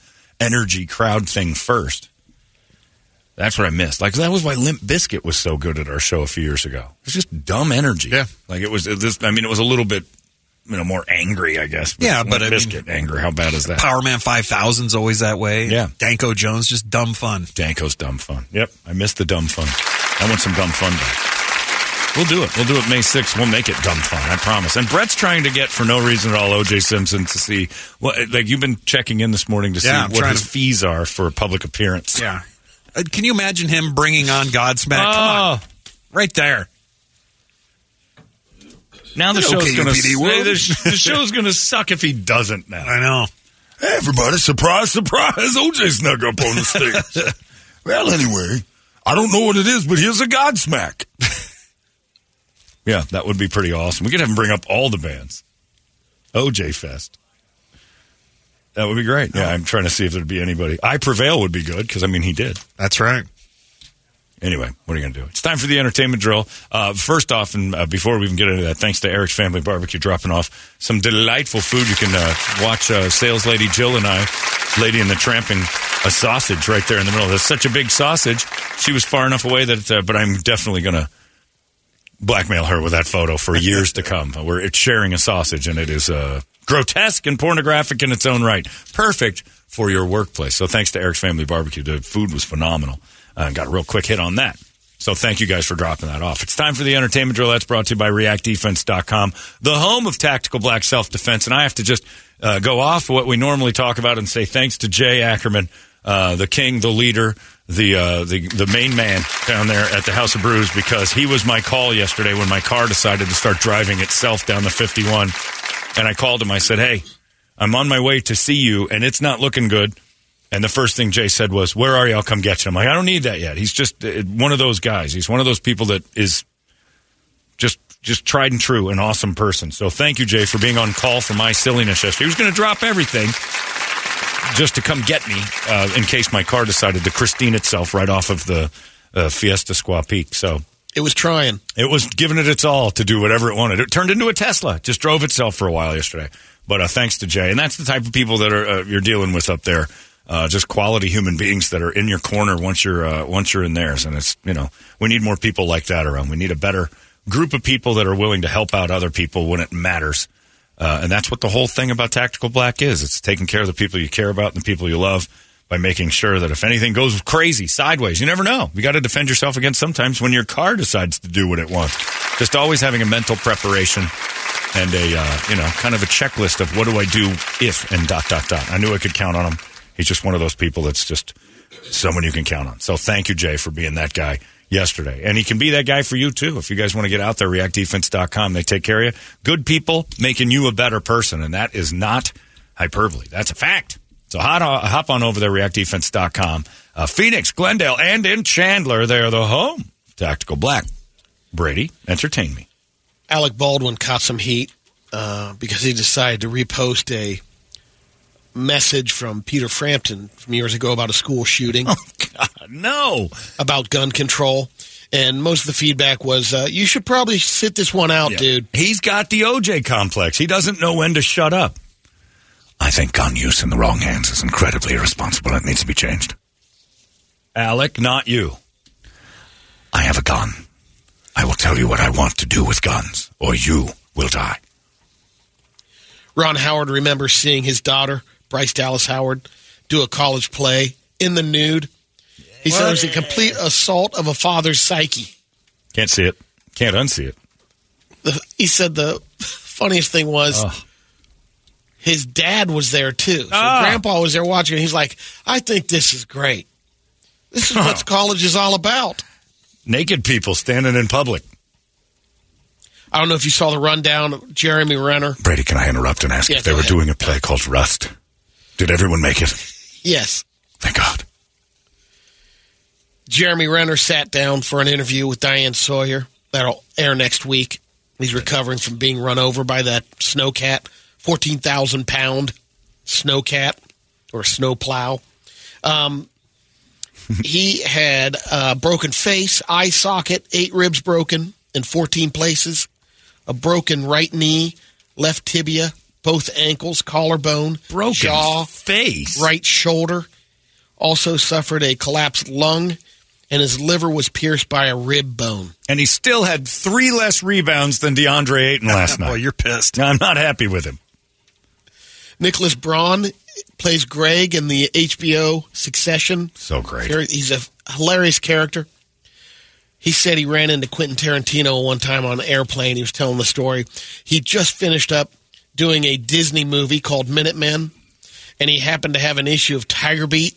[SPEAKER 1] energy crowd thing first. That's what I missed. Like that was why Limp Biscuit was so good at our show a few years ago. It's just dumb energy. Yeah, like it was. This I mean, it was a little bit you know more angry, I guess.
[SPEAKER 4] Yeah, but
[SPEAKER 1] Limp
[SPEAKER 4] I mean-
[SPEAKER 1] Biscuit anger. How bad is that?
[SPEAKER 4] Power Man 5000's always that way.
[SPEAKER 1] Yeah.
[SPEAKER 4] Danko Jones, just dumb fun.
[SPEAKER 1] Danko's dumb fun. Yep. I missed the dumb fun. I want some dumb fun back. We'll do it. We'll do it May 6th. We'll make it dumb fun. I promise. And Brett's trying to get, for no reason at all, OJ Simpson to see what, like, you've been checking in this morning to see
[SPEAKER 4] Yeah, I'm
[SPEAKER 1] what
[SPEAKER 4] trying
[SPEAKER 1] his
[SPEAKER 4] to-
[SPEAKER 1] fees are for a public appearance.
[SPEAKER 4] Yeah. Uh, can you imagine him bringing on Godsmack? Come on.
[SPEAKER 1] Oh.
[SPEAKER 4] Right there.
[SPEAKER 1] Now the
[SPEAKER 4] Hello,
[SPEAKER 1] show's going to
[SPEAKER 4] KUPD world.
[SPEAKER 1] the, sh- the show's going to suck if he doesn't now. I
[SPEAKER 4] know.
[SPEAKER 7] Hey, everybody, surprise, surprise. OJ snuck up on the stage. well, anyway, I don't know what it is, but here's a Godsmack.
[SPEAKER 1] Yeah, that would be pretty awesome. We could have him bring up all the bands. OJ Fest. That would be great. Yeah, I'm trying to see if there'd be anybody. I Prevail would be good because, I mean, he did.
[SPEAKER 4] That's right.
[SPEAKER 1] Anyway, what are you going to do? It's time for the entertainment drill. Uh, first off, and uh, before we even get into that, thanks to Eric's Family Barbecue dropping off some delightful food. You can uh, watch uh, sales lady Jill and I, Lady in the Tramping, a sausage right there in the middle. That's such a big sausage. She was far enough away that, uh, but I'm definitely going to blackmail her with that photo for years to come. We're it's sharing a sausage, and it is uh, grotesque and pornographic in its own right. Perfect for your workplace. So thanks to Eric's Family Barbecue, the food was phenomenal. Uh, got a real quick hit on that. So thank you guys for dropping that off. It's time for the entertainment drill. That's brought to you by ReactDefense.com, the home of tactical black self defense. And I have to just uh, go off what we normally talk about and say thanks to Jay Ackerman, uh, the king, the leader, the, uh, the the main man down there at the House of Brews because he was my call yesterday when my car decided to start driving itself down the 51. And I called him. I said, "Hey, I'm on my way to see you, and it's not looking good." And the first thing Jay said was, "Where are you? I'll come get you." I'm like, "I don't need that yet." He's just uh, one of those guys. He's one of those people that is just just tried and true, an awesome person. So thank you, Jay, for being on call for my silliness yesterday. He was going to drop everything just to come get me uh, in case my car decided to Christine itself right off of the uh, Fiesta Squaw Peak. So
[SPEAKER 3] It was trying.
[SPEAKER 1] It was giving it its all to do whatever it wanted. It turned into a Tesla. Just drove itself for a while yesterday. But uh, thanks to Jay, and that's the type of people that are uh, you're dealing with up there. Uh, just quality human beings that are in your corner once you're uh, once you're in theirs. And it's you know we need more people like that around. We need a better group of people that are willing to help out other people when it matters. Uh, and that's what the whole thing about Tactical Black is. It's taking care of the people you care about and the people you love by making sure that if anything goes crazy, sideways, you never know. You got to defend yourself against sometimes when your car decides to do what it wants. Just always having a mental preparation and a, uh, you know, kind of a checklist of what do I do if and dot, dot, dot. I knew I could count on him. He's just one of those people that's just someone you can count on. So thank you, Jay, for being that guy yesterday. And he can be that guy for you, too. If you guys want to get out there, reactdefense.com. They take care of you. Good people making you a better person. And that is not hyperbole. That's a fact. So hot, uh, hop on over there, reactdefense.com. Uh, Phoenix, Glendale, and in Chandler, they are the home. of Tactical Black. Brady, entertain me.
[SPEAKER 3] Alec Baldwin caught some heat uh, because he decided to repost a message from Peter Frampton from years ago about a school shooting. Oh,
[SPEAKER 1] God, no.
[SPEAKER 3] About gun control. And most of the feedback was, uh, you should probably sit this one out, dude.
[SPEAKER 1] He's got the OJ complex. He doesn't know when to shut up. I think gun use in the wrong hands is incredibly irresponsible. It needs to be changed. Alec, not you. I have a gun. I will tell you what I want to do with guns, or you will die.
[SPEAKER 3] Ron Howard remembers seeing his daughter, Bryce Dallas Howard, do a college play in the nude. He said it was a complete assault of a father's psyche.
[SPEAKER 1] Can't see it. Can't unsee it.
[SPEAKER 3] The, he said the funniest thing was his dad was there too. So grandpa was there watching. And he's like, I think this is great. This is what college is all about.
[SPEAKER 1] Naked people standing in public.
[SPEAKER 3] I don't know if you saw the rundown of Jeremy Renner.
[SPEAKER 1] Brady, can I interrupt and ask
[SPEAKER 3] Yeah,
[SPEAKER 1] if they
[SPEAKER 3] go
[SPEAKER 1] were
[SPEAKER 3] ahead.
[SPEAKER 1] doing a play called Rust? Did everyone make it?
[SPEAKER 3] Yes.
[SPEAKER 1] Thank God.
[SPEAKER 3] Jeremy Renner sat down for an interview with Diane Sawyer. That'll air next week. He's recovering from being run over by that snowcat, 14,000 pound snowcat or snowplow. Um, he had a broken face, eye socket, eight ribs broken in 14 places, a broken right knee, left tibia, both ankles, collarbone, broken jaw,
[SPEAKER 1] face,
[SPEAKER 3] right shoulder. Also suffered a collapsed lung, and his liver was pierced by a rib bone.
[SPEAKER 1] And he still had three less rebounds than DeAndre Ayton last night. Well, you're pissed. I'm not happy with him.
[SPEAKER 3] Nicholas Braun plays Greg in the HBO Succession.
[SPEAKER 1] So great.
[SPEAKER 3] He's a hilarious character. He said he ran into Quentin Tarantino one time on an airplane. He was telling the story. He just finished up doing a Disney movie called Minutemen, and he happened to have an issue of Tiger Beat.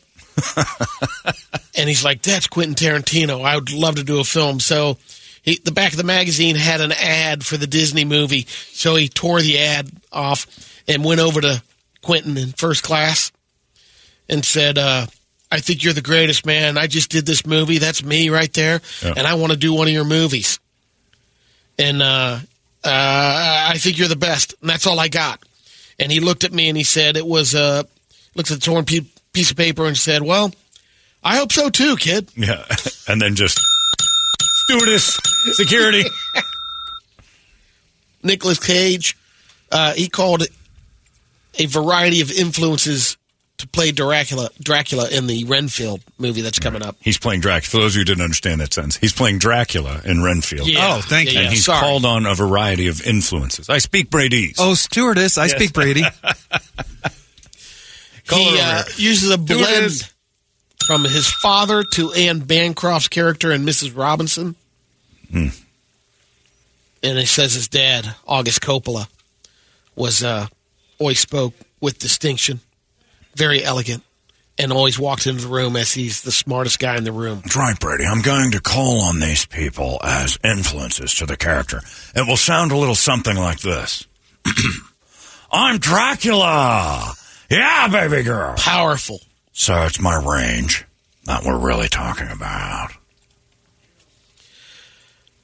[SPEAKER 3] and he's like, "That's Quentin Tarantino. I would love to do a film." So, he, the back of the magazine had an ad for the Disney movie, so he tore the ad off and went over to Quentin in first class and said, uh, "I think you're the greatest man. I just did this movie. That's me right there,
[SPEAKER 15] Yeah.
[SPEAKER 3] and I want to do one of your movies." And uh, uh, I think you're the best, and that's all I got. And he looked at me and he said, "It was uh, looked at the torn pe- piece of paper and said, "Well, I hope so too, kid."
[SPEAKER 1] Yeah. And then just stewardess, security.
[SPEAKER 3] Nicholas Cage, uh, he called it a variety of influences to play Dracula, Dracula in the Renfield movie that's coming up.
[SPEAKER 1] He's playing Dracula. For those of you who didn't understand that sentence, he's playing Dracula in Renfield.
[SPEAKER 3] Yeah. Oh, thank Yeah, you. yeah.
[SPEAKER 1] And he's
[SPEAKER 3] Sorry.
[SPEAKER 1] called on a variety of influences. I speak Brady's.
[SPEAKER 4] Oh, stewardess, I
[SPEAKER 1] Yes.
[SPEAKER 4] speak Brady.
[SPEAKER 3] he uh, uses a
[SPEAKER 4] Stewardess.
[SPEAKER 3] blend from his father to Anne Bancroft's character in Mrs. Robinson.
[SPEAKER 1] Hmm.
[SPEAKER 3] And he says his dad, August Coppola, was uh, always spoke with distinction, very elegant, and always walked into the room as he's the smartest guy in the room.
[SPEAKER 1] That's right, Brady. I'm going to call on these people as influences to the character. It will sound a little something like this I'm Dracula. Yeah, baby girl.
[SPEAKER 3] Powerful.
[SPEAKER 1] So it's my range that we're really talking about.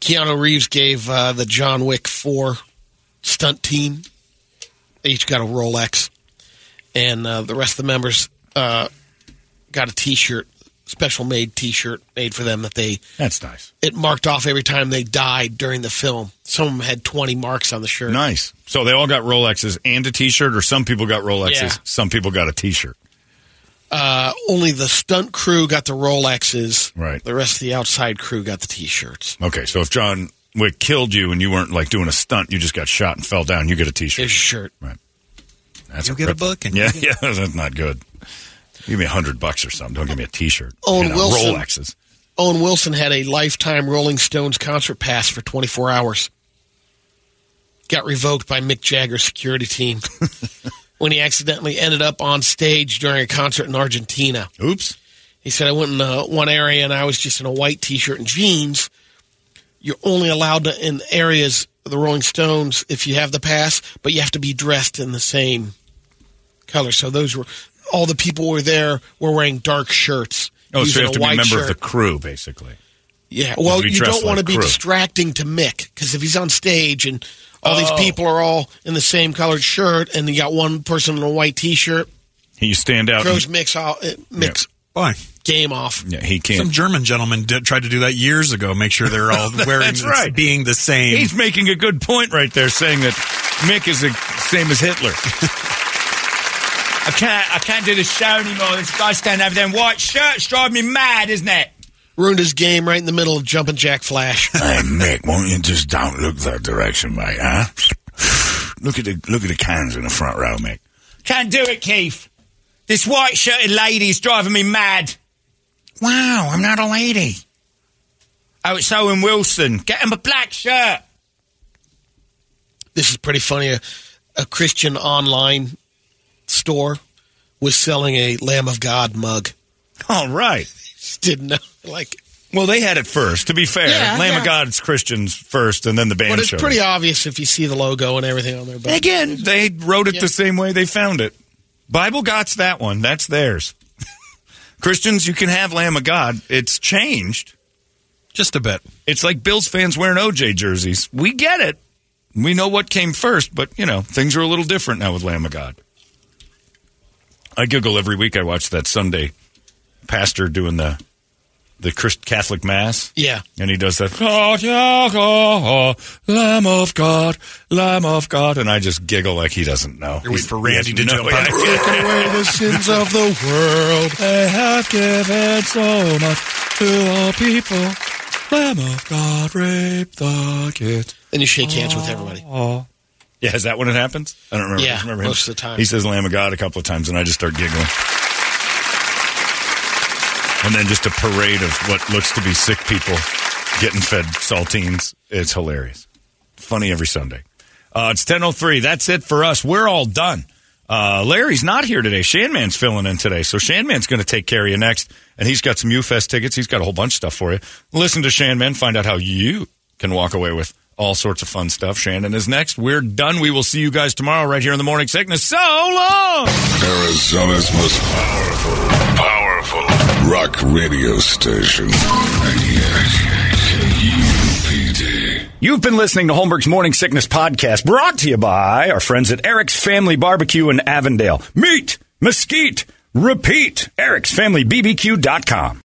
[SPEAKER 3] Keanu Reeves gave uh, the John Wick 4 stunt team. They each got a Rolex. And uh, the rest of the members uh, got a t shirt special made T-shirt made for them that they.
[SPEAKER 1] That's nice.
[SPEAKER 3] It marked off every time they died during the film. Some of them had twenty marks on the shirt.
[SPEAKER 1] Nice. So they all got Rolexes and a T-shirt, or some people got Rolexes,
[SPEAKER 3] Yeah.
[SPEAKER 1] some people got a T-shirt.
[SPEAKER 3] Uh, only the stunt crew got the Rolexes.
[SPEAKER 1] Right.
[SPEAKER 3] The rest of the outside crew got the T-shirts.
[SPEAKER 1] Okay, so if John Wick killed you and you weren't like doing a stunt, you just got shot and fell down, you get a T-shirt.
[SPEAKER 3] His shirt.
[SPEAKER 1] Right. That's
[SPEAKER 4] You get a
[SPEAKER 1] rip-
[SPEAKER 4] book and
[SPEAKER 1] yeah,
[SPEAKER 4] you
[SPEAKER 1] yeah, that's not good. Give me a hundred bucks or something. Don't give me a T-shirt.
[SPEAKER 3] Owen
[SPEAKER 1] and a
[SPEAKER 3] Wilson.
[SPEAKER 1] Rolexes.
[SPEAKER 3] Owen Wilson had a lifetime Rolling Stones concert pass for 24 hours. Got revoked by Mick Jagger's security team when he accidentally ended up on stage during a concert in Argentina.
[SPEAKER 1] Oops.
[SPEAKER 3] He said, I went in uh, one area and I was just in a white t shirt and jeans. You're only allowed to, in areas of the Rolling Stones if you have the pass, but you have to be dressed in the same color. So those were all the people were there were wearing dark shirts.
[SPEAKER 1] Oh, so
[SPEAKER 3] using
[SPEAKER 1] you have
[SPEAKER 3] a
[SPEAKER 1] to be a
[SPEAKER 3] white
[SPEAKER 1] member of
[SPEAKER 3] shirt.
[SPEAKER 1] the crew, basically.
[SPEAKER 3] Yeah,
[SPEAKER 1] have to
[SPEAKER 3] well,
[SPEAKER 1] be
[SPEAKER 3] you
[SPEAKER 1] dressed
[SPEAKER 3] don't want to
[SPEAKER 1] like
[SPEAKER 3] be
[SPEAKER 1] crew.
[SPEAKER 3] distracting to Mick because if he's on stage and all
[SPEAKER 1] Oh.
[SPEAKER 3] these people are all in the same colored shirt and you got one person in a white T-shirt,
[SPEAKER 1] You stand out.
[SPEAKER 3] throws
[SPEAKER 1] And,
[SPEAKER 3] Mick's all, uh, Mick's
[SPEAKER 4] Why?
[SPEAKER 3] game off.
[SPEAKER 1] yeah, he can't.
[SPEAKER 4] Some German gentleman did, tried to do that years ago. Make sure they're all wearing
[SPEAKER 1] That's
[SPEAKER 4] the-
[SPEAKER 1] right.
[SPEAKER 4] being the same.
[SPEAKER 1] He's making a good point right there, saying that Mick is the same as Hitler.
[SPEAKER 15] I can't, I can't do the show anymore. This guy standing over there in white shirts driving me mad, isn't it?
[SPEAKER 3] Ruined his game right in the middle of jumping Jack Flash.
[SPEAKER 7] Hey, Mick, won't you just don't look that direction, mate? Huh? Look at the look at the cans in the front row, Mick.
[SPEAKER 15] Can't do it, Keith. This white shirted lady's driving me mad. Wow, I'm not a lady. Oh, it's Owen Wilson. Get him a black shirt.
[SPEAKER 3] this is pretty funny. A, a Christian online store was selling a Lamb of God mug.
[SPEAKER 1] All right.
[SPEAKER 3] Didn't know. Like,
[SPEAKER 1] Well, they had it first. To be fair,
[SPEAKER 3] Yeah,
[SPEAKER 1] Lamb of
[SPEAKER 3] yeah.
[SPEAKER 1] God's Christians first, and then the band.
[SPEAKER 3] but it's
[SPEAKER 1] showed
[SPEAKER 3] pretty
[SPEAKER 1] up.
[SPEAKER 3] obvious if you see the logo and everything on there. But
[SPEAKER 1] Again, they wrote it
[SPEAKER 3] Yeah.
[SPEAKER 1] the same way they found it. Bible got's that one. That's theirs. Christians, you can have Lamb of God. It's changed.
[SPEAKER 4] Just a bit.
[SPEAKER 1] It's like Bills fans wearing OJ jerseys. We get it. We know what came first, but, you know, things are a little different now with Lamb of God. I giggle every week I watch that Sunday pastor doing the the Christ Catholic Mass.
[SPEAKER 3] Yeah.
[SPEAKER 1] And he does that, "Oh, yeah, oh, oh, Lamb of God, Lamb of God. And I just giggle like he doesn't know.
[SPEAKER 4] You're waiting
[SPEAKER 1] He-
[SPEAKER 4] for
[SPEAKER 1] he
[SPEAKER 4] Randy
[SPEAKER 1] has
[SPEAKER 4] to
[SPEAKER 1] no
[SPEAKER 4] jump
[SPEAKER 1] idea.
[SPEAKER 4] on.
[SPEAKER 3] Take away the sins of the world.
[SPEAKER 1] They have given so much to all people. Lamb of God, rape the kids.
[SPEAKER 3] Then you shake hands with everybody.
[SPEAKER 1] Oh. Yeah, is that when it happens? I don't remember.
[SPEAKER 3] Yeah,
[SPEAKER 1] I just remember
[SPEAKER 3] most
[SPEAKER 1] him.
[SPEAKER 3] of the time.
[SPEAKER 1] He says Lamb of God a couple of times, and I just start giggling. And then just a parade of what looks to be sick people getting fed saltines. It's hilarious. Funny every Sunday. Uh, it's 10.03. That's it for us. We're all done. Uh, Larry's not here today. Shanman's filling in today. So Shanman's going to take care of you next. And he's got some UFest tickets. He's got a whole bunch of stuff for you. Listen to Shanman. Find out how you can walk away with all sorts of fun stuff. Shannon is next. We're done. We will see you guys tomorrow right here in the morning sickness. So long!
[SPEAKER 2] Arizona's most powerful, powerful rock radio station. 98 KUPD.
[SPEAKER 1] You've been listening to Holmberg's Morning Sickness Podcast, brought to you by our friends at Eric's Family Barbecue in Avondale. Meet, mesquite, repeat, ericsfamilybbq.com.